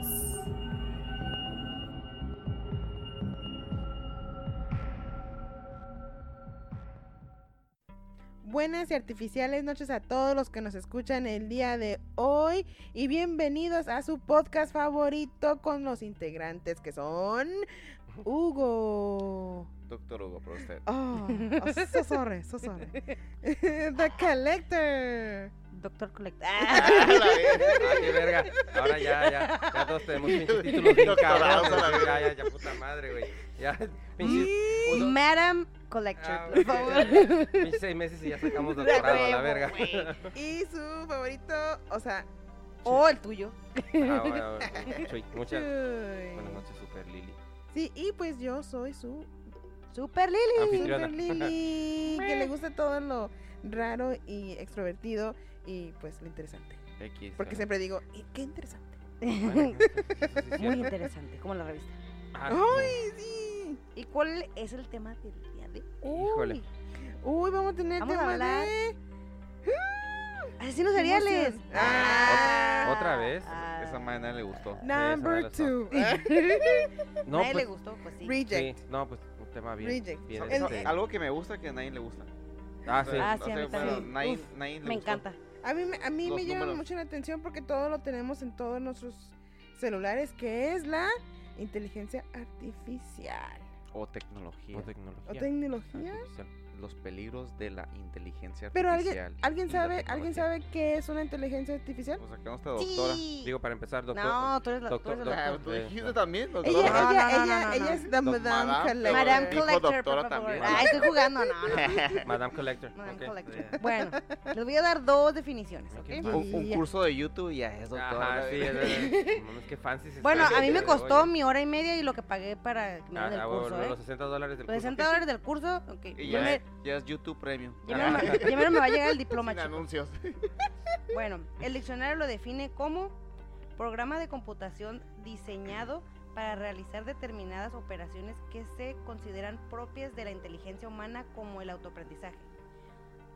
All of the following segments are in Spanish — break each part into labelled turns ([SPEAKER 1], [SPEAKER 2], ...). [SPEAKER 1] excomunicados.
[SPEAKER 2] Buenas y artificiales noches a todos los que nos escuchan el día de hoy y bienvenidos a su podcast favorito con los integrantes que son Hugo.
[SPEAKER 3] Doctor Hugo Prostet.
[SPEAKER 2] Oh, oh, so sorry, so sorry. The Collector.
[SPEAKER 4] Doctor Collect.
[SPEAKER 3] ¡Ah, la verga! ¡Ah, qué verga! Ahora ya, ya, ya todos tenemos pinches títulos bien cabrones, güey. Ya, ya, ya, puta madre, güey. Ya, pinches... uno-
[SPEAKER 4] Madam Collector,
[SPEAKER 3] Ah,
[SPEAKER 4] por
[SPEAKER 3] güey,
[SPEAKER 4] favor.
[SPEAKER 3] ya, ya. Pinches seis meses y ya sacamos doctorado a la verga. Ah,
[SPEAKER 2] Y su favorito, o sea,
[SPEAKER 4] O Oh, el tuyo.
[SPEAKER 3] Ah, bueno, bueno, chuy, Muchas
[SPEAKER 2] Chuy.
[SPEAKER 3] buenas noches, Super Lili.
[SPEAKER 2] Sí, y pues yo soy su
[SPEAKER 4] Super Lily.
[SPEAKER 3] Anfitriona.
[SPEAKER 2] Super Lili, que le gusta todo lo raro y extrovertido y pues lo interesante.
[SPEAKER 3] X. ah,
[SPEAKER 2] Porque siempre digo, "Y qué interesante.
[SPEAKER 3] Bueno, sí, sí, sí,
[SPEAKER 4] Muy
[SPEAKER 3] cierto.
[SPEAKER 4] interesante, como la revista.
[SPEAKER 3] Ah,
[SPEAKER 2] ¡Ay, sí!
[SPEAKER 4] ¿Y cuál es el tema del día de hoy?
[SPEAKER 3] Híjole.
[SPEAKER 2] Uy, vamos a tener
[SPEAKER 4] Vamos a
[SPEAKER 2] tema
[SPEAKER 4] hablar
[SPEAKER 2] de-
[SPEAKER 4] Asesinos
[SPEAKER 2] Qué
[SPEAKER 4] seriales.
[SPEAKER 2] emoción.
[SPEAKER 3] Otra otra vez,
[SPEAKER 4] Ah.
[SPEAKER 3] esa madre nadie le gustó. Sí, esa madre le
[SPEAKER 2] Number
[SPEAKER 3] gustó.
[SPEAKER 2] two.
[SPEAKER 3] No,
[SPEAKER 4] Nadie
[SPEAKER 3] pues,
[SPEAKER 4] le gustó, pues sí.
[SPEAKER 2] Reject.
[SPEAKER 3] sí, no, pues un tema bien.
[SPEAKER 2] Reject.
[SPEAKER 3] bien,
[SPEAKER 2] El-
[SPEAKER 5] Eso,
[SPEAKER 3] este,
[SPEAKER 5] algo que me gusta que a nadie le gusta.
[SPEAKER 3] Ah, sí.
[SPEAKER 4] Ah, sí, a mí
[SPEAKER 5] bueno,
[SPEAKER 2] también.
[SPEAKER 5] nadie-
[SPEAKER 2] Uf,
[SPEAKER 5] nadie le
[SPEAKER 4] Me
[SPEAKER 5] gustó.
[SPEAKER 4] encanta.
[SPEAKER 2] A mí, me- a mí
[SPEAKER 5] Los
[SPEAKER 2] me llaman
[SPEAKER 5] números.
[SPEAKER 2] mucho la atención porque todo lo tenemos en todos nuestros celulares, que es la inteligencia artificial
[SPEAKER 5] O tecnología.
[SPEAKER 3] O tecnología.
[SPEAKER 2] o tecnología.
[SPEAKER 3] artificial.
[SPEAKER 5] Los peligros de la inteligencia
[SPEAKER 2] Pero
[SPEAKER 5] artificial.
[SPEAKER 2] alguien, alguien
[SPEAKER 5] y la
[SPEAKER 2] sabe, alguien
[SPEAKER 5] tecnología.
[SPEAKER 2] sabe qué es una inteligencia artificial.
[SPEAKER 5] O sea, que no está doctora.
[SPEAKER 3] Digo, para empezar, doctor.
[SPEAKER 4] No, tú eres la
[SPEAKER 3] doctor,
[SPEAKER 4] tú eres la
[SPEAKER 3] doctor.
[SPEAKER 5] Ah,
[SPEAKER 4] doctora.
[SPEAKER 5] ¿Tú
[SPEAKER 3] Sí,
[SPEAKER 5] dijiste
[SPEAKER 3] claro.
[SPEAKER 5] también,
[SPEAKER 2] Ella,
[SPEAKER 5] doctora?
[SPEAKER 4] No,
[SPEAKER 2] ella,
[SPEAKER 4] no, no,
[SPEAKER 2] ella,
[SPEAKER 4] no,
[SPEAKER 2] ella
[SPEAKER 4] no.
[SPEAKER 2] es la
[SPEAKER 5] No,
[SPEAKER 2] Madame
[SPEAKER 5] Madame
[SPEAKER 2] Collector.
[SPEAKER 4] Madame
[SPEAKER 5] Dijo
[SPEAKER 4] Collector, por favor.
[SPEAKER 5] doctora también.
[SPEAKER 4] Ah, estoy jugando, no, no.
[SPEAKER 3] Madame Collector.
[SPEAKER 4] Madame
[SPEAKER 3] ok.
[SPEAKER 4] Collector. Bueno, les voy a dar dos definiciones, ¿ok?
[SPEAKER 3] Ok.
[SPEAKER 5] Un, un curso de YouTube ya es doctora.
[SPEAKER 3] Ajá, sí, es, es- mames, qué fancy. se está
[SPEAKER 4] Bueno, a mí
[SPEAKER 3] viendo
[SPEAKER 4] me
[SPEAKER 3] el día de
[SPEAKER 4] costó
[SPEAKER 3] hoy, eh.
[SPEAKER 4] mi hora y media y lo que pagué para que me
[SPEAKER 3] Ah,
[SPEAKER 4] dieran
[SPEAKER 3] ah,
[SPEAKER 4] el
[SPEAKER 3] bueno,
[SPEAKER 4] curso, ¿eh?
[SPEAKER 3] los 60 dólares del
[SPEAKER 4] Los 60 dólares del curso, ok.
[SPEAKER 5] Y
[SPEAKER 4] ya,
[SPEAKER 5] ya,
[SPEAKER 4] me-
[SPEAKER 5] ya es YouTube Premium.
[SPEAKER 4] ya me- ya me- me va a llegar el diploma,
[SPEAKER 5] Sin
[SPEAKER 4] chicos.
[SPEAKER 5] anuncios.
[SPEAKER 4] Bueno, el diccionario lo define como programa de computación diseñado para realizar determinadas operaciones que se consideran propias de la inteligencia humana como el autoaprendizaje.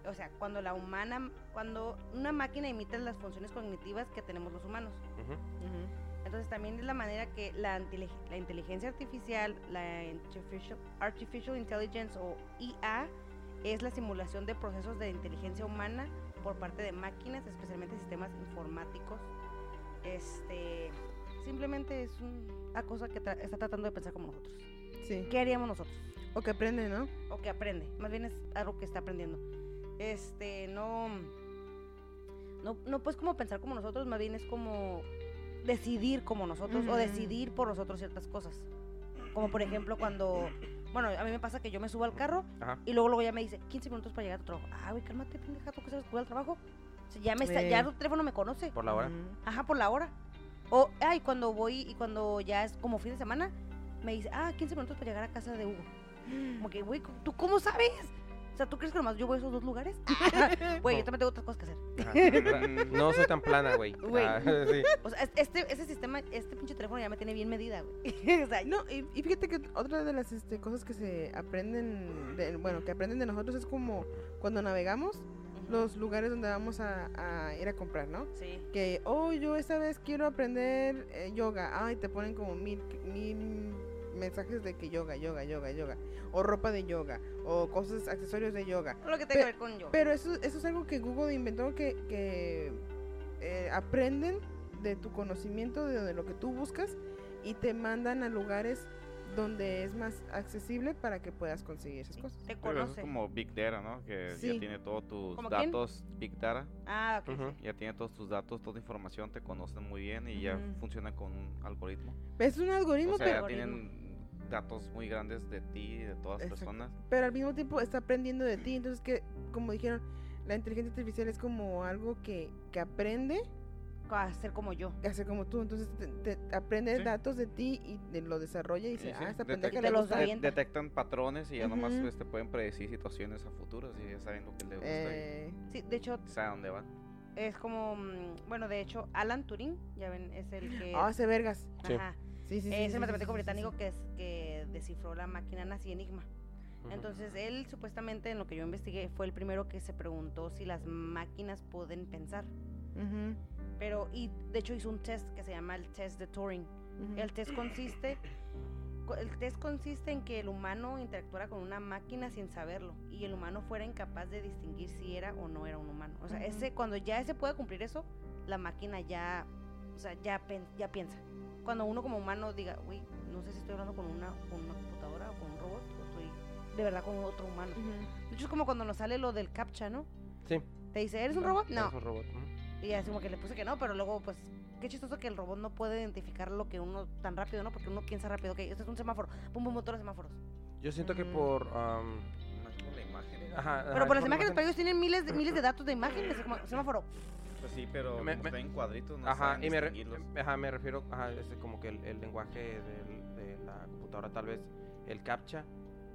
[SPEAKER 4] O sea, cuando la humana, cuando una máquina imita las funciones cognitivas que tenemos los humanos.
[SPEAKER 3] Ujú.
[SPEAKER 4] Entonces también es la manera que la, antile- la inteligencia artificial, la artificial, artificial intelligence o IA, es la simulación de procesos de inteligencia humana por parte de máquinas, especialmente sistemas informáticos. Este, simplemente es una cosa que tra- está tratando de pensar como nosotros.
[SPEAKER 2] Sí.
[SPEAKER 4] ¿Qué haríamos nosotros?
[SPEAKER 2] O que aprende, ¿no?
[SPEAKER 4] o que aprende, más bien es algo que está aprendiendo. Este, no, no, no puedes como pensar como nosotros, más bien es como decidir como nosotros o
[SPEAKER 2] Ujú.
[SPEAKER 4] decidir por nosotros ciertas cosas. Como por ejemplo cuando, bueno, a mí me pasa que yo me subo al carro
[SPEAKER 3] Ajá.
[SPEAKER 4] y luego luego ya me dice 15 minutos para llegar a tu trabajo. Ah, güey, cálmate, pendeja, tú que sabes jugar al trabajo. O sea, ya me está- ya
[SPEAKER 2] Ey.
[SPEAKER 4] el teléfono me conoce.
[SPEAKER 3] Por la hora.
[SPEAKER 2] Ujú.
[SPEAKER 4] Ajá, por la hora. O, ay, cuando voy y cuando ya es como fin de semana, me dice, ah, 15 minutos para llegar a casa de Hugo. Como que, güey, ¿tú cómo sabes? O sea, ¿tú crees que nomás yo voy a esos dos lugares? Güey, yo también tengo otras cosas que hacer.
[SPEAKER 3] Ajá. No soy tan plana, güey.
[SPEAKER 4] Güey.
[SPEAKER 3] Ah, sí.
[SPEAKER 4] O sea, es- este, este sistema, este pinche teléfono ya me tiene bien medida, güey. O sea,
[SPEAKER 2] No, y, y fíjate que otra de las este, cosas que se aprenden, de- bueno, que aprenden de nosotros es como cuando navegamos,
[SPEAKER 4] ujú.
[SPEAKER 2] los lugares donde vamos a, a ir a comprar, ¿no?
[SPEAKER 4] Sí.
[SPEAKER 2] Que, oh, yo esta vez quiero aprender eh, yoga. Ay, te ponen como mil, mil mensajes de que yoga, yoga, yoga, yoga. O ropa de yoga, o cosas, accesorios de yoga.
[SPEAKER 4] Lo que tenga
[SPEAKER 2] Pe-
[SPEAKER 4] que ver con yo.
[SPEAKER 2] Pero eso, eso es algo que Google inventó que, que, eh, aprenden de tu conocimiento, de, de lo que tú buscas y te mandan a lugares donde es más accesible para que puedas conseguir esas cosas.
[SPEAKER 4] Te
[SPEAKER 5] Pero eso es
[SPEAKER 4] conoce.
[SPEAKER 5] como Big Data, ¿no? Que
[SPEAKER 2] Sí.
[SPEAKER 5] ya tiene todos tus
[SPEAKER 4] ¿Como quién?
[SPEAKER 5] datos. Big Data.
[SPEAKER 4] Ah, ok.
[SPEAKER 3] Ujú.
[SPEAKER 5] Ya tiene todos tus datos, toda tu información, te conocen muy bien y ya
[SPEAKER 2] Ujú.
[SPEAKER 5] funciona con un algoritmo.
[SPEAKER 2] Es un algoritmo,
[SPEAKER 5] O sea,
[SPEAKER 2] pero,
[SPEAKER 5] ya tienen datos muy grandes de ti, de todas las
[SPEAKER 2] Exacto.
[SPEAKER 5] personas.
[SPEAKER 2] pero al mismo tiempo está aprendiendo de ti. Entonces, que como dijeron, la inteligencia artificial es como algo que, que aprende
[SPEAKER 4] A ser como yo.
[SPEAKER 2] a hacer como tú. Entonces, te, te aprende
[SPEAKER 5] Sí.
[SPEAKER 2] datos de ti y te lo desarrolla y dice,
[SPEAKER 5] Sí, sí,
[SPEAKER 2] ah, esta
[SPEAKER 5] detecta-
[SPEAKER 2] pendeja
[SPEAKER 4] Y
[SPEAKER 2] le
[SPEAKER 4] te los
[SPEAKER 2] gusta
[SPEAKER 4] da bien. avienta.
[SPEAKER 5] detectan patrones y ya nomás
[SPEAKER 2] Ujú.
[SPEAKER 5] este, pueden predecir situaciones a futuras y ya saben lo que les gusta
[SPEAKER 2] Eh,
[SPEAKER 4] Sí, de hecho,
[SPEAKER 5] y saben a dónde van.
[SPEAKER 4] es como, mm, bueno, de hecho, Alan Turing, ya ven, es el que...
[SPEAKER 2] ah, hace vergas.
[SPEAKER 3] Sí.
[SPEAKER 4] Ajá.
[SPEAKER 2] Sí, sí, sí,
[SPEAKER 4] es
[SPEAKER 2] sí, sí,
[SPEAKER 4] el Eh, matemático
[SPEAKER 2] sí, sí, sí.
[SPEAKER 4] británico que, es- que descifró la máquina nazi Enigma.
[SPEAKER 3] Ujú.
[SPEAKER 4] Entonces, él supuestamente, en lo que yo investigué, fue el primero que se preguntó si las máquinas pueden pensar.
[SPEAKER 2] Ujú.
[SPEAKER 4] Pero, y de hecho hizo un test que se llama el test de Turing.
[SPEAKER 2] Ujú.
[SPEAKER 4] El test consiste co- el test consiste en que el humano interactuara con una máquina sin saberlo y el humano fuera incapaz de distinguir si era o no era un humano. O sea,
[SPEAKER 2] Ujú.
[SPEAKER 4] ese cuando ya se puede cumplir eso, la máquina ya o sea, ya pen- ya piensa. Cuando uno como humano diga, "Uy, no sé si estoy hablando con una con una computadora o con un robot o estoy de verdad con otro humano."
[SPEAKER 2] Ujú.
[SPEAKER 4] De hecho es como cuando nos sale lo del captcha, ¿no?
[SPEAKER 3] Sí.
[SPEAKER 4] Te dice, "¿Eres un robot?" No.
[SPEAKER 3] Es un robot. ujú.
[SPEAKER 4] Y así como que le puse que no, pero luego, pues, qué chistoso que el robot no puede identificar lo que uno tan rápido, ¿no? Porque uno piensa rápido, ok, este es un semáforo, pum, pum, pum, todos los semáforos.
[SPEAKER 3] Yo siento que
[SPEAKER 2] Mm.
[SPEAKER 3] por. am,
[SPEAKER 5] Más por la imagen.
[SPEAKER 3] ajá, ajá,
[SPEAKER 4] Pero por
[SPEAKER 3] es
[SPEAKER 4] las imágenes,
[SPEAKER 3] imagen.
[SPEAKER 4] para ellos tienen miles de, miles de datos de imágenes, como semáforo.
[SPEAKER 5] Pues sí, pero
[SPEAKER 3] Me-
[SPEAKER 5] como
[SPEAKER 3] me-
[SPEAKER 5] está en cuadritos, no
[SPEAKER 3] Ajá,
[SPEAKER 5] saben
[SPEAKER 3] y me, re- em,
[SPEAKER 5] distinguirlos.
[SPEAKER 3] ajá, me refiero, ajá, es como que el, el lenguaje del- de la computadora, tal vez el captcha,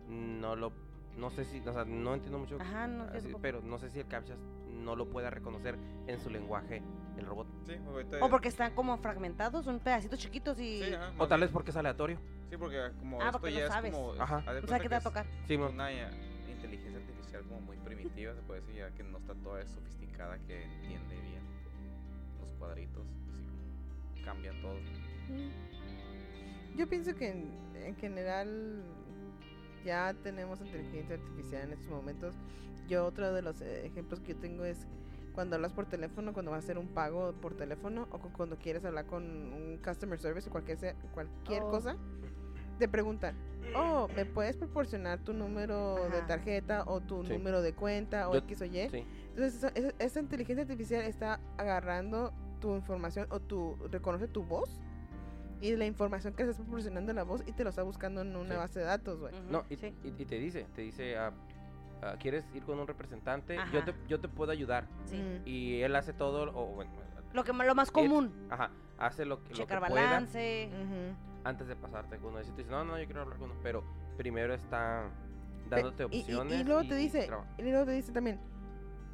[SPEAKER 3] no lo, no sé si, o sea, no entiendo mucho,
[SPEAKER 4] Ajá, no, yo
[SPEAKER 3] así,
[SPEAKER 4] tampoco.
[SPEAKER 3] pero no sé si el captcha no lo pueda reconocer en su lenguaje el robot.
[SPEAKER 5] Sí, ahorita-
[SPEAKER 4] O Oh, porque están como fragmentados, son pedacitos chiquitos y...
[SPEAKER 5] eh, Sí, ajá,
[SPEAKER 3] O
[SPEAKER 5] más
[SPEAKER 3] tal
[SPEAKER 5] bien.
[SPEAKER 3] vez porque es aleatorio.
[SPEAKER 5] Sí, porque como
[SPEAKER 4] Ah,
[SPEAKER 5] esto
[SPEAKER 4] porque lo
[SPEAKER 5] ya es
[SPEAKER 4] sabes.
[SPEAKER 5] como.
[SPEAKER 3] Ajá.
[SPEAKER 5] haz de
[SPEAKER 4] o sea,
[SPEAKER 5] cuenta
[SPEAKER 4] ¿qué te va a
[SPEAKER 5] es
[SPEAKER 4] tocar?
[SPEAKER 3] Sí, mo-
[SPEAKER 5] Una eh, inteligencia artificial como muy primitiva, se puede decir, ya que no está toda sofisticada, que entiende bien los cuadritos, así como cambian todo.
[SPEAKER 2] Mm. Yo pienso que en, en general ya tenemos inteligencia artificial en estos momentos. Yo otro de los eh, ejemplos que yo tengo es cuando hablas por teléfono, cuando vas a hacer un pago por teléfono o cu- cuando quieres hablar con un customer service o cualquier, sea- cualquier
[SPEAKER 4] Oh.
[SPEAKER 2] cosa, te preguntan, oh, ¿me puedes proporcionar tu número de
[SPEAKER 4] Ajá.
[SPEAKER 2] tarjeta o tu
[SPEAKER 3] Sí.
[SPEAKER 2] número de cuenta o
[SPEAKER 3] Yo-
[SPEAKER 2] X o
[SPEAKER 4] ¿Eh?
[SPEAKER 2] Y?
[SPEAKER 3] sí.
[SPEAKER 2] Entonces, esa, esa- esa inteligencia artificial está agarrando tu información o tu reconoce tu voz y la información que le estás proporcionando a la voz y te lo está buscando en una
[SPEAKER 3] Sí.
[SPEAKER 2] base de datos, güey.
[SPEAKER 4] Ujú,
[SPEAKER 3] No, y,
[SPEAKER 4] sí.
[SPEAKER 3] y- y te dice, te dice, ah, ah, ¿quieres ir con un representante? Yo
[SPEAKER 4] Ajá.
[SPEAKER 3] te, yo te puedo ayudar.
[SPEAKER 4] Sí.
[SPEAKER 2] Mm.
[SPEAKER 3] Y él hace todo, o bueno,
[SPEAKER 4] Lo, que, lo más común,
[SPEAKER 3] ajá, hace lo, que- lo que
[SPEAKER 4] checar
[SPEAKER 3] pueda. Mm,
[SPEAKER 4] balance.
[SPEAKER 2] Ujú.
[SPEAKER 3] antes de pasarte con uno. Y Si tú dices, no, no, yo quiero hablar con uno, pero primero está
[SPEAKER 2] Pe-
[SPEAKER 3] dándote
[SPEAKER 2] y- y-
[SPEAKER 3] opciones.
[SPEAKER 2] Y, luego te dice,
[SPEAKER 3] traba-
[SPEAKER 2] y luego te dice también,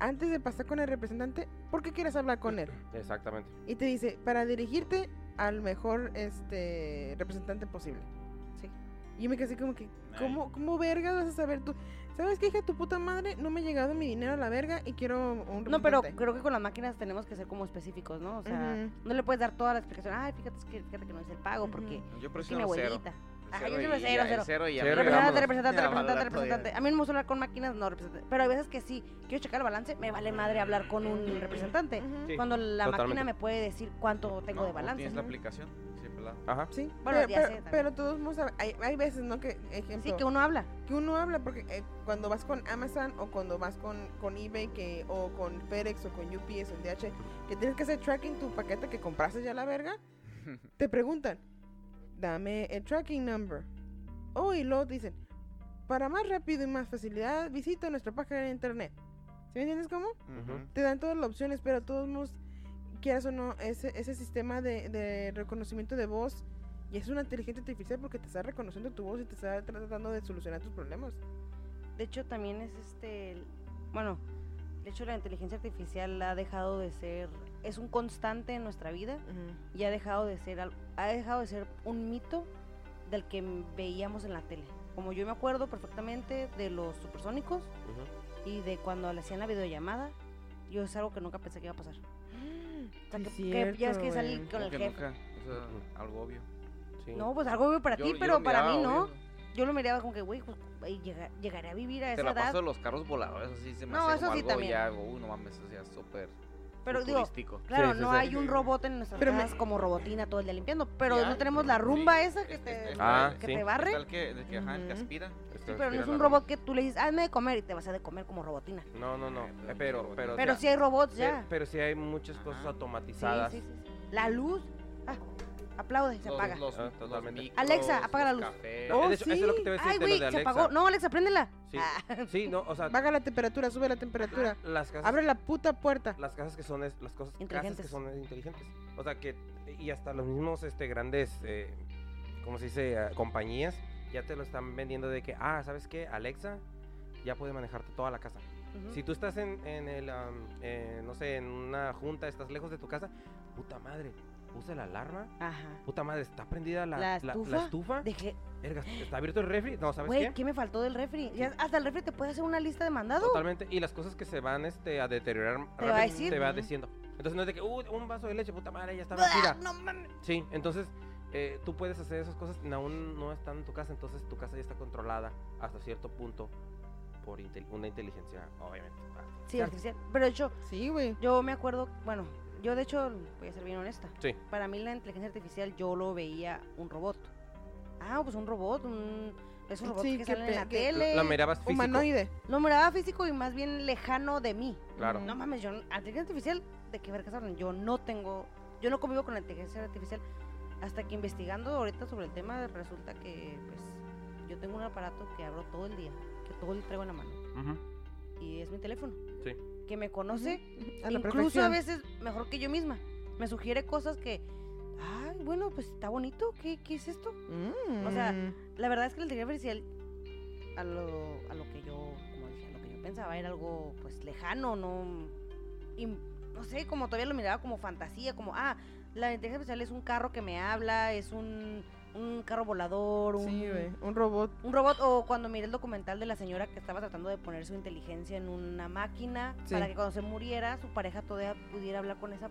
[SPEAKER 2] antes de pasar con el representante, ¿por qué quieres hablar con él?
[SPEAKER 3] Exactamente.
[SPEAKER 2] Y te dice, para dirigirte al mejor este representante posible.
[SPEAKER 4] Sí.
[SPEAKER 2] Y yo me quedé así como que,
[SPEAKER 5] Ay.
[SPEAKER 2] ¿cómo, cómo vergas vas a saber tú? ¿Sabes qué, hija de tu puta madre? No me ha llegado mi dinero a la verga y quiero un representante.
[SPEAKER 4] No, pero creo que con las máquinas tenemos que ser como específicos, ¿no? O sea,
[SPEAKER 2] Ujú.
[SPEAKER 4] no le puedes dar toda la explicación. Ay, fíjate, es que, fíjate que no es el pago,
[SPEAKER 2] Ujú.
[SPEAKER 4] porque...
[SPEAKER 5] Yo por
[SPEAKER 4] Es
[SPEAKER 5] eso
[SPEAKER 4] que mi
[SPEAKER 5] no cero.
[SPEAKER 4] abuelita. Ajá, yo
[SPEAKER 5] y
[SPEAKER 4] sí lo
[SPEAKER 5] ya-
[SPEAKER 4] cero,
[SPEAKER 5] el
[SPEAKER 4] cero.
[SPEAKER 5] cero y ya
[SPEAKER 3] Cero y
[SPEAKER 5] me
[SPEAKER 4] Representante,
[SPEAKER 3] vámonos.
[SPEAKER 4] representante,
[SPEAKER 5] Ya,
[SPEAKER 4] representante,
[SPEAKER 5] vale,
[SPEAKER 4] representante. A mí no me gusta hablar con máquinas, no representante. Pero hay veces que sí, quiero checar el balance, me vale madre hablar con un representante.
[SPEAKER 2] Ujú.
[SPEAKER 3] Sí,
[SPEAKER 4] Cuando la
[SPEAKER 3] totalmente.
[SPEAKER 4] máquina me puede decir cuánto tengo
[SPEAKER 5] No,
[SPEAKER 4] de
[SPEAKER 5] no
[SPEAKER 4] balance.
[SPEAKER 5] Tienes la
[SPEAKER 2] ¿no?
[SPEAKER 5] aplicación. Sí, pues pelado.
[SPEAKER 3] Ajá.
[SPEAKER 2] Sí,
[SPEAKER 4] Bueno,
[SPEAKER 2] pero,
[SPEAKER 4] ya
[SPEAKER 2] pero-
[SPEAKER 4] sé también.
[SPEAKER 2] pero todos modos, sabe- hay, hay veces, ¿no? Que, ejemplo,
[SPEAKER 4] Sí, que
[SPEAKER 2] que,
[SPEAKER 4] uno habla.
[SPEAKER 2] uno habla, porque eh, cuando vas con Amazon o cuando vas con, con eBay que, o con FedEx o con UPS o DH, que tienes que hacer tracking tu paquete que compraste ya la verga, te preguntan, dame el tracking number. Oh, y luego te dicen, para más rápido y más facilidad, visita nuestra página de internet. ¿Sí me entiendes cómo?
[SPEAKER 5] Ujú.
[SPEAKER 2] te dan todas las opciones, pero de todos modos, quieras o no, ese, ese sistema de, de reconocimiento de voz y es una inteligencia artificial porque te está reconociendo tu voz y te está tratando de solucionar tus problemas.
[SPEAKER 4] De hecho, también es este. el- Bueno, de hecho, la inteligencia artificial ha dejado de ser. Es un constante en nuestra vida y ha dejado de ser. al- Ha dejado de ser un mito del que veíamos en la tele. Como yo me acuerdo perfectamente de los supersónicos,
[SPEAKER 3] ujú.
[SPEAKER 4] y de cuando le hacían la videollamada, yo es algo que nunca pensé que iba a pasar. O sea, que,
[SPEAKER 2] Sí,
[SPEAKER 4] que ya es
[SPEAKER 2] cierto,
[SPEAKER 4] que salí
[SPEAKER 2] güey.
[SPEAKER 4] con
[SPEAKER 5] Como
[SPEAKER 4] el
[SPEAKER 5] que
[SPEAKER 4] jefe.
[SPEAKER 5] nunca, o sea, algo obvio.
[SPEAKER 3] Sí.
[SPEAKER 4] No, pues algo obvio para
[SPEAKER 5] Yo-
[SPEAKER 4] ti,
[SPEAKER 5] yo
[SPEAKER 4] pero
[SPEAKER 5] lo
[SPEAKER 4] para mí
[SPEAKER 5] miraba,
[SPEAKER 4] no.
[SPEAKER 5] obvio.
[SPEAKER 4] Yo lo miraba como que, güey, pues, güey, llega- llegaré a vivir a
[SPEAKER 5] Te
[SPEAKER 4] esa
[SPEAKER 5] la
[SPEAKER 4] edad.
[SPEAKER 5] paso de los carros voladores, así se me
[SPEAKER 4] No,
[SPEAKER 5] hace
[SPEAKER 4] eso
[SPEAKER 5] como
[SPEAKER 4] sí
[SPEAKER 5] algo
[SPEAKER 4] también.
[SPEAKER 5] ya, uy, no mames, eso ya es súper
[SPEAKER 4] Pero digo,
[SPEAKER 5] futurístico.
[SPEAKER 4] claro,
[SPEAKER 3] sí,
[SPEAKER 4] no
[SPEAKER 3] sí.
[SPEAKER 4] hay un robot en nuestras
[SPEAKER 2] Pero me-
[SPEAKER 4] casas como robotina todo el día limpiando, pero
[SPEAKER 5] Ya,
[SPEAKER 4] no tenemos
[SPEAKER 5] pero
[SPEAKER 4] la
[SPEAKER 5] sí,
[SPEAKER 4] rumba esa que
[SPEAKER 5] es-
[SPEAKER 4] te,
[SPEAKER 5] es-
[SPEAKER 3] Ah,
[SPEAKER 4] que
[SPEAKER 3] sí.
[SPEAKER 4] te barre.
[SPEAKER 5] Tal que, de que, ajá,
[SPEAKER 4] Mm.
[SPEAKER 5] el que
[SPEAKER 2] Ujú.
[SPEAKER 5] aspira.
[SPEAKER 3] Está
[SPEAKER 4] pues, Sí, pero no
[SPEAKER 3] inspirada
[SPEAKER 4] es un
[SPEAKER 3] la
[SPEAKER 4] robot que tú le dices, hazme de comer y te vas a de comer como robotina.
[SPEAKER 3] ropa. No, no, no. eh, Pero, pero, o
[SPEAKER 4] Pero
[SPEAKER 3] sea,
[SPEAKER 4] sí hay robots
[SPEAKER 3] sí-
[SPEAKER 4] ya.
[SPEAKER 3] pero sí hay muchas cosas
[SPEAKER 5] Ajá.
[SPEAKER 4] Sí,
[SPEAKER 3] automatizadas.
[SPEAKER 4] sí, sí, sí. La luz, ah, aplaude, se
[SPEAKER 5] Los-
[SPEAKER 4] apaga.
[SPEAKER 5] los-
[SPEAKER 3] Ah,
[SPEAKER 5] los
[SPEAKER 3] totalmente.
[SPEAKER 5] micros,
[SPEAKER 4] Alexa, apaga la
[SPEAKER 5] los
[SPEAKER 4] luz.
[SPEAKER 5] cafés.
[SPEAKER 3] No,
[SPEAKER 2] Oh,
[SPEAKER 3] de hecho, Eso es lo que te voy a
[SPEAKER 4] Ay,
[SPEAKER 3] decir de
[SPEAKER 4] güey,
[SPEAKER 3] lo
[SPEAKER 4] se
[SPEAKER 3] de Alexa.
[SPEAKER 4] apagó. No, Alexa, préndela.
[SPEAKER 3] Sí.
[SPEAKER 4] Ah.
[SPEAKER 3] Sí, no, o sea,
[SPEAKER 2] Baja la temperatura, sube la temperatura,
[SPEAKER 3] las casas,
[SPEAKER 2] abre la puta puerta.
[SPEAKER 3] las casas que son, es- las cosas, casas que
[SPEAKER 4] Inteligentes.
[SPEAKER 3] son eh, inteligentes. O sea, que, y hasta los mismos, este, grandes, eh, ¿cómo se dice? Ah, compañías, ya te lo están vendiendo de que, ah, ¿sabes qué? Alexa ya puede manejarte toda la casa.
[SPEAKER 4] Ujú.
[SPEAKER 3] Si tú estás en, en el, am, eh, no sé, en una junta, estás lejos de tu casa, puta madre, puse la alarma,
[SPEAKER 4] Ajá.
[SPEAKER 3] puta madre, está prendida la,
[SPEAKER 4] ¿La estufa?
[SPEAKER 3] estufa?
[SPEAKER 4] Dejé,
[SPEAKER 3] Vergas, está abierto el refri, no, ¿sabes
[SPEAKER 4] güey,
[SPEAKER 3] qué?
[SPEAKER 4] ¿qué me faltó del refri? Ya hasta el refri te puede hacer una lista de mandado.
[SPEAKER 3] Totalmente, y las cosas que se van este, a deteriorar
[SPEAKER 4] Te va a
[SPEAKER 3] rápido,
[SPEAKER 4] decir.
[SPEAKER 3] te va
[SPEAKER 4] Ujú.
[SPEAKER 3] diciendo, Entonces no es de que, "Uy, un vaso de leche, puta madre, ya está vacía.
[SPEAKER 4] No mames.
[SPEAKER 3] Sí, entonces eh, tú puedes hacer esas cosas, n- aún no están en tu casa, entonces tu casa ya está controlada hasta cierto punto por intel- una inteligencia, obviamente.
[SPEAKER 4] Sí,
[SPEAKER 3] artificial.
[SPEAKER 4] artificial. Pero de hecho,
[SPEAKER 2] Sí, güey.
[SPEAKER 4] yo me acuerdo, bueno, yo de hecho, voy a ser bien honesta.
[SPEAKER 3] Sí.
[SPEAKER 4] Para mí la inteligencia artificial yo lo veía un robot. Ah, pues un robot, un... Esos robots
[SPEAKER 2] Sí,
[SPEAKER 4] que
[SPEAKER 2] que
[SPEAKER 4] salen en la
[SPEAKER 2] pe- que-
[SPEAKER 4] tele.
[SPEAKER 3] La mirabas físico.
[SPEAKER 2] Humanoide.
[SPEAKER 4] Lo miraba físico y más bien lejano de mí.
[SPEAKER 3] Claro.
[SPEAKER 4] No mames, yo, inteligencia artificial, ¿de qué vergas hablan? Yo no tengo, yo no convivo con la inteligencia artificial. Hasta que investigando ahorita sobre el tema, resulta que, pues, yo tengo un aparato que abro todo el día, que todo el traigo en la mano,
[SPEAKER 3] Ujú,
[SPEAKER 4] y es mi teléfono.
[SPEAKER 3] Sí.
[SPEAKER 4] Que me conoce,
[SPEAKER 2] A la
[SPEAKER 4] incluso a
[SPEAKER 2] perfección.
[SPEAKER 4] veces mejor que yo misma. Me sugiere cosas que, ay, bueno, pues está bonito, ¿qué, qué es esto?
[SPEAKER 2] Mm.
[SPEAKER 4] o sea, La verdad es que la inteligencia artificial, a lo, a lo que yo, como dije, a lo que yo pensaba era algo pues lejano, no, im- no sé, como todavía lo miraba como fantasía, como, ah, la inteligencia artificial es un carro que me habla, es un, un carro volador, un,
[SPEAKER 2] Sí, güey. Un robot.
[SPEAKER 4] un robot, o cuando miré el documental de la señora que estaba tratando de poner su inteligencia en una máquina
[SPEAKER 2] Sí.
[SPEAKER 4] para que cuando se muriera su pareja todavía pudiera hablar con esa,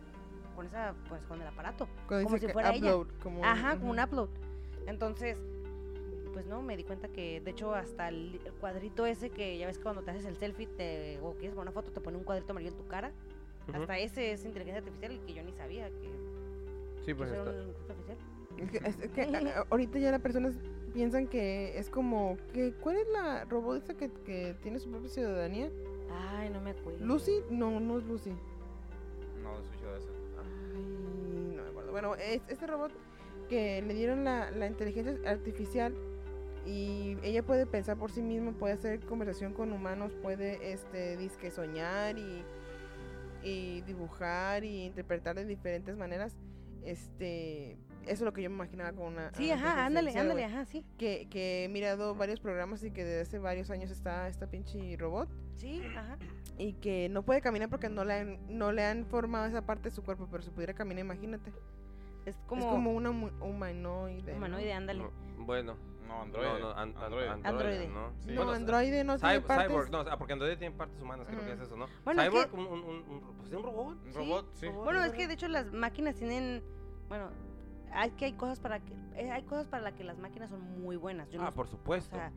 [SPEAKER 4] con esa, pues con el aparato.
[SPEAKER 2] Como
[SPEAKER 4] si fuera ella.
[SPEAKER 2] upload, Como,
[SPEAKER 4] Ajá, como
[SPEAKER 2] ujú.
[SPEAKER 4] un upload. Entonces, pues no, me di cuenta que, de hecho, hasta el el cuadrito ese que ya ves que cuando te haces el selfie te, o quieres poner una foto, te pone un cuadrito amarillo en tu cara.
[SPEAKER 3] ujú.
[SPEAKER 4] Hasta ese es inteligencia artificial y que yo ni sabía que, que
[SPEAKER 3] Sí, pues
[SPEAKER 4] eso era
[SPEAKER 3] está.
[SPEAKER 4] una inteligencia artificial.
[SPEAKER 2] Es que- es que a- a- ahorita ya las personas piensan que es como que ¿cuál es la robot esa que, que tiene su propia ciudadanía?
[SPEAKER 4] Ay, no me acuerdo.
[SPEAKER 2] Lucy, no, no es Lucy.
[SPEAKER 5] No, he escuchado eso.
[SPEAKER 2] Ay, no me acuerdo. Bueno, es, este robot que le dieron la, la inteligencia artificial y ella puede pensar por sí misma, puede hacer conversación con humanos, puede este disque soñar y, y dibujar y interpretar de diferentes maneras. Este, eso es lo que yo me imaginaba con una
[SPEAKER 4] Sí,
[SPEAKER 2] una
[SPEAKER 4] ajá,
[SPEAKER 2] Ah, inteligencia
[SPEAKER 4] ándale,
[SPEAKER 2] artificial,
[SPEAKER 4] ándale,
[SPEAKER 2] güey.
[SPEAKER 4] ajá, sí.
[SPEAKER 2] que, que he mirado varios programas y que desde hace varios años está esta pinche robot
[SPEAKER 4] Sí, ajá.
[SPEAKER 2] y que no puede caminar porque no le han, no le han formado esa parte de su cuerpo, pero si pudiera caminar, imagínate.
[SPEAKER 4] Es como,
[SPEAKER 2] es como una mu- humanoide. ¿no?
[SPEAKER 4] humanoide, ándale.
[SPEAKER 3] No, bueno,
[SPEAKER 5] No, Android.
[SPEAKER 3] no, no, an- an-
[SPEAKER 5] Android.
[SPEAKER 4] Androide.
[SPEAKER 3] ¿no?
[SPEAKER 5] Sí.
[SPEAKER 2] No,
[SPEAKER 3] Bueno,
[SPEAKER 2] androide no tiene
[SPEAKER 3] Cyb-
[SPEAKER 2] partes.
[SPEAKER 3] Cyborg, no, ah, porque Android tiene partes humanas, creo que es
[SPEAKER 2] Mm.
[SPEAKER 3] eso, ¿no?
[SPEAKER 4] Bueno, es que-
[SPEAKER 3] Cyborg, un, un, un- un- pues, un robot.
[SPEAKER 5] Un
[SPEAKER 4] Sí,
[SPEAKER 5] robot, sí.
[SPEAKER 2] robot.
[SPEAKER 4] Bueno, es que de hecho las máquinas tienen, bueno, hay que hay cosas para que eh, hay cosas para las que las máquinas son muy buenas. Yo no
[SPEAKER 3] Ah, por
[SPEAKER 4] O
[SPEAKER 3] supuesto.
[SPEAKER 4] sea,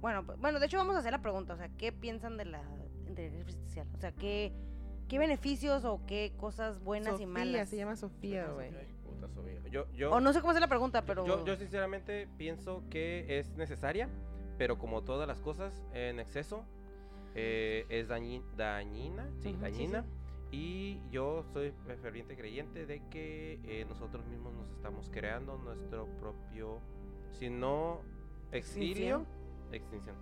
[SPEAKER 4] bueno, p- bueno, de hecho vamos a hacer la pregunta, o sea, ¿qué piensan de la inteligencia artificial? O sea, ¿qué, qué beneficios o qué cosas buenas
[SPEAKER 2] Sofía,
[SPEAKER 4] y malas?
[SPEAKER 2] se llama Sofía, güey.
[SPEAKER 5] Puta Sofía.
[SPEAKER 3] Yo, yo,
[SPEAKER 4] O no sé cómo hacer la pregunta, pero...
[SPEAKER 3] Yo, yo sinceramente pienso que es necesaria, pero como todas las cosas en exceso, eh, es dañi- dañina, sí,
[SPEAKER 4] Ujú, sí,
[SPEAKER 3] dañina. Y yo soy fe- ferviente creyente de que eh, nosotros mismos nos estamos creando nuestro propio, si no exilio, extinción.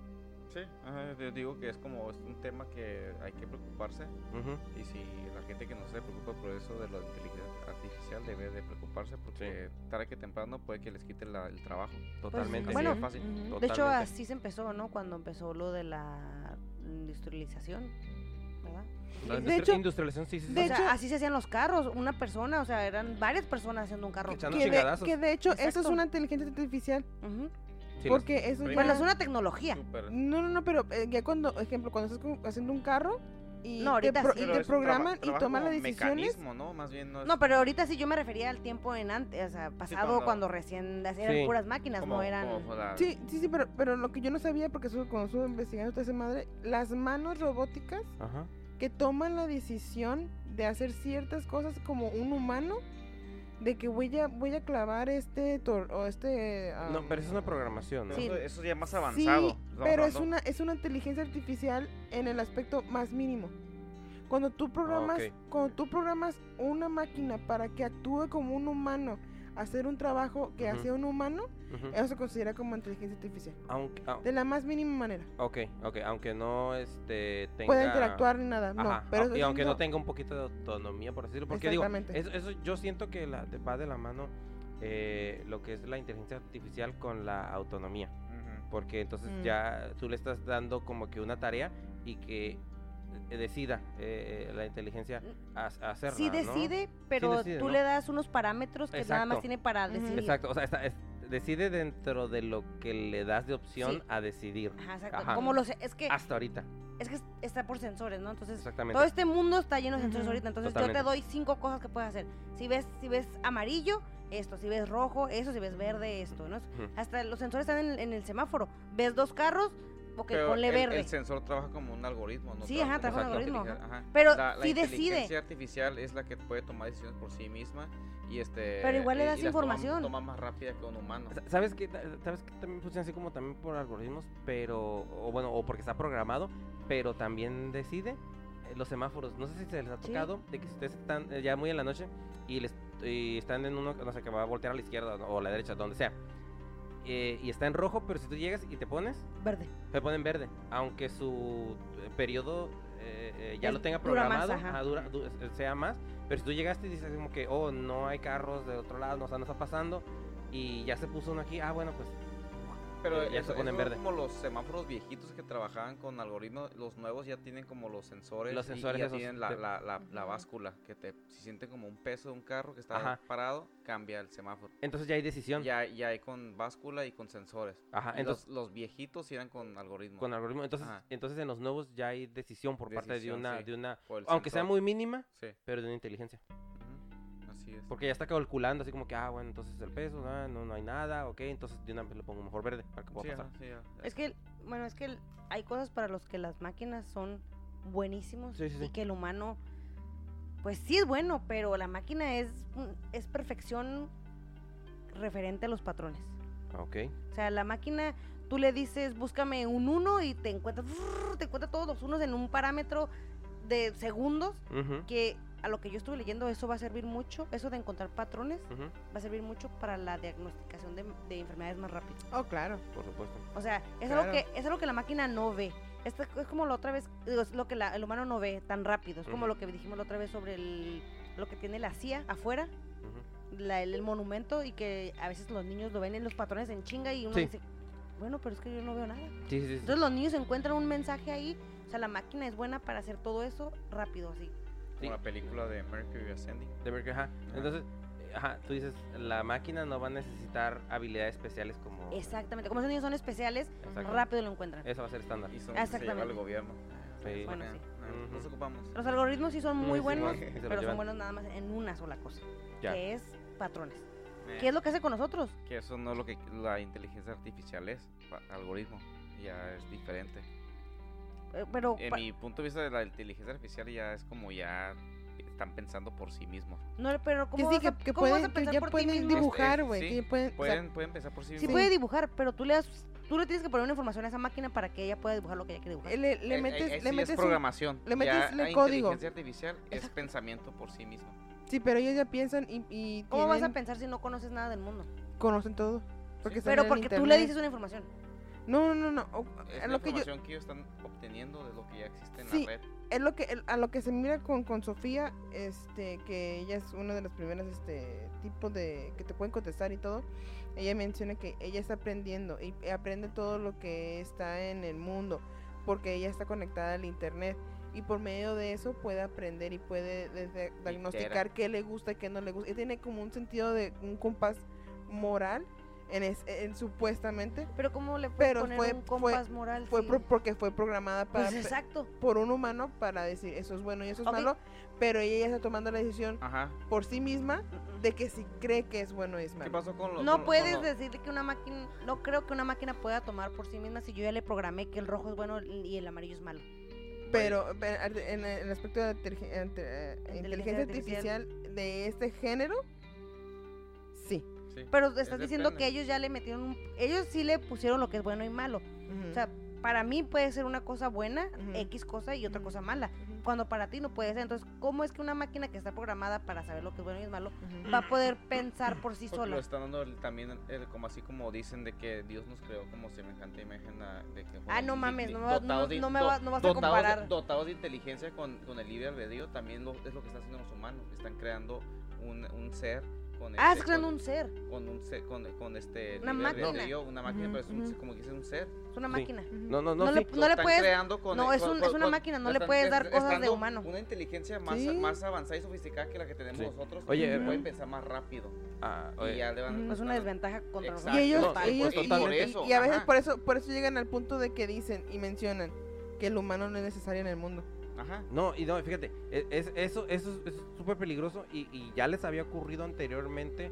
[SPEAKER 5] Sí, ajá, yo digo que es como es un tema que hay que preocuparse.
[SPEAKER 3] Ujú.
[SPEAKER 5] Y si la gente que no se preocupa por eso de la inteligencia artificial debe de preocuparse porque tarde que temprano puede que les quite la- el trabajo.
[SPEAKER 3] Totalmente.
[SPEAKER 5] Así
[SPEAKER 4] bueno,
[SPEAKER 5] de fácil.
[SPEAKER 2] Ujú.
[SPEAKER 4] De hecho,
[SPEAKER 3] totalmente.
[SPEAKER 4] así se empezó, ¿no? Cuando empezó lo de la industrialización, ¿verdad?
[SPEAKER 3] La
[SPEAKER 2] de
[SPEAKER 3] industri-
[SPEAKER 2] hecho-
[SPEAKER 3] industrialización sí, sí, sí.
[SPEAKER 2] de
[SPEAKER 4] o sea,
[SPEAKER 2] hecho-
[SPEAKER 4] así se hacían los carros, una persona, o sea, eran varias personas haciendo un carro.
[SPEAKER 3] Echando-
[SPEAKER 2] Que de,
[SPEAKER 3] chingadazos.
[SPEAKER 2] que de hecho, eso es
[SPEAKER 4] Exacto.
[SPEAKER 2] una inteligencia artificial.
[SPEAKER 4] Ujú.
[SPEAKER 3] Sí, las-
[SPEAKER 2] porque eso
[SPEAKER 5] primeras-
[SPEAKER 2] ya-
[SPEAKER 4] Bueno, es una tecnología.
[SPEAKER 5] Súper.
[SPEAKER 2] No, no, no, pero eh, ya cuando, ejemplo, cuando estás con- haciendo un carro y
[SPEAKER 4] No,
[SPEAKER 2] te,
[SPEAKER 4] ahorita
[SPEAKER 2] pro-
[SPEAKER 4] sí.
[SPEAKER 2] y
[SPEAKER 5] Pero
[SPEAKER 2] te
[SPEAKER 5] es un
[SPEAKER 2] programan
[SPEAKER 5] traba-
[SPEAKER 2] y
[SPEAKER 5] trabajo
[SPEAKER 2] toman las
[SPEAKER 5] como
[SPEAKER 2] decisiones.
[SPEAKER 5] Mecanismo, ¿no? Más bien no es
[SPEAKER 4] No, pero ahorita sí yo me refería al tiempo en antes, o sea, pasado cuando,
[SPEAKER 5] cuando-
[SPEAKER 4] recién las- eran
[SPEAKER 3] Sí.
[SPEAKER 4] puras máquinas,
[SPEAKER 5] como,
[SPEAKER 4] no eran...
[SPEAKER 5] como la-
[SPEAKER 2] Sí, sí, sí, pero, pero lo que yo no sabía, porque eso, cuando estuve investigando toda esa madre, las manos robóticas
[SPEAKER 3] Ajá.
[SPEAKER 2] que toman la decisión de hacer ciertas cosas como un humano, de que voy a, voy a clavar este... tor- o este ah,
[SPEAKER 3] No, pero eso es una programación, ¿no?
[SPEAKER 5] Pero
[SPEAKER 4] Sí.
[SPEAKER 5] Eso, eso ya más
[SPEAKER 2] Sí,
[SPEAKER 5] avanzado. Estamos
[SPEAKER 2] pero es
[SPEAKER 5] hablando-
[SPEAKER 2] una, es una inteligencia artificial en el aspecto más mínimo. Cuando tú programas,
[SPEAKER 3] Ah, ok.
[SPEAKER 2] cuando tú programas una máquina para que actúe como un humano, hacer un trabajo que
[SPEAKER 3] Ujú.
[SPEAKER 2] hacía un humano,
[SPEAKER 3] Ujú.
[SPEAKER 2] eso se considera como inteligencia artificial.
[SPEAKER 3] Aunque, ah,
[SPEAKER 2] De la más mínima manera.
[SPEAKER 3] ok, ok, aunque no este, tenga...
[SPEAKER 2] Puede interactuar ni nada.
[SPEAKER 3] Ajá,
[SPEAKER 2] no, pero
[SPEAKER 3] au-
[SPEAKER 2] eso
[SPEAKER 3] y
[SPEAKER 2] sí
[SPEAKER 3] aunque no tenga un poquito de autonomía, por así decirlo, porque digo,
[SPEAKER 2] Exactamente.
[SPEAKER 3] eso, eso yo siento que la, de- va de la mano eh, lo que es la inteligencia artificial con la autonomía,
[SPEAKER 5] Ujú.
[SPEAKER 3] porque entonces
[SPEAKER 2] Mm.
[SPEAKER 3] ya tú le estás dando como que una tarea y que eh, decida eh, eh, la inteligencia
[SPEAKER 2] Mm.
[SPEAKER 3] a, a hacerla.
[SPEAKER 4] Sí
[SPEAKER 3] ¿no?
[SPEAKER 4] decide, pero
[SPEAKER 3] decide,
[SPEAKER 4] tú
[SPEAKER 3] ¿no?
[SPEAKER 4] le das unos parámetros que nada más
[SPEAKER 3] Exacto.
[SPEAKER 4] tiene para
[SPEAKER 2] Ujú.
[SPEAKER 4] decidir.
[SPEAKER 3] Exacto, o sea, está- es- decide dentro de lo que le das de opción a decidir.
[SPEAKER 4] Ajá, exacto.
[SPEAKER 3] Ajá.
[SPEAKER 4] Como los es que
[SPEAKER 3] Hasta ahorita.
[SPEAKER 4] es que es- está por sensores, ¿no? Entonces,
[SPEAKER 3] Exactamente.
[SPEAKER 4] todo este mundo está lleno de sensores
[SPEAKER 2] Ujú.
[SPEAKER 4] ahorita. Entonces, yo
[SPEAKER 3] Totalmente.
[SPEAKER 4] te doy cinco cosas que puedes hacer. Si ves, si ves amarillo, esto. Si ves rojo, eso. Si ves verde, esto, ¿no?
[SPEAKER 3] Ujú.
[SPEAKER 4] Hasta los sensores están en, en el semáforo. Ves dos carros, ok,
[SPEAKER 5] Pero
[SPEAKER 4] ponle
[SPEAKER 5] el-
[SPEAKER 4] verde.
[SPEAKER 5] El sensor trabaja como un algoritmo, ¿no?
[SPEAKER 4] Sí, ajá,
[SPEAKER 5] como
[SPEAKER 3] trabaja un
[SPEAKER 5] una
[SPEAKER 4] algoritmo,
[SPEAKER 5] inteligencia- ajá.
[SPEAKER 4] Pero
[SPEAKER 5] la, la
[SPEAKER 4] sí decide.
[SPEAKER 5] inteligencia artificial es la que puede tomar decisiones por sí misma y este.
[SPEAKER 4] Pero igual le
[SPEAKER 5] y-
[SPEAKER 4] das
[SPEAKER 5] y las toma-
[SPEAKER 4] información.
[SPEAKER 5] Toma, más rápida que un humano.
[SPEAKER 3] Sa- ¿Sabes que ¿Sabes que también funciona así como también por algoritmos, pero o bueno, o porque está programado, pero también decide eh, los semáforos. No sé si se les ha
[SPEAKER 4] Sí.
[SPEAKER 3] tocado de que si ustedes están eh, ya muy en la noche y les y están en uno, no sé, que va a voltear a la izquierda o a la derecha, donde sea. eh, y está en rojo, pero si tú llegas y te pones,
[SPEAKER 4] Verde.
[SPEAKER 3] te ponen verde, aunque su eh, periodo eh, eh, ya
[SPEAKER 4] Es-
[SPEAKER 3] lo tenga
[SPEAKER 4] dura más,
[SPEAKER 3] programado,
[SPEAKER 4] ajá.
[SPEAKER 3] ajá, dura- du- eh, sea más, pero si tú llegaste y dices como que, oh, no hay carros de otro lado, no, o sea, no está pasando, y ya se puso uno aquí, ah, bueno, pues
[SPEAKER 5] Pero
[SPEAKER 3] Ya se
[SPEAKER 5] eso,
[SPEAKER 3] pone en
[SPEAKER 5] eso es
[SPEAKER 3] verde.
[SPEAKER 5] como los semáforos viejitos que trabajaban con algoritmos, los nuevos ya tienen como los sensores.
[SPEAKER 3] Los
[SPEAKER 5] y- y
[SPEAKER 3] sensores
[SPEAKER 5] ya
[SPEAKER 3] esos,
[SPEAKER 5] tienen la,
[SPEAKER 3] te-
[SPEAKER 5] la, la, la
[SPEAKER 4] Ujú.
[SPEAKER 5] báscula que te si siente como un peso de un carro que está
[SPEAKER 3] Ajá.
[SPEAKER 5] parado, cambia el semáforo.
[SPEAKER 3] entonces ya hay decisión.
[SPEAKER 5] Ya, ya hay con báscula y con sensores.
[SPEAKER 3] Ajá,
[SPEAKER 5] Y
[SPEAKER 3] Ah, entonces
[SPEAKER 5] los, los viejitos sí eran con algoritmos.
[SPEAKER 3] con algoritmo, entonces,
[SPEAKER 5] Ajá.
[SPEAKER 3] entonces en los nuevos ya hay decisión por parte de
[SPEAKER 5] Decisión,
[SPEAKER 3] una,
[SPEAKER 5] sí.
[SPEAKER 3] de una,
[SPEAKER 5] por el
[SPEAKER 3] aunque sea
[SPEAKER 5] sensor.
[SPEAKER 3] muy mínima,
[SPEAKER 5] Sí.
[SPEAKER 3] pero de una inteligencia.
[SPEAKER 5] Ujú, Así es.
[SPEAKER 3] Porque ya está calculando así como que, ah, bueno, entonces el peso, ah, no, no hay nada, ok, entonces de una vez le pongo mejor verde para que pueda
[SPEAKER 5] Sí, ajá,
[SPEAKER 3] pasar.
[SPEAKER 5] sí, ya.
[SPEAKER 4] Es que, el- bueno, es que el- hay cosas para los que las máquinas son buenísimos
[SPEAKER 3] Sí, sí,
[SPEAKER 4] y
[SPEAKER 3] sí.
[SPEAKER 4] que el humano, pues sí es bueno, pero la máquina es, un- es perfección referente a los patrones.
[SPEAKER 3] Ah, Ok.
[SPEAKER 4] O sea, la máquina, tú le dices, búscame un 1 y te encuentra, te encuentra todos los unos en un parámetro de segundos
[SPEAKER 3] Ujú,
[SPEAKER 4] que a lo que yo estuve leyendo eso va a servir mucho, eso de encontrar patrones
[SPEAKER 3] ujú,
[SPEAKER 4] va a servir mucho para la diagnosticación de, de enfermedades más rápido.
[SPEAKER 2] Oh, claro.
[SPEAKER 3] por supuesto.
[SPEAKER 4] O sea, es, algo,
[SPEAKER 2] Claro.
[SPEAKER 4] que, es algo que la máquina no ve. Esta es como la otra vez, digo, es lo que la- el humano no ve tan rápido. Es como
[SPEAKER 3] Ujú.
[SPEAKER 4] lo que dijimos la otra vez sobre el- lo que tiene la CIA afuera,
[SPEAKER 3] ujú.
[SPEAKER 4] la- el, el monumento, y que a veces los niños lo ven en los patrones en chinga y uno
[SPEAKER 3] Sí.
[SPEAKER 4] dice, bueno, pero es que yo no veo nada.
[SPEAKER 3] Sí, sí, sí, sí.
[SPEAKER 4] Entonces los niños encuentran un mensaje ahí. O sea, la máquina es buena para hacer todo eso rápido, así.
[SPEAKER 3] Sí.
[SPEAKER 5] Como la película de Mercury Ascending.
[SPEAKER 3] De ver que, ajá.
[SPEAKER 5] Ajá.
[SPEAKER 3] Entonces, eh, ajá, tú dices, la máquina no va a necesitar habilidades especiales como...
[SPEAKER 4] Exactamente. Como esos niños son especiales,
[SPEAKER 3] Exacto.
[SPEAKER 4] rápido lo encuentran.
[SPEAKER 3] Esa va a ser estándar.
[SPEAKER 5] Y son los que se lleva
[SPEAKER 4] Exactamente.
[SPEAKER 5] el gobierno.
[SPEAKER 3] Sí.
[SPEAKER 4] pues, Bueno, sí.
[SPEAKER 5] No, Nos
[SPEAKER 3] Ujú.
[SPEAKER 5] ocupamos.
[SPEAKER 4] Los algoritmos sí son muy,
[SPEAKER 3] Muy
[SPEAKER 4] buenos,
[SPEAKER 5] simple.
[SPEAKER 3] Se lo
[SPEAKER 4] pero son
[SPEAKER 3] llevan.
[SPEAKER 4] buenos nada más en una sola cosa,
[SPEAKER 3] Ya.
[SPEAKER 4] que es patrones.
[SPEAKER 5] Eh,
[SPEAKER 4] ¿Qué es lo que hace con nosotros?
[SPEAKER 5] que eso no es lo que la inteligencia artificial es, pa- algoritmo. Ya es diferente.
[SPEAKER 4] Eh, Pero
[SPEAKER 5] En
[SPEAKER 4] pa-
[SPEAKER 5] mi punto de vista de la inteligencia artificial ya es como ya están pensando por sí mismos.
[SPEAKER 4] no, pero
[SPEAKER 2] Que
[SPEAKER 4] ¿cómo,
[SPEAKER 2] sí,
[SPEAKER 4] vas a-
[SPEAKER 2] que, que
[SPEAKER 4] cómo vas
[SPEAKER 2] pueden,
[SPEAKER 4] a
[SPEAKER 2] que
[SPEAKER 4] pensar
[SPEAKER 2] ya
[SPEAKER 4] por ti
[SPEAKER 2] pueden
[SPEAKER 4] mismo?
[SPEAKER 2] dibujar,
[SPEAKER 5] Este,
[SPEAKER 2] güey.
[SPEAKER 5] sí,
[SPEAKER 2] que pueden, o sea,
[SPEAKER 5] Pueden, pueden pensar por sí
[SPEAKER 4] Sí
[SPEAKER 5] mismos.
[SPEAKER 4] puede dibujar, pero tú le das, tú le tienes que poner una información a esa máquina para que ella pueda dibujar lo que ella quiere dibujar.
[SPEAKER 2] le, le
[SPEAKER 5] Eh, eh,
[SPEAKER 2] metes,
[SPEAKER 5] eh, sí
[SPEAKER 2] le metes
[SPEAKER 5] es
[SPEAKER 2] un-
[SPEAKER 5] programación.
[SPEAKER 2] le metes
[SPEAKER 5] ya
[SPEAKER 2] el
[SPEAKER 5] la
[SPEAKER 2] código.
[SPEAKER 5] inteligencia artificial es
[SPEAKER 4] Exacto.
[SPEAKER 5] pensamiento por sí mismo.
[SPEAKER 2] Sí, pero ellos ya piensan y, y
[SPEAKER 4] ¿Cómo vas a
[SPEAKER 2] tienen-
[SPEAKER 4] pensar si no conoces nada del mundo?
[SPEAKER 2] conocen todo. Porque están
[SPEAKER 4] Pero
[SPEAKER 2] en el
[SPEAKER 4] porque tú le
[SPEAKER 2] internet.
[SPEAKER 4] dices una información.
[SPEAKER 2] No, no, no, no. o-
[SPEAKER 5] Es
[SPEAKER 2] a
[SPEAKER 5] la
[SPEAKER 2] lo que yo,
[SPEAKER 5] información que ellos están obteniendo de lo que ya existe en
[SPEAKER 2] Sí,
[SPEAKER 5] la red.
[SPEAKER 2] es lo que el- a lo que se mira con, con Sofía, este, que ella es una de las primeras este tipos de que te pueden contestar y todo. Ella menciona que ella está aprendiendo y y aprende todo lo que está en el mundo porque ella está conectada al internet y por medio de eso puede aprender y puede desde- diagnosticar qué le gusta y qué no le gusta. Y tiene como un sentido de un compás moral en, es- en supuestamente
[SPEAKER 4] Pero ¿cómo le puedes
[SPEAKER 2] Pero
[SPEAKER 4] poner
[SPEAKER 2] fue-
[SPEAKER 4] un
[SPEAKER 2] fue-
[SPEAKER 4] compás moral?
[SPEAKER 2] fue
[SPEAKER 4] si-
[SPEAKER 2] pro- porque fue programada para
[SPEAKER 4] Pues
[SPEAKER 2] pe-
[SPEAKER 4] exacto.
[SPEAKER 2] por un humano para decir eso es bueno y eso es
[SPEAKER 4] Ok.
[SPEAKER 2] malo, pero ella ya está tomando la decisión
[SPEAKER 5] Ajá.
[SPEAKER 2] por sí misma de que si cree que es bueno es
[SPEAKER 5] ¿Qué
[SPEAKER 2] malo.
[SPEAKER 5] pasó con los
[SPEAKER 4] No puedes decirle que una máquina, no creo que una máquina pueda tomar por sí misma si yo ya le programé que el rojo es bueno y el amarillo es malo.
[SPEAKER 2] Pero ve- ar- en el aspecto de la terge- ante- eh, inteligencia
[SPEAKER 4] artificial.
[SPEAKER 2] artificial de este género, sí.
[SPEAKER 4] Pero te estás diciendo que ellos ya le metieron, un- ellos sí le pusieron lo que es bueno y malo.
[SPEAKER 2] Ujú.
[SPEAKER 4] O sea, para mí puede ser una cosa buena,
[SPEAKER 2] Ujú.
[SPEAKER 4] X cosa y otra
[SPEAKER 2] Ujú.
[SPEAKER 4] cosa mala.
[SPEAKER 2] Ujú.
[SPEAKER 4] Cuando para ti no puede ser. Entonces, ¿cómo es que una máquina que está programada para saber lo que es bueno y es malo
[SPEAKER 2] Ujú.
[SPEAKER 4] va a poder pensar por sí
[SPEAKER 5] Porque
[SPEAKER 4] sola?
[SPEAKER 5] lo están dando el- también el- el- como así como dicen de que Dios nos creó como semejante imagen a- de que fuéramos
[SPEAKER 4] Ah, no
[SPEAKER 5] di-
[SPEAKER 4] mames,
[SPEAKER 5] di-
[SPEAKER 4] no me va-
[SPEAKER 5] dotados
[SPEAKER 4] no- no me va- no vas a
[SPEAKER 5] dotados de-
[SPEAKER 4] comparar.
[SPEAKER 5] Dotados de inteligencia con, con el libre albedrío también lo- es lo que están haciendo los humanos. Están creando un, un ser con
[SPEAKER 4] Ah,
[SPEAKER 5] este-
[SPEAKER 4] es creando
[SPEAKER 5] con-
[SPEAKER 4] un ser,
[SPEAKER 5] con un ser- con, con este
[SPEAKER 4] Una
[SPEAKER 5] libre
[SPEAKER 4] máquina.
[SPEAKER 5] albedrío, una máquina,
[SPEAKER 2] Ujú,
[SPEAKER 5] pero es un-
[SPEAKER 2] ujú.
[SPEAKER 5] como que es un ser.
[SPEAKER 4] es una
[SPEAKER 3] Sí.
[SPEAKER 4] máquina.
[SPEAKER 2] Ujú.
[SPEAKER 3] No, no, no,
[SPEAKER 4] No
[SPEAKER 3] sí.
[SPEAKER 4] le-
[SPEAKER 5] Lo
[SPEAKER 4] no le
[SPEAKER 5] están
[SPEAKER 4] puedes-
[SPEAKER 5] creando con-
[SPEAKER 4] no,
[SPEAKER 5] eh,
[SPEAKER 4] es
[SPEAKER 5] con-
[SPEAKER 4] un-
[SPEAKER 5] con-
[SPEAKER 4] es una
[SPEAKER 5] con-
[SPEAKER 4] máquina, no
[SPEAKER 5] la
[SPEAKER 4] le
[SPEAKER 5] están-
[SPEAKER 4] puedes
[SPEAKER 5] es-
[SPEAKER 4] dar
[SPEAKER 5] le
[SPEAKER 4] cosas
[SPEAKER 5] están
[SPEAKER 4] de
[SPEAKER 5] dando
[SPEAKER 4] humano.
[SPEAKER 5] Una inteligencia más,
[SPEAKER 2] Sí.
[SPEAKER 5] más avanzada y sofisticada que la que tenemos
[SPEAKER 3] Sí.
[SPEAKER 5] nosotros.
[SPEAKER 3] Oye,
[SPEAKER 5] que
[SPEAKER 3] eh,
[SPEAKER 5] pueden pensar más rápido.
[SPEAKER 3] Ah,
[SPEAKER 5] y
[SPEAKER 3] oye,
[SPEAKER 5] ya le van
[SPEAKER 2] Ujú.
[SPEAKER 4] Es una desventaja contra
[SPEAKER 5] Exacto.
[SPEAKER 2] Y
[SPEAKER 4] nosotros.
[SPEAKER 2] ellos,
[SPEAKER 5] No,
[SPEAKER 2] ellos-
[SPEAKER 5] y- y
[SPEAKER 2] y,
[SPEAKER 5] por
[SPEAKER 2] y-
[SPEAKER 5] eso,
[SPEAKER 2] y a veces
[SPEAKER 5] ajá.
[SPEAKER 2] por eso, por eso llegan al punto de que dicen y mencionan que el humano no es necesario en el mundo.
[SPEAKER 5] Ajá.
[SPEAKER 3] No, y no, fíjate, e- es, eso, eso es- es súper peligroso y, y ya les había ocurrido anteriormente.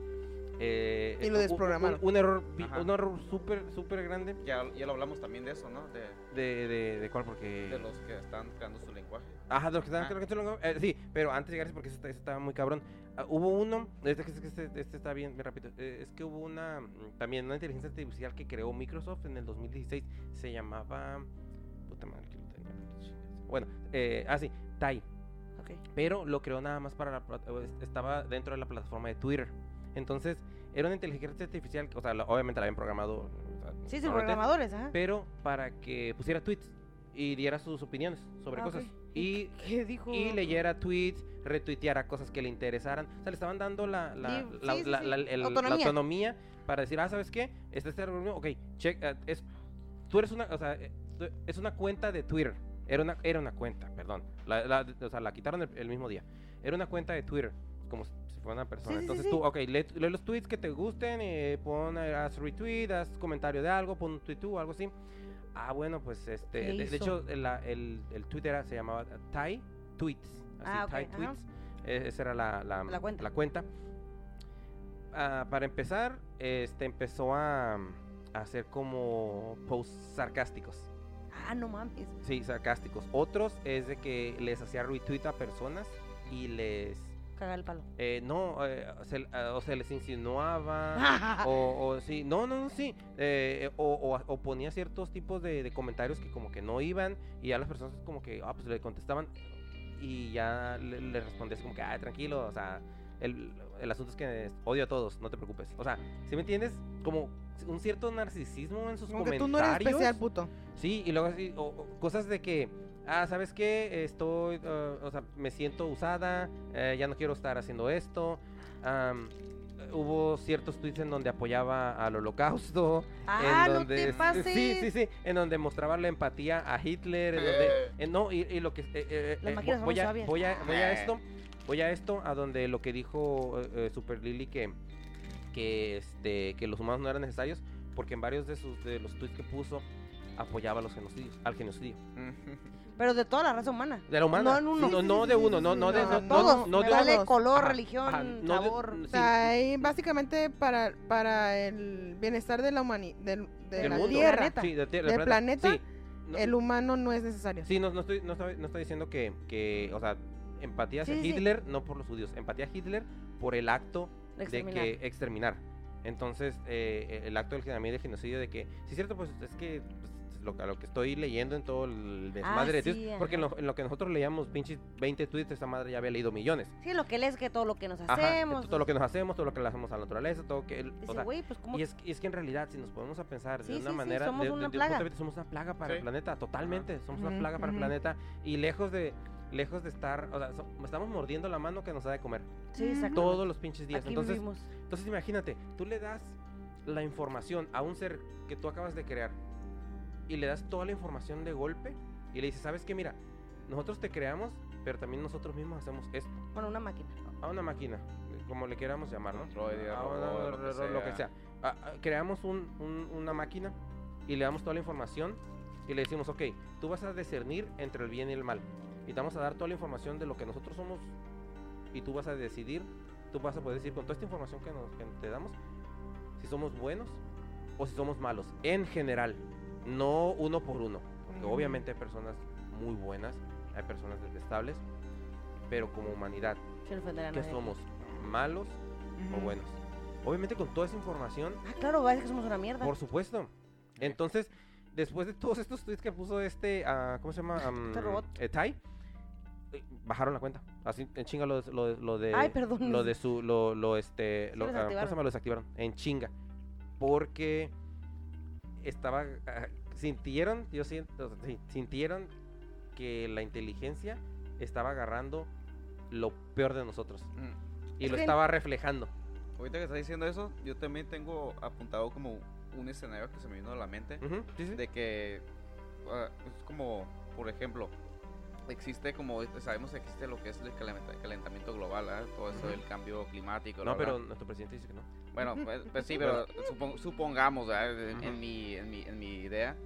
[SPEAKER 3] eh,
[SPEAKER 2] Y lo
[SPEAKER 3] un-
[SPEAKER 2] desprogramaron.
[SPEAKER 3] Un, un error, bi-
[SPEAKER 5] Ajá.
[SPEAKER 3] un error súper, súper grande
[SPEAKER 5] Ya, ya lo hablamos también de eso, ¿no? De,
[SPEAKER 3] de, de, de cuál, porque...
[SPEAKER 5] de los que están creando su lenguaje.
[SPEAKER 3] Ajá, de los que están
[SPEAKER 5] Ah.
[SPEAKER 3] creo que son los- eh, sí, pero antes de llegar, porque ese está- ese estaba muy cabrón. Ah, hubo uno, este, que- que este, este está bien, bien rápido. eh, es que hubo una, mm, también una inteligencia artificial que creó Microsoft en el 2016. Se llamaba. Puta madre, aquí lo tenía, chingas. Bueno, eh, ah, sí, Tai.
[SPEAKER 4] Ok.
[SPEAKER 3] Pero lo creó nada más para la. plat- o es- Estaba dentro de la plataforma de Twitter. Entonces, era una inteligencia artificial, que, o sea, la- obviamente la habían programado. o sea,
[SPEAKER 4] Sí, sus
[SPEAKER 3] normalmente,
[SPEAKER 4] programadores, ajá.
[SPEAKER 3] Pero para que pusiera tweets y diera sus opiniones sobre
[SPEAKER 4] Ah, ok.
[SPEAKER 3] cosas. Y
[SPEAKER 4] ¿Qué dijo?
[SPEAKER 3] y leyera tweets, retuiteara cosas que le interesaran. O sea, le estaban dando la, la,
[SPEAKER 4] Lib-
[SPEAKER 3] la-
[SPEAKER 4] sí, sí,
[SPEAKER 3] la-
[SPEAKER 4] sí.
[SPEAKER 3] la- el- la autonomía.
[SPEAKER 4] Autonomía.
[SPEAKER 3] para decir, ah, ¿sabes qué? Este es el algoritmo, ok, check, eh, es, tú eres una, o sea, eh, tú- es una cuenta de Twitter. Era una, era una cuenta, perdón. La, la- o sea, la quitaron el, el mismo día. Era una cuenta de Twitter, como si fuera una persona.
[SPEAKER 4] Sí, sí, sí,
[SPEAKER 3] Entonces
[SPEAKER 4] sí.
[SPEAKER 3] tú, ok, lee, lee los tweets que te gusten, eh, pon, eh, haz retweet, haz comentario de algo, pon un tweet tú, algo así. Ah, bueno, pues este.
[SPEAKER 4] ¿Qué
[SPEAKER 3] De, de
[SPEAKER 4] hizo?
[SPEAKER 3] hecho, el, la- el, el tweet era- se llamaba Thai Tweets. Así,
[SPEAKER 4] Ah, ok,
[SPEAKER 3] Thai
[SPEAKER 4] ajá.
[SPEAKER 3] Tweets. E- esa era la, la-
[SPEAKER 4] La cuenta.
[SPEAKER 3] cuenta. Ah, para empezar, este empezó a, a hacer como posts sarcásticos.
[SPEAKER 4] Ah, no mames.
[SPEAKER 3] Sí, sarcásticos. Otros es de que les hacía retweet a personas y les.
[SPEAKER 4] Caga el palo.
[SPEAKER 3] eh, no, eh, se- ah, o se les insinuaba. Ah, O, o sí, no, no, no, sí. eh, o, o- o ponía ciertos tipos de, de comentarios que como que no iban y ya las personas como que, ah, pues le contestaban y ya le, le respondía así como que, ah, tranquilo, o sea, el, el asunto es que odio a todos, no te preocupes. O sea, si me entiendes? Como un cierto narcisismo en sus
[SPEAKER 2] Como que
[SPEAKER 3] comentarios.
[SPEAKER 2] tú no eres especial, puto.
[SPEAKER 3] Sí, y luego así, o- o cosas de que, ah, ¿sabes qué? Estoy, eh, o sea, me siento usada, eh, ya no quiero estar haciendo esto. am, hubo ciertos tweets en donde apoyaba al holocausto.
[SPEAKER 4] Ah,
[SPEAKER 3] en
[SPEAKER 4] no
[SPEAKER 3] donde,
[SPEAKER 4] te pases.
[SPEAKER 3] Sí, sí, sí, en donde mostraba la empatía a Hitler, en donde, eh, no, y, y lo que, eh, eh,
[SPEAKER 4] Las
[SPEAKER 3] eh,
[SPEAKER 4] máquinas son
[SPEAKER 3] voy, a,
[SPEAKER 4] sabias. Ah.
[SPEAKER 3] voy, a, voy a
[SPEAKER 5] Eh.
[SPEAKER 3] esto, voy a esto, a donde lo que dijo eh, eh, Super Lily que, que, este, que los humanos no eran necesarios porque en varios de sus de los tweets que puso apoyaba a los genocidios, al genocidio.
[SPEAKER 4] Pero de toda la raza humana.
[SPEAKER 3] De la humana.
[SPEAKER 4] No en uno.
[SPEAKER 3] No,
[SPEAKER 2] Sí,
[SPEAKER 3] no
[SPEAKER 2] sí,
[SPEAKER 3] de
[SPEAKER 2] sí,
[SPEAKER 3] uno,
[SPEAKER 2] sí,
[SPEAKER 3] no,
[SPEAKER 2] sí,
[SPEAKER 3] no de
[SPEAKER 2] no,
[SPEAKER 3] no-
[SPEAKER 4] todos.
[SPEAKER 3] no- no
[SPEAKER 4] me
[SPEAKER 3] de-
[SPEAKER 4] vale
[SPEAKER 2] todos.
[SPEAKER 4] color,
[SPEAKER 3] Ajá,
[SPEAKER 4] religión,
[SPEAKER 3] ajá, no de-
[SPEAKER 4] sabor.
[SPEAKER 3] sí,
[SPEAKER 2] O sea, ahí básicamente para, para el bienestar de la humani- del, de
[SPEAKER 3] del
[SPEAKER 2] la
[SPEAKER 3] mundo.
[SPEAKER 2] Tierra,
[SPEAKER 3] Sí, de tierra,
[SPEAKER 2] del planeta,
[SPEAKER 3] Sí, no,
[SPEAKER 2] el humano no es necesario.
[SPEAKER 3] sí, no, no estoy, no, estoy, no estoy diciendo que, que, o sea, empatía hacia
[SPEAKER 4] Sí, sí, sí.
[SPEAKER 3] Hitler, no por los judíos, empatía a Hitler por el acto de
[SPEAKER 4] Exterminar.
[SPEAKER 3] que exterminar. Entonces, eh, el acto del genocidio, del genocidio de que, sí es cierto, pues es que pues, lo, a lo que estoy leyendo en todo el desmadre de
[SPEAKER 4] Ah, sí,
[SPEAKER 3] tweets, porque en lo, en lo que nosotros leíamos pinches 20 tweets, esa madre ya había leído millones.
[SPEAKER 4] Sí, lo que lees que todo lo que nos
[SPEAKER 3] Ajá,
[SPEAKER 4] hacemos.
[SPEAKER 3] todo lo que nos hacemos, todo lo que le hacemos a la naturaleza, todo que... el- o
[SPEAKER 4] Dice,
[SPEAKER 3] sea,
[SPEAKER 4] güey, pues cómo.
[SPEAKER 3] y, es, y es que en realidad, si nos ponemos a pensar
[SPEAKER 4] Sí,
[SPEAKER 3] de
[SPEAKER 4] sí,
[SPEAKER 3] una
[SPEAKER 4] sí,
[SPEAKER 3] manera...
[SPEAKER 4] somos
[SPEAKER 3] de- de-
[SPEAKER 4] una
[SPEAKER 3] de un punto
[SPEAKER 4] plaga.
[SPEAKER 3] de vista, somos una plaga para el
[SPEAKER 5] Sí.
[SPEAKER 3] planeta, totalmente. Somos una
[SPEAKER 2] Ujú,
[SPEAKER 3] plaga para el
[SPEAKER 2] ujú.
[SPEAKER 3] planeta. Y lejos de... Lejos de estar, o sea, so- estamos mordiendo la mano que nos da de comer
[SPEAKER 4] Sí, exacto.
[SPEAKER 3] todos los pinches días.
[SPEAKER 4] Aquí
[SPEAKER 3] entonces,
[SPEAKER 4] vivimos.
[SPEAKER 3] entonces imagínate, tú le das la información a un ser que tú acabas de crear y le das toda la información de golpe y le dices, ¿sabes qué? Mira, nosotros te creamos, pero también nosotros mismos hacemos esto
[SPEAKER 4] Bueno, una máquina.
[SPEAKER 3] a una máquina, eh, como le queramos llamar, ¿no?
[SPEAKER 5] Androide,
[SPEAKER 3] A una-
[SPEAKER 5] robot,
[SPEAKER 3] ro-
[SPEAKER 5] lo que
[SPEAKER 3] ro- lo que
[SPEAKER 5] sea.
[SPEAKER 3] sea. Ah, ah, creamos un- un- una máquina y le damos toda la información y le decimos, ok, tú vas a discernir entre el bien y el mal. Y te vamos a dar toda la información de lo que nosotros somos y tú vas a decidir, tú vas a poder decir con toda esta información que, nos- que te damos, si somos buenos o si somos malos, en general, no uno por uno. Porque
[SPEAKER 2] Ujú.
[SPEAKER 3] obviamente hay personas muy buenas, hay personas detestables, pero como humanidad,
[SPEAKER 4] Sin ofender a
[SPEAKER 3] que
[SPEAKER 4] nadie.
[SPEAKER 3] somos malos o
[SPEAKER 2] Ujú.
[SPEAKER 3] buenos. Obviamente con toda esa información,
[SPEAKER 4] Ah, claro, va a decir que somos una mierda.
[SPEAKER 3] por supuesto. Entonces, después de todos estos tweets que puso este, ah, ¿cómo se llama? Am,
[SPEAKER 4] robot.
[SPEAKER 3] eh, Tai, eh, bajaron la cuenta. Así en chinga lo, de- lo de- lo de
[SPEAKER 4] Ay, perdón.
[SPEAKER 3] lo de su lo, lo este
[SPEAKER 4] Sí, lo
[SPEAKER 3] lo, ah, ¿cómo se
[SPEAKER 4] desactivaron.
[SPEAKER 3] llama? Lo desactivaron en chinga. Porque estaba ah, sintieron, yo siento, sí, sintieron que la inteligencia estaba agarrando lo peor de nosotros
[SPEAKER 5] Mm.
[SPEAKER 3] y
[SPEAKER 2] Es
[SPEAKER 3] lo
[SPEAKER 2] que-
[SPEAKER 3] estaba reflejando.
[SPEAKER 5] Ahorita que estás diciendo eso, yo también tengo apuntado como un escenario que se me vino a la mente.
[SPEAKER 3] Ujú, sí, sí.
[SPEAKER 5] de que ah, es como, por ejemplo, existe como sabemos que existe lo que es el calenta- calentamiento global, ¿ah? todo eso
[SPEAKER 3] Ujú.
[SPEAKER 5] del cambio climático. bla,
[SPEAKER 3] No,
[SPEAKER 5] bla.
[SPEAKER 3] pero nuestro presidente dice que no.
[SPEAKER 5] bueno, pues, pues sí, pero supo- supongamos ¿verdad? en, en mi, en mi- en mi idea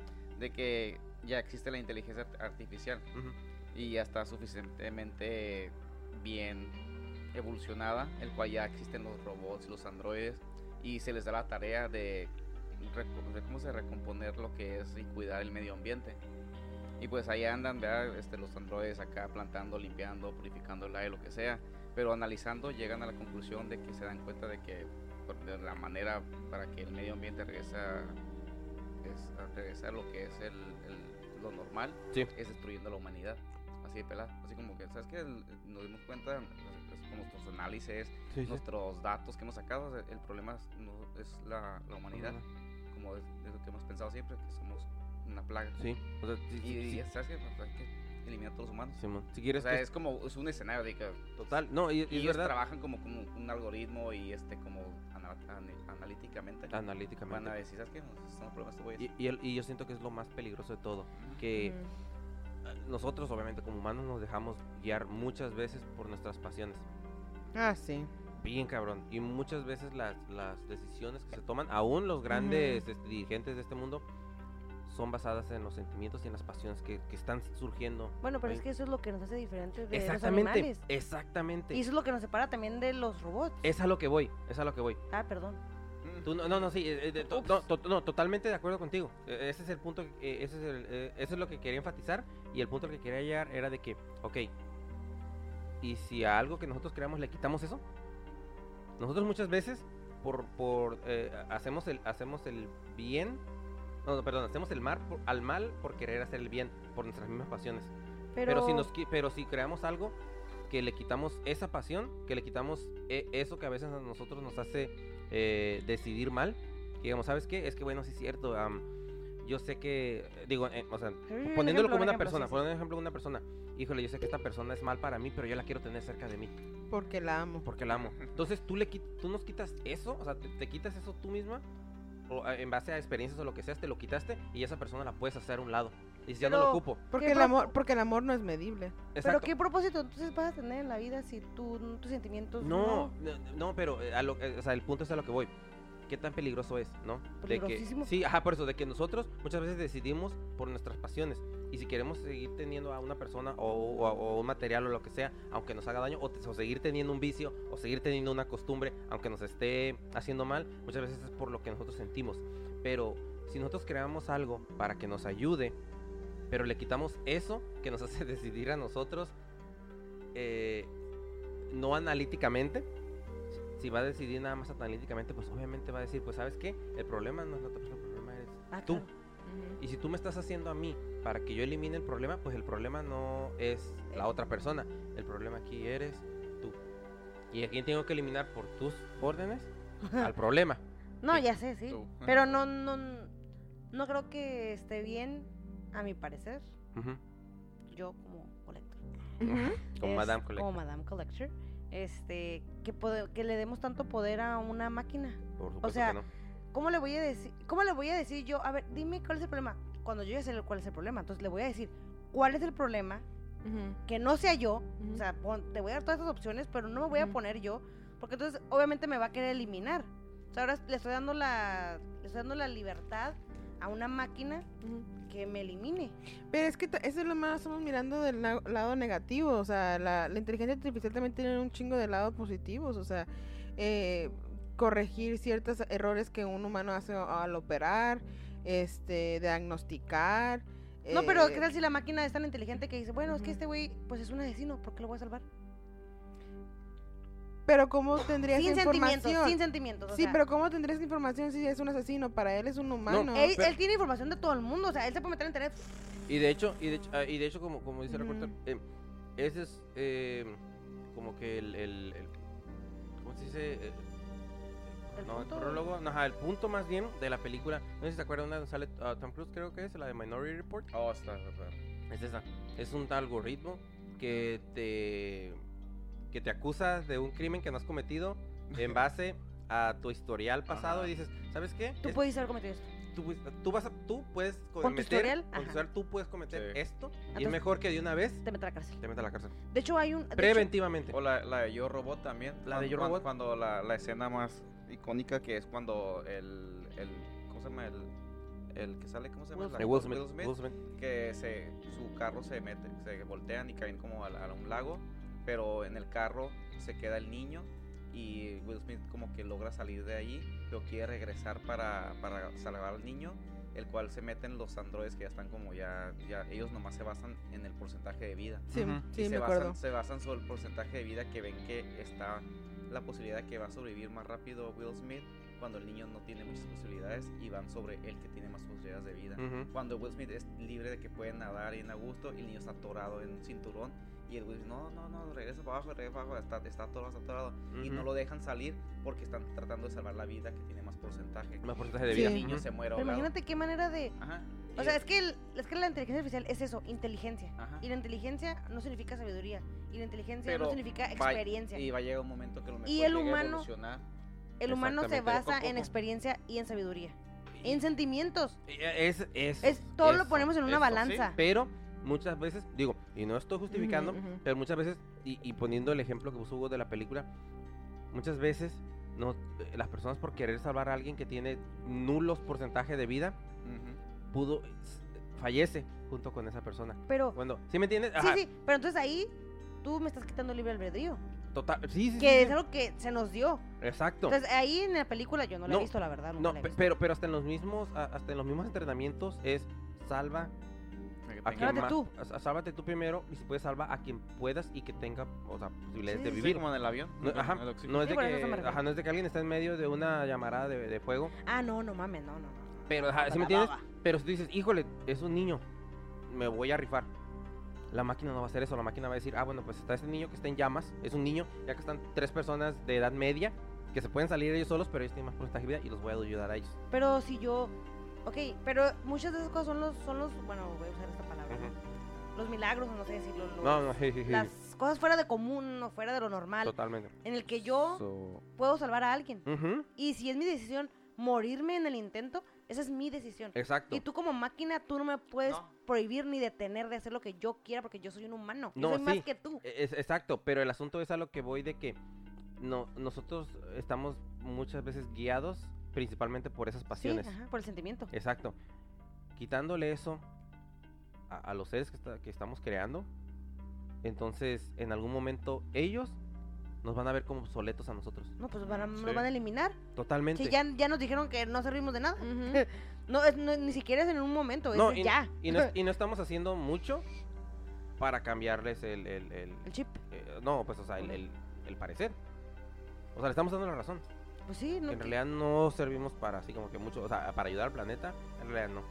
[SPEAKER 5] de que ya existe la inteligencia art- artificial
[SPEAKER 3] Ujú.
[SPEAKER 5] y ya está suficientemente bien evolucionada, el cual ya existen los robots, los androides, y se les da la tarea de, reco- de cómo se recomponer lo que es y cuidar el medio ambiente. Y pues ahí andan, ¿verdad? Este, los androides acá plantando, limpiando, purificando el aire, lo que sea, pero analizando llegan a la conclusión de que se dan cuenta de que por- de la manera para que el medio ambiente regrese a, es, a regresar lo que es el- el- lo normal
[SPEAKER 3] Sí.
[SPEAKER 5] es destruyendo la humanidad. Así de pelada. Así como que, ¿sabes qué? El- Nos dimos cuenta pues, con nuestros análisis,
[SPEAKER 3] Sí, sí.
[SPEAKER 5] nuestros datos que hemos sacado. o sea, El problema es, no- es la, la humanidad, como es, es lo que hemos pensado siempre, que somos una plaga.
[SPEAKER 3] Sí. O sea, sí,
[SPEAKER 5] Y,
[SPEAKER 3] sí, sí,
[SPEAKER 5] y, ¿sabes qué? Pues, hay que eliminar a todos los humanos.
[SPEAKER 3] Simón. Si
[SPEAKER 5] O
[SPEAKER 3] quieres
[SPEAKER 5] sea,
[SPEAKER 3] que-
[SPEAKER 5] es como, es un escenario de que
[SPEAKER 3] total. No, y, y
[SPEAKER 5] y
[SPEAKER 3] es
[SPEAKER 5] ellos
[SPEAKER 3] verdad.
[SPEAKER 5] trabajan como, como un algoritmo y este como ana- ana- analíticamente van
[SPEAKER 3] Analíticamente.
[SPEAKER 5] a decir, ¿sabes qué? Nos- Son problemas este estos güeyes.
[SPEAKER 3] Y, y el- y yo siento que es lo más peligroso de todo. Que
[SPEAKER 2] Ujú.
[SPEAKER 3] nosotros, obviamente, como humanos, nos dejamos guiar muchas veces por nuestras pasiones.
[SPEAKER 2] Ah, sí.
[SPEAKER 3] Bien cabrón. Y muchas veces las, las decisiones que se toman, aún los grandes este, dirigentes de este mundo, son basadas en los sentimientos y en las pasiones que, que están surgiendo.
[SPEAKER 4] Bueno, pero
[SPEAKER 3] ahí.
[SPEAKER 4] es que eso es lo que nos hace diferentes de los
[SPEAKER 3] Exactamente,
[SPEAKER 4] animales.
[SPEAKER 3] exactamente.
[SPEAKER 4] Y eso es lo que nos separa también de los robots.
[SPEAKER 3] Es a lo que voy, es a lo que voy.
[SPEAKER 4] Ah, perdón.
[SPEAKER 3] Tú no, no, no, sí, eh, eh, de to-
[SPEAKER 4] Ups.
[SPEAKER 3] no, to- no, totalmente de acuerdo contigo. Eh, Ese es el punto, que- eh, ese es el, eh, eso es lo que quería enfatizar y el punto al que quería llegar era de que, ok, y si a algo que nosotros creamos le quitamos eso, nosotros muchas veces por, por eh, hacemos el, hacemos el bien, no, no, perdón, hacemos el mal por- al mal por querer hacer el bien, por nuestras mismas pasiones.
[SPEAKER 4] Pero,
[SPEAKER 3] Pero, si nos, qui- pero si creamos algo que le quitamos esa pasión, que le quitamos eh, eso que a veces a nosotros nos hace eh, decidir mal, que digamos, ¿sabes qué? Es que bueno, sí es cierto. am, yo sé que, digo, eh, o sea,
[SPEAKER 4] Sí, un
[SPEAKER 3] poniéndolo
[SPEAKER 4] ejemplo,
[SPEAKER 3] como
[SPEAKER 4] un Mm,
[SPEAKER 3] una
[SPEAKER 4] ejemplo,
[SPEAKER 3] persona,
[SPEAKER 4] sí, sí.
[SPEAKER 3] poniendo un ejemplo de una persona, híjole, yo sé que esta persona es mal para mí, pero yo la quiero tener cerca de mí,
[SPEAKER 2] Porque la amo.
[SPEAKER 3] porque la amo. Entonces tú, le, quit- tú nos quitas eso, o sea, te, te quitas eso tú misma, o, eh, en base a experiencias o lo que sea, te lo quitaste y esa persona la puedes hacer a un lado. Y dices, ya no lo
[SPEAKER 4] Pero-
[SPEAKER 3] ocupo.
[SPEAKER 2] Porque
[SPEAKER 4] ¿Qué
[SPEAKER 2] el
[SPEAKER 4] pro-
[SPEAKER 2] amor, porque el amor no es medible.
[SPEAKER 4] Pero
[SPEAKER 3] Exacto.
[SPEAKER 4] qué propósito entonces vas a tener en la vida si tú, tus sentimientos
[SPEAKER 3] No, no, no, pero eh, a lo- eh, o sea, el punto es a lo que voy. ¿Qué tan peligroso es, no? De que,
[SPEAKER 4] Peligrosísimo.
[SPEAKER 3] sí, ajá, por eso, de que nosotros muchas veces decidimos por nuestras pasiones. Y si queremos seguir teniendo a una persona o, o- o un material o lo que sea, aunque nos haga daño, o, te- o seguir teniendo un vicio, o seguir teniendo una costumbre, aunque nos esté haciendo mal, muchas veces es por lo que nosotros sentimos. Pero si nosotros creamos algo para que nos ayude, pero le quitamos eso que nos hace decidir a nosotros, eh, no analíticamente, si- si va a decidir nada más analíticamente, pues obviamente va a decir, pues sabes qué, el problema no es la otra persona, el problema eres
[SPEAKER 4] Ah,
[SPEAKER 3] tú.
[SPEAKER 4] claro.
[SPEAKER 3] Y si tú me estás haciendo a mí para que yo elimine el problema, pues el problema no es
[SPEAKER 4] Eh.
[SPEAKER 3] la otra persona, el problema aquí eres tú. Y aquí tengo que eliminar por tus órdenes al problema.
[SPEAKER 4] No,
[SPEAKER 3] Sí,
[SPEAKER 4] ya sé, sí.
[SPEAKER 5] tú.
[SPEAKER 4] Pero no, no, no creo que esté bien, a mi parecer,
[SPEAKER 3] Ujú,
[SPEAKER 4] yo como colector.
[SPEAKER 2] Ujú.
[SPEAKER 3] Con
[SPEAKER 4] es-
[SPEAKER 3] Madame
[SPEAKER 4] Como
[SPEAKER 3] Collector,
[SPEAKER 4] Madame Collector. Este, que, pode- que le demos tanto poder a una máquina.
[SPEAKER 3] por supuesto
[SPEAKER 4] sea,
[SPEAKER 3] que no.
[SPEAKER 4] ¿Cómo le voy a decir? ¿Cómo le voy a decir yo? A ver, dime cuál es el problema. Cuando yo ya sé cuál es el problema, entonces le voy a decir cuál es el problema
[SPEAKER 2] Ujú.
[SPEAKER 4] que no sea yo,
[SPEAKER 2] Ujú.
[SPEAKER 4] o sea, pon- te voy a dar todas esas opciones, pero no me voy a
[SPEAKER 2] Ujú.
[SPEAKER 4] poner yo, porque entonces obviamente me va a querer eliminar. O sea, ahora le estoy dando la, le estoy dando la libertad a una máquina
[SPEAKER 2] Ujú.
[SPEAKER 4] que me elimine.
[SPEAKER 2] Pero es que ta- eso es lo más estamos mirando del la- lado negativo, o sea, la, la inteligencia artificial también tiene un chingo de lados positivos, o sea, eh, corregir ciertos errores que un humano hace a- al operar, este, diagnosticar.
[SPEAKER 4] No, pero
[SPEAKER 2] eh,
[SPEAKER 4] ¿qué tal si la máquina es tan inteligente que dice, bueno, es que
[SPEAKER 2] Ujú.
[SPEAKER 4] este güey, pues es un asesino, ¿por qué lo voy a salvar?
[SPEAKER 2] Pero cómo tendrías
[SPEAKER 4] Sin sentimientos,
[SPEAKER 2] información?
[SPEAKER 4] sin sentimientos. o
[SPEAKER 2] sí,
[SPEAKER 4] sea,
[SPEAKER 2] pero cómo tendrías información si es un asesino? Para él es un humano.
[SPEAKER 3] no,
[SPEAKER 4] Él,
[SPEAKER 3] pero-
[SPEAKER 4] él tiene información de todo el mundo, o sea, él se puede meter en internet.
[SPEAKER 3] Y de hecho, y de hecho, ah, y de hecho como, como dice el
[SPEAKER 2] Ujú.
[SPEAKER 3] reportero, eh, ese es eh, como que el, el- el- ¿Cómo se dice? El,
[SPEAKER 4] ¿El
[SPEAKER 3] no, el
[SPEAKER 4] punto?
[SPEAKER 3] prólogo, no, ajá, el punto más bien de la película. No sé si se acuerdan una donde sale ah, Tom Cruise, creo que es, la de Minority Report.
[SPEAKER 5] Oh, está, está.
[SPEAKER 3] Es esa. Es un algoritmo que te. que te acusa de un crimen que no has cometido en base a tu historial pasado
[SPEAKER 5] Ajá.
[SPEAKER 3] y dices, ¿sabes qué?
[SPEAKER 4] Tú
[SPEAKER 3] Es-
[SPEAKER 4] puedes haber cometido esto.
[SPEAKER 3] tú, pues, tú vas a- tú puedes
[SPEAKER 4] tu historial,
[SPEAKER 3] con tu
[SPEAKER 4] ajá.
[SPEAKER 3] historial tú puedes cometer
[SPEAKER 5] Sí.
[SPEAKER 3] esto y es
[SPEAKER 4] Entonces-
[SPEAKER 3] mejor que de una vez
[SPEAKER 4] Te mete a la cárcel.
[SPEAKER 3] te meta a la cárcel
[SPEAKER 4] De hecho, hay un. de hecho-
[SPEAKER 3] preventivamente
[SPEAKER 5] O la, la de Yo Robot también.
[SPEAKER 3] Este, La de
[SPEAKER 5] cuan-
[SPEAKER 3] Yo
[SPEAKER 5] cuan-
[SPEAKER 3] Robot.
[SPEAKER 5] Cuando la, la escena más icónica que es cuando el, el ¿cómo se llama? El, el que sale, ¿cómo se llama?
[SPEAKER 4] Will
[SPEAKER 5] El
[SPEAKER 3] Eh,
[SPEAKER 5] actor,
[SPEAKER 3] Will Smith,
[SPEAKER 5] Will Smith,
[SPEAKER 3] Will Smith.
[SPEAKER 5] Que se, su carro se mete, se voltean y caen como al- a, un lago, pero en el carro se queda el niño y Will Smith como que logra salir de ahí, pero quiere regresar para, para salvar al niño, el cual se meten los androides que ya están como ya, ya ellos nomás se basan en el porcentaje de vida.
[SPEAKER 2] Sí,
[SPEAKER 3] Ujú.
[SPEAKER 5] y
[SPEAKER 2] sí,
[SPEAKER 5] se
[SPEAKER 2] me acuerdo.
[SPEAKER 5] basan, se basan sobre el porcentaje de vida que ven que está la posibilidad de que va a sobrevivir más rápido Will Smith cuando el niño no tiene muchas posibilidades y van sobre el que tiene más posibilidades de vida.
[SPEAKER 3] Ujú.
[SPEAKER 5] Cuando Will Smith es libre de que puede nadar bien a gusto y el niño está atorado en un cinturón y el Will Smith, no, no, no, regresa para abajo, regresa para abajo, está, está atorado, está atorado. Y no
[SPEAKER 3] Ujú.
[SPEAKER 5] lo dejan salir porque están tratando de salvar la vida que tiene más porcentaje.
[SPEAKER 3] Más porcentaje de
[SPEAKER 2] Sí.
[SPEAKER 3] vida.
[SPEAKER 5] El niño
[SPEAKER 3] Ujú.
[SPEAKER 5] se muere
[SPEAKER 4] Pero
[SPEAKER 5] ahogado.
[SPEAKER 4] imagínate qué manera de...
[SPEAKER 5] Ajá.
[SPEAKER 4] O
[SPEAKER 5] Y
[SPEAKER 4] sea,
[SPEAKER 5] el-
[SPEAKER 4] es que, el- es que la inteligencia artificial es eso, inteligencia.
[SPEAKER 5] Ajá.
[SPEAKER 4] Y la inteligencia no significa sabiduría. Y la inteligencia
[SPEAKER 5] Pero
[SPEAKER 4] no significa
[SPEAKER 5] va-
[SPEAKER 4] experiencia.
[SPEAKER 5] Y va a llegar un momento que lo mejor
[SPEAKER 4] Y el
[SPEAKER 5] llegue a
[SPEAKER 4] humano-
[SPEAKER 5] evolucionar.
[SPEAKER 4] el humano se
[SPEAKER 3] exactamente, poco
[SPEAKER 4] basa
[SPEAKER 5] a
[SPEAKER 4] en
[SPEAKER 5] poco.
[SPEAKER 4] experiencia y en sabiduría.
[SPEAKER 3] Y-
[SPEAKER 4] En sentimientos.
[SPEAKER 3] y- eh, Es, es,
[SPEAKER 4] Es, todo lo
[SPEAKER 3] eso,
[SPEAKER 4] ponemos en una
[SPEAKER 5] eso, sí,
[SPEAKER 4] balanza.
[SPEAKER 3] Pero muchas veces, digo, y no estoy justificando,
[SPEAKER 2] Ujú, ujú.
[SPEAKER 3] pero muchas veces, y, y poniendo el ejemplo que puso Hugo de la película, muchas veces no, eh, las personas por querer salvar a alguien que tiene nulos porcentajes de vida,
[SPEAKER 5] Ujú.
[SPEAKER 3] pudo s- fallece junto con esa persona.
[SPEAKER 4] Pero,
[SPEAKER 3] Bueno, ¿sí me entiendes?
[SPEAKER 4] sí,
[SPEAKER 3] Ajá,
[SPEAKER 4] sí, pero entonces ahí tú me estás quitando el libre albedrío.
[SPEAKER 3] Total, sí, sí, sí,
[SPEAKER 4] Que
[SPEAKER 3] sí,
[SPEAKER 4] es algo que se nos dio.
[SPEAKER 3] Exacto.
[SPEAKER 4] Entonces ahí en la película yo no la he
[SPEAKER 3] No,
[SPEAKER 4] visto, la verdad. nunca
[SPEAKER 3] no,
[SPEAKER 4] la he
[SPEAKER 3] pe-
[SPEAKER 4] visto.
[SPEAKER 3] pero pero hasta en los mismos a- hasta en los mismos entrenamientos es salva
[SPEAKER 5] Que tenga
[SPEAKER 3] a quien
[SPEAKER 4] Pues Sálvate
[SPEAKER 3] más,
[SPEAKER 4] tú.
[SPEAKER 3] a- sálvate tú primero y si puedes salva a quien puedas y que tenga, o sea, posibilidades
[SPEAKER 4] Sí,
[SPEAKER 3] de
[SPEAKER 4] sí,
[SPEAKER 5] Mm, Sí,
[SPEAKER 3] vivir.
[SPEAKER 5] como en el avión.
[SPEAKER 3] No,
[SPEAKER 5] en
[SPEAKER 3] ajá,
[SPEAKER 5] el oxígeno.
[SPEAKER 3] no es
[SPEAKER 4] Sí,
[SPEAKER 3] de
[SPEAKER 4] por eso se me
[SPEAKER 3] que,
[SPEAKER 4] refiero.
[SPEAKER 3] ajá, no es de que alguien está en medio de una llamarada de, de fuego.
[SPEAKER 4] Ah, no, no mames, no, no. no.
[SPEAKER 3] Pero, ajá, ¿sí
[SPEAKER 4] Baba,
[SPEAKER 3] me entiendes?
[SPEAKER 4] baba.
[SPEAKER 3] Pero si tú dices, híjole, es un niño, me voy a rifar. La máquina no va a hacer eso, la máquina va a decir, ah, bueno, pues está este niño que está en llamas, es un niño, ya que están tres personas de edad media que se pueden salir ellos solos, pero ellos tienen más porcentaje de vida y los voy a ayudar a ellos.
[SPEAKER 4] Pero si yo. Ok, pero muchas de esas cosas son los. Son los bueno, voy a usar esta palabra.
[SPEAKER 3] Ujú.
[SPEAKER 4] Los milagros, o no sé decirlo. los-
[SPEAKER 3] No, no, sí, sí, sí,
[SPEAKER 4] Las cosas fuera de común o fuera de lo normal.
[SPEAKER 3] totalmente.
[SPEAKER 4] En el que yo
[SPEAKER 3] So,
[SPEAKER 4] puedo salvar a alguien.
[SPEAKER 3] ujú,
[SPEAKER 4] Y si es mi decisión morirme en el intento, esa es mi decisión.
[SPEAKER 3] Exacto.
[SPEAKER 4] Y tú como máquina, tú no me puedes
[SPEAKER 5] No.
[SPEAKER 4] prohibir ni detener de hacer lo que yo quiera porque yo soy un humano.
[SPEAKER 3] No,
[SPEAKER 4] yo soy
[SPEAKER 3] sí.
[SPEAKER 4] más que tú.
[SPEAKER 3] E, Es- exacto, pero el asunto es a lo que voy de que no, nosotros estamos muchas veces guiados principalmente por esas
[SPEAKER 4] Sí,
[SPEAKER 3] pasiones.
[SPEAKER 4] ajá, por el sentimiento.
[SPEAKER 3] Exacto. Quitándole eso a, a los seres que, esta- que estamos creando, entonces en algún momento ellos nos van a ver como obsoletos a nosotros.
[SPEAKER 4] No, pues van a-
[SPEAKER 5] Sí.
[SPEAKER 4] nos van a eliminar.
[SPEAKER 3] Totalmente.
[SPEAKER 4] Sí, ya, ya nos dijeron que no servimos de nada.
[SPEAKER 2] Ujú.
[SPEAKER 4] No, es- no- ni siquiera es en un momento, es
[SPEAKER 3] No,
[SPEAKER 4] de
[SPEAKER 3] y,
[SPEAKER 4] ya.
[SPEAKER 3] y no, es- y no estamos haciendo mucho para cambiarles el... el- el-
[SPEAKER 4] El chip.
[SPEAKER 3] eh, no, pues o sea, el, el- el parecer. O sea, le estamos dando la razón.
[SPEAKER 4] Pues sí, no.
[SPEAKER 3] que en
[SPEAKER 4] que-
[SPEAKER 3] realidad no servimos para así como que mucho, o sea, para ayudar al planeta, en realidad no.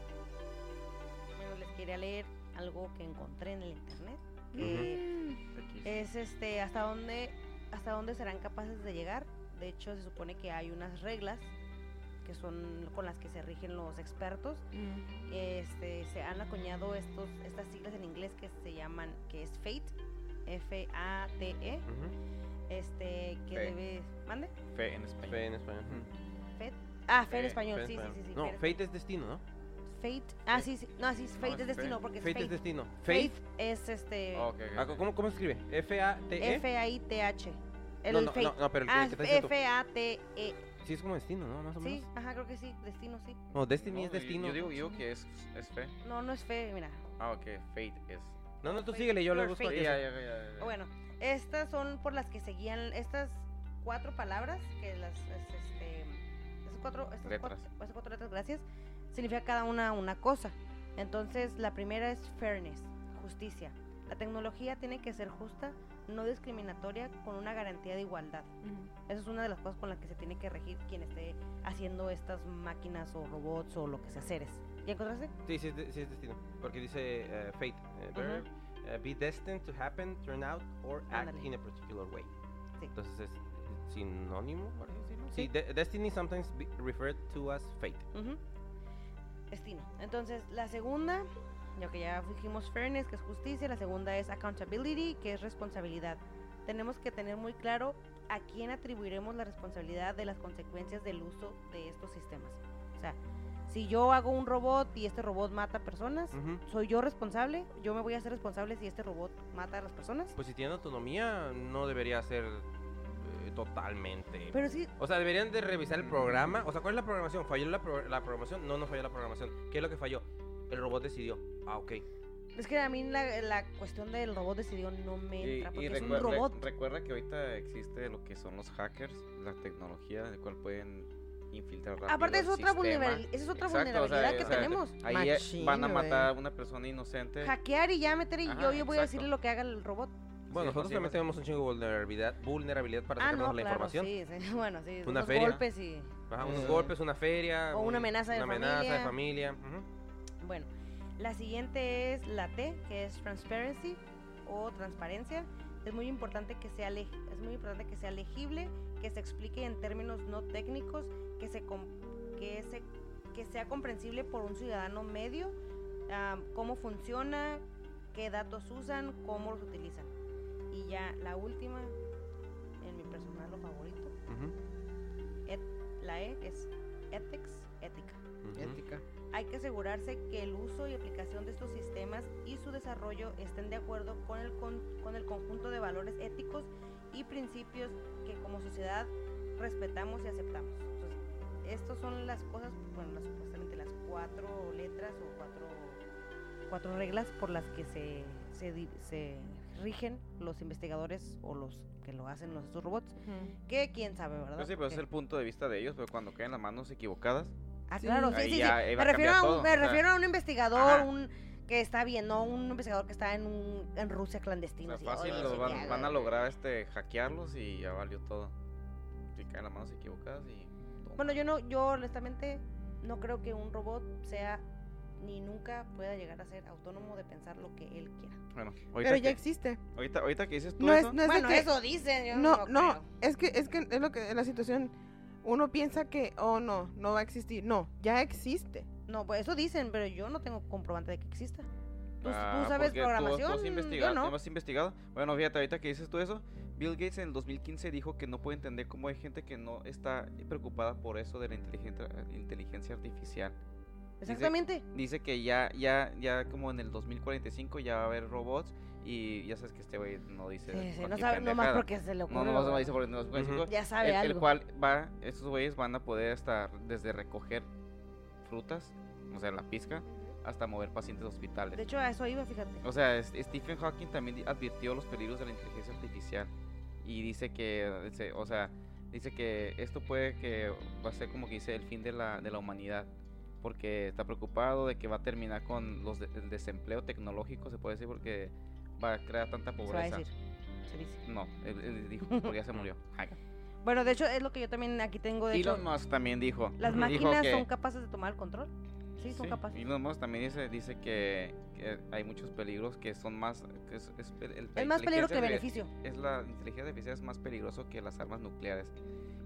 [SPEAKER 4] Bueno, les quería leer algo que encontré en el internet. que es este hasta dónde hasta dónde serán capaces de llegar de hecho se supone que hay unas reglas que son con las que se rigen los expertos
[SPEAKER 2] Mm.
[SPEAKER 4] este se han acuñado estos estas siglas en inglés que se llaman que es fate E, f a t e
[SPEAKER 3] Ujú.
[SPEAKER 4] este que
[SPEAKER 3] E.
[SPEAKER 5] Fe.
[SPEAKER 4] debe mande
[SPEAKER 5] Fe en español.
[SPEAKER 3] Fe en español. ujú.
[SPEAKER 4] ah fe en
[SPEAKER 5] Fe,
[SPEAKER 4] español
[SPEAKER 3] Fe en
[SPEAKER 4] sí,
[SPEAKER 3] español.
[SPEAKER 4] sí sí sí
[SPEAKER 3] E. No,
[SPEAKER 4] fe en
[SPEAKER 3] fate es destino, ¿no?
[SPEAKER 4] español. fate ah sí sí no así es fate
[SPEAKER 5] es
[SPEAKER 4] es destino
[SPEAKER 5] fe.
[SPEAKER 4] porque es
[SPEAKER 3] Fate
[SPEAKER 4] fate
[SPEAKER 3] E es destino.
[SPEAKER 4] Faith
[SPEAKER 3] Faith.
[SPEAKER 4] es este
[SPEAKER 5] Ah, ok, ok,
[SPEAKER 3] Ah,
[SPEAKER 5] ok.
[SPEAKER 3] ¿cómo, cómo se escribe? F-A-T-E.
[SPEAKER 4] f a i t h el
[SPEAKER 3] E. ¿Eh? no, no,
[SPEAKER 4] fate
[SPEAKER 3] no, no, pero el que,
[SPEAKER 4] ah
[SPEAKER 3] el que estás diciendo tú.
[SPEAKER 4] f a t e
[SPEAKER 3] Sí, es como destino, ¿no? Más o
[SPEAKER 4] Sí,
[SPEAKER 3] menos.
[SPEAKER 4] ajá, creo que sí, destino sí.
[SPEAKER 3] No, Destiny
[SPEAKER 5] No,
[SPEAKER 3] es
[SPEAKER 5] yo-
[SPEAKER 3] destino.
[SPEAKER 5] Yo, digo yo que es, es fe.
[SPEAKER 4] No, no es fe, mira.
[SPEAKER 5] Ah, ok. Fate es.
[SPEAKER 3] no, no, tú
[SPEAKER 4] Fate,
[SPEAKER 3] síguele, yo le
[SPEAKER 4] your
[SPEAKER 3] busco
[SPEAKER 4] fate.
[SPEAKER 3] aquí.
[SPEAKER 4] Sí,
[SPEAKER 5] Ya, ya, ya, ya, ya.
[SPEAKER 4] Bueno, estas son por las que se guían estas cuatro palabras, que las, es- este, estas cuatro, estas
[SPEAKER 5] Letras.
[SPEAKER 4] cuatro, estas cuatro letras, gracias, significa cada una una cosa. Entonces, la primera es fairness, justicia. La tecnología tiene que ser justa, no discriminatoria, con una garantía de igualdad.
[SPEAKER 2] Ujú.
[SPEAKER 4] Esa es una de las cosas con las que se tiene que regir quien esté haciendo estas máquinas o robots o lo que sea, seres. ¿Ya encontraste?
[SPEAKER 3] Sí, sí, es de- sí es destino. Porque dice eh, fate. eh, verb, eh, be destined to happen, turn out, or act
[SPEAKER 4] Ándale.
[SPEAKER 3] in a particular way.
[SPEAKER 4] Sí.
[SPEAKER 3] Entonces es sinónimo, por así decirlo. Sí,
[SPEAKER 4] Sí.
[SPEAKER 3] de- destiny sometimes be referred to as fate.
[SPEAKER 4] Ujú. Destino. Entonces, la segunda, ya que ya dijimos fairness, que es justicia, la segunda es accountability, que es responsabilidad. Tenemos que tener muy claro a quién atribuiremos la responsabilidad de las consecuencias del uso de estos sistemas. O sea, si yo hago un robot y este robot mata personas,
[SPEAKER 3] Ujú.
[SPEAKER 4] ¿soy yo responsable? ¿Yo me voy a hacer responsable si este robot mata a las personas?
[SPEAKER 3] Pues si tiene autonomía, no debería ser eh, totalmente.
[SPEAKER 4] Pero sí,
[SPEAKER 3] O sea, deberían de revisar el programa. O sea, ¿cuál es la programación? ¿Falló la, pro- la programación? No, no falló la programación. ¿Qué es lo que falló? El robot decidió. Ah, ok.
[SPEAKER 4] es que a mí la, la cuestión del robot decidió no me entra, porque es un
[SPEAKER 5] recuer- re-
[SPEAKER 4] robot.
[SPEAKER 5] recuerda que ahorita existe lo que son los hackers, la tecnología, del cual pueden infiltrar rápido
[SPEAKER 4] Aparte,
[SPEAKER 5] el
[SPEAKER 4] es otra,
[SPEAKER 5] sistema.
[SPEAKER 4] vulnerabil- esa es otra
[SPEAKER 5] Exacto, o sea,
[SPEAKER 4] vulnerabilidad que
[SPEAKER 5] o sea,
[SPEAKER 4] tenemos.
[SPEAKER 5] Ahí eh, van
[SPEAKER 2] Machín,
[SPEAKER 5] a
[SPEAKER 2] güey.
[SPEAKER 5] matar a una persona inocente.
[SPEAKER 4] Hackear y ya meter y
[SPEAKER 5] Ajá,
[SPEAKER 4] yo, yo voy a
[SPEAKER 5] exacto.
[SPEAKER 4] decirle lo que haga el robot.
[SPEAKER 3] Bueno,
[SPEAKER 5] Sí,
[SPEAKER 3] nosotros
[SPEAKER 5] así
[SPEAKER 3] también
[SPEAKER 5] pasa.
[SPEAKER 3] tenemos un chingo de vulnerabilidad, vulnerabilidad para
[SPEAKER 4] ah,
[SPEAKER 3] sacarnos
[SPEAKER 4] no,
[SPEAKER 3] la
[SPEAKER 4] claro,
[SPEAKER 3] información.
[SPEAKER 4] sí, sí, bueno, sí,
[SPEAKER 3] Una
[SPEAKER 4] unos
[SPEAKER 3] feria.
[SPEAKER 4] golpes y...
[SPEAKER 3] Ajá, unos
[SPEAKER 5] Sí.
[SPEAKER 3] golpes, una feria.
[SPEAKER 4] O una amenaza de
[SPEAKER 3] una amenaza de familia. ujú.
[SPEAKER 4] Bueno, la siguiente es la T, que es transparency o transparencia. Es muy importante que sea le- es muy importante que sea legible, que se explique en términos no técnicos, que se com- que se que sea comprensible por un ciudadano medio, ah, cómo funciona, qué datos usan, cómo los utilizan. Y ya la última, en mi personal lo favorito,
[SPEAKER 3] Ujú,
[SPEAKER 4] la E es ethics, ética.
[SPEAKER 3] ujú.
[SPEAKER 2] Ética.
[SPEAKER 4] Hay que asegurarse que el uso y aplicación de estos sistemas y su desarrollo estén de acuerdo con el, con, con el conjunto de valores éticos y principios que como sociedad respetamos y aceptamos. Entonces, estas son las cosas, bueno, las- supuestamente las cuatro letras o cuatro, cuatro reglas por las que se, se, di- se rigen los investigadores o los que lo hacen los estos robots. Que quién sabe, ¿verdad?
[SPEAKER 5] Pues sí, pero
[SPEAKER 4] Porque-
[SPEAKER 5] es el punto de vista de ellos, pero cuando caen las manos equivocadas,
[SPEAKER 4] Ah,
[SPEAKER 2] Sí.
[SPEAKER 4] claro, sí,
[SPEAKER 5] Ahí
[SPEAKER 4] sí, sí.
[SPEAKER 5] ya iba
[SPEAKER 4] Me
[SPEAKER 5] a
[SPEAKER 4] refiero
[SPEAKER 5] cambiar
[SPEAKER 4] a un,
[SPEAKER 5] todo,
[SPEAKER 4] me
[SPEAKER 5] o sea.
[SPEAKER 4] refiero a un investigador,
[SPEAKER 5] Ajá.
[SPEAKER 4] un que está bien, no un investigador que está en un- en Rusia
[SPEAKER 5] o
[SPEAKER 4] clandestina.
[SPEAKER 5] sea,
[SPEAKER 4] así,
[SPEAKER 5] fácil
[SPEAKER 4] "Oye,
[SPEAKER 5] los
[SPEAKER 4] sí,
[SPEAKER 5] van,
[SPEAKER 4] ya,
[SPEAKER 5] van a
[SPEAKER 4] güey".
[SPEAKER 5] lograr este hackearlos y ya valió todo. Si caen las manos equivocadas y. toma.
[SPEAKER 4] Bueno, yo no, yo honestamente no creo que un robot sea ni nunca pueda llegar a ser autónomo de pensar lo que él quiera.
[SPEAKER 5] Bueno, ahorita,
[SPEAKER 2] Pero ya
[SPEAKER 5] que,
[SPEAKER 2] existe.
[SPEAKER 5] ahorita, ahorita que dices tú
[SPEAKER 2] No
[SPEAKER 5] eso,
[SPEAKER 2] es, no Pues es
[SPEAKER 4] bueno,
[SPEAKER 2] de que-
[SPEAKER 4] eso dicen. Yo
[SPEAKER 2] No, no,
[SPEAKER 4] creo.
[SPEAKER 2] es que es que es lo que la situación uno piensa que oh no, no va a existir. No, ya existe.
[SPEAKER 4] No, pues eso dicen, pero yo no tengo comprobante de que exista. Tú,
[SPEAKER 5] Ah,
[SPEAKER 4] tú pues, sabes
[SPEAKER 5] porque tú-
[SPEAKER 4] programación,
[SPEAKER 5] Tú has
[SPEAKER 4] yo
[SPEAKER 5] investigado,
[SPEAKER 4] no.
[SPEAKER 5] tú has investigado. Bueno, fíjate, ahorita que dices tú eso, Bill Gates en el 2015 dijo que no puede entender cómo hay gente que no está preocupada por eso de la inteligencia, inteligencia artificial.
[SPEAKER 4] Exactamente.
[SPEAKER 5] Dice que ya, ya, ya como en el 2045 ya va a haber robots y ya sabes que este güey no dice.
[SPEAKER 4] Sí, sí, no
[SPEAKER 5] cualquier
[SPEAKER 4] sabe nomás
[SPEAKER 5] pendejada.
[SPEAKER 4] porque se le ocurre.
[SPEAKER 5] No, nomás
[SPEAKER 4] ¿verdad?
[SPEAKER 5] no dice porque no es
[SPEAKER 3] Ujú.
[SPEAKER 5] científico,
[SPEAKER 4] Ya sabe
[SPEAKER 5] el, el
[SPEAKER 4] algo.
[SPEAKER 5] cual va, estos güeyes van a poder hasta desde recoger frutas, o sea, la pizca, hasta mover pacientes a hospitales.
[SPEAKER 4] De hecho, a eso iba, fíjate.
[SPEAKER 5] O sea, es- Stephen Hawking también di- advirtió los peligros de la inteligencia artificial y dice que, eh, se- o sea, dice que esto puede que va a ser como que dice el fin de la, de la humanidad, porque está preocupado de que va a terminar con los de- el desempleo tecnológico, se puede decir, porque va a crear tanta
[SPEAKER 4] Se va a
[SPEAKER 5] pobreza.
[SPEAKER 4] decir. Se dice.
[SPEAKER 5] No, él, él dijo, porque ya se murió. Ay.
[SPEAKER 4] Bueno, de hecho, es lo que yo también aquí tengo. De hecho,
[SPEAKER 5] Elon Musk también dijo.
[SPEAKER 4] las
[SPEAKER 5] dijo
[SPEAKER 4] máquinas
[SPEAKER 5] que-
[SPEAKER 4] son capaces de tomar el control. Sí, son
[SPEAKER 5] Sí,
[SPEAKER 4] capaces.
[SPEAKER 5] Elon Musk también dice, dice que, que hay muchos peligros que son más... que es, es pe- el- la
[SPEAKER 4] Es más peligro que
[SPEAKER 5] inteligencia
[SPEAKER 4] beneficio.
[SPEAKER 5] artificial- es la inteligencia artificial es más peligroso que las armas nucleares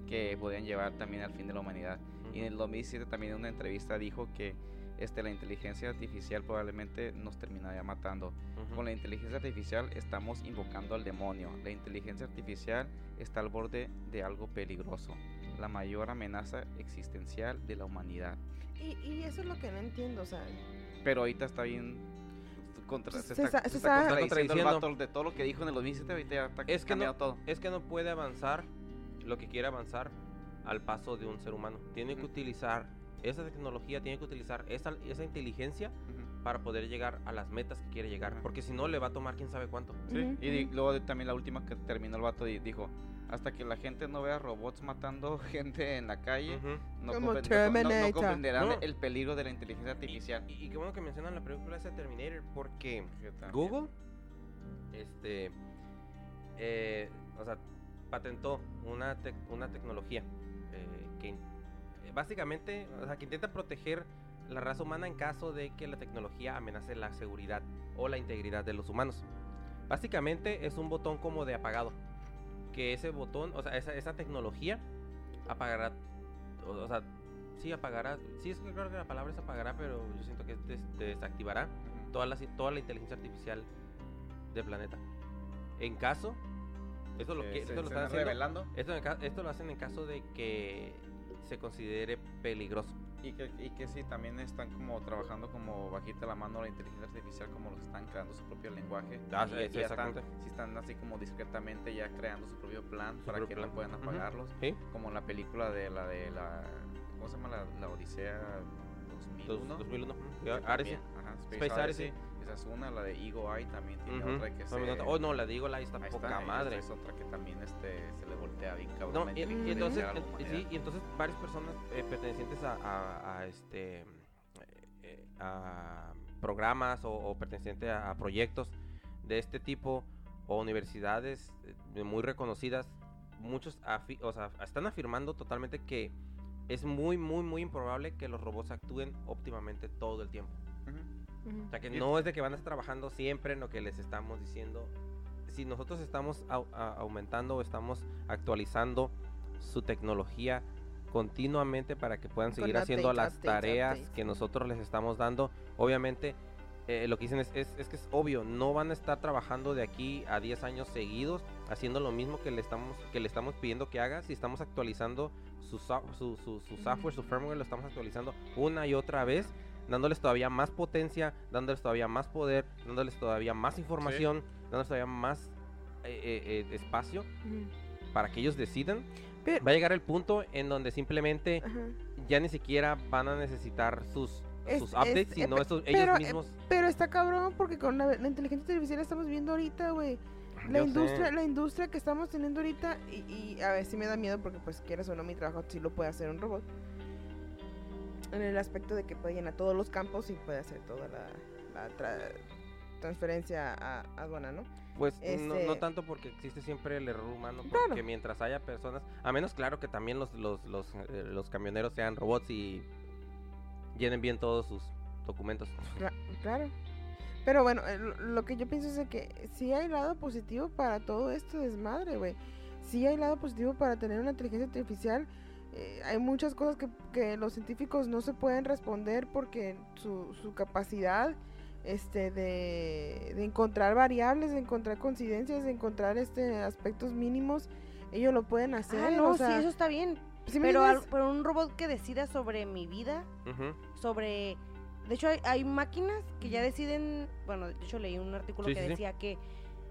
[SPEAKER 5] que podrían llevar también al fin de la humanidad. Y en el 2007 también en una entrevista dijo que este, la inteligencia artificial probablemente nos terminaría matando.
[SPEAKER 3] Ujú.
[SPEAKER 5] Con la inteligencia artificial estamos invocando al demonio. La inteligencia artificial está al borde de algo peligroso. La mayor amenaza existencial de la humanidad.
[SPEAKER 2] Y, y eso es lo que no entiendo, o sea,
[SPEAKER 5] Pero ahorita está bien... Contra,
[SPEAKER 2] Pues Se sa- se sa-
[SPEAKER 5] contradiciendo el
[SPEAKER 3] contradiciendo.
[SPEAKER 5] vato de todo lo que dijo en el 2007, ahorita ya está
[SPEAKER 3] Es que no-
[SPEAKER 5] cambiado todo.
[SPEAKER 3] es que no puede avanzar lo que quiere avanzar al paso de un ser humano. Tiene que
[SPEAKER 5] Ujú.
[SPEAKER 3] utilizar esa tecnología, tiene que utilizar esa, esa inteligencia
[SPEAKER 5] Ujú.
[SPEAKER 3] para poder llegar a las metas que quiere llegar.
[SPEAKER 5] Ajá.
[SPEAKER 3] Porque si no, le va a tomar quién sabe cuánto.
[SPEAKER 5] Sí,
[SPEAKER 2] Ujú,
[SPEAKER 5] y di-
[SPEAKER 2] ujú.
[SPEAKER 5] luego de- también la última que terminó el vato di- dijo, hasta que la gente no vea robots matando gente en la calle,
[SPEAKER 3] Ujú.
[SPEAKER 5] no,
[SPEAKER 2] Como
[SPEAKER 5] compren- no co- no- no
[SPEAKER 2] Terminator.
[SPEAKER 5] comprenderán
[SPEAKER 3] No.
[SPEAKER 5] el peligro de la inteligencia artificial.
[SPEAKER 3] Y, y qué bueno que mencionan la película esa de Terminator, porque
[SPEAKER 5] Yo también.
[SPEAKER 3] Google, este, eh, o sea, patentó una, tec- una tecnología eh, que in- eh, básicamente, o sea, que intenta proteger la raza humana en caso de que la tecnología amenace la seguridad o la integridad de los humanos. Básicamente es un botón como de apagado, que ese botón, o sea, esa, esa tecnología apagará, o, o sea, sí apagará, sí es que creo que la palabra es apagará, pero yo siento que es des- desactivará
[SPEAKER 5] Ujú.
[SPEAKER 3] toda la, toda la inteligencia artificial del planeta. En caso, esto lo,
[SPEAKER 5] Eh,
[SPEAKER 3] que,
[SPEAKER 5] se-
[SPEAKER 3] esto
[SPEAKER 5] se
[SPEAKER 3] lo están
[SPEAKER 5] están
[SPEAKER 3] haciendo,
[SPEAKER 5] revelando.
[SPEAKER 3] esto, en ca- esto lo hacen en caso de que se considere peligroso.
[SPEAKER 5] Y que, y que sí, también están como trabajando como bajita la mano la inteligencia artificial, como los están creando su propio lenguaje.
[SPEAKER 3] Ah, sí,
[SPEAKER 5] Y- y
[SPEAKER 3] sí,
[SPEAKER 5] ya están,
[SPEAKER 3] exactamente.
[SPEAKER 5] sí están así como discretamente ya creando su propio plan para
[SPEAKER 3] propio
[SPEAKER 5] que
[SPEAKER 3] plan.
[SPEAKER 5] no puedan
[SPEAKER 3] Ujú.
[SPEAKER 5] apagarlos.
[SPEAKER 3] Sí.
[SPEAKER 5] Como la película de la de la... ¿Cómo se llama? La, la Odisea 2001.
[SPEAKER 3] Dos- 2001.
[SPEAKER 5] que
[SPEAKER 3] Ahora
[SPEAKER 5] también- Ajá, Space,
[SPEAKER 3] Space
[SPEAKER 5] Odyssey.
[SPEAKER 3] Odyssey.
[SPEAKER 5] Esa es una, la de Eagle Eye también tiene
[SPEAKER 3] Ujú.
[SPEAKER 5] otra que
[SPEAKER 3] No,
[SPEAKER 5] se...
[SPEAKER 3] no, no. Oh, no, la digo, la está
[SPEAKER 5] Ahí está,
[SPEAKER 3] poca
[SPEAKER 5] esa
[SPEAKER 3] madre.
[SPEAKER 5] Es otra que también este, se le voltea bien cabrón.
[SPEAKER 3] No,
[SPEAKER 5] la
[SPEAKER 3] y, y
[SPEAKER 5] inteligencia
[SPEAKER 3] entonces,
[SPEAKER 5] de
[SPEAKER 3] eh,
[SPEAKER 5] alguna manera.
[SPEAKER 3] sí, y entonces varias personas eh, pertenecientes a, a- a este eh, a programas o, o pertenecientes a, a proyectos de este tipo o universidades eh, muy reconocidas, muchos afi- o sea, están afirmando totalmente que es muy, muy, muy improbable que los robots actúen óptimamente todo el tiempo.
[SPEAKER 5] Ujú.
[SPEAKER 3] O sea, que
[SPEAKER 5] Y-
[SPEAKER 3] no es de que van a estar trabajando siempre en lo que les estamos diciendo. Si nosotros estamos au- a- aumentando o estamos actualizando su tecnología continuamente para que puedan
[SPEAKER 2] Con
[SPEAKER 3] seguir haciendo
[SPEAKER 2] updates,
[SPEAKER 3] las
[SPEAKER 2] updates,
[SPEAKER 3] tareas
[SPEAKER 2] updates.
[SPEAKER 3] que nosotros les estamos dando, obviamente eh, lo que dicen es, es, es que es obvio, no van a estar trabajando de aquí a 10 años seguidos haciendo lo mismo que le estamos, que le estamos pidiendo que haga, si estamos actualizando su, so- su, su- su software, su firmware, lo estamos actualizando una y otra vez, dándoles todavía más potencia, dándoles todavía más poder, dándoles todavía más información, dándoles todavía más eh, eh, eh, espacio
[SPEAKER 4] Mm.
[SPEAKER 3] para que ellos decidan.
[SPEAKER 2] Pero-
[SPEAKER 3] Va a llegar el punto en donde simplemente
[SPEAKER 2] Ajá.
[SPEAKER 3] ya ni siquiera van a necesitar sus,
[SPEAKER 2] Es-
[SPEAKER 3] sus
[SPEAKER 2] es-
[SPEAKER 3] updates,
[SPEAKER 2] eh,
[SPEAKER 3] sino
[SPEAKER 2] pe-
[SPEAKER 3] estos,
[SPEAKER 2] pero,
[SPEAKER 3] ellos
[SPEAKER 2] eh,
[SPEAKER 3] mismos.
[SPEAKER 2] Pero está cabrón porque con la, la inteligencia artificial estamos viendo ahorita, güey. La
[SPEAKER 3] Yo
[SPEAKER 2] industria,
[SPEAKER 3] sé.
[SPEAKER 2] la industria que estamos teniendo ahorita, y, y a ver, sí me da miedo porque pues quieras o no, mi trabajo sí lo puede hacer un robot. En el aspecto de que puede llenar todos los campos y puede hacer toda la, la tra- transferencia a a aduana, ¿no?
[SPEAKER 3] Pues no- no,
[SPEAKER 2] este-
[SPEAKER 3] tanto porque existe siempre el error humano, porque
[SPEAKER 2] Claro.
[SPEAKER 3] mientras haya personas, a menos claro que también los, los, los, eh, los camioneros sean robots y llenen bien todos sus documentos.
[SPEAKER 2] Cla- Claro. Pero bueno, eh, lo- lo que yo pienso es de que sí hay lado positivo para todo esto desmadre, güey. Sí hay lado positivo para tener una inteligencia artificial. Eh, hay muchas cosas que, que los científicos no se pueden responder porque su, su capacidad este, de, de encontrar variables, de encontrar coincidencias, de encontrar este aspectos mínimos, ellos lo pueden hacer.
[SPEAKER 4] Ah, no,
[SPEAKER 2] o sea,
[SPEAKER 4] sí, eso está bien.
[SPEAKER 2] ¿sí me
[SPEAKER 4] pero, al-
[SPEAKER 2] entiendes?
[SPEAKER 4] pero un robot que decida sobre mi vida,
[SPEAKER 3] Ujú.
[SPEAKER 4] sobre... De hecho, hay, hay máquinas que ya deciden... Bueno, de hecho leí un artículo
[SPEAKER 3] Sí,
[SPEAKER 4] que
[SPEAKER 3] sí, sí.
[SPEAKER 4] decía que...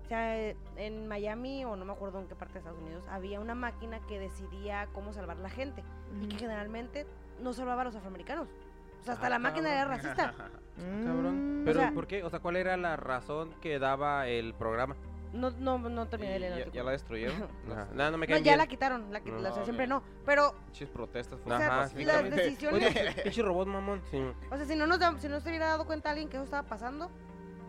[SPEAKER 4] O sea, eh, en Miami, o no me acuerdo en qué parte de Estados Unidos, había una máquina que decidía cómo salvar la gente. Y que generalmente no salvaba a los afroamericanos. O sea, hasta
[SPEAKER 5] Ah,
[SPEAKER 4] la máquina era
[SPEAKER 5] cabrón.
[SPEAKER 4] racista.
[SPEAKER 3] Cabrón.
[SPEAKER 2] Mm,
[SPEAKER 3] Pero
[SPEAKER 4] o sea-
[SPEAKER 3] ¿por qué? O sea, ¿cuál era la razón que daba el programa?
[SPEAKER 4] No, no, no terminé de
[SPEAKER 5] Y
[SPEAKER 4] leer el
[SPEAKER 5] ya, ya
[SPEAKER 4] artículo.
[SPEAKER 5] la destruyeron.
[SPEAKER 3] Ajá.
[SPEAKER 5] Las
[SPEAKER 3] Nada, no me
[SPEAKER 4] No,
[SPEAKER 3] caen
[SPEAKER 4] ya
[SPEAKER 3] bien.
[SPEAKER 4] la quitaron, la, quit-
[SPEAKER 3] No,
[SPEAKER 4] la- o sea,
[SPEAKER 5] ok.
[SPEAKER 4] siempre no. Pero,
[SPEAKER 5] pinches protestas
[SPEAKER 4] o sea,
[SPEAKER 3] Ajá,
[SPEAKER 5] fueron
[SPEAKER 4] las
[SPEAKER 5] pacíficamente.
[SPEAKER 4] decisiones-
[SPEAKER 3] Oye, pinche robot, mamón. Sí.
[SPEAKER 4] o sea, si no nos da- si no se hubiera dado cuenta alguien que eso estaba pasando,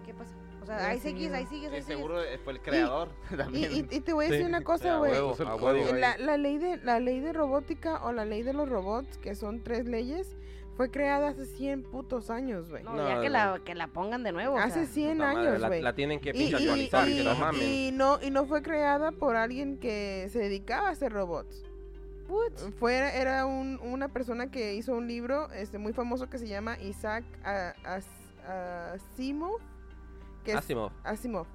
[SPEAKER 4] ¿qué pasa? O sea,
[SPEAKER 2] Ya
[SPEAKER 4] ahí
[SPEAKER 2] sé,
[SPEAKER 4] sigues, ahí sigues,
[SPEAKER 5] Eh,
[SPEAKER 4] ahí sigues.
[SPEAKER 5] seguro eh, fue el creador
[SPEAKER 2] Y,
[SPEAKER 5] también.
[SPEAKER 2] y- y te voy a decir
[SPEAKER 3] Sí.
[SPEAKER 2] una
[SPEAKER 5] Ah,
[SPEAKER 2] cosa, güey.
[SPEAKER 5] huevo,
[SPEAKER 3] Puso el
[SPEAKER 5] a
[SPEAKER 3] código
[SPEAKER 5] huevo.
[SPEAKER 3] ahí.
[SPEAKER 2] La, la ley de, la ley de robótica o la ley de los robots, que son tres leyes, fue creada hace 100 putos años, güey.
[SPEAKER 4] No,
[SPEAKER 3] No,
[SPEAKER 4] ya que
[SPEAKER 3] no.
[SPEAKER 4] la, que la pongan de nuevo. o
[SPEAKER 2] hace
[SPEAKER 4] sea.
[SPEAKER 2] 100
[SPEAKER 3] Puta madre,
[SPEAKER 2] años,
[SPEAKER 3] la,
[SPEAKER 2] güey.
[SPEAKER 3] la tienen que
[SPEAKER 2] Y,
[SPEAKER 3] pinche
[SPEAKER 2] y-
[SPEAKER 3] actualizar,
[SPEAKER 2] y-
[SPEAKER 3] que no mamen.
[SPEAKER 2] y no, y no fue creada por alguien que se dedicaba a hacer robots. Fue, era un- una persona que hizo un libro este, muy famoso que se llama Isaac A- As- Asimov, que es
[SPEAKER 3] Asimov.
[SPEAKER 2] Asimov.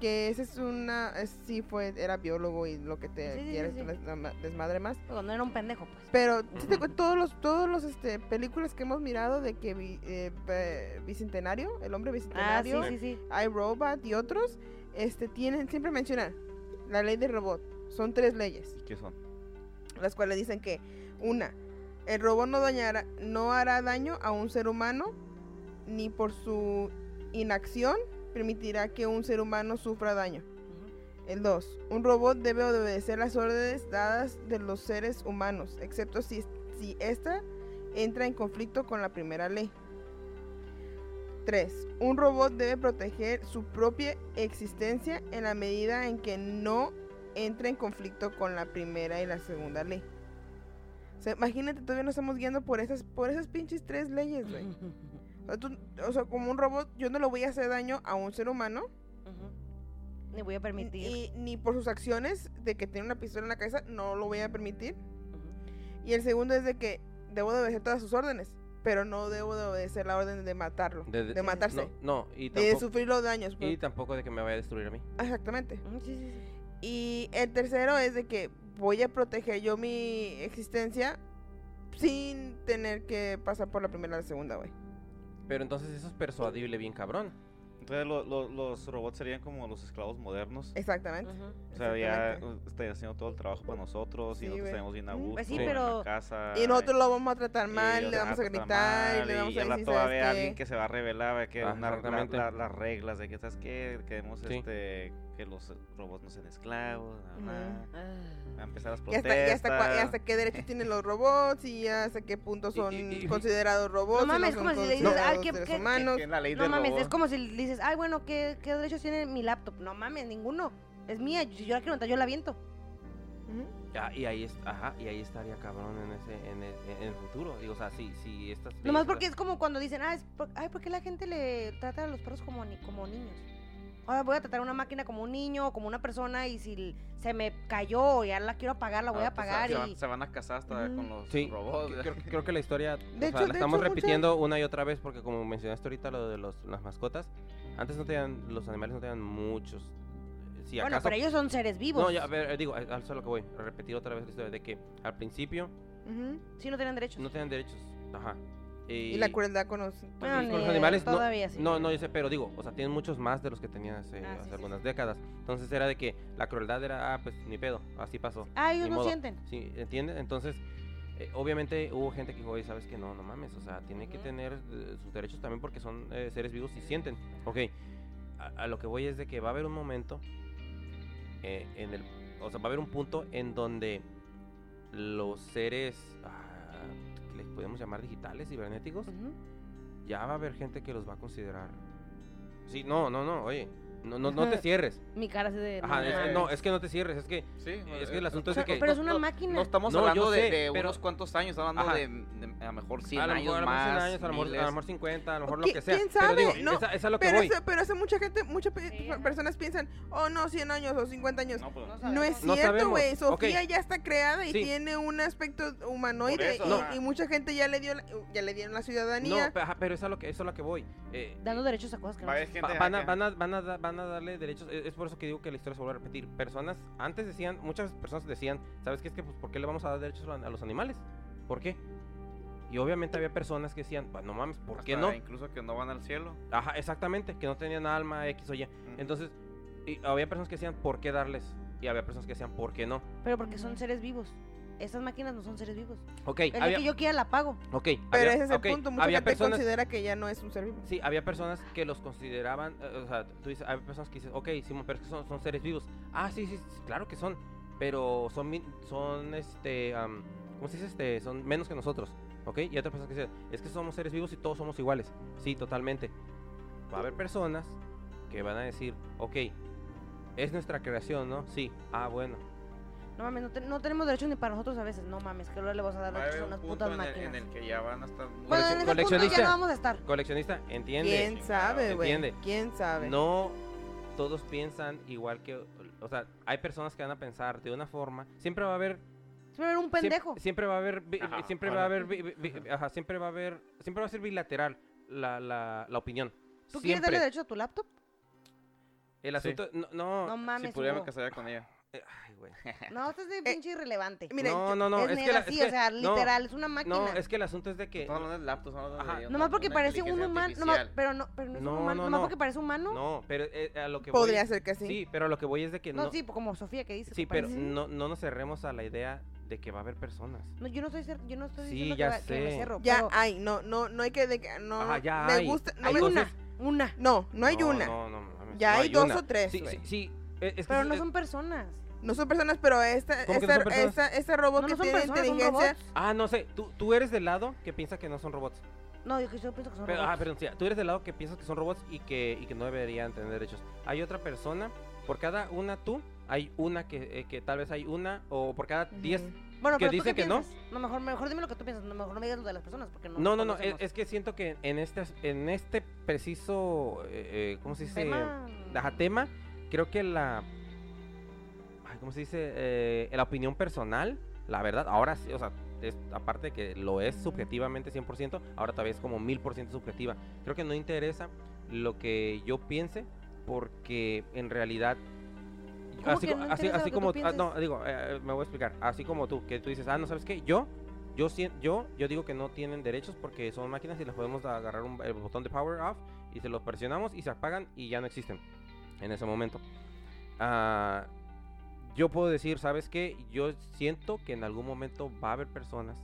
[SPEAKER 2] Que ese es una. eh, Sí, fue, era biólogo y lo que te
[SPEAKER 4] Sí, sí, sí,
[SPEAKER 2] quieres
[SPEAKER 4] sí.
[SPEAKER 2] des- desmadre más.
[SPEAKER 4] Cuando era un pendejo, pues.
[SPEAKER 2] Pero sí te
[SPEAKER 3] Ujú.
[SPEAKER 2] cu- todos los, todos los este, películas que hemos mirado de que bi- eh, pe- Bicentenario, el hombre
[SPEAKER 4] Ah, sí,
[SPEAKER 2] bicentenario,
[SPEAKER 4] sí, sí.
[SPEAKER 2] I Robot y otros, este tienen, siempre mencionan la ley del robot. Son tres leyes,
[SPEAKER 5] ¿Y ¿Qué son?
[SPEAKER 2] las cuales dicen que, una, el robot no dañará, no hará daño a un ser humano, ni por su inacción permitirá que un ser humano sufra daño. El 2. Un robot debe obedecer las órdenes dadas de los seres humanos, excepto si, si ésta entra en conflicto con la primera ley. 3. Un robot debe proteger su propia existencia en la medida en que no entra en conflicto con la primera y la segunda ley. O sea, imagínate, todavía nos estamos guiando por esas, por esas pinches tres leyes, güey.
[SPEAKER 4] Ujú.
[SPEAKER 2] O sea, tú- o sea, como un robot, yo no le voy a hacer daño a un ser humano,
[SPEAKER 4] Ujú. Ni voy a permitir.
[SPEAKER 2] y ni por sus acciones de que tiene una pistola en la cabeza, no lo voy a permitir.
[SPEAKER 4] Ujú.
[SPEAKER 2] Y el segundo es de que debo de obedecer todas sus órdenes, pero no debo de obedecer la orden de matarlo, de,
[SPEAKER 3] De-
[SPEAKER 2] matarse,
[SPEAKER 3] No, no, y
[SPEAKER 2] de
[SPEAKER 3] tampoco,
[SPEAKER 2] sufrir los daños. pues.
[SPEAKER 3] y tampoco de que me vaya a destruir a mí.
[SPEAKER 2] Exactamente.
[SPEAKER 4] Ujú, Sí, sí, sí.
[SPEAKER 2] Y el tercero es de que voy a proteger yo mi existencia sin tener que pasar por la primera o la segunda, güey.
[SPEAKER 3] Pero entonces eso es persuadible, bien cabrón.
[SPEAKER 1] Entonces lo- lo- los robots serían como los esclavos modernos.
[SPEAKER 2] Exactamente.
[SPEAKER 1] O sea, ya
[SPEAKER 2] exactamente.
[SPEAKER 1] uh, estarían haciendo todo el trabajo para nosotros
[SPEAKER 2] Sí,
[SPEAKER 1] y nosotros
[SPEAKER 2] güey.
[SPEAKER 1] estaríamos bien a
[SPEAKER 2] Mm,
[SPEAKER 1] gusto
[SPEAKER 4] pues sí,
[SPEAKER 1] en la
[SPEAKER 4] pero-
[SPEAKER 1] casa.
[SPEAKER 2] Y nosotros lo vamos a tratar
[SPEAKER 1] y
[SPEAKER 2] mal,
[SPEAKER 1] lo
[SPEAKER 2] le vamos a
[SPEAKER 1] tratar
[SPEAKER 2] gritar, y
[SPEAKER 1] mal,
[SPEAKER 2] le vamos
[SPEAKER 1] y
[SPEAKER 2] a
[SPEAKER 1] al
[SPEAKER 2] decir,
[SPEAKER 1] rato va a haber
[SPEAKER 2] "¿Sabes
[SPEAKER 1] alguien
[SPEAKER 2] qué?".
[SPEAKER 1] que se va a revelar que
[SPEAKER 3] Ah,
[SPEAKER 1] una- la-
[SPEAKER 3] exactamente.
[SPEAKER 1] la- las reglas de que sabes que queremos
[SPEAKER 3] Sí.
[SPEAKER 1] este que los robots no sean esclavos, nada
[SPEAKER 2] Ujú.
[SPEAKER 1] más.
[SPEAKER 3] Ah.
[SPEAKER 1] Va a
[SPEAKER 4] Ah.
[SPEAKER 1] empezar las
[SPEAKER 2] Y hasta, y
[SPEAKER 1] protestas.
[SPEAKER 2] hasta, cua- y hasta qué derechos tienen los robots y ya hasta qué punto son
[SPEAKER 3] y- y-
[SPEAKER 2] considerados robots.
[SPEAKER 4] No
[SPEAKER 2] y
[SPEAKER 4] mames,
[SPEAKER 2] son
[SPEAKER 4] como si le dices, Ah,
[SPEAKER 2] considerados
[SPEAKER 4] "Ay, qué-
[SPEAKER 2] seres
[SPEAKER 4] qué- qué-
[SPEAKER 2] humanos.
[SPEAKER 5] Que es la ley
[SPEAKER 4] No
[SPEAKER 5] del
[SPEAKER 4] mames,
[SPEAKER 5] robot.
[SPEAKER 4] es como si le dices, ay, bueno, ¿qué, qué derechos tiene mi laptop? No mames, ninguno. Es mía, si yo la quiero montar, yo la viento.
[SPEAKER 2] Ujú.
[SPEAKER 3] Ya, y ahí es, ajá, y ahí estaría cabrón en ese, en el, en el futuro. Digo, o sea, si, si estas. leyes
[SPEAKER 4] Nomás
[SPEAKER 3] fueran-
[SPEAKER 4] porque es como cuando dicen, ah, es por- ay, ¿por qué la gente le trata a los perros como, ni- como niños? Ahora voy a tratar a una máquina como un niño o como una persona y si l- se me cayó, ya la quiero apagar, la voy a
[SPEAKER 5] Ah, pues, se-
[SPEAKER 4] apagar
[SPEAKER 5] se,
[SPEAKER 4] y...
[SPEAKER 5] van, se van a casar hasta
[SPEAKER 2] Ujú.
[SPEAKER 5] con los
[SPEAKER 3] Sí,
[SPEAKER 5] robots.
[SPEAKER 3] creo, creo que la historia o sea,
[SPEAKER 2] hecho-
[SPEAKER 3] la
[SPEAKER 2] de
[SPEAKER 3] estamos
[SPEAKER 2] hecho, muchas-
[SPEAKER 3] repitiendo una y otra vez porque como mencionaste ahorita lo de los, las mascotas, antes no tenían, los animales no tenían muchos. eh, Si
[SPEAKER 4] bueno,
[SPEAKER 3] acaso,
[SPEAKER 4] pero ellos son seres vivos.
[SPEAKER 3] No, ya, a ver, eh, digo, al al- solo que voy, a repetir otra vez la historia de que al principio
[SPEAKER 2] Ujú.
[SPEAKER 4] Sí, no tienen derechos.
[SPEAKER 3] no tenían derechos. Ajá. Y,
[SPEAKER 2] Y la crueldad con los...
[SPEAKER 4] Bueno,
[SPEAKER 3] y
[SPEAKER 4] ni-
[SPEAKER 3] con los animales no-
[SPEAKER 4] todavía sí.
[SPEAKER 3] No, no, yo sé, pero digo, o sea, tienen muchos más de los que tenían hace,
[SPEAKER 4] Ah, sí,
[SPEAKER 3] hace
[SPEAKER 4] sí,
[SPEAKER 3] algunas
[SPEAKER 4] sí.
[SPEAKER 3] décadas. Entonces era de que la crueldad era, ah, pues ni pedo, así pasó.
[SPEAKER 4] Ah, ellos
[SPEAKER 3] ni
[SPEAKER 4] no
[SPEAKER 3] modo.
[SPEAKER 4] sienten.
[SPEAKER 3] Sí, ¿entiendes? Entonces, eh, obviamente hubo gente que dijo, oye, sabes que no, no mames, o sea, tiene que
[SPEAKER 4] Ujú.
[SPEAKER 3] tener eh, sus derechos también porque son eh, seres vivos y sienten. Ok, a, a lo que voy es de que va a haber un momento eh, en el, o sea, va a haber un punto en donde los seres, ah, que les podemos llamar digitales, cibernéticos,
[SPEAKER 4] Ujú.
[SPEAKER 3] ya va a haber gente que los va a considerar. Sí, no, no, no, oye, no, no, no te cierres.
[SPEAKER 4] Mi cara se de...
[SPEAKER 3] Ajá,
[SPEAKER 4] no
[SPEAKER 3] es que-
[SPEAKER 4] mames.
[SPEAKER 3] no, es que no te cierres, es que
[SPEAKER 5] Sí,
[SPEAKER 3] es
[SPEAKER 5] eh,
[SPEAKER 3] que el
[SPEAKER 5] eh,
[SPEAKER 3] asunto es de
[SPEAKER 4] Pero-
[SPEAKER 3] que-
[SPEAKER 4] Pero es
[SPEAKER 5] no-
[SPEAKER 4] una
[SPEAKER 5] no-
[SPEAKER 4] máquina.
[SPEAKER 5] No estamos
[SPEAKER 3] No, yo
[SPEAKER 5] hablando de,
[SPEAKER 3] sé,
[SPEAKER 5] de
[SPEAKER 3] pero-
[SPEAKER 5] unos cuantos años, estamos hablando
[SPEAKER 3] Ajá.
[SPEAKER 5] de, de a lo mejor 100
[SPEAKER 3] a lo
[SPEAKER 5] años
[SPEAKER 3] mejor, a lo mejor
[SPEAKER 5] más.
[SPEAKER 3] 100 años, a lo mejor, a lo
[SPEAKER 5] miles.
[SPEAKER 3] mejor 50, a lo mejor lo
[SPEAKER 2] ¿Qui-
[SPEAKER 3] que sea.
[SPEAKER 2] quién
[SPEAKER 3] Pero digo,
[SPEAKER 2] sabe? No,
[SPEAKER 3] esa, esa es lo que
[SPEAKER 2] Pero
[SPEAKER 3] voy.
[SPEAKER 2] eso, pero eso mucha gente, muchas pe-
[SPEAKER 4] Sí,
[SPEAKER 2] pe-
[SPEAKER 4] ajá.
[SPEAKER 2] personas piensan, oh no, 100 años o 50 años.
[SPEAKER 1] No, pues,
[SPEAKER 4] No
[SPEAKER 2] No, es
[SPEAKER 4] sabemos.
[SPEAKER 3] No
[SPEAKER 2] cierto,
[SPEAKER 3] sabemos.
[SPEAKER 2] güey.
[SPEAKER 3] Ok.
[SPEAKER 2] Sofía ya está creada y
[SPEAKER 3] Sí.
[SPEAKER 2] tiene un aspecto humanoide
[SPEAKER 1] eso,
[SPEAKER 2] y,
[SPEAKER 1] ajá.
[SPEAKER 2] y mucha gente ya le dio la- uh, ya le dieron la
[SPEAKER 3] No,
[SPEAKER 2] ciudadanía.
[SPEAKER 3] pe- ajá, pero eso es lo que, eso es lo que voy. Eh,
[SPEAKER 4] Dando derechos a cosas que
[SPEAKER 1] va a
[SPEAKER 4] no son.
[SPEAKER 1] haber gente
[SPEAKER 3] va- van, a,
[SPEAKER 1] acá.
[SPEAKER 3] van, a, van, a da- van a darle derechos. E, Es, es por eso que digo que la historia se vuelve a repetir. Personas, antes decían, muchas personas decían, ¿sabes qué? Es que, pues, ¿por qué le vamos a dar derechos a, a los animales? ¿Por qué? Y obviamente había personas que decían, "Pues, no mames, ¿por qué
[SPEAKER 5] Hasta
[SPEAKER 3] no?
[SPEAKER 5] Incluso que no van al cielo.
[SPEAKER 3] Ajá, exactamente, que no tenían alma, X o Y.
[SPEAKER 1] Ujú.
[SPEAKER 3] Entonces, y había personas que decían, ¿por qué darles? Y había personas que decían, ¿por qué no?
[SPEAKER 4] Pero porque son seres vivos. Esas máquinas no son seres vivos.
[SPEAKER 3] Ok,
[SPEAKER 4] El día
[SPEAKER 3] había,
[SPEAKER 4] que yo quiera la pago.
[SPEAKER 3] ok,
[SPEAKER 2] pero
[SPEAKER 3] había-
[SPEAKER 2] ese es el
[SPEAKER 3] ok,
[SPEAKER 2] punto. Mucha
[SPEAKER 3] había
[SPEAKER 2] gente
[SPEAKER 3] personas,
[SPEAKER 2] considera que ya no es un ser vivo.
[SPEAKER 3] Sí, había personas que los consideraban, eh, o sea, tú dices, hay personas que dices, ok, Simón, pero es que son, son seres vivos. Ah, sí, sí, sí, claro que son, pero son, min- son, este, am, ¿cómo se dice? Este, son menos que nosotros, ¿ok? Y otras personas que dicen, es que somos seres vivos y todos somos iguales. Sí, totalmente. Va a haber personas que van a decir, ok, es nuestra creación, ¿no? Sí, ah, bueno.
[SPEAKER 4] No mames, no, te- no tenemos derechos ni para nosotros a veces. No mames, que luego le vas a dar
[SPEAKER 5] Va a
[SPEAKER 4] derechos
[SPEAKER 5] haber
[SPEAKER 4] a
[SPEAKER 5] un
[SPEAKER 4] unas
[SPEAKER 5] punto
[SPEAKER 4] putas
[SPEAKER 5] en el-
[SPEAKER 4] máquinas.
[SPEAKER 5] en el que ya van a estar.
[SPEAKER 4] Bueno, en ese punto
[SPEAKER 3] coleccionista.
[SPEAKER 4] ya no vamos a estar.
[SPEAKER 3] Coleccionista, entiende.
[SPEAKER 2] ¿Quién
[SPEAKER 5] Sí,
[SPEAKER 2] sabe,
[SPEAKER 5] claro.
[SPEAKER 2] güey?
[SPEAKER 3] Entiende.
[SPEAKER 2] ¿Quién sabe?
[SPEAKER 3] No todos piensan igual que, o sea, hay personas que van a pensar de una forma, siempre va a haber
[SPEAKER 4] Siempre va a haber un
[SPEAKER 3] Siem-
[SPEAKER 4] pendejo.
[SPEAKER 3] Siempre, va a haber, bi-
[SPEAKER 5] Ajá,
[SPEAKER 3] siempre va a haber, bi- bi- bi- ajá, siempre va a haber, siempre va a ser bilateral la, la, la opinión.
[SPEAKER 4] ¿Tú quieres
[SPEAKER 3] siempre.
[SPEAKER 4] darle derecho a tu laptop?
[SPEAKER 3] El asunto, no, no,
[SPEAKER 4] No
[SPEAKER 5] Si
[SPEAKER 4] mames.
[SPEAKER 5] pudiera me
[SPEAKER 4] Hugo.
[SPEAKER 5] casaría con ella.
[SPEAKER 3] eh, ay, güey.
[SPEAKER 4] No, esto es de pinche irrelevante.
[SPEAKER 2] Miren,
[SPEAKER 3] no, no, no,
[SPEAKER 4] es,
[SPEAKER 3] es,
[SPEAKER 4] neta,
[SPEAKER 3] que la- es
[SPEAKER 4] sí,
[SPEAKER 3] que-
[SPEAKER 4] o sea,
[SPEAKER 3] no,
[SPEAKER 4] literal, es una máquina.
[SPEAKER 3] No, es que el asunto es de que,
[SPEAKER 5] Estamos hablando de laptops, estamos hablando
[SPEAKER 3] Ajá.
[SPEAKER 5] de.
[SPEAKER 4] Nomás
[SPEAKER 5] una-
[SPEAKER 4] porque
[SPEAKER 5] una
[SPEAKER 4] parece un
[SPEAKER 5] inteligencia
[SPEAKER 4] humano, nomás-
[SPEAKER 5] artificial.
[SPEAKER 4] pero no, pero no es
[SPEAKER 3] No,
[SPEAKER 4] un humano,
[SPEAKER 3] no,
[SPEAKER 4] nomás
[SPEAKER 3] no.
[SPEAKER 4] porque parece humano.
[SPEAKER 3] no, pero eh, a lo que
[SPEAKER 2] Podría
[SPEAKER 3] voy,
[SPEAKER 2] ser que sí.
[SPEAKER 3] sí, pero a lo que voy es de que
[SPEAKER 4] No,
[SPEAKER 3] no,
[SPEAKER 4] sí, como Sofía que dice.
[SPEAKER 3] sí,
[SPEAKER 4] que
[SPEAKER 3] pero
[SPEAKER 4] parece.
[SPEAKER 3] no, no nos cerremos a la idea de que va a haber personas.
[SPEAKER 4] No, yo no estoy, cer- yo no estoy
[SPEAKER 3] Sí,
[SPEAKER 4] diciendo que,
[SPEAKER 3] ya
[SPEAKER 4] va- que me
[SPEAKER 3] sé.
[SPEAKER 4] cerro,
[SPEAKER 2] Ya
[SPEAKER 4] pero
[SPEAKER 2] hay, no, no, no hay que de que- no
[SPEAKER 3] Ajá, ya
[SPEAKER 2] me
[SPEAKER 3] hay.
[SPEAKER 2] gusta, no
[SPEAKER 3] Hay
[SPEAKER 2] me
[SPEAKER 4] hay una,
[SPEAKER 2] gusta.
[SPEAKER 3] entonces-
[SPEAKER 4] una.
[SPEAKER 2] No, no hay una. No,
[SPEAKER 3] No, no, mames,
[SPEAKER 2] Ya
[SPEAKER 3] no
[SPEAKER 2] hay dos
[SPEAKER 3] una.
[SPEAKER 2] o tres,
[SPEAKER 3] Sí,
[SPEAKER 2] güey.
[SPEAKER 3] sí, sí, eh, es que
[SPEAKER 4] Pero
[SPEAKER 3] sí,
[SPEAKER 4] no
[SPEAKER 3] eh,
[SPEAKER 4] son personas.
[SPEAKER 2] son personas, pero esta,
[SPEAKER 3] ¿Cómo que no
[SPEAKER 2] esta,
[SPEAKER 3] son personas?
[SPEAKER 2] esta- este robot
[SPEAKER 4] No,
[SPEAKER 2] que
[SPEAKER 4] no son
[SPEAKER 2] tiene
[SPEAKER 4] personas, son
[SPEAKER 2] inteligencia,
[SPEAKER 4] robots.
[SPEAKER 3] Ah, no sé, tú, tú eres del lado que piensa que no son robots.
[SPEAKER 4] No, yo, que- yo pienso que son
[SPEAKER 3] Pero,
[SPEAKER 4] robots.
[SPEAKER 3] ah, perdón, sí, tú eres del lado que piensas que son robots y que, y que no deberían tener derechos. Hay otra persona, por cada una tú, hay una que, eh, que tal vez hay una, o por cada
[SPEAKER 2] Ujú.
[SPEAKER 3] 10.
[SPEAKER 4] Bueno,
[SPEAKER 3] que
[SPEAKER 4] pero
[SPEAKER 3] dicen
[SPEAKER 4] ¿tú qué
[SPEAKER 3] que no.
[SPEAKER 4] piensas? No, mejor, mejor dime lo que tú piensas, no, mejor no me digas lo de las personas, porque no
[SPEAKER 3] No, no, no, es,
[SPEAKER 4] conocemos.
[SPEAKER 3] es que siento que en este, as- en este preciso, eh, eh, ¿cómo se dice?
[SPEAKER 4] Tema,
[SPEAKER 3] Ajá, tema, creo que la, ay, ¿cómo se dice? Eh, la opinión personal, la verdad, ahora sí, o sea, es, aparte de que lo es subjetivamente 100%, ahora todavía es como 1000% subjetiva. Creo que no interesa lo que yo piense porque en realidad...
[SPEAKER 4] ¿Cómo
[SPEAKER 3] Así,
[SPEAKER 4] que
[SPEAKER 3] co-
[SPEAKER 4] no
[SPEAKER 3] así,
[SPEAKER 4] interesa lo
[SPEAKER 3] así
[SPEAKER 4] que tú
[SPEAKER 3] como, ah,
[SPEAKER 4] pienses?
[SPEAKER 3] no, digo, eh, me voy a explicar. Así como tú, que tú dices, ah, no sabes qué, yo Yo, sien- yo, yo digo que no tienen derechos porque son máquinas y les podemos agarrar un- el botón de power off y se los presionamos y se apagan y ya no existen en ese momento. Ah, yo puedo decir, ¿sabes qué? Yo siento que en algún momento va a haber personas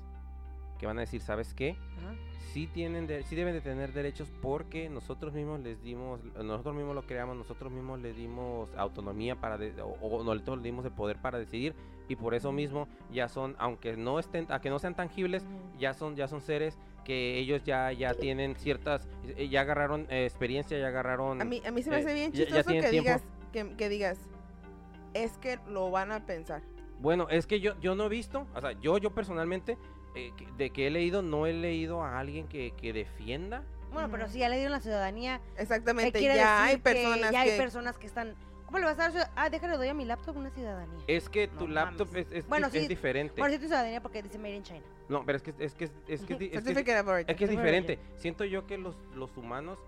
[SPEAKER 3] que van a decir, ¿sabes qué?
[SPEAKER 4] Ajá.
[SPEAKER 3] sí tienen de- sí deben de tener derechos porque nosotros mismos les dimos nosotros mismos lo creamos nosotros mismos le dimos autonomía para de- o, o nosotros le dimos el poder para decidir y por eso mismo ya son aunque no estén a que no sean tangibles ya son ya son seres que ellos ya ya tienen ciertas eh, ya agarraron eh, experiencia ya agarraron
[SPEAKER 2] A mí, a mí se me
[SPEAKER 3] Eh,
[SPEAKER 2] hace bien
[SPEAKER 3] ya- ya
[SPEAKER 2] chistoso
[SPEAKER 3] tienen
[SPEAKER 2] que
[SPEAKER 3] tiempo.
[SPEAKER 2] digas, que, que digas, es que lo van a pensar.
[SPEAKER 3] Bueno, es que yo, yo no he visto, o sea, yo, yo personalmente, eh, que- de que he leído, no he leído a alguien que, que defienda.
[SPEAKER 4] Bueno, pero
[SPEAKER 2] Ujú.
[SPEAKER 4] si ya le dieron la ciudadanía, ¿qué
[SPEAKER 2] Exactamente,
[SPEAKER 4] quiere
[SPEAKER 2] ya hay
[SPEAKER 4] decir que
[SPEAKER 2] personas
[SPEAKER 4] ya hay
[SPEAKER 2] que...
[SPEAKER 4] personas que están... ¿Cómo le vas a dar ciudad- Ah, déjale, doy a mi laptop una ciudadanía.
[SPEAKER 3] Es que tu
[SPEAKER 4] No
[SPEAKER 3] laptop
[SPEAKER 4] mames.
[SPEAKER 3] es, es-
[SPEAKER 4] Bueno,
[SPEAKER 3] es- es
[SPEAKER 4] sí,
[SPEAKER 3] diferente.
[SPEAKER 4] Bueno, sí, tu ciudadanía porque dice Made in China.
[SPEAKER 3] No, pero es que es que es que, es que- es que-
[SPEAKER 2] Certificate of origin.
[SPEAKER 3] es que es
[SPEAKER 4] Estoy muy
[SPEAKER 3] diferente. Siento yo que los, los humanos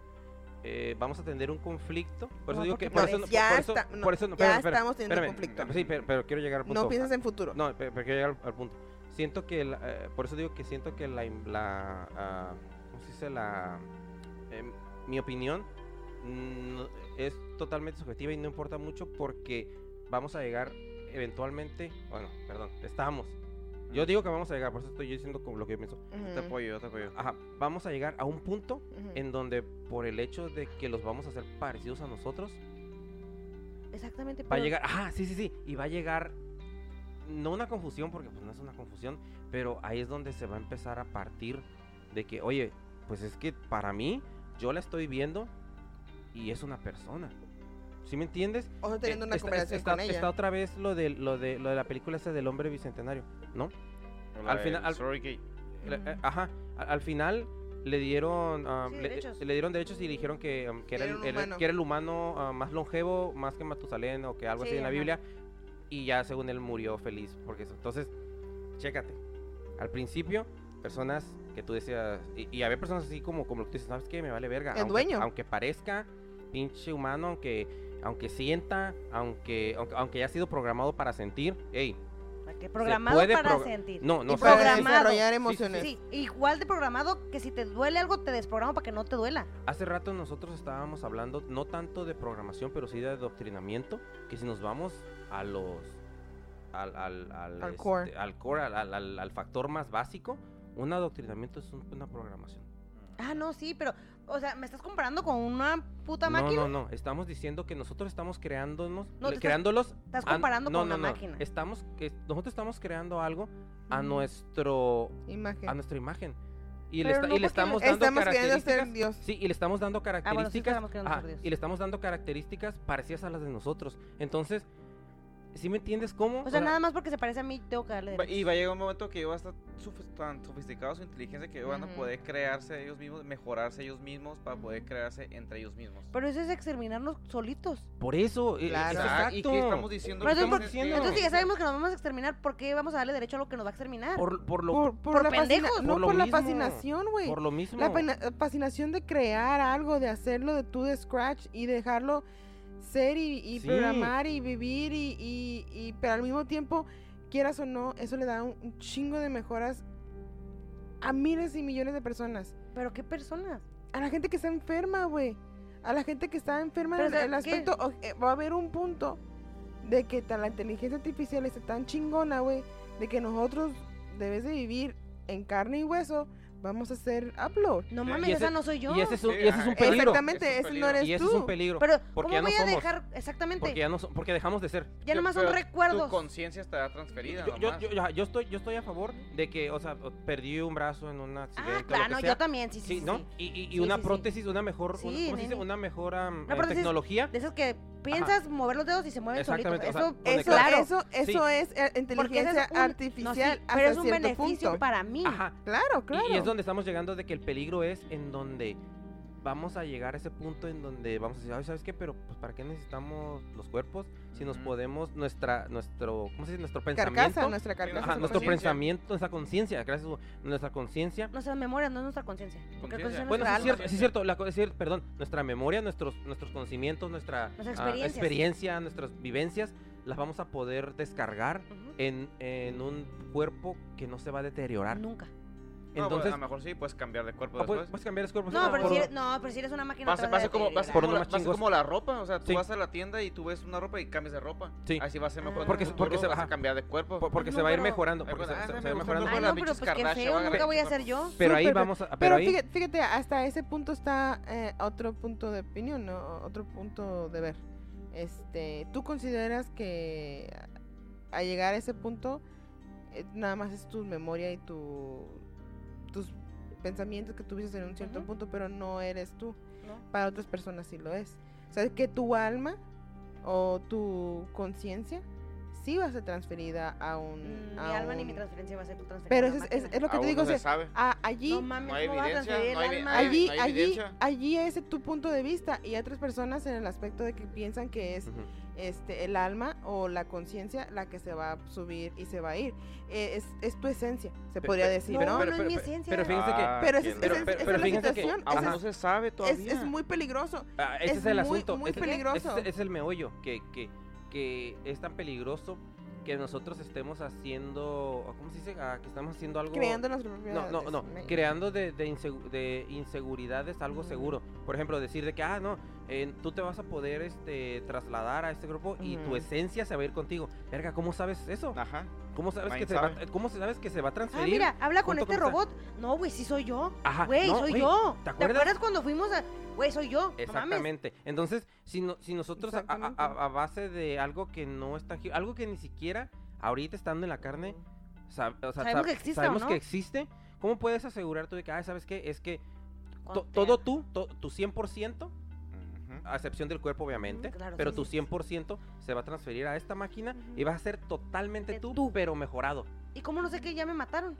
[SPEAKER 3] eh, vamos a tener un conflicto. Por eso
[SPEAKER 4] No,
[SPEAKER 3] digo que
[SPEAKER 4] porque
[SPEAKER 3] por eso, no-
[SPEAKER 2] pues ya
[SPEAKER 3] por eso-
[SPEAKER 2] está- no,
[SPEAKER 3] por eso
[SPEAKER 2] ya
[SPEAKER 3] no- espérame, espérame,
[SPEAKER 2] estamos teniendo
[SPEAKER 3] espérame,
[SPEAKER 2] conflicto.
[SPEAKER 3] Sí, pero, pero quiero llegar al punto.
[SPEAKER 2] No piensas en futuro.
[SPEAKER 3] No, pe- pero, quiero llegar al, al punto. Siento que, la- eh, por eso digo que siento que la, im- la ah, ¿cómo se dice? La, em, mi opinión mm, no- es totalmente subjetiva y no importa mucho porque vamos a llegar eventualmente, bueno, perdón, estamos. Yo digo que vamos a llegar, por eso estoy diciendo como lo que yo pienso.
[SPEAKER 2] Ujú,
[SPEAKER 5] Te apoyo, yo te apoyo.
[SPEAKER 3] Ajá, vamos a llegar a un punto
[SPEAKER 2] ujú.
[SPEAKER 3] en donde por el hecho de que los vamos a hacer parecidos a nosotros,
[SPEAKER 4] Exactamente.
[SPEAKER 3] Va a
[SPEAKER 4] pero-
[SPEAKER 3] llegar, ajá, sí, sí, sí, y va a llegar, no una confusión, porque pues no es una confusión, pero ahí es donde se va a empezar a partir de que, oye, pues es que para mí, yo la estoy viendo y es una persona. ¿Sí me entiendes?
[SPEAKER 2] O sea, teniendo
[SPEAKER 3] Eh,
[SPEAKER 2] una
[SPEAKER 3] está-
[SPEAKER 2] conversación
[SPEAKER 3] está-
[SPEAKER 2] con ella.
[SPEAKER 3] está otra vez lo de, lo, de, lo de la película esa del hombre bicentenario, ¿no? al final- al-
[SPEAKER 5] Sorry, que
[SPEAKER 3] Le- eh,
[SPEAKER 2] Mm.
[SPEAKER 4] Ujú.
[SPEAKER 3] Ajá, a- al, final le dieron ah,
[SPEAKER 4] Sí,
[SPEAKER 3] le,
[SPEAKER 4] derechos.
[SPEAKER 3] le dieron derechos y dijeron que, um, que era,
[SPEAKER 2] Era
[SPEAKER 3] el,
[SPEAKER 2] un
[SPEAKER 3] el-
[SPEAKER 2] humano.
[SPEAKER 3] que era el humano ah, más longevo, más que Matusalén o que algo
[SPEAKER 4] Sí,
[SPEAKER 3] así en la
[SPEAKER 4] ajá.
[SPEAKER 3] Biblia. Y ya según él murió feliz porque eso. Entonces, chécate. Al principio, personas que tú decías, y, y había personas así como, como que tú dices, ¿sabes qué? Me vale verga.
[SPEAKER 2] El
[SPEAKER 3] aunque,
[SPEAKER 2] dueño.
[SPEAKER 3] Aunque parezca pinche humano, aunque, aunque sienta, aunque, aunque, aunque haya sido programado para sentir, ey,
[SPEAKER 4] ¿Para qué? Programado
[SPEAKER 3] puede
[SPEAKER 4] para
[SPEAKER 3] pro-
[SPEAKER 4] sentir.
[SPEAKER 3] no, no
[SPEAKER 2] y
[SPEAKER 3] sé.
[SPEAKER 2] para
[SPEAKER 4] programado.
[SPEAKER 2] desarrollar
[SPEAKER 3] Sí, sí, sí.
[SPEAKER 2] emociones.
[SPEAKER 4] Sí, igual de programado que si te duele algo te desprogramo para que no te duela.
[SPEAKER 3] Hace rato nosotros estábamos hablando no tanto de programación, pero sí de adoctrinamiento, que si nos vamos a los... Al, al, al, este,
[SPEAKER 2] Al core.
[SPEAKER 3] al, core, al- al- al- al factor más básico, un adoctrinamiento es un- una programación.
[SPEAKER 4] Ah, no, sí, pero, o sea, me estás comparando con una puta
[SPEAKER 3] No,
[SPEAKER 4] máquina.
[SPEAKER 3] no, no, estamos diciendo que nosotros estamos creándonos,
[SPEAKER 4] No, te
[SPEAKER 3] le-
[SPEAKER 4] estás-
[SPEAKER 3] creándolos...
[SPEAKER 4] estás
[SPEAKER 3] a-
[SPEAKER 4] comparando
[SPEAKER 3] Ah, no,
[SPEAKER 4] con
[SPEAKER 3] no,
[SPEAKER 4] una
[SPEAKER 3] no,
[SPEAKER 4] máquina.
[SPEAKER 3] Estamos, que nosotros estamos creando algo a,
[SPEAKER 2] Ujú.
[SPEAKER 3] nuestro,
[SPEAKER 2] Imagen.
[SPEAKER 3] a nuestra imagen. Y le,
[SPEAKER 4] Pero no
[SPEAKER 3] esta- y le
[SPEAKER 4] porque lo-
[SPEAKER 3] estamos dando
[SPEAKER 2] Estamos queriendo
[SPEAKER 3] características
[SPEAKER 2] ser Dios.
[SPEAKER 3] Sí, y le estamos dando
[SPEAKER 4] Ah, bueno, sí,
[SPEAKER 3] características.
[SPEAKER 4] estamos creando
[SPEAKER 3] ajá,
[SPEAKER 4] sobre Dios.
[SPEAKER 3] y le estamos dando características parecidas a las de nosotros. Entonces, ¿sí me entiendes cómo?
[SPEAKER 4] O sea, nada más porque se parece a mí, tengo que darle
[SPEAKER 5] Va-
[SPEAKER 4] derechos.
[SPEAKER 5] Y va a llegar un momento que va a estar sofis- tan sofisticado su inteligencia que van a
[SPEAKER 2] Ujú.
[SPEAKER 5] poder crearse ellos mismos, mejorarse ellos mismos para poder crearse entre ellos mismos.
[SPEAKER 4] Pero eso es exterminarnos solitos.
[SPEAKER 3] Por eso, eh,
[SPEAKER 2] Claro.
[SPEAKER 3] es
[SPEAKER 5] Ah,
[SPEAKER 3] exacto.
[SPEAKER 5] ¿Y qué estamos diciendo?
[SPEAKER 4] Pero entonces,
[SPEAKER 5] ¿Qué estamos
[SPEAKER 4] por-
[SPEAKER 5] diciendo?
[SPEAKER 4] entonces, si ya sabemos que nos vamos a exterminar, ¿por qué vamos a darle derecho a lo que nos va a exterminar?
[SPEAKER 3] Por, por lo, por,
[SPEAKER 2] Por, por
[SPEAKER 4] por
[SPEAKER 2] la fascina-
[SPEAKER 4] pendejos.
[SPEAKER 2] No
[SPEAKER 3] Por lo
[SPEAKER 2] por la
[SPEAKER 3] mismo.
[SPEAKER 2] fascinación, güey.
[SPEAKER 3] lo mismo.
[SPEAKER 2] La pena- fascinación de crear algo, de hacerlo de tú de scratch y dejarlo ser y, y
[SPEAKER 3] Sí.
[SPEAKER 2] programar y vivir y, y- y- pero al mismo tiempo, quieras o no, eso le da un, un chingo de mejoras a miles y millones de personas.
[SPEAKER 4] Pero qué personas.
[SPEAKER 2] A la gente que está enferma, güey. A la gente que está enferma
[SPEAKER 4] Pero,
[SPEAKER 2] en
[SPEAKER 4] o sea,
[SPEAKER 2] el
[SPEAKER 4] ¿qué?
[SPEAKER 2] aspecto, o- eh, va a haber un punto de que ta- la inteligencia artificial está tan chingona, güey, de que nosotros, debes de vivir en carne y hueso, vamos a hacer upload.
[SPEAKER 4] No
[SPEAKER 5] Sí.
[SPEAKER 4] mames,
[SPEAKER 3] Y
[SPEAKER 4] esa
[SPEAKER 3] ese-
[SPEAKER 4] no soy yo.
[SPEAKER 3] Y ese es un,
[SPEAKER 5] Sí,
[SPEAKER 3] y ese es
[SPEAKER 5] ah,
[SPEAKER 3] un peligro.
[SPEAKER 2] Exactamente,
[SPEAKER 5] Eso es
[SPEAKER 2] ese
[SPEAKER 5] peligro.
[SPEAKER 2] no eres
[SPEAKER 3] Y ese
[SPEAKER 2] tú.
[SPEAKER 3] es un peligro.
[SPEAKER 4] Pero, ¿cómo
[SPEAKER 3] porque ya no
[SPEAKER 4] voy a
[SPEAKER 3] somos.
[SPEAKER 4] dejar? Exactamente.
[SPEAKER 3] Porque, ya no, so- porque dejamos de ser.
[SPEAKER 4] Ya nomás son
[SPEAKER 5] Pero
[SPEAKER 4] recuerdos.
[SPEAKER 5] Tu conciencia estará transferida.
[SPEAKER 3] Yo, yo,
[SPEAKER 5] nomás.
[SPEAKER 3] yo- yo estoy, yo estoy a favor de que, o sea, o- perdí un brazo en un accidente. o
[SPEAKER 4] Ah,
[SPEAKER 3] lo
[SPEAKER 4] claro,
[SPEAKER 3] que
[SPEAKER 4] no,
[SPEAKER 3] sea.
[SPEAKER 4] yo también, sí, sí.
[SPEAKER 3] Sí,
[SPEAKER 4] sí,
[SPEAKER 3] ¿no?
[SPEAKER 4] sí.
[SPEAKER 3] Y, y- y
[SPEAKER 4] Sí,
[SPEAKER 3] una
[SPEAKER 4] sí, sí.
[SPEAKER 3] prótesis, una mejor,
[SPEAKER 4] Sí,
[SPEAKER 3] una, ¿cómo se dice?
[SPEAKER 4] nene.
[SPEAKER 3] Una mejor am,
[SPEAKER 4] Una
[SPEAKER 3] eh,
[SPEAKER 4] prótesis-
[SPEAKER 3] tecnología.
[SPEAKER 4] De esas que piensas mover los dedos y se mueven solitos.
[SPEAKER 3] Exactamente, o sea,
[SPEAKER 4] Eso,
[SPEAKER 3] con
[SPEAKER 2] Eso,
[SPEAKER 4] claro.
[SPEAKER 2] eso, eso es eh,
[SPEAKER 4] porque ese
[SPEAKER 2] inteligencia
[SPEAKER 4] es un- no, sí,
[SPEAKER 2] artificial
[SPEAKER 4] pero es
[SPEAKER 2] hasta
[SPEAKER 4] un
[SPEAKER 2] cierto
[SPEAKER 4] beneficio
[SPEAKER 2] punto.
[SPEAKER 4] para mí.
[SPEAKER 3] Ajá,
[SPEAKER 2] Claro,
[SPEAKER 3] Y-
[SPEAKER 2] claro.
[SPEAKER 3] Y es donde estamos llegando de que el peligro es en donde vamos a llegar a ese punto en donde vamos a decir, "Ay, ¿sabes qué? Pero pues, ¿para qué necesitamos los cuerpos si nos
[SPEAKER 5] Ujú.
[SPEAKER 3] podemos nuestra nuestro ¿cómo se dice? nuestro pensamiento?
[SPEAKER 2] carcasa, nuestra carcasa.
[SPEAKER 3] Ajá,
[SPEAKER 5] nuestra
[SPEAKER 3] nuestro
[SPEAKER 5] conciencia.
[SPEAKER 3] pensamiento, nuestra conciencia, gracias a su- nuestra conciencia.
[SPEAKER 4] Nuestra memoria, no es nuestra conciencia. Porque
[SPEAKER 5] Conciencia.
[SPEAKER 4] la conciencia no
[SPEAKER 3] Bueno, sí
[SPEAKER 4] es
[SPEAKER 3] es
[SPEAKER 4] real.
[SPEAKER 5] alma.
[SPEAKER 3] cierto, sí es cierto, la co- es cierto, perdón, nuestra memoria, nuestros nuestros conocimientos, nuestra
[SPEAKER 4] Nuestras
[SPEAKER 3] ah,
[SPEAKER 4] experiencias.
[SPEAKER 3] experiencia, nuestras vivencias las vamos a poder descargar
[SPEAKER 4] Ujú.
[SPEAKER 3] en, en un cuerpo que no se va a deteriorar.
[SPEAKER 4] Nunca.
[SPEAKER 5] No, pues,
[SPEAKER 3] Entonces,
[SPEAKER 5] a lo mejor sí puedes cambiar de cuerpo
[SPEAKER 3] ah, pues,
[SPEAKER 5] después.
[SPEAKER 3] vas a cambiar el cuerpo.
[SPEAKER 4] No, pero
[SPEAKER 3] por-
[SPEAKER 4] si eres, no, pero si eres una máquina.
[SPEAKER 5] Va a
[SPEAKER 4] te
[SPEAKER 5] ser- va
[SPEAKER 4] vas
[SPEAKER 5] a ser como, va a ser
[SPEAKER 3] Por
[SPEAKER 5] como
[SPEAKER 3] uno
[SPEAKER 5] la,
[SPEAKER 3] más
[SPEAKER 5] va a ser
[SPEAKER 3] chingos.
[SPEAKER 5] como la ropa, o sea, tú
[SPEAKER 3] Sí.
[SPEAKER 5] vas a la tienda y tú ves una ropa y cambias de ropa.
[SPEAKER 3] Sí.
[SPEAKER 5] Así va a ser
[SPEAKER 4] Ah.
[SPEAKER 5] mejor. en
[SPEAKER 3] Porque
[SPEAKER 5] el
[SPEAKER 3] se- porque se-
[SPEAKER 5] futuro, vas a
[SPEAKER 3] ajá.
[SPEAKER 5] cambiar de cuerpo.
[SPEAKER 3] por- porque
[SPEAKER 4] No,
[SPEAKER 3] se va a ir
[SPEAKER 4] pero-
[SPEAKER 3] mejorando.
[SPEAKER 5] Ay,
[SPEAKER 3] Porque se,
[SPEAKER 5] bueno, ah,
[SPEAKER 3] se- se va
[SPEAKER 5] me
[SPEAKER 3] a ir
[SPEAKER 5] gusta
[SPEAKER 3] mejorando.
[SPEAKER 5] mucho
[SPEAKER 4] Ay,
[SPEAKER 5] las
[SPEAKER 4] no, pero
[SPEAKER 5] bichis
[SPEAKER 4] pues qué
[SPEAKER 5] Kardashian,
[SPEAKER 4] feo,
[SPEAKER 5] van a
[SPEAKER 4] nunca voy a
[SPEAKER 5] cambiar
[SPEAKER 4] ser
[SPEAKER 5] de
[SPEAKER 4] yo.
[SPEAKER 3] Pero ahí
[SPEAKER 2] Súper,
[SPEAKER 3] vamos
[SPEAKER 4] Ah,
[SPEAKER 3] a. Pero
[SPEAKER 2] Pero
[SPEAKER 3] ahí,
[SPEAKER 2] fíjate, fíjate, hasta ese punto está eh, otro punto de opinión, ¿no? O- otro punto de ver. Este, ¿Tú consideras que a a llegar a ese punto eh, nada más es tu memoria y tu, tus pensamientos que tuviste en un cierto
[SPEAKER 4] Ujú.
[SPEAKER 2] punto, pero no eres tú?
[SPEAKER 4] No.
[SPEAKER 2] Para otras personas sí lo es. O sea, que tu alma o tu conciencia sí va a ser transferida a un...
[SPEAKER 4] Mm, Mi
[SPEAKER 2] a
[SPEAKER 4] alma ni
[SPEAKER 2] un-
[SPEAKER 4] mi transferencia va a ser tu transferencia.
[SPEAKER 2] Pero
[SPEAKER 4] a
[SPEAKER 2] eso
[SPEAKER 4] la
[SPEAKER 2] es, es-
[SPEAKER 4] máquina.
[SPEAKER 2] es lo que
[SPEAKER 5] Aún
[SPEAKER 2] te digo,
[SPEAKER 5] no
[SPEAKER 2] o sea,
[SPEAKER 5] se sabe.
[SPEAKER 2] a- allí...
[SPEAKER 4] No mames,
[SPEAKER 5] No hay
[SPEAKER 4] ¿cómo va a
[SPEAKER 5] evidencia,
[SPEAKER 4] transferir
[SPEAKER 5] no
[SPEAKER 4] el
[SPEAKER 5] hay-
[SPEAKER 4] alma?
[SPEAKER 5] hay-
[SPEAKER 2] Allí,
[SPEAKER 5] hay
[SPEAKER 2] allí,
[SPEAKER 5] evidencia.
[SPEAKER 2] allí es tu punto de vista y otras personas en el aspecto de que piensan que es
[SPEAKER 3] Ujú.
[SPEAKER 2] este el alma o la conciencia la que se va a subir y se va a ir. Eh, es, es tu esencia, se
[SPEAKER 3] Pe-
[SPEAKER 2] podría
[SPEAKER 3] pe-
[SPEAKER 2] decir,
[SPEAKER 4] No,
[SPEAKER 2] ¿no?
[SPEAKER 4] pero-
[SPEAKER 2] Pero,
[SPEAKER 4] es mi esencia.
[SPEAKER 3] Pero fíjense que.
[SPEAKER 5] Ah,
[SPEAKER 2] es, es-
[SPEAKER 5] entiendo.
[SPEAKER 2] es-
[SPEAKER 3] pero-
[SPEAKER 2] esa
[SPEAKER 3] pero
[SPEAKER 2] es la
[SPEAKER 3] fíjense que
[SPEAKER 2] situación,
[SPEAKER 5] Aún
[SPEAKER 2] esa
[SPEAKER 5] no se sabe
[SPEAKER 2] es,
[SPEAKER 5] todavía.
[SPEAKER 2] es muy peligroso.
[SPEAKER 3] Ah, ese
[SPEAKER 2] Es
[SPEAKER 3] es, el
[SPEAKER 2] muy-
[SPEAKER 3] asunto.
[SPEAKER 2] muy
[SPEAKER 3] ese- ese
[SPEAKER 2] peligroso.
[SPEAKER 3] Es, es el meollo. Que, que, que es tan peligroso que nosotros estemos haciendo. ¿Cómo se dice? Ah, que estamos haciendo algo.
[SPEAKER 2] Creando nuestras
[SPEAKER 3] no,
[SPEAKER 2] propiedades.
[SPEAKER 3] no, no.
[SPEAKER 2] me-
[SPEAKER 3] Creando de, de, insegu- de inseguridades algo
[SPEAKER 2] Mm.
[SPEAKER 3] seguro. Por ejemplo, decir de que, ah, no, eh, tú te vas a poder este, trasladar a este grupo y tu
[SPEAKER 2] Ujú.
[SPEAKER 3] esencia se va a ir contigo. Verga, ¿cómo sabes eso?
[SPEAKER 5] Ajá.
[SPEAKER 3] ¿Cómo sabes, que
[SPEAKER 5] nadie
[SPEAKER 3] se va,
[SPEAKER 5] sabe.
[SPEAKER 3] ¿Cómo sabes que se va a
[SPEAKER 4] Ah,
[SPEAKER 3] transferir?
[SPEAKER 4] mira, habla con
[SPEAKER 3] junto
[SPEAKER 4] este
[SPEAKER 3] con esa-
[SPEAKER 4] robot. No, güey, sí soy yo.
[SPEAKER 3] Ajá,
[SPEAKER 4] Güey,
[SPEAKER 3] no,
[SPEAKER 4] soy
[SPEAKER 3] güey,
[SPEAKER 4] yo. ¿Te acuerdas?
[SPEAKER 3] acuerdas?
[SPEAKER 4] cuando fuimos a.? Güey, soy yo. no mames.
[SPEAKER 3] Exactamente. Entonces, si, no- si nosotros a, a- a-
[SPEAKER 2] Exactamente.
[SPEAKER 3] a base de algo que no es tangible, algo que ni siquiera ahorita estando en la carne, sab- o sea,
[SPEAKER 4] Sabemos
[SPEAKER 3] sab-
[SPEAKER 4] que existe, ¿o
[SPEAKER 3] sabemos
[SPEAKER 4] no?
[SPEAKER 3] que existe, ¿cómo puedes asegurar tú de que, ah, ¿sabes qué? Es que to-
[SPEAKER 4] Cuando te-
[SPEAKER 3] todo tú, to- tu 100%,
[SPEAKER 5] Ujú.
[SPEAKER 3] a excepción del cuerpo obviamente,
[SPEAKER 4] Ujú, Mm, claro,
[SPEAKER 3] pero
[SPEAKER 4] sí,
[SPEAKER 3] tu
[SPEAKER 4] sí.
[SPEAKER 3] 100% se va a transferir a esta máquina y vas a ser totalmente
[SPEAKER 4] De
[SPEAKER 3] tú,
[SPEAKER 4] tú.
[SPEAKER 3] pero mejorado.
[SPEAKER 4] ¿Y cómo no sé que ya me mataron?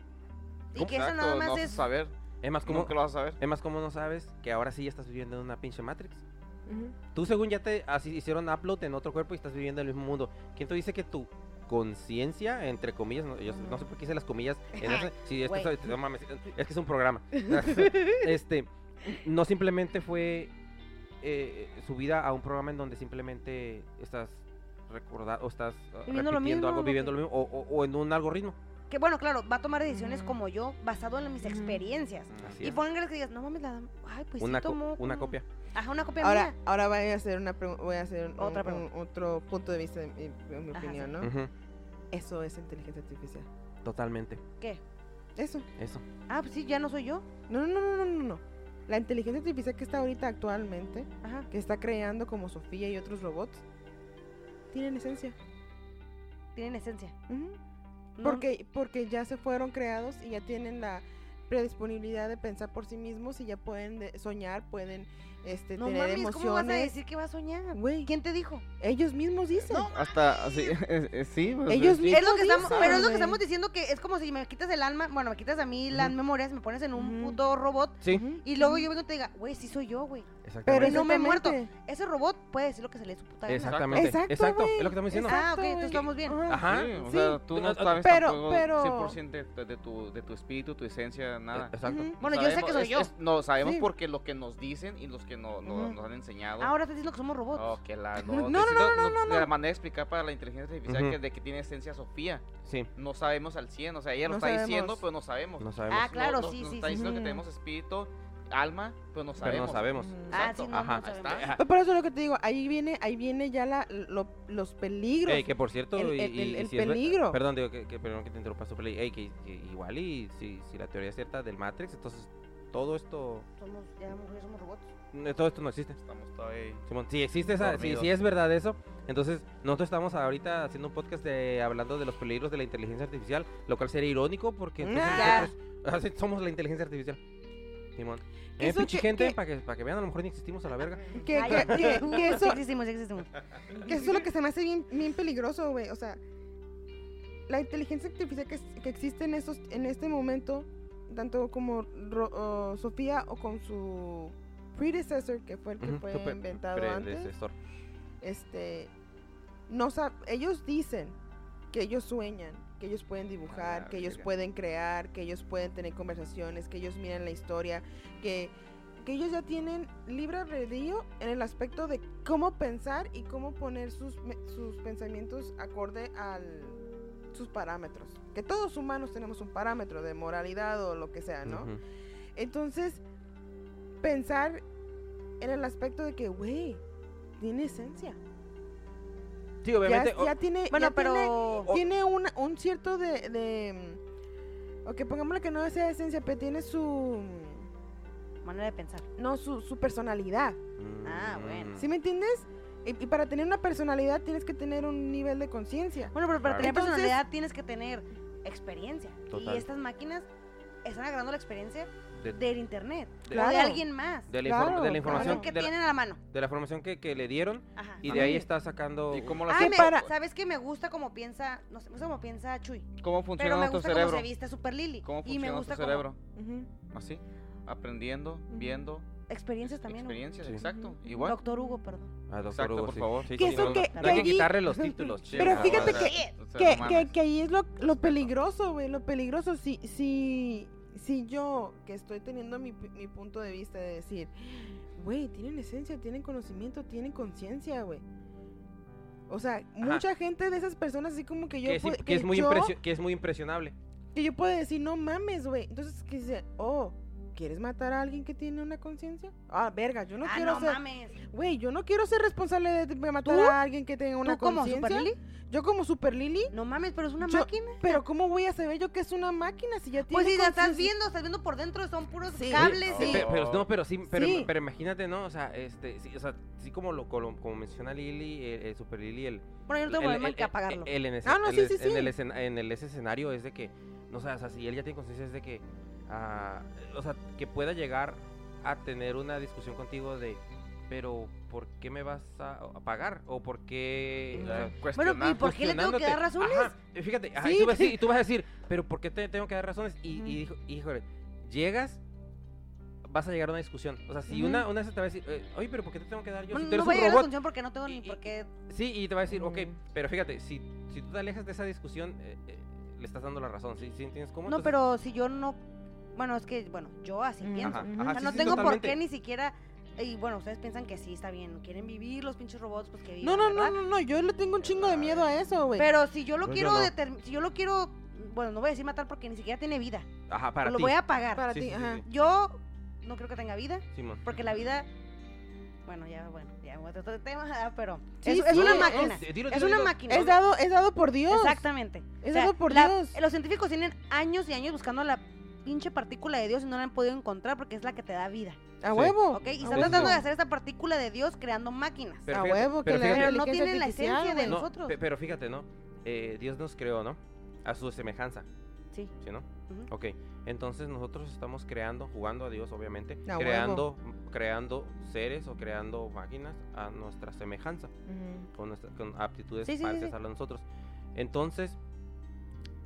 [SPEAKER 4] Y
[SPEAKER 3] ¿Cómo?
[SPEAKER 4] que eso nada
[SPEAKER 5] Exacto,
[SPEAKER 4] más
[SPEAKER 5] no vas a
[SPEAKER 4] es.
[SPEAKER 5] saber.
[SPEAKER 3] Es más, ¿cómo,
[SPEAKER 5] ¿Cómo que lo vas a saber?
[SPEAKER 3] es más, ¿cómo no sabes que ahora sí ya estás viviendo en una pinche Matrix?
[SPEAKER 2] Ujú.
[SPEAKER 3] Tú según ya te así hicieron upload en otro cuerpo y estás viviendo el mismo mundo. ¿Quién te dice que tu conciencia, entre comillas, no, yo no sé por qué hice las comillas, en ese- sí, es que,
[SPEAKER 4] Güey.
[SPEAKER 3] soy- no mames, es que es un programa. este, no simplemente fue eh, subida a un programa en donde simplemente estás recordando o estás ah,
[SPEAKER 4] Viviendo
[SPEAKER 3] repitiendo
[SPEAKER 4] lo mismo,
[SPEAKER 3] algo,
[SPEAKER 4] lo
[SPEAKER 3] viviendo
[SPEAKER 4] que-
[SPEAKER 3] lo mismo, o, o- o en un algoritmo.
[SPEAKER 4] Que bueno, claro, va a tomar
[SPEAKER 3] Mm.
[SPEAKER 4] decisiones
[SPEAKER 2] Ujú.
[SPEAKER 4] como yo, basado en mis
[SPEAKER 2] Ujú.
[SPEAKER 4] experiencias.
[SPEAKER 3] Así
[SPEAKER 4] Y
[SPEAKER 3] es.
[SPEAKER 4] pónganle que digas, no mames, la dama. Ay, pues
[SPEAKER 3] una,
[SPEAKER 4] sí
[SPEAKER 3] co-
[SPEAKER 4] tomó.
[SPEAKER 3] una
[SPEAKER 4] como-
[SPEAKER 3] copia.
[SPEAKER 4] Ajá, una copia
[SPEAKER 2] Ahora,
[SPEAKER 4] mía.
[SPEAKER 2] ahora voy a hacer una pregu- voy a hacer un-
[SPEAKER 4] Otra
[SPEAKER 2] un-
[SPEAKER 4] pregunta.
[SPEAKER 2] un- otro punto de vista de mi, de mi
[SPEAKER 4] Ajá,
[SPEAKER 2] opinión,
[SPEAKER 4] sí.
[SPEAKER 2] ¿no?
[SPEAKER 3] Ujú,
[SPEAKER 2] Eso es inteligencia artificial.
[SPEAKER 3] Totalmente.
[SPEAKER 4] ¿Qué?
[SPEAKER 2] Eso.
[SPEAKER 3] Eso.
[SPEAKER 4] Ah, pues sí, ya no soy yo.
[SPEAKER 2] No, no, no, no, no, no. La inteligencia artificial que está ahorita actualmente
[SPEAKER 4] Ajá.
[SPEAKER 2] que está creando como Sofía y otros robots tienen esencia.
[SPEAKER 4] Tienen esencia.
[SPEAKER 2] Ujú.
[SPEAKER 4] No-
[SPEAKER 2] Porque, porque ya se fueron creados y ya tienen la predisponibilidad de pensar por sí mismos y ya pueden de- soñar, pueden este,
[SPEAKER 4] No
[SPEAKER 2] tener
[SPEAKER 4] mames, ¿cómo vas a
[SPEAKER 2] emociones.
[SPEAKER 4] decir que va a soñar?
[SPEAKER 2] Güey,
[SPEAKER 4] ¿Quién te dijo?
[SPEAKER 2] ellos mismos dicen.
[SPEAKER 5] Hasta así. sí, pues,
[SPEAKER 2] ellos
[SPEAKER 4] Es lo
[SPEAKER 2] mismos
[SPEAKER 5] sí.
[SPEAKER 4] que estamos,
[SPEAKER 2] dicen,
[SPEAKER 4] pero es lo que
[SPEAKER 2] güey.
[SPEAKER 4] estamos diciendo que es como si me quitas el alma, bueno, me quitas a mí las
[SPEAKER 3] Ujú.
[SPEAKER 4] memorias, me pones en un
[SPEAKER 2] Ujú.
[SPEAKER 4] puto robot
[SPEAKER 3] Sí,
[SPEAKER 2] Ujú.
[SPEAKER 4] y luego yo vengo y te diga, güey, sí soy yo, güey.
[SPEAKER 2] Pero
[SPEAKER 3] exactamente.
[SPEAKER 4] Y no me he muerto.
[SPEAKER 2] exactamente.
[SPEAKER 4] Ese robot puede decir lo que se le dé su puta gana.
[SPEAKER 3] Exactamente.
[SPEAKER 2] Exacto,
[SPEAKER 3] Exacto,
[SPEAKER 2] güey.
[SPEAKER 3] es lo que estamos diciendo.
[SPEAKER 4] Ah, ok,
[SPEAKER 2] güey.
[SPEAKER 4] entonces vamos bien.
[SPEAKER 2] Ajá.
[SPEAKER 3] Ajá.
[SPEAKER 5] Sí, o
[SPEAKER 2] sí.
[SPEAKER 5] sea, tú no
[SPEAKER 4] eh,
[SPEAKER 3] Pero-
[SPEAKER 5] sabes
[SPEAKER 2] pero-
[SPEAKER 5] tampoco
[SPEAKER 2] pero-
[SPEAKER 5] 100% de, tu- de tu, de tu espíritu, tu esencia, nada.
[SPEAKER 3] Exacto.
[SPEAKER 2] Ujú.
[SPEAKER 4] Bueno, yo sé que soy
[SPEAKER 5] es-
[SPEAKER 4] yo.
[SPEAKER 5] es- no, sabemos
[SPEAKER 2] Sí.
[SPEAKER 5] porque lo que nos dicen y los que no, no-
[SPEAKER 2] Ujú.
[SPEAKER 5] nos han enseñado.
[SPEAKER 4] Ahora estás diciendo que somos robots.
[SPEAKER 5] Oh, que la, no,
[SPEAKER 2] No,
[SPEAKER 5] te
[SPEAKER 2] no,
[SPEAKER 5] siento-
[SPEAKER 2] no, no,
[SPEAKER 5] no-
[SPEAKER 2] no, no.
[SPEAKER 5] De la manera de explicar para la inteligencia artificial
[SPEAKER 3] Ujú.
[SPEAKER 5] que, de que tiene esencia Sofía.
[SPEAKER 3] Sí,
[SPEAKER 5] No sabemos al 100, o sea, ella lo
[SPEAKER 2] No
[SPEAKER 5] está diciendo,
[SPEAKER 2] sabemos.
[SPEAKER 5] pero no sabemos.
[SPEAKER 3] no
[SPEAKER 5] No-
[SPEAKER 3] sabemos.
[SPEAKER 4] Ah, claro,
[SPEAKER 5] nos-
[SPEAKER 4] sí,
[SPEAKER 5] nos
[SPEAKER 4] sí,
[SPEAKER 5] está
[SPEAKER 4] sí.
[SPEAKER 5] diciendo que
[SPEAKER 2] Ujú.
[SPEAKER 5] tenemos espíritu, alma, pero no
[SPEAKER 3] Pero no
[SPEAKER 5] sabemos.
[SPEAKER 3] sabemos.
[SPEAKER 2] Ujú.
[SPEAKER 4] Ah, sí, no,
[SPEAKER 3] Ajá,
[SPEAKER 4] no
[SPEAKER 5] ahí
[SPEAKER 4] sabemos.
[SPEAKER 5] está.
[SPEAKER 2] Pero por eso es lo que te digo, ahí viene, ahí viene ya la, lo- los peligros.
[SPEAKER 3] Ey, que por cierto,
[SPEAKER 2] El-
[SPEAKER 3] y-
[SPEAKER 2] el-
[SPEAKER 3] y-
[SPEAKER 2] el-
[SPEAKER 3] y
[SPEAKER 2] el
[SPEAKER 3] si es ver-
[SPEAKER 2] peligro.
[SPEAKER 3] perdón, digo que, que- perdón que te interrumpa Super Ey, que, que igual y si, si la teoría es cierta del Matrix, entonces todo esto,
[SPEAKER 4] Somos, ya mujeres somos robots.
[SPEAKER 3] eh, todo esto no existe.
[SPEAKER 5] Estamos todavía
[SPEAKER 3] Simón, si existe esa, si,
[SPEAKER 5] Dormidos.
[SPEAKER 3] si es verdad eso, entonces nosotros estamos ahorita haciendo un podcast de hablando de los peligros de la inteligencia artificial, lo cual sería irónico porque entonces
[SPEAKER 2] Ya.
[SPEAKER 3] nosotros así somos la inteligencia artificial. Simón. Eh,
[SPEAKER 2] Eso
[SPEAKER 3] pinche
[SPEAKER 2] que-
[SPEAKER 3] gente,
[SPEAKER 2] que-
[SPEAKER 3] para que, para que vean, a lo mejor ni existimos a la verga.
[SPEAKER 2] Que-
[SPEAKER 4] Ay,
[SPEAKER 2] que- que-
[SPEAKER 4] sí
[SPEAKER 2] que eso-
[SPEAKER 4] existimos, sí existimos.
[SPEAKER 2] Que eso es lo que se me hace bien, bien peligroso, güey. O sea, la inteligencia artificial que, es- que existe en, estos, en este momento, tanto como Ro- o Sofía o con su predecessor, que fue el que
[SPEAKER 3] Ujú,
[SPEAKER 2] fue
[SPEAKER 3] super-
[SPEAKER 2] inventado antes,
[SPEAKER 3] predecesor.
[SPEAKER 2] este, no sab- ellos dicen que ellos sueñan, que ellos pueden dibujar,
[SPEAKER 5] la
[SPEAKER 2] que ellos
[SPEAKER 5] verga.
[SPEAKER 2] pueden crear, que ellos pueden tener conversaciones, que ellos miran la historia, que que ellos ya tienen libre albedrío en el aspecto de cómo pensar y cómo poner sus, me- sus pensamientos acorde a sus parámetros. Que todos humanos tenemos un parámetro de moralidad o lo que sea, ¿no?
[SPEAKER 3] Ujú.
[SPEAKER 2] Entonces, pensar en el aspecto de que, güey, tiene esencia.
[SPEAKER 3] Sí,
[SPEAKER 2] Ya-
[SPEAKER 3] obviamente.
[SPEAKER 2] Ya,
[SPEAKER 3] o-
[SPEAKER 2] tiene.
[SPEAKER 4] Bueno,
[SPEAKER 2] ya tiene-
[SPEAKER 4] pero.
[SPEAKER 2] tiene una- un cierto de, de mm, ok pongámosle que no sea esencia pero tiene su mm,
[SPEAKER 4] Manera de pensar.
[SPEAKER 2] no su, su personalidad
[SPEAKER 3] Mm.
[SPEAKER 4] Ah, bueno.
[SPEAKER 2] ¿sí me entiendes? Y, y para tener una personalidad tienes que tener un nivel de conciencia
[SPEAKER 4] Bueno, pero para
[SPEAKER 3] Claro.
[SPEAKER 4] tener
[SPEAKER 2] Entonces-
[SPEAKER 4] personalidad tienes que tener experiencia.
[SPEAKER 3] Total.
[SPEAKER 4] Y estas máquinas están agarrando la experiencia
[SPEAKER 3] De-
[SPEAKER 4] del internet. O de
[SPEAKER 2] Claro.
[SPEAKER 4] alguien más.
[SPEAKER 3] de, la
[SPEAKER 2] Claro,
[SPEAKER 3] inform- de la
[SPEAKER 4] Es
[SPEAKER 3] información
[SPEAKER 4] lo
[SPEAKER 2] claro.
[SPEAKER 4] que
[SPEAKER 3] de, la,
[SPEAKER 4] tienen a la mano.
[SPEAKER 3] de la información que, que le dieron
[SPEAKER 4] Ajá.
[SPEAKER 3] y de ahí
[SPEAKER 2] Ajá.
[SPEAKER 3] está sacando
[SPEAKER 5] ¿Y cómo, lo
[SPEAKER 4] Ah,
[SPEAKER 5] hace-
[SPEAKER 4] me-
[SPEAKER 2] para-
[SPEAKER 4] ¿Sabes que me gusta cómo piensa, no sé, me gusta cómo piensa Chuy,
[SPEAKER 5] cómo
[SPEAKER 4] pero
[SPEAKER 5] funciona
[SPEAKER 4] me
[SPEAKER 5] nuestro
[SPEAKER 4] gusta
[SPEAKER 5] cerebro?
[SPEAKER 4] cómo se viste Super Lily
[SPEAKER 5] ¿Cómo
[SPEAKER 4] y
[SPEAKER 5] funciona
[SPEAKER 4] me
[SPEAKER 5] nuestro
[SPEAKER 4] gusta cómo-
[SPEAKER 5] cerebro?
[SPEAKER 2] Ujú.
[SPEAKER 5] Así, aprendiendo, viendo,
[SPEAKER 4] experiencias también. Hugo.
[SPEAKER 5] experiencias,
[SPEAKER 3] Sí.
[SPEAKER 5] exacto,
[SPEAKER 2] Ujú.
[SPEAKER 5] igual.
[SPEAKER 4] Doctor Hugo, perdón.
[SPEAKER 3] a Ah, doctor
[SPEAKER 5] Exacto,
[SPEAKER 3] Hugo,
[SPEAKER 5] por
[SPEAKER 3] sí.
[SPEAKER 5] favor.
[SPEAKER 3] Sí,
[SPEAKER 2] Que
[SPEAKER 3] sí,
[SPEAKER 2] eso
[SPEAKER 3] no,
[SPEAKER 2] que-
[SPEAKER 3] no
[SPEAKER 2] que
[SPEAKER 3] hay que
[SPEAKER 2] allí-
[SPEAKER 3] quitarle los títulos.
[SPEAKER 5] Sí,
[SPEAKER 2] Pero
[SPEAKER 5] no,
[SPEAKER 2] fíjate
[SPEAKER 5] o sea, o sea,
[SPEAKER 2] que,
[SPEAKER 5] no
[SPEAKER 2] que,
[SPEAKER 5] mames.
[SPEAKER 2] que ahí es lo, lo
[SPEAKER 5] Respeto.
[SPEAKER 2] peligroso güey lo peligroso si si si yo que estoy teniendo mi, pu- mi punto de vista de decir güey tienen esencia tienen conocimiento tienen conciencia güey o sea, mucha gente de esas personas así como que yo...
[SPEAKER 3] Que, sí,
[SPEAKER 2] pu-
[SPEAKER 3] que es muy
[SPEAKER 2] yo-
[SPEAKER 3] impresio- que es muy impresionable.
[SPEAKER 2] Que yo puedo decir, no mames, güey. Entonces, que dice, oh, ¿quieres matar a alguien que tiene una conciencia? Ah, verga, yo no
[SPEAKER 4] ah,
[SPEAKER 2] quiero
[SPEAKER 4] no
[SPEAKER 2] ser.
[SPEAKER 4] mames.
[SPEAKER 2] Güey, yo no quiero ser responsable de, de matar
[SPEAKER 4] ¿Tú?
[SPEAKER 2] a alguien que tenga una
[SPEAKER 4] ¿Tú como
[SPEAKER 2] conciencia.
[SPEAKER 4] Super Lily?
[SPEAKER 2] Yo como Super Lily,
[SPEAKER 4] No mames, pero es una
[SPEAKER 2] Yo-
[SPEAKER 4] máquina.
[SPEAKER 2] pero ¿cómo voy a saber yo que es una máquina si ya tiene
[SPEAKER 4] Pues si la estás
[SPEAKER 2] conciencia?
[SPEAKER 4] viendo, estás viendo por dentro, son puros
[SPEAKER 2] Sí.
[SPEAKER 4] cables
[SPEAKER 5] Sí.
[SPEAKER 4] y...
[SPEAKER 3] Pe- Pero no, pero sí, pero,
[SPEAKER 2] Sí.
[SPEAKER 3] pero imagínate, ¿no? O sea, este, sí, o sea, sí como lo como, como menciona Lili, eh, eh, Super Lili, el
[SPEAKER 4] Bueno, yo no tengo
[SPEAKER 3] el-
[SPEAKER 4] problema
[SPEAKER 3] el- eh,
[SPEAKER 4] que
[SPEAKER 3] el-
[SPEAKER 4] apagarlo.
[SPEAKER 3] el- en ese-
[SPEAKER 2] Ah, no,
[SPEAKER 3] el
[SPEAKER 2] sí,
[SPEAKER 3] es-
[SPEAKER 2] sí, sí.
[SPEAKER 3] En, el escena- en el- ese escenario es de que, no sé, o sea, si él ya tiene conciencia es de que, ah, o sea, que pueda llegar a tener una discusión contigo de, pero, ¿por qué me vas a, a pagar? ¿O por qué? o sea,
[SPEAKER 5] Claro,
[SPEAKER 4] Bueno, ¿y
[SPEAKER 5] cuestionar.
[SPEAKER 4] por qué le tengo que dar
[SPEAKER 3] cuestionándote.
[SPEAKER 4] razones?
[SPEAKER 3] Ajá, eh, Fíjate, ajá, y,
[SPEAKER 2] Sí,
[SPEAKER 3] tú vas a
[SPEAKER 2] que-
[SPEAKER 3] decir, y tú vas a decir, pero ¿por qué te tengo que dar razones? Y,
[SPEAKER 2] Ujú.
[SPEAKER 3] y dijo, híjole, llegas, vas a llegar a una discusión. O sea, si
[SPEAKER 2] Ujú.
[SPEAKER 3] una, una vez te va a decir, eh, oye, pero ¿por qué te tengo que dar yo?
[SPEAKER 4] Bueno,
[SPEAKER 3] si tú
[SPEAKER 4] no
[SPEAKER 3] eres
[SPEAKER 4] voy a
[SPEAKER 3] un
[SPEAKER 4] llegar a la
[SPEAKER 3] robot.
[SPEAKER 4] conclusión porque no tengo
[SPEAKER 3] Y-
[SPEAKER 4] ni
[SPEAKER 3] y-
[SPEAKER 4] por qué...
[SPEAKER 3] Sí, y te va a decir, ok,
[SPEAKER 2] Mm.
[SPEAKER 3] pero fíjate, si, si tú te alejas de esa discusión, eh, eh, le estás dando la razón, ¿sí, sí entiendes cómo?
[SPEAKER 4] No,
[SPEAKER 3] Entonces,
[SPEAKER 4] pero si yo no... Bueno, es que, bueno, yo así
[SPEAKER 2] Ujú.
[SPEAKER 4] pienso.
[SPEAKER 3] Mm, Ajá,
[SPEAKER 2] Ujú.
[SPEAKER 3] ajá,
[SPEAKER 4] O sea,
[SPEAKER 3] sí,
[SPEAKER 4] no
[SPEAKER 3] sí,
[SPEAKER 4] tengo por
[SPEAKER 3] totalmente.
[SPEAKER 4] qué ni siquiera... Y bueno, ustedes piensan que sí, está bien. Quieren vivir los pinches robots, pues que vivan,
[SPEAKER 2] No, no, no,
[SPEAKER 4] ¿verdad?
[SPEAKER 2] no, no, yo le tengo un chingo de miedo a eso, güey.
[SPEAKER 4] Pero si yo lo
[SPEAKER 3] Pues yo
[SPEAKER 4] quiero
[SPEAKER 3] no.
[SPEAKER 4] determ- si yo lo quiero, bueno, no voy a decir matar porque ni siquiera tiene vida.
[SPEAKER 3] Ajá, para
[SPEAKER 4] lo
[SPEAKER 3] ti.
[SPEAKER 4] voy a pagar.
[SPEAKER 2] Para
[SPEAKER 3] Sí,
[SPEAKER 2] ti,
[SPEAKER 3] sí, sí,
[SPEAKER 2] ajá.
[SPEAKER 3] sí.
[SPEAKER 4] Yo no creo que tenga vida,
[SPEAKER 3] Simón.
[SPEAKER 4] porque la vida bueno, ya bueno, ya me voy a tratar de tema, ¿verdad? pero
[SPEAKER 2] Sí,
[SPEAKER 4] es,
[SPEAKER 2] sí,
[SPEAKER 4] es una
[SPEAKER 2] es-
[SPEAKER 4] máquina.
[SPEAKER 3] Eh,
[SPEAKER 4] Es,
[SPEAKER 3] dilo, dilo,
[SPEAKER 4] una
[SPEAKER 3] dilo.
[SPEAKER 4] máquina.
[SPEAKER 2] Es dado, es dado por Dios.
[SPEAKER 4] Exactamente.
[SPEAKER 2] Es dado por
[SPEAKER 4] la-
[SPEAKER 2] Dios.
[SPEAKER 4] Los científicos tienen años y años buscando la pinche partícula de Dios y no la han podido encontrar porque es la que te da vida,
[SPEAKER 2] A huevo.
[SPEAKER 4] ¿ok? Y
[SPEAKER 2] a
[SPEAKER 4] están
[SPEAKER 2] huevo.
[SPEAKER 4] tratando de hacer esta partícula de Dios creando máquinas.
[SPEAKER 3] Pero
[SPEAKER 2] a
[SPEAKER 3] fíjate,
[SPEAKER 2] huevo, que
[SPEAKER 3] pero
[SPEAKER 2] le
[SPEAKER 3] fíjate-
[SPEAKER 4] Pero no
[SPEAKER 2] inteligencia
[SPEAKER 4] tienen la esencia
[SPEAKER 2] artificial,
[SPEAKER 4] de
[SPEAKER 2] güey.
[SPEAKER 3] No,
[SPEAKER 4] nosotros.
[SPEAKER 3] pe- pero fíjate, ¿no? Eh, Dios nos creó, ¿no? A su semejanza,
[SPEAKER 4] Sí.
[SPEAKER 3] ¿sí, no?
[SPEAKER 4] ujú.
[SPEAKER 3] Ok, entonces nosotros estamos creando, jugando a Dios, obviamente,
[SPEAKER 2] A huevo.
[SPEAKER 3] creando, creando seres o creando máquinas a nuestra semejanza,
[SPEAKER 2] Ujú.
[SPEAKER 3] con, nuestra- con aptitudes
[SPEAKER 4] Sí, sí, sí,
[SPEAKER 3] parecidas
[SPEAKER 4] sí.
[SPEAKER 3] a las de nosotros. Entonces,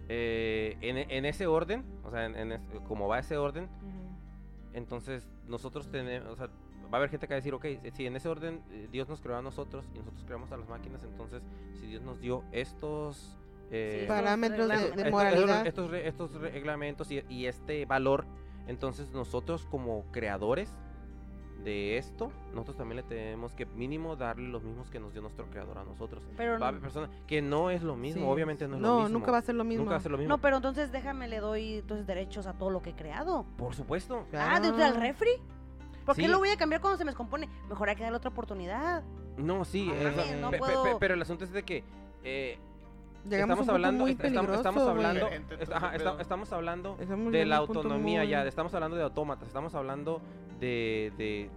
[SPEAKER 3] eh, en, e- en ese orden, o sea, en- en es- como va ese orden,
[SPEAKER 2] Ujú.
[SPEAKER 3] entonces nosotros tenemos, o sea, va a haber gente que va a decir, ok, eh, si en ese orden eh, Dios nos creó a nosotros y nosotros creamos a las máquinas, entonces si Dios nos dio estos... eh,
[SPEAKER 4] Sí,
[SPEAKER 2] Parámetros de-
[SPEAKER 4] reglamentos.
[SPEAKER 2] de,
[SPEAKER 3] estos-
[SPEAKER 2] moralidad.
[SPEAKER 3] Estos, re- estos reglamentos y, y este valor, entonces nosotros como creadores de esto, nosotros también le tenemos que mínimo darle los mismos que nos dio nuestro creador a nosotros.
[SPEAKER 4] Pero
[SPEAKER 3] Va a
[SPEAKER 4] no-
[SPEAKER 3] haber personas que no es lo mismo,
[SPEAKER 2] Mm. Sí.
[SPEAKER 3] obviamente no es lo
[SPEAKER 2] No,
[SPEAKER 3] mismo.
[SPEAKER 2] nunca va a ser lo mismo.
[SPEAKER 3] Nunca va a ser lo mismo.
[SPEAKER 4] No, pero entonces déjame le doy entonces derechos a todo lo que he creado.
[SPEAKER 3] Por supuesto.
[SPEAKER 4] Ah, ¿de usted al refri? ¿Por qué
[SPEAKER 3] Sí.
[SPEAKER 4] lo voy a cambiar cuando se me descompone? Mejor hay que darle otra oportunidad.
[SPEAKER 3] No, sí.
[SPEAKER 2] Ah,
[SPEAKER 4] No
[SPEAKER 3] es-
[SPEAKER 4] mames, no
[SPEAKER 3] pe- pe-
[SPEAKER 4] puedo.
[SPEAKER 3] pe- pero el asunto es de que... eh,
[SPEAKER 2] Llegamos a
[SPEAKER 3] estamos
[SPEAKER 2] un punto
[SPEAKER 3] hablando,
[SPEAKER 2] muy
[SPEAKER 3] est- estamos,
[SPEAKER 2] peligroso,
[SPEAKER 3] estamos
[SPEAKER 2] güey.
[SPEAKER 3] hablando,
[SPEAKER 5] Diferente,
[SPEAKER 3] est-
[SPEAKER 5] todo
[SPEAKER 3] ajá,
[SPEAKER 5] ese
[SPEAKER 3] esta-
[SPEAKER 5] pedo.
[SPEAKER 3] estamos hablando
[SPEAKER 2] Estamos
[SPEAKER 3] de
[SPEAKER 2] llegando
[SPEAKER 3] la
[SPEAKER 2] a un punto
[SPEAKER 3] autonomía ya,
[SPEAKER 2] muy-
[SPEAKER 3] estamos hablando de autómatas, estamos hablando de, de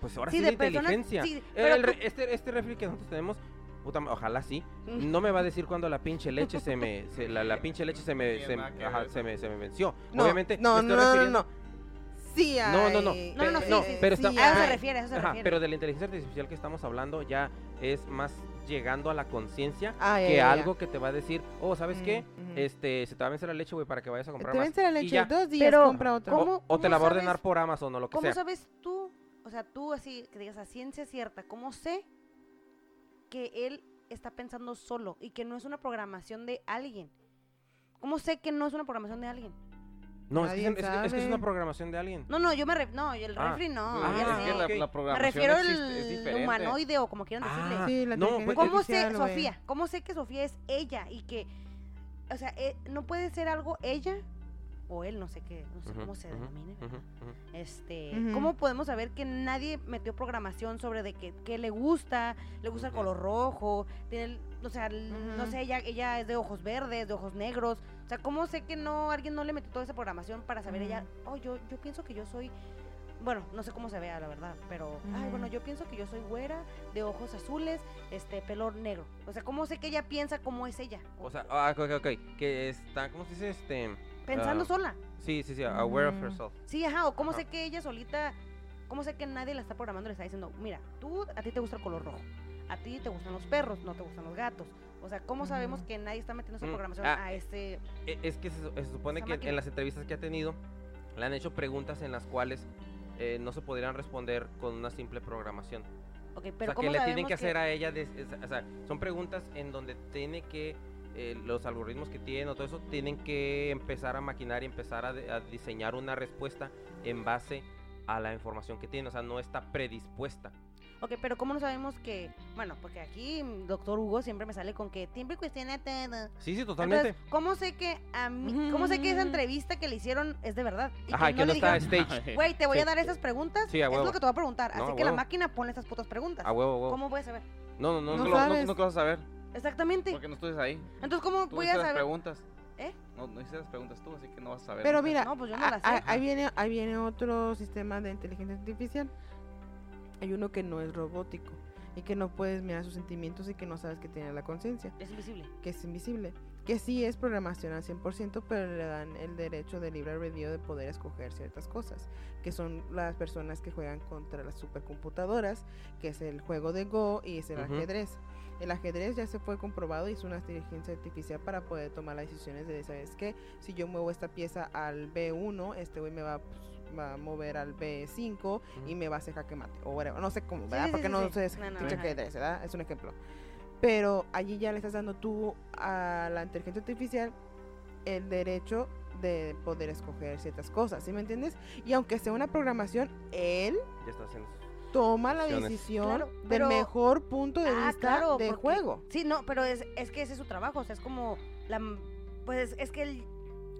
[SPEAKER 3] pues ahora sí,
[SPEAKER 4] Sí,
[SPEAKER 3] de,
[SPEAKER 4] de personas-
[SPEAKER 3] inteligencia.
[SPEAKER 4] sí,
[SPEAKER 3] El-
[SPEAKER 4] pero
[SPEAKER 3] el re- este este refri que nosotros tenemos, puta, ma- ojalá sí,
[SPEAKER 2] Mm.
[SPEAKER 3] no me va a decir cuando la pinche leche se me se- la, la pinche leche se me
[SPEAKER 5] No
[SPEAKER 3] se,
[SPEAKER 5] tiene nada que
[SPEAKER 3] ajá,
[SPEAKER 5] ver.
[SPEAKER 3] se me se me venció.
[SPEAKER 2] No,
[SPEAKER 3] Obviamente
[SPEAKER 2] no,
[SPEAKER 3] me estoy
[SPEAKER 2] no, no,
[SPEAKER 3] refiriendo-
[SPEAKER 2] no. Sí,
[SPEAKER 3] No, no, no,
[SPEAKER 2] hay-
[SPEAKER 4] No, no, no,
[SPEAKER 2] eh,
[SPEAKER 4] sí, sí, sí,
[SPEAKER 3] pero
[SPEAKER 2] sí
[SPEAKER 3] está-
[SPEAKER 4] A eso se
[SPEAKER 2] hay.
[SPEAKER 4] refiere, a eso se
[SPEAKER 3] ajá,
[SPEAKER 4] refiere.
[SPEAKER 3] pero de la inteligencia artificial que estamos hablando ya es más llegando a la conciencia
[SPEAKER 2] Ah, ya,
[SPEAKER 3] que
[SPEAKER 2] ya, ya.
[SPEAKER 3] algo que te va a decir, "Oh, ¿sabes qué?
[SPEAKER 2] Mm, mm.
[SPEAKER 3] Este, se te va a vencer la leche, güey, para que vayas a comprar
[SPEAKER 2] Te
[SPEAKER 3] más.
[SPEAKER 2] vence la
[SPEAKER 3] y
[SPEAKER 2] leche
[SPEAKER 3] ya.
[SPEAKER 2] dos días,
[SPEAKER 4] Pero,
[SPEAKER 2] compra otra.
[SPEAKER 4] ¿cómo?
[SPEAKER 3] O, o te la va a
[SPEAKER 4] sabes-
[SPEAKER 3] ordenar por Amazon o lo que
[SPEAKER 4] ¿Cómo
[SPEAKER 3] sea.
[SPEAKER 4] sabes tú? O sea, tú así, que digas a ciencia cierta, ¿cómo sé que él está pensando solo y que no es una programación de alguien? ¿Cómo sé que no es una programación de alguien?
[SPEAKER 3] No, es que,
[SPEAKER 2] Nadie
[SPEAKER 3] es, es que- es que es una
[SPEAKER 2] sabe.
[SPEAKER 3] programación de alguien.
[SPEAKER 4] No, no, yo me ref- no, el
[SPEAKER 3] Ah.
[SPEAKER 4] refri no.
[SPEAKER 3] Ah,
[SPEAKER 4] ya sé.
[SPEAKER 5] es que la, la
[SPEAKER 4] me
[SPEAKER 5] programación
[SPEAKER 4] refiero
[SPEAKER 5] existe- es
[SPEAKER 4] al
[SPEAKER 5] diferente.
[SPEAKER 4] humanoide o como quieran decirle.
[SPEAKER 3] Ah,
[SPEAKER 2] Sí, la
[SPEAKER 3] no,
[SPEAKER 2] inteligencia
[SPEAKER 3] pues,
[SPEAKER 4] ¿Cómo sé,
[SPEAKER 2] artificial, güey.
[SPEAKER 4] Sofía? ¿Cómo sé que Sofía es ella y que, o sea, eh, no puede ser algo ella o él, no sé qué, no sé
[SPEAKER 3] Ujú,
[SPEAKER 4] pues, cómo se
[SPEAKER 3] ujú,
[SPEAKER 4] denomina.
[SPEAKER 3] ujú, ujú.
[SPEAKER 4] Este,
[SPEAKER 2] Ujú.
[SPEAKER 4] ¿cómo podemos saber que nadie metió programación sobre de que, que le gusta, le gusta el
[SPEAKER 3] Ujú.
[SPEAKER 4] color rojo, tiene, el- o sea, el- no
[SPEAKER 2] Ujú.
[SPEAKER 4] sé, ella, ella es de ojos verdes, de ojos negros, o sea, ¿cómo sé que no alguien no le metió toda esa programación para saber ella, oh, yo, yo pienso que yo soy, bueno, no sé cómo se vea la verdad, pero, ay, bueno,
[SPEAKER 2] Ujú.
[SPEAKER 4] yo pienso que yo soy güera, de ojos azules, este, pelo negro, o sea, ¿cómo sé que ella piensa cómo es ella?
[SPEAKER 3] O sea, ah, ok, ok, ok, Que está, ¿cómo se dice? Este,
[SPEAKER 4] Pensando
[SPEAKER 3] ah,
[SPEAKER 4] sola.
[SPEAKER 3] sí, sí, sí, aware of
[SPEAKER 4] Mm.
[SPEAKER 2] Ujú.
[SPEAKER 3] herself.
[SPEAKER 4] Sí, ajá, o cómo
[SPEAKER 3] Ajá.
[SPEAKER 4] sé que ella solita, cómo sé que nadie la está programando, le está diciendo, mira, tú, a ti te gusta el color rojo, a ti te gustan los perros, no te gustan los gatos. O sea, ¿cómo sabemos
[SPEAKER 2] Ujú.
[SPEAKER 4] que nadie está metiendo esa
[SPEAKER 3] Mm,
[SPEAKER 4] programación
[SPEAKER 3] ah,
[SPEAKER 4] a este...
[SPEAKER 3] E- Es que se, su- se supone
[SPEAKER 4] Esa
[SPEAKER 3] que
[SPEAKER 4] máquina.
[SPEAKER 3] en las entrevistas que ha tenido le han hecho preguntas en las cuales eh, no se podrían responder con una simple programación.
[SPEAKER 4] Ok, pero
[SPEAKER 3] o sea, que
[SPEAKER 4] ¿cómo
[SPEAKER 3] le
[SPEAKER 4] sabemos
[SPEAKER 3] tienen que
[SPEAKER 4] que-
[SPEAKER 3] hacer a ella, des- es- o sea, son preguntas en donde tiene que, eh, los algoritmos que tienen o todo eso, tienen que empezar a maquinar y empezar a, de- a diseñar una respuesta en base a la información que tiene, o sea, no está predispuesta.
[SPEAKER 4] Ok, pero ¿cómo no sabemos que... Bueno, porque aquí mm, doctor Hugo siempre me sale con que siempre cuestiona todo.
[SPEAKER 3] Sí, sí, totalmente. Mm.
[SPEAKER 4] Entonces, ¿cómo sé que a mí, cómo sé que esa entrevista que le hicieron es de verdad? Y
[SPEAKER 3] Ajá,
[SPEAKER 4] que
[SPEAKER 3] que
[SPEAKER 4] no le
[SPEAKER 3] no está
[SPEAKER 4] dijeron,
[SPEAKER 3] stage.
[SPEAKER 4] güey, te voy
[SPEAKER 3] Sí.
[SPEAKER 4] a dar esas preguntas,
[SPEAKER 3] Sí, a
[SPEAKER 4] es
[SPEAKER 3] huevo.
[SPEAKER 4] lo que te voy a preguntar.
[SPEAKER 3] No,
[SPEAKER 4] Así
[SPEAKER 3] a
[SPEAKER 4] que la
[SPEAKER 3] huevo.
[SPEAKER 4] máquina pone esas putas preguntas.
[SPEAKER 3] A huevo, a huevo.
[SPEAKER 4] ¿Cómo voy a saber?
[SPEAKER 3] No, no,
[SPEAKER 5] No,
[SPEAKER 2] No
[SPEAKER 3] no.
[SPEAKER 5] lo- no-
[SPEAKER 2] sabes.
[SPEAKER 5] no que lo vas a saber,
[SPEAKER 4] Exactamente.
[SPEAKER 5] porque no estuviste ahí.
[SPEAKER 4] Entonces, ¿cómo
[SPEAKER 5] Tú
[SPEAKER 4] voy
[SPEAKER 5] hiciste
[SPEAKER 4] a
[SPEAKER 5] las
[SPEAKER 4] saber?
[SPEAKER 5] preguntas.
[SPEAKER 4] ¿Eh?
[SPEAKER 5] No, no hiciste las preguntas tú, así que no vas a saber.
[SPEAKER 2] Pero
[SPEAKER 5] nunca.
[SPEAKER 2] mira,
[SPEAKER 4] No, pues yo no
[SPEAKER 2] a-
[SPEAKER 4] la sé.
[SPEAKER 2] a- ahí, viene, ahí viene otro sistema de inteligencia artificial. Hay uno que no es robótico y que no puedes mirar sus sentimientos y que no sabes que tiene la conciencia,
[SPEAKER 4] Es invisible.
[SPEAKER 2] que es invisible. Que sí es programación al 100%, pero le dan el derecho de libre albedrío de poder escoger ciertas cosas, que son las personas que juegan contra las supercomputadoras, que es el juego de Go y es el
[SPEAKER 3] Ujú.
[SPEAKER 2] ajedrez. El ajedrez ya se fue comprobado y es una inteligencia artificial para poder tomar las decisiones de, ¿sabes qué? Si yo muevo esta pieza al B1, este güey me va, pues, va a mover al B5 y me va a hacer jaque mate. O whatever. No sé cómo, ¿verdad?
[SPEAKER 4] sí,
[SPEAKER 2] Porque
[SPEAKER 4] sí,
[SPEAKER 2] no
[SPEAKER 4] sí.
[SPEAKER 2] sé es
[SPEAKER 4] No, no,
[SPEAKER 2] pinche
[SPEAKER 4] ajá.
[SPEAKER 2] ajedrez, ¿verdad? Es un ejemplo. Pero allí ya le estás dando tú a la inteligencia artificial el derecho de poder escoger ciertas cosas, ¿sí me entiendes? Y aunque sea una programación, él
[SPEAKER 3] Ya está haciendo. eso.
[SPEAKER 2] toma la
[SPEAKER 3] Opciones.
[SPEAKER 2] decisión
[SPEAKER 4] Claro,
[SPEAKER 2] del
[SPEAKER 4] pero-
[SPEAKER 2] mejor punto de
[SPEAKER 4] Ah,
[SPEAKER 2] vista
[SPEAKER 4] claro,
[SPEAKER 2] del
[SPEAKER 4] porque-
[SPEAKER 2] juego.
[SPEAKER 4] Sí, no, pero es, es que ese es su trabajo. O sea, es como la. m- Pues es que él.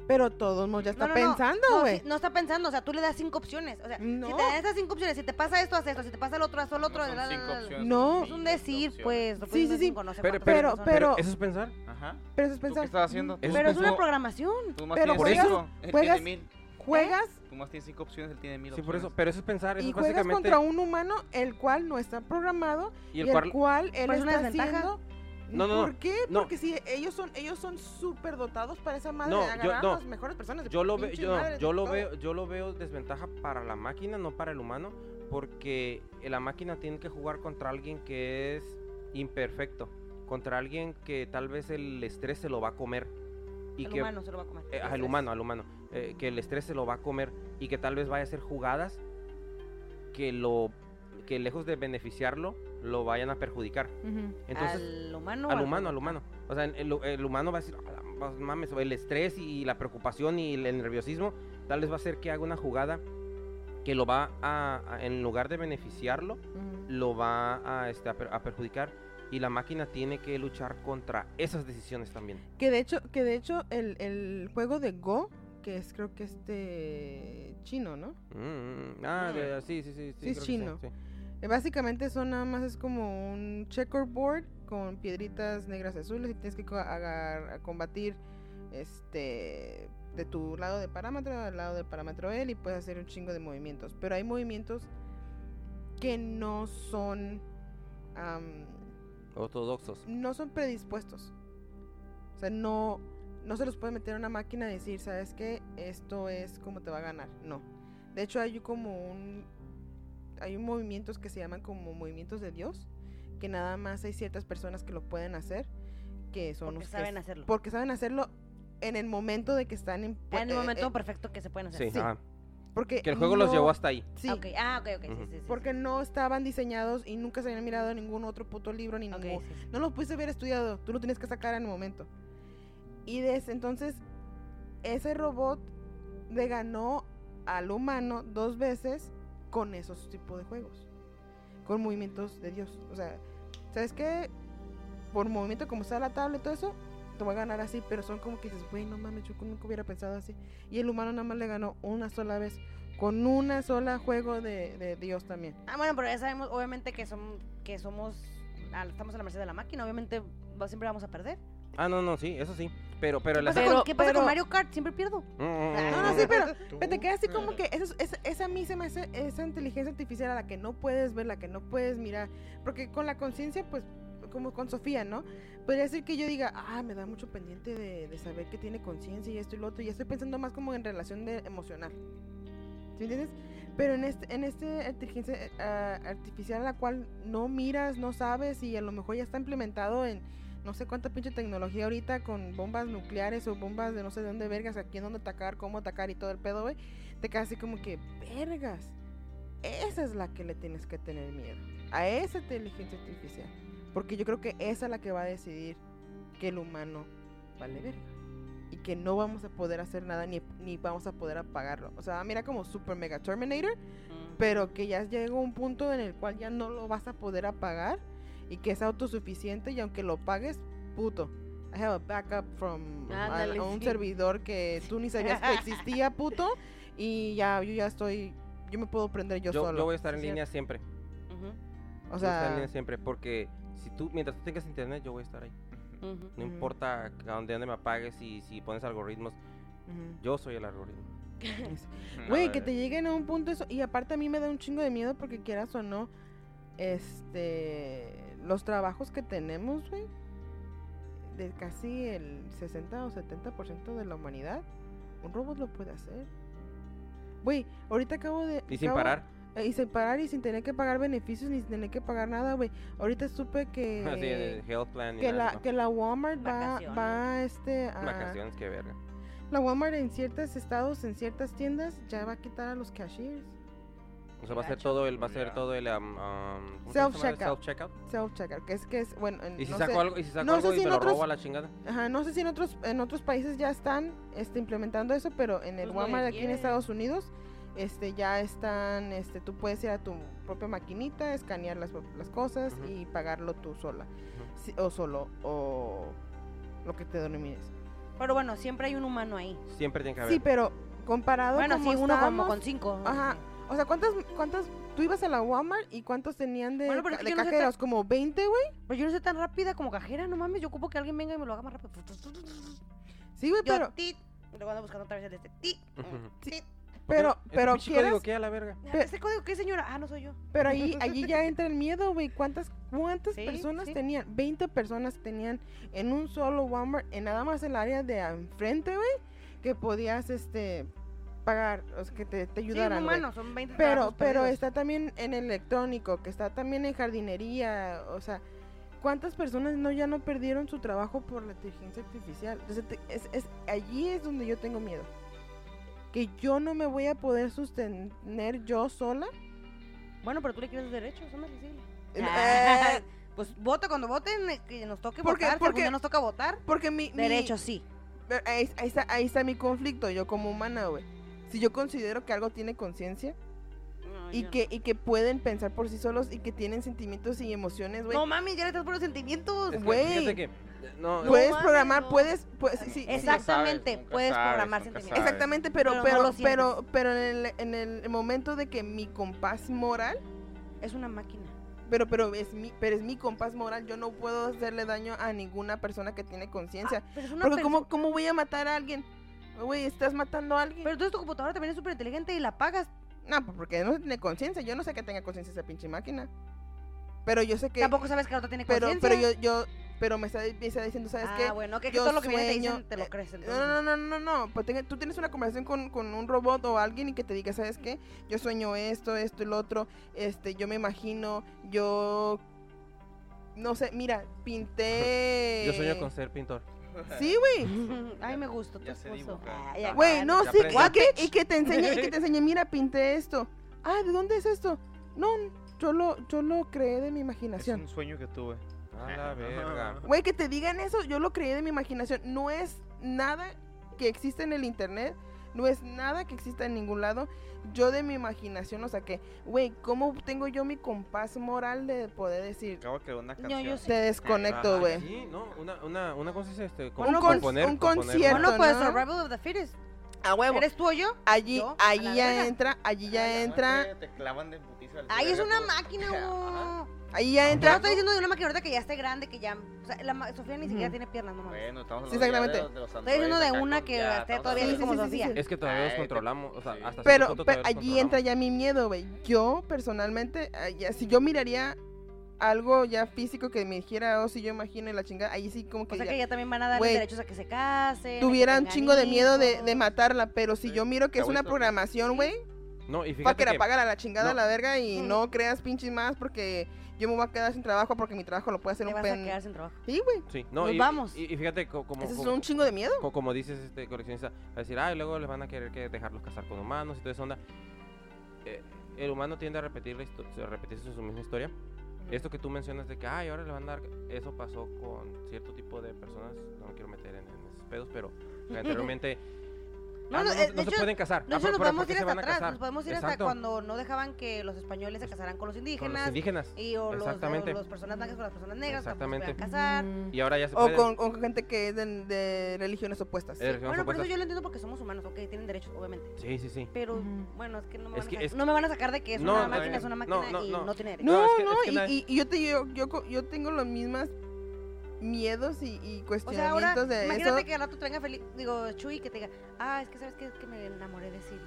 [SPEAKER 2] Pero todo el mundo ya está
[SPEAKER 4] no, no, no,
[SPEAKER 2] pensando,
[SPEAKER 4] No,
[SPEAKER 2] güey.
[SPEAKER 4] sí, no está pensando. O sea, tú le das cinco opciones. O sea, si
[SPEAKER 2] No.
[SPEAKER 4] te dan esas cinco opciones, si te pasa esto, haz esto. Si te pasa el otro, haz el
[SPEAKER 5] No
[SPEAKER 4] otro.
[SPEAKER 5] son
[SPEAKER 4] la, la,
[SPEAKER 5] cinco
[SPEAKER 4] la, la.
[SPEAKER 5] opciones,
[SPEAKER 2] No.
[SPEAKER 5] son
[SPEAKER 4] Es un
[SPEAKER 5] miles de
[SPEAKER 4] decir,
[SPEAKER 5] opciones.
[SPEAKER 4] pues. no
[SPEAKER 2] Sí,
[SPEAKER 4] pueden
[SPEAKER 2] sí,
[SPEAKER 4] ser
[SPEAKER 2] sí.
[SPEAKER 4] cinco, no sé
[SPEAKER 5] Pero-
[SPEAKER 4] cuántas
[SPEAKER 2] pero-
[SPEAKER 4] personas.
[SPEAKER 2] pero-
[SPEAKER 3] ¿Eso es pensar?
[SPEAKER 5] Ajá.
[SPEAKER 2] Pero eso es
[SPEAKER 5] ¿Tú
[SPEAKER 2] pensar.
[SPEAKER 5] qué estás haciendo?
[SPEAKER 2] mm,
[SPEAKER 3] Eso
[SPEAKER 4] Pero es una
[SPEAKER 3] pensar.
[SPEAKER 4] programación.
[SPEAKER 5] Tú más
[SPEAKER 2] Pero
[SPEAKER 5] tienes
[SPEAKER 3] por eso
[SPEAKER 5] cinco, él
[SPEAKER 2] juegas-
[SPEAKER 5] tiene mil.
[SPEAKER 2] mm, Juegas
[SPEAKER 3] ¿Eh?
[SPEAKER 5] Tú más tienes cinco opciones, él tiene mil
[SPEAKER 3] Sí, por
[SPEAKER 5] opciones.
[SPEAKER 3] eso. Pero eso es pensar. Eso
[SPEAKER 2] y
[SPEAKER 3] es
[SPEAKER 2] juegas
[SPEAKER 3] Pues básicamente.
[SPEAKER 2] contra un humano el cual no está programado
[SPEAKER 3] y
[SPEAKER 2] y
[SPEAKER 3] el
[SPEAKER 2] el,
[SPEAKER 3] cual-
[SPEAKER 2] cual él
[SPEAKER 4] ¿Pero Pues es una
[SPEAKER 2] está
[SPEAKER 4] desventaja?
[SPEAKER 2] haciendo.
[SPEAKER 3] No, no, no,
[SPEAKER 2] ¿Por qué?
[SPEAKER 3] no.
[SPEAKER 2] Porque si ellos son ellos son súper dotados para esa madre,
[SPEAKER 3] No, yo-
[SPEAKER 2] agarrar a
[SPEAKER 3] no.
[SPEAKER 2] las mejores personas. de
[SPEAKER 3] yo lo veo
[SPEAKER 2] pinche
[SPEAKER 3] yo,
[SPEAKER 2] madre,
[SPEAKER 3] yo
[SPEAKER 2] de
[SPEAKER 3] lo
[SPEAKER 2] todo.
[SPEAKER 3] veo yo lo veo desventaja para la máquina no para el humano porque la máquina tiene que jugar contra alguien que es imperfecto contra alguien que tal vez el estrés se lo va a comer y
[SPEAKER 4] el
[SPEAKER 3] que
[SPEAKER 4] humano se lo va a comer.
[SPEAKER 3] eh, ajá, al humano al humano eh, que el estrés se lo va a comer y que tal vez vaya a hacer jugadas que lo que lejos de beneficiarlo lo vayan a perjudicar entonces
[SPEAKER 4] al humano.
[SPEAKER 3] al humano, al humano. O sea, el, el humano va a decir, "A la ma- mames, el estrés y la preocupación y el, el nerviosismo, tal vez va a hacer que haga una jugada que lo va a, a- en lugar de beneficiarlo, lo va a, este, a per- a perjudicar. Y la máquina tiene que luchar contra esas decisiones también.
[SPEAKER 2] Que de hecho, que de hecho el, el juego de Go, que es creo que este chino, ¿no?
[SPEAKER 3] Mm, mm, ah,
[SPEAKER 5] Sí.
[SPEAKER 3] de- sí, sí, sí.
[SPEAKER 2] Sí, es
[SPEAKER 3] creo que
[SPEAKER 2] chino.
[SPEAKER 3] sí.
[SPEAKER 2] Eh, Básicamente son nada más es como un checkerboard con piedritas negras y azules y tienes que co- agar- a combatir este de tu lado de parámetro al lado del parámetro él y puedes hacer un chingo de movimientos. Pero hay movimientos que no son am,
[SPEAKER 3] Ortodoxos.
[SPEAKER 2] no son predispuestos. O sea, no no se los puede meter a una máquina y decir, ¿sabes qué? Esto es como te va a ganar. No. De hecho, hay como un. Hay un movimientos que se llaman como movimientos de Dios, que nada más hay ciertas personas que lo pueden hacer, que son
[SPEAKER 4] Porque
[SPEAKER 2] los que
[SPEAKER 4] saben
[SPEAKER 2] es-
[SPEAKER 4] hacerlo.
[SPEAKER 2] Porque saben hacerlo en el momento de que están en. pu-
[SPEAKER 4] En
[SPEAKER 2] eh,
[SPEAKER 4] el momento
[SPEAKER 2] eh,
[SPEAKER 4] perfecto que se pueden hacer.
[SPEAKER 3] Sí,
[SPEAKER 2] Sí.
[SPEAKER 3] ajá.
[SPEAKER 2] porque
[SPEAKER 3] Que el juego los
[SPEAKER 2] no-
[SPEAKER 3] llevó hasta ahí.
[SPEAKER 2] Sí,
[SPEAKER 4] Ah, ok, ah, ok, ok. sí,
[SPEAKER 3] Ujú.
[SPEAKER 4] sí, sí, sí.
[SPEAKER 2] porque no estaban diseñados y nunca se habían mirado en ningún otro puto libro ni
[SPEAKER 4] Ok,
[SPEAKER 2] ningún
[SPEAKER 4] sí, sí.
[SPEAKER 2] No lo pudiste haber estudiado, tú lo tienes que sacar en el momento. Y desde entonces, ese robot le ganó al humano dos veces con esos tipos de juegos. Con movimientos de Dios. O sea, ¿sabes qué? Por movimiento como está la tabla y todo eso, te voy a ganar así. Pero son como que dices, güey, no mames, yo nunca hubiera pensado así. Y el humano nada más le ganó una sola vez. Con una sola juego de, de Dios también.
[SPEAKER 4] Ah, bueno, pero ya sabemos, obviamente, que, son, que somos. ah, Estamos a la merced de la máquina, obviamente va- siempre vamos a perder.
[SPEAKER 3] Ah, no, no, sí, eso sí. Pero, pero
[SPEAKER 4] ¿Qué
[SPEAKER 3] la...
[SPEAKER 4] pasa,
[SPEAKER 2] Pero-
[SPEAKER 4] con, qué pasa con
[SPEAKER 2] pero-
[SPEAKER 4] Mario Kart? Siempre pierdo.
[SPEAKER 3] Mm, mm, mm,
[SPEAKER 2] No, no, sí,
[SPEAKER 3] mm.
[SPEAKER 2] pero Pero te queda así como que esa, esa, esa a mí se me hace esa inteligencia artificial a la que no puedes ver, la que no puedes mirar. Porque con la conciencia, pues, como con Sofía, ¿no? Podría ser que yo diga, ah, me da mucho pendiente de, de saber que tiene conciencia y esto y lo otro. Y estoy pensando más como en relación de emocional. ¿Sí me entiendes? Pero en este, en este inteligencia eh, ah, artificial a la cual no miras, no sabes y a lo mejor ya está implementado en no sé cuánta pinche tecnología ahorita con bombas nucleares o bombas de no sé de dónde vergas, a quién dónde atacar, cómo atacar y todo el pedo, güey. Te quedas así como que, vergas. Esa es la que le tienes que tener miedo. A esa inteligencia artificial. Porque yo creo que esa es la que va a decidir que el humano vale verga. Y que no vamos a poder hacer nada ni, ni vamos a poder apagarlo. O sea, mira como Super Mega Terminator pero que ya llegó un punto en el cual ya no lo vas a poder apagar y que es autosuficiente y aunque lo pagues, puto. I have a backup from a-
[SPEAKER 4] Ándale,
[SPEAKER 2] a un
[SPEAKER 4] sí.
[SPEAKER 2] servidor que tú ni sabías que existía, puto, y ya yo ya estoy yo me puedo prender yo,
[SPEAKER 3] Yo,
[SPEAKER 2] solo.
[SPEAKER 3] yo voy a estar en
[SPEAKER 4] Sí,
[SPEAKER 3] línea siempre. yo
[SPEAKER 4] Ujú,
[SPEAKER 2] o
[SPEAKER 3] voy a estar en
[SPEAKER 2] sea,
[SPEAKER 3] línea siempre. Porque si tú, mientras tú tengas internet, yo voy a estar ahí.
[SPEAKER 4] ujú.
[SPEAKER 3] No
[SPEAKER 2] Ujú.
[SPEAKER 3] importa a dónde, dónde me apagues y si pones algoritmos.
[SPEAKER 2] ujú.
[SPEAKER 3] Yo soy el algoritmo.
[SPEAKER 2] Güey, que te lleguen a un punto eso. Y aparte a mí me da un chingo de miedo porque quieras o no, este, los trabajos que tenemos, güey, de casi el 60 o 70% de la humanidad, un robot lo puede hacer. Güey, ahorita acabo de...
[SPEAKER 3] Y sin
[SPEAKER 2] acabo-
[SPEAKER 3] parar.
[SPEAKER 2] eh, Y sin parar y sin tener que pagar beneficios ni sin tener que pagar nada, güey. Ahorita supe que...
[SPEAKER 3] Así de health plan y
[SPEAKER 2] que
[SPEAKER 3] nada,
[SPEAKER 2] la,
[SPEAKER 3] no.
[SPEAKER 2] que la Walmart va,
[SPEAKER 4] Vacaciones.
[SPEAKER 2] va este, a,
[SPEAKER 3] Vacaciones, qué verga.
[SPEAKER 2] la Walmart en ciertos estados, en ciertas tiendas, ya va a quitar a los cashiers.
[SPEAKER 3] O sea, va a ser
[SPEAKER 4] gacho.
[SPEAKER 3] todo el, va a ser
[SPEAKER 1] Ya.
[SPEAKER 3] todo el um, um, ¿cómo se llama? El
[SPEAKER 2] Self-checkout.
[SPEAKER 3] self-checkout.
[SPEAKER 2] Self-checkout, que es que es, bueno, en-
[SPEAKER 3] Y si
[SPEAKER 2] no,
[SPEAKER 3] saco
[SPEAKER 2] sé,
[SPEAKER 3] algo, y si saco
[SPEAKER 2] no sé
[SPEAKER 3] algo y
[SPEAKER 2] si
[SPEAKER 3] me
[SPEAKER 2] en
[SPEAKER 3] lo
[SPEAKER 2] otros-
[SPEAKER 3] robo a la chingada.
[SPEAKER 2] ajá, no sé si en otros, en otros países ya están este, implementando eso, pero en el
[SPEAKER 4] Pues lo
[SPEAKER 2] Walmart aquí en
[SPEAKER 4] quieren.
[SPEAKER 2] Estados Unidos este, ya están, este, tú puedes ir a tu propia maquinita, escanear las, las cosas
[SPEAKER 3] Ujú.
[SPEAKER 2] y pagarlo tú sola, Si- o solo, o lo que te denomines.
[SPEAKER 4] Pero bueno, siempre hay un humano ahí.
[SPEAKER 3] Siempre tiene que haber.
[SPEAKER 2] Sí, pero comparado
[SPEAKER 4] Bueno, sí,
[SPEAKER 2] como
[SPEAKER 4] uno como
[SPEAKER 2] estábamos,
[SPEAKER 4] con cinco. no
[SPEAKER 2] Ajá.
[SPEAKER 4] sé.
[SPEAKER 2] o sea, ¿cuántas, cuántas, tú ibas a la Walmart y cuántos tenían de,
[SPEAKER 4] Bueno, pero es
[SPEAKER 2] ca-
[SPEAKER 4] que
[SPEAKER 2] de
[SPEAKER 4] yo no sé
[SPEAKER 2] cajeros? ¿Como 20, güey?
[SPEAKER 4] Pero yo no soy tan rápida como cajera, no mames. Yo ocupo que alguien venga y me lo haga más rápido.
[SPEAKER 2] Sí, güey,
[SPEAKER 4] Yo,
[SPEAKER 2] pero,
[SPEAKER 4] tit. Luego ando buscando otra vez el este. Tit.
[SPEAKER 3] Ujú.
[SPEAKER 4] tit.
[SPEAKER 2] pero,
[SPEAKER 3] Ese
[SPEAKER 2] pero
[SPEAKER 3] pinche código,
[SPEAKER 2] quieres...
[SPEAKER 3] ¿qué a la verga?
[SPEAKER 2] Pe-
[SPEAKER 4] ¿Ese código qué, señora? Ah, no soy yo.
[SPEAKER 2] Pero ahí, allí ya entra el miedo, güey. ¿Cuántas, cuántas
[SPEAKER 4] Sí,
[SPEAKER 2] personas
[SPEAKER 4] sí.
[SPEAKER 2] tenían? 20 personas tenían en un solo Walmart, en nada más el área de enfrente, güey, que podías, este, pagar, o sea, que te, te
[SPEAKER 4] Sí,
[SPEAKER 2] ayudaran,
[SPEAKER 4] un
[SPEAKER 2] güey.
[SPEAKER 4] humano, son 20
[SPEAKER 2] Pero,
[SPEAKER 4] trabajos
[SPEAKER 2] pero
[SPEAKER 4] perdidos.
[SPEAKER 2] está también en electrónico, que está también en jardinería, o sea, ¿cuántas personas no ya no perdieron su trabajo por la inteligencia artificial? Entonces, te- es, es- allí es donde yo tengo miedo. Que yo no me voy a poder sostener yo sola.
[SPEAKER 4] Bueno, pero tú le quieres los derechos, son más sensibles.
[SPEAKER 2] Eh,
[SPEAKER 4] Pues voto cuando voten, eh, que nos toque
[SPEAKER 2] Porque-
[SPEAKER 4] votar. si algún
[SPEAKER 2] porque-
[SPEAKER 4] día nos toca votar.
[SPEAKER 2] Porque mi, mi-
[SPEAKER 4] Derechos, sí.
[SPEAKER 2] Pero ahí, ahí está, ahí está mi conflicto, yo como humana, güey. Si yo considero que algo tiene conciencia
[SPEAKER 4] No,
[SPEAKER 2] y
[SPEAKER 4] yo
[SPEAKER 2] que, y que pueden pensar por sí solos y que tienen sentimientos y emociones,
[SPEAKER 4] No,
[SPEAKER 2] güey.
[SPEAKER 4] No, mami, ya le estás por los sentimientos.
[SPEAKER 3] Es que
[SPEAKER 2] Güey.
[SPEAKER 3] Fíjate que. No, no,
[SPEAKER 2] puedes
[SPEAKER 4] mames,
[SPEAKER 2] programar,
[SPEAKER 4] no.
[SPEAKER 2] puedes, pues, sí,
[SPEAKER 5] Nunca
[SPEAKER 2] exact-
[SPEAKER 4] Exactamente,
[SPEAKER 5] nunca
[SPEAKER 4] puedes programar
[SPEAKER 5] nunca
[SPEAKER 4] sentimientos.
[SPEAKER 5] sabes.
[SPEAKER 2] exactamente, pero
[SPEAKER 4] Pero no
[SPEAKER 2] pero
[SPEAKER 4] lo
[SPEAKER 2] pero pero,
[SPEAKER 4] sientes.
[SPEAKER 2] en, el, en el momento de que mi compás moral,
[SPEAKER 4] Es una máquina.
[SPEAKER 2] pero pero es mi pero es mi compás moral, yo no puedo hacerle daño a ninguna persona que tiene conciencia.
[SPEAKER 4] Pero es Ah, una
[SPEAKER 2] Porque
[SPEAKER 4] perso-
[SPEAKER 2] cómo cómo voy a matar a alguien? Güey, estás matando a alguien.
[SPEAKER 4] Pero entonces tu computadora también es súper inteligente y la pagas.
[SPEAKER 2] No, pues porque no tiene conciencia. Yo no sé que tenga conciencia esa pinche máquina. Pero yo sé que.
[SPEAKER 4] Tampoco sabes que la otra tiene
[SPEAKER 2] pero,
[SPEAKER 4] conciencia.
[SPEAKER 2] pero yo, yo, pero me está, me está diciendo, ¿sabes
[SPEAKER 4] ah,
[SPEAKER 2] qué?
[SPEAKER 4] bueno, que, que
[SPEAKER 2] Yo
[SPEAKER 4] todo lo que viene te
[SPEAKER 2] sueño- eh,
[SPEAKER 4] dicen te lo crees.
[SPEAKER 2] No, no, no, no, no, no. Pues tenga- tú tienes una conversación con, con un robot o alguien y que te diga, ¿sabes qué? Yo sueño esto, esto y lo otro. Este, yo me imagino, yo. No sé, mira, pinté.
[SPEAKER 3] Yo sueño con ser pintor.
[SPEAKER 2] Sí, güey.
[SPEAKER 4] no. Ay, me gusta tu
[SPEAKER 5] Ya sé
[SPEAKER 4] esposo.
[SPEAKER 5] dibujar.
[SPEAKER 4] Ay, acá,
[SPEAKER 2] Güey, no,
[SPEAKER 3] Ah, Ya
[SPEAKER 2] sí,
[SPEAKER 3] aprendí.
[SPEAKER 2] y que, y que te enseñe, y que te enseñe, mira, pinté esto. Ah, ¿de dónde es esto? No, yo lo, yo lo creé de mi
[SPEAKER 1] Es
[SPEAKER 2] imaginación.
[SPEAKER 1] un sueño que tuve.
[SPEAKER 3] A la verga.
[SPEAKER 2] Güey, que te digan eso, yo lo creí de mi imaginación. No es nada que existe en el internet No es nada que exista en ningún lado. Yo de mi imaginación lo saqué. Güey, ¿cómo tengo yo mi compás moral de poder decir?
[SPEAKER 1] Acabo de crear una
[SPEAKER 4] yo
[SPEAKER 1] canción.
[SPEAKER 2] Te desconecto,
[SPEAKER 3] Ah,
[SPEAKER 2] güey.
[SPEAKER 3] Sí, no, una, una, una cosa es este,
[SPEAKER 2] Un
[SPEAKER 3] componer,
[SPEAKER 2] con-
[SPEAKER 3] componer,
[SPEAKER 2] un
[SPEAKER 3] componer,
[SPEAKER 2] concierto.
[SPEAKER 4] Bueno,
[SPEAKER 3] ¿no?
[SPEAKER 4] pues
[SPEAKER 2] ¿no?
[SPEAKER 4] Survival of the Fittest.
[SPEAKER 2] A Ah, huevo.
[SPEAKER 4] ¿Eres tú o yo?
[SPEAKER 2] Allí,
[SPEAKER 4] yo, a
[SPEAKER 2] allí
[SPEAKER 4] la
[SPEAKER 2] ya
[SPEAKER 4] verga.
[SPEAKER 2] entra, allí ya entra,
[SPEAKER 5] Te clavan de putiza al
[SPEAKER 4] Ahí es
[SPEAKER 5] verga
[SPEAKER 4] una
[SPEAKER 5] por-
[SPEAKER 4] máquina,
[SPEAKER 5] Ajá.
[SPEAKER 4] güey.
[SPEAKER 2] allí ya
[SPEAKER 4] Yo no
[SPEAKER 2] entra.
[SPEAKER 4] estoy diciendo de una máquina ahorita que ya esté grande, que ya. O sea, la ma- Sofía ni siquiera
[SPEAKER 2] Ujú.
[SPEAKER 4] tiene piernas, no mames.
[SPEAKER 5] Bueno, estamos
[SPEAKER 2] Sí,
[SPEAKER 5] hablando ya
[SPEAKER 2] exactamente.
[SPEAKER 5] de los- de los
[SPEAKER 4] Estoy diciendo
[SPEAKER 5] androides
[SPEAKER 4] de
[SPEAKER 5] acá
[SPEAKER 4] una
[SPEAKER 5] con-
[SPEAKER 4] que
[SPEAKER 5] ya,
[SPEAKER 4] esté
[SPEAKER 5] estamos
[SPEAKER 4] todavía así
[SPEAKER 2] así
[SPEAKER 5] hablando de-
[SPEAKER 2] Sí,
[SPEAKER 4] como
[SPEAKER 2] sí, sí,
[SPEAKER 4] Sofía.
[SPEAKER 2] sí, sí.
[SPEAKER 3] Es que todavía los
[SPEAKER 5] Ay, te-
[SPEAKER 3] controlamos, o sea,
[SPEAKER 5] sí.
[SPEAKER 3] hasta
[SPEAKER 2] Pero
[SPEAKER 3] cierto punto
[SPEAKER 2] pe-
[SPEAKER 3] todavía los
[SPEAKER 2] allí entra
[SPEAKER 3] controlamos.
[SPEAKER 2] ya mi miedo, güey. Yo personalmente, ah, ya, si yo miraría algo ya físico que me dijera, o si yo imagino y la chingada, ahí sí como que,
[SPEAKER 4] O sea
[SPEAKER 2] ya
[SPEAKER 4] que ya también van a darle
[SPEAKER 2] Güey,
[SPEAKER 4] derechos a que se casen. a que
[SPEAKER 2] tuviera un
[SPEAKER 4] tengan
[SPEAKER 2] chingo de miedo de,
[SPEAKER 4] hijos.
[SPEAKER 2] de matarla. Pero si
[SPEAKER 5] Sí.
[SPEAKER 2] yo miro que
[SPEAKER 5] Está
[SPEAKER 2] es una
[SPEAKER 5] bonito.
[SPEAKER 2] programación, güey,
[SPEAKER 3] No, y
[SPEAKER 2] pa'
[SPEAKER 3] fíjate
[SPEAKER 2] que la
[SPEAKER 3] que,
[SPEAKER 2] pagan a la chingada
[SPEAKER 3] no.
[SPEAKER 2] a la verga y
[SPEAKER 4] Mm.
[SPEAKER 2] no creas pinches más porque yo me voy a quedar sin trabajo porque mi trabajo lo puede hacer
[SPEAKER 4] Te
[SPEAKER 2] un
[SPEAKER 4] vas a
[SPEAKER 2] pen.
[SPEAKER 4] quedar sin trabajo.
[SPEAKER 2] Sí, güey.
[SPEAKER 3] sí, no,
[SPEAKER 4] Nos
[SPEAKER 3] y,
[SPEAKER 4] vamos.
[SPEAKER 3] Y, y fíjate co- como,
[SPEAKER 2] Ese es
[SPEAKER 3] como-
[SPEAKER 2] un chingo de miedo.
[SPEAKER 3] co- como dices este coleccionista, va a decir, ay, luego les van a querer que dejarlos casar con humanos y toda esa onda. Eh, el humano tiende a repetir la histo- a repetirse su misma historia. Esto que tú mencionas de que, ay, ahora le van a dar. Eso pasó con cierto tipo de personas. No me quiero meter en, en esos pedos, pero que anteriormente.
[SPEAKER 4] No,
[SPEAKER 3] "Ah,
[SPEAKER 4] no, eh, de
[SPEAKER 3] se
[SPEAKER 4] hecho-
[SPEAKER 3] pueden casar.
[SPEAKER 4] No,
[SPEAKER 3] Ah,
[SPEAKER 4] hecho, nos
[SPEAKER 3] pero- pero ¿por
[SPEAKER 4] podemos
[SPEAKER 3] qué
[SPEAKER 4] ir
[SPEAKER 3] se
[SPEAKER 4] hasta
[SPEAKER 3] van a
[SPEAKER 4] atrás.
[SPEAKER 3] casar?
[SPEAKER 4] Nos podemos ir hasta
[SPEAKER 3] Exacto,
[SPEAKER 4] cuando no dejaban que los españoles se casaran con los
[SPEAKER 3] Con los
[SPEAKER 4] indígenas.
[SPEAKER 3] indígenas.
[SPEAKER 4] Y o los,
[SPEAKER 3] Exactamente.
[SPEAKER 4] o los personas blancas con las personas negras.
[SPEAKER 3] Exactamente.
[SPEAKER 4] Exactamente. casar.
[SPEAKER 2] Mm,
[SPEAKER 3] Mm. Y ahora ya se
[SPEAKER 2] O
[SPEAKER 3] pueden.
[SPEAKER 2] con, o con gente que es de, de religiones opuestas.
[SPEAKER 3] Eh, religiones
[SPEAKER 4] Bueno, por eso
[SPEAKER 3] opuestas.
[SPEAKER 4] yo lo entiendo porque somos humanos, ok, tienen derechos, obviamente.
[SPEAKER 3] Sí, sí, sí.
[SPEAKER 4] Pero
[SPEAKER 2] Ujú.
[SPEAKER 4] bueno, es que no me,
[SPEAKER 3] Es
[SPEAKER 4] van,
[SPEAKER 3] que-
[SPEAKER 4] a, sa-
[SPEAKER 3] es
[SPEAKER 4] no me van a sacar de que es
[SPEAKER 3] No,
[SPEAKER 4] una
[SPEAKER 3] no,
[SPEAKER 4] máquina,
[SPEAKER 5] no,
[SPEAKER 4] es una
[SPEAKER 3] no,
[SPEAKER 4] máquina
[SPEAKER 3] no,
[SPEAKER 4] y
[SPEAKER 3] no.
[SPEAKER 4] no, tiene derechos.
[SPEAKER 2] No, no,
[SPEAKER 3] No, es que- es que
[SPEAKER 2] y-
[SPEAKER 3] nadie-
[SPEAKER 2] y, y yo, te, yo, yo, co- yo tengo los mismos miedos y, y
[SPEAKER 4] O sea, ahora,
[SPEAKER 2] cuestionamientos de eso.
[SPEAKER 4] imagínate que al rato te venga Felipe, digo, Chuy, que te diga, ah, es que sabes qué? Es que me enamoré de Siri.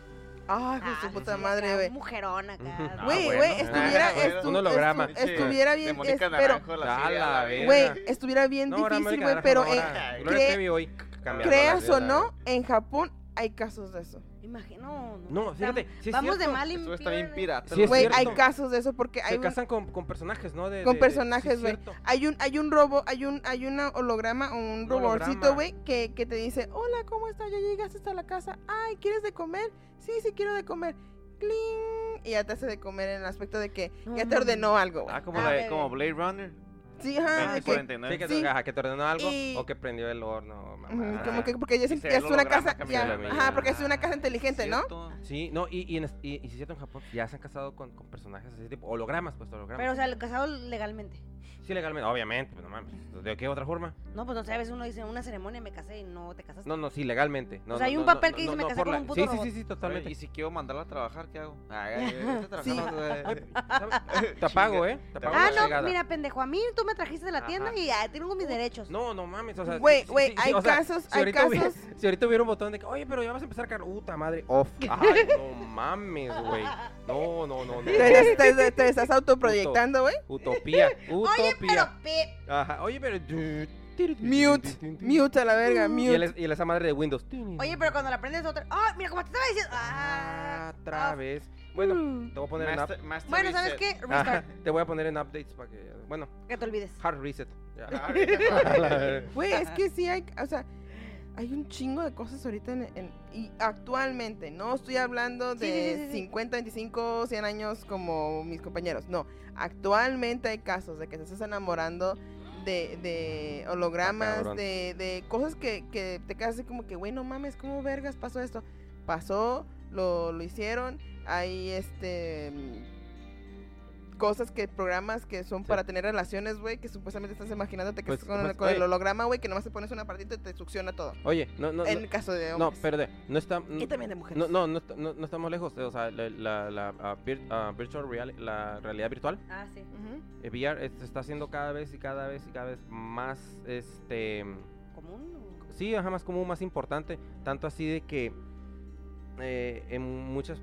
[SPEAKER 2] Ay, hijo de
[SPEAKER 4] Ah,
[SPEAKER 2] su puta
[SPEAKER 4] sí,
[SPEAKER 2] madre,
[SPEAKER 4] acá,
[SPEAKER 2] güey.
[SPEAKER 4] Mujerón acá.
[SPEAKER 3] Ah,
[SPEAKER 2] Güey,
[SPEAKER 5] bueno.
[SPEAKER 2] güey,
[SPEAKER 5] Ah,
[SPEAKER 2] estuviera,
[SPEAKER 5] bueno.
[SPEAKER 2] estu-
[SPEAKER 3] Un holograma.
[SPEAKER 2] estu- estuviera
[SPEAKER 5] De
[SPEAKER 2] bien,
[SPEAKER 5] Mónica
[SPEAKER 2] es- pero,
[SPEAKER 5] Naranjo, la
[SPEAKER 3] A
[SPEAKER 5] serie,
[SPEAKER 3] la
[SPEAKER 5] la verga.
[SPEAKER 3] verga.
[SPEAKER 2] Güey, estuviera bien
[SPEAKER 3] No, ahora
[SPEAKER 2] difícil,
[SPEAKER 3] Mónica
[SPEAKER 2] güey,
[SPEAKER 3] Naranjo,
[SPEAKER 2] pero
[SPEAKER 3] ahora
[SPEAKER 2] en-
[SPEAKER 5] eh,
[SPEAKER 3] Gloria
[SPEAKER 2] cre-
[SPEAKER 3] Trevi hoy cambiando
[SPEAKER 2] creas
[SPEAKER 3] la
[SPEAKER 2] o
[SPEAKER 3] vida.
[SPEAKER 2] no, en Japón hay casos de eso.
[SPEAKER 4] Imagino.
[SPEAKER 3] No, fíjate. sí es
[SPEAKER 4] Vamos de
[SPEAKER 3] cierto.
[SPEAKER 4] mal en
[SPEAKER 5] Esto está
[SPEAKER 4] peor.
[SPEAKER 5] bien pirata.
[SPEAKER 3] Sí, es
[SPEAKER 5] los-
[SPEAKER 2] Güey, hay
[SPEAKER 3] cierto.
[SPEAKER 2] casos de eso porque hay
[SPEAKER 3] Se
[SPEAKER 2] un,
[SPEAKER 3] casan con, con personajes, ¿no? De,
[SPEAKER 2] Con
[SPEAKER 3] de- de- sí,
[SPEAKER 2] personajes,
[SPEAKER 3] es
[SPEAKER 2] güey.
[SPEAKER 3] cierto.
[SPEAKER 2] hay un hay un robo, hay un hay una holograma o un
[SPEAKER 3] Un
[SPEAKER 2] robotcito,
[SPEAKER 3] holograma.
[SPEAKER 2] güey, que, que te dice, "Hola, ¿cómo estás? Ya llegaste hasta la casa. Ay, ¿quieres de comer?" "Sí, sí quiero de comer." ¡Cling! Y ya te hace de comer en el aspecto de que
[SPEAKER 4] No
[SPEAKER 2] ya te
[SPEAKER 4] mames.
[SPEAKER 2] ordenó algo, güey.
[SPEAKER 1] Ah, como,
[SPEAKER 4] Ah,
[SPEAKER 1] la de-
[SPEAKER 4] bebé.
[SPEAKER 1] como Blade Runner.
[SPEAKER 2] Sí, ajá, de que-
[SPEAKER 1] 2049.
[SPEAKER 3] Sí, que,
[SPEAKER 2] Sí.
[SPEAKER 3] ajá, que te ordenó algo
[SPEAKER 2] Y-
[SPEAKER 3] o que prendió el horno.
[SPEAKER 2] ujú,
[SPEAKER 3] mamá.
[SPEAKER 2] como que porque ya es,
[SPEAKER 1] Y se
[SPEAKER 2] ya
[SPEAKER 1] ve
[SPEAKER 2] es
[SPEAKER 1] el
[SPEAKER 2] una
[SPEAKER 1] holograma
[SPEAKER 2] casa, ya,
[SPEAKER 1] caminando.
[SPEAKER 2] ajá, porque es una casa inteligente, ¿no?
[SPEAKER 1] ¿Cierto?
[SPEAKER 3] Sí, no, y, y, en, es- y, y sí es cierto, en Japón ya se han casado con, con personajes así, tipo hologramas, pues hologramas.
[SPEAKER 4] Pero, o sea, lo casado legalmente.
[SPEAKER 3] Sí, legalmente, obviamente, pues no mames. ¿De qué otra forma?
[SPEAKER 4] No, pues no sé, a veces uno dice, una ceremonia me casé y no te casaste.
[SPEAKER 3] No, no, sí, legalmente. No,
[SPEAKER 4] O sea,
[SPEAKER 3] no,
[SPEAKER 4] hay un
[SPEAKER 3] no,
[SPEAKER 4] papel
[SPEAKER 3] no,
[SPEAKER 4] que dice,
[SPEAKER 3] no,
[SPEAKER 4] "Me
[SPEAKER 3] no,
[SPEAKER 4] casé
[SPEAKER 3] por
[SPEAKER 4] con
[SPEAKER 3] la-
[SPEAKER 4] un puto
[SPEAKER 3] Sí, sí,
[SPEAKER 4] robot".
[SPEAKER 3] sí, sí,
[SPEAKER 5] Oye,
[SPEAKER 3] totalmente.
[SPEAKER 5] Y si quiero mandarla a trabajar, ¿qué hago? Ah, ya, ya, ya está
[SPEAKER 2] Sí.
[SPEAKER 5] trabajando, eh.
[SPEAKER 3] ¿Sabes? Te apago, ¿eh? Te apago
[SPEAKER 4] Ah,
[SPEAKER 3] la
[SPEAKER 4] no,
[SPEAKER 3] chingada.
[SPEAKER 4] mira, pendejo, a mí tú me trajiste de la
[SPEAKER 3] Ajá.
[SPEAKER 4] tienda y ah, tengo mis derechos.
[SPEAKER 3] No, no mames, o sea...
[SPEAKER 2] Güey,
[SPEAKER 3] sí, sí,
[SPEAKER 2] güey,
[SPEAKER 3] sí, sí,
[SPEAKER 2] hay
[SPEAKER 3] o sea,
[SPEAKER 2] casos,
[SPEAKER 3] si
[SPEAKER 2] hay
[SPEAKER 3] ahorita hubiera-
[SPEAKER 2] casos.
[SPEAKER 3] si ahorita hubiera un botón de que, oye, pero ya vas a empezar a cargar... ¡Uta madre! ¡Off! ¡Ay, no mames, güey! No, no, no, no.
[SPEAKER 2] Te, te- te- te estás autoproyectando, güey.
[SPEAKER 3] Utopía, utopía.
[SPEAKER 4] Oye, pero pe-
[SPEAKER 3] Ajá, oye, pero...
[SPEAKER 2] Mute, mute a la verga,
[SPEAKER 3] Y,
[SPEAKER 2] mute.
[SPEAKER 3] el, y esa madre de Windows.
[SPEAKER 4] Oye, pero cuando la aprendes otra. ¡Ah! mira, como te estaba diciendo. ¡Ah!
[SPEAKER 3] Ah, otra vez. Bueno, te voy a poner en up-
[SPEAKER 5] Master- Master
[SPEAKER 4] Bueno, ¿sabes qué?
[SPEAKER 5] Reset.
[SPEAKER 3] Ajá,
[SPEAKER 4] Mm. Restart,
[SPEAKER 3] te voy a poner en updates para que. Bueno,
[SPEAKER 4] que te olvides.
[SPEAKER 3] hard reset. Ya.
[SPEAKER 5] Ah, ya.
[SPEAKER 2] Güey, es que sí hay, o sea, hay un chingo de cosas ahorita en, en- y actualmente, no estoy hablando
[SPEAKER 4] Sí, sí, sí,
[SPEAKER 2] de
[SPEAKER 4] sí, sí.
[SPEAKER 2] 50, 25, 100 años como mis compañeros, no, actualmente hay casos de que se estás enamorando de, de
[SPEAKER 3] Ah,
[SPEAKER 2] hologramas,
[SPEAKER 3] cabrón.
[SPEAKER 2] de, de cosas que, que te quedas así como que, güey, no mames, ¿cómo vergas pasó esto? Pasó, lo, lo hicieron, hay este mm, cosas que programas que son
[SPEAKER 3] Sí.
[SPEAKER 2] para tener relaciones, güey, que supuestamente estás imaginándote que
[SPEAKER 3] Pues-
[SPEAKER 2] es con,
[SPEAKER 3] pues,
[SPEAKER 2] con el
[SPEAKER 3] oye.
[SPEAKER 2] holograma, güey, que nomás te pones una partita y te succiona todo.
[SPEAKER 3] Oye, no, no.
[SPEAKER 2] en
[SPEAKER 3] No,
[SPEAKER 2] el caso de
[SPEAKER 3] no
[SPEAKER 2] hombres.
[SPEAKER 3] pero de- no está. No,
[SPEAKER 2] y también de mujeres.
[SPEAKER 3] no, no, no, está- no- no estamos lejos. eh, O sea, la, la, la, ah, vir- ah, virtual real- la realidad virtual,
[SPEAKER 4] Ah, sí.
[SPEAKER 2] Ujú.
[SPEAKER 3] eh, VR, eh, se está haciendo cada vez y cada vez y cada vez más. Este.
[SPEAKER 4] ¿Común?
[SPEAKER 3] Sí, ajá, más común, más importante. Tanto así de que eh, en muchas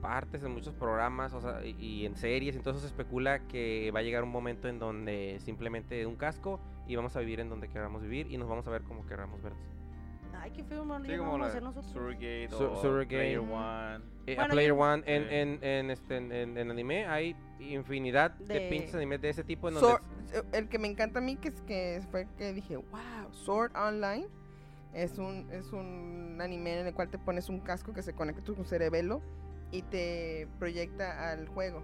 [SPEAKER 3] partes, en muchos programas, o sea, y, y en series, entonces se especula que va a llegar un momento en donde simplemente un casco y vamos a vivir en donde queramos vivir y nos vamos a ver como queramos vernos.
[SPEAKER 4] o no? Ay, qué feo, hermano.
[SPEAKER 5] Sí,
[SPEAKER 4] ya no
[SPEAKER 5] como
[SPEAKER 4] vamos a
[SPEAKER 5] la
[SPEAKER 4] hacer nosotros.
[SPEAKER 5] Surrogate
[SPEAKER 3] Sur-
[SPEAKER 5] o
[SPEAKER 3] Surrogate.
[SPEAKER 5] Player
[SPEAKER 4] Mm.
[SPEAKER 5] One.
[SPEAKER 3] Eh,
[SPEAKER 4] Bueno,
[SPEAKER 3] a Player
[SPEAKER 4] yo-
[SPEAKER 3] One en,
[SPEAKER 5] Sí.
[SPEAKER 3] en, en, este, en, en- en anime hay infinidad de,
[SPEAKER 4] De-
[SPEAKER 3] pinches animes de ese tipo en donde
[SPEAKER 2] Sor- eh, el que me encanta a mí que es que fue que dije, "Wow, Sword Online." Es un es un anime en el cual te pones un casco que se conecta a tu cerebelo y te proyecta al juego.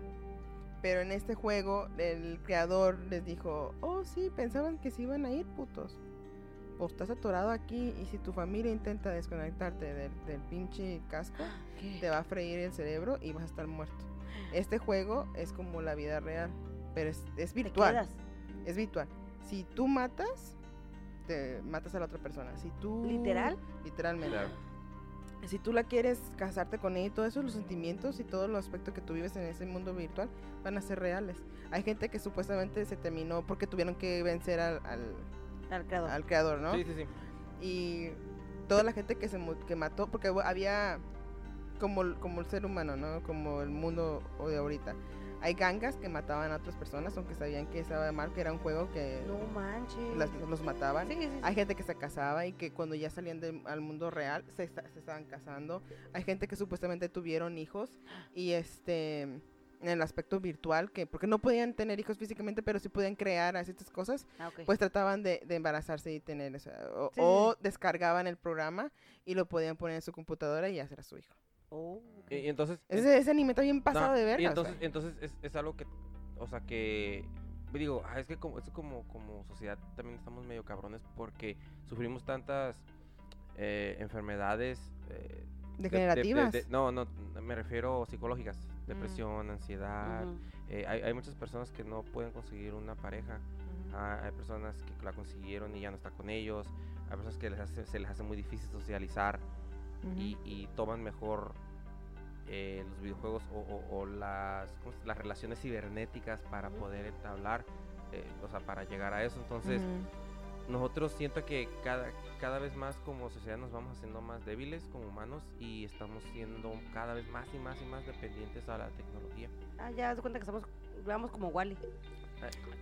[SPEAKER 2] Pero en este juego el creador les dijo, "Oh, sí, pensaban que se iban a ir putos." o estás atorado aquí y si tu familia intenta desconectarte del, del pinche casco, te va a freír el cerebro y vas a estar muerto. Este juego es como la vida real, pero es, es
[SPEAKER 4] Te
[SPEAKER 2] virtual.
[SPEAKER 4] quedas.
[SPEAKER 2] Es virtual. Si tú matas, te matas a la otra persona. Si tú...
[SPEAKER 4] ¿Literal?
[SPEAKER 2] Literalmente.
[SPEAKER 5] Claro.
[SPEAKER 2] Si tú la quieres casarte con ella y todos esos los sentimientos y todo los aspectos que tú vives en ese mundo virtual van a ser reales. Hay gente que supuestamente se terminó porque tuvieron que vencer al, al,
[SPEAKER 3] Mm.
[SPEAKER 4] Al creador.
[SPEAKER 2] al creador, ¿no?
[SPEAKER 3] Sí, sí, sí.
[SPEAKER 2] y toda la gente que se mu- que mató porque hu- había como el- como el ser humano no como el mundo o de ahorita hay gangas que mataban a otras personas aunque sabían que estaba mal que era un juego que
[SPEAKER 4] No manches.
[SPEAKER 2] las- los mataban
[SPEAKER 4] Sí, sí, sí.
[SPEAKER 2] hay gente que se casaba y que cuando ya salían del- al mundo real se, esta- se estaban casando. Hay gente que supuestamente tuvieron hijos y este en el aspecto virtual que porque no podían tener hijos físicamente pero sí podían crear así estas cosas
[SPEAKER 4] Ah, ok.
[SPEAKER 2] pues trataban de, de embarazarse y tener, o, sea, o-
[SPEAKER 4] Sí,
[SPEAKER 2] o descargaban el programa y lo podían poner en su computadora y hacer a su hijo.
[SPEAKER 4] Oh, ok.
[SPEAKER 3] Y,
[SPEAKER 5] Eh,
[SPEAKER 3] y entonces.
[SPEAKER 2] Ese, ese anime está bien pasado
[SPEAKER 3] No,
[SPEAKER 2] de verga.
[SPEAKER 3] Y
[SPEAKER 2] o sea.
[SPEAKER 3] entonces, entonces es, es algo que, o sea, que digo, ah, es que como, es como, como sociedad también estamos medio cabrones porque sufrimos tantas eh, enfermedades. eh, de- de- de-
[SPEAKER 2] Degenerativas. Mm.
[SPEAKER 3] de- no, no, me refiero psicológicas, depresión, ansiedad.
[SPEAKER 4] Ujú.
[SPEAKER 3] eh, hay, hay muchas personas que no pueden conseguir una pareja. Ah, hay personas que la consiguieron y ya no está con ellos. Hay personas que les hace- se les hace muy difícil socializar
[SPEAKER 2] Ujú.
[SPEAKER 3] y, y toman mejor eh, los videojuegos o, o- o las, ¿cómo se- las relaciones cibernéticas para poder entablar, eh, o sea, para llegar a eso. Entonces,
[SPEAKER 2] Ujú.
[SPEAKER 3] nosotros siento que cada, cada vez más como sociedad nos vamos haciendo más débiles como humanos y estamos siendo cada vez más y más y más dependientes a la tecnología.
[SPEAKER 4] Ah, ya das cuenta que estamos, vamos como Wally.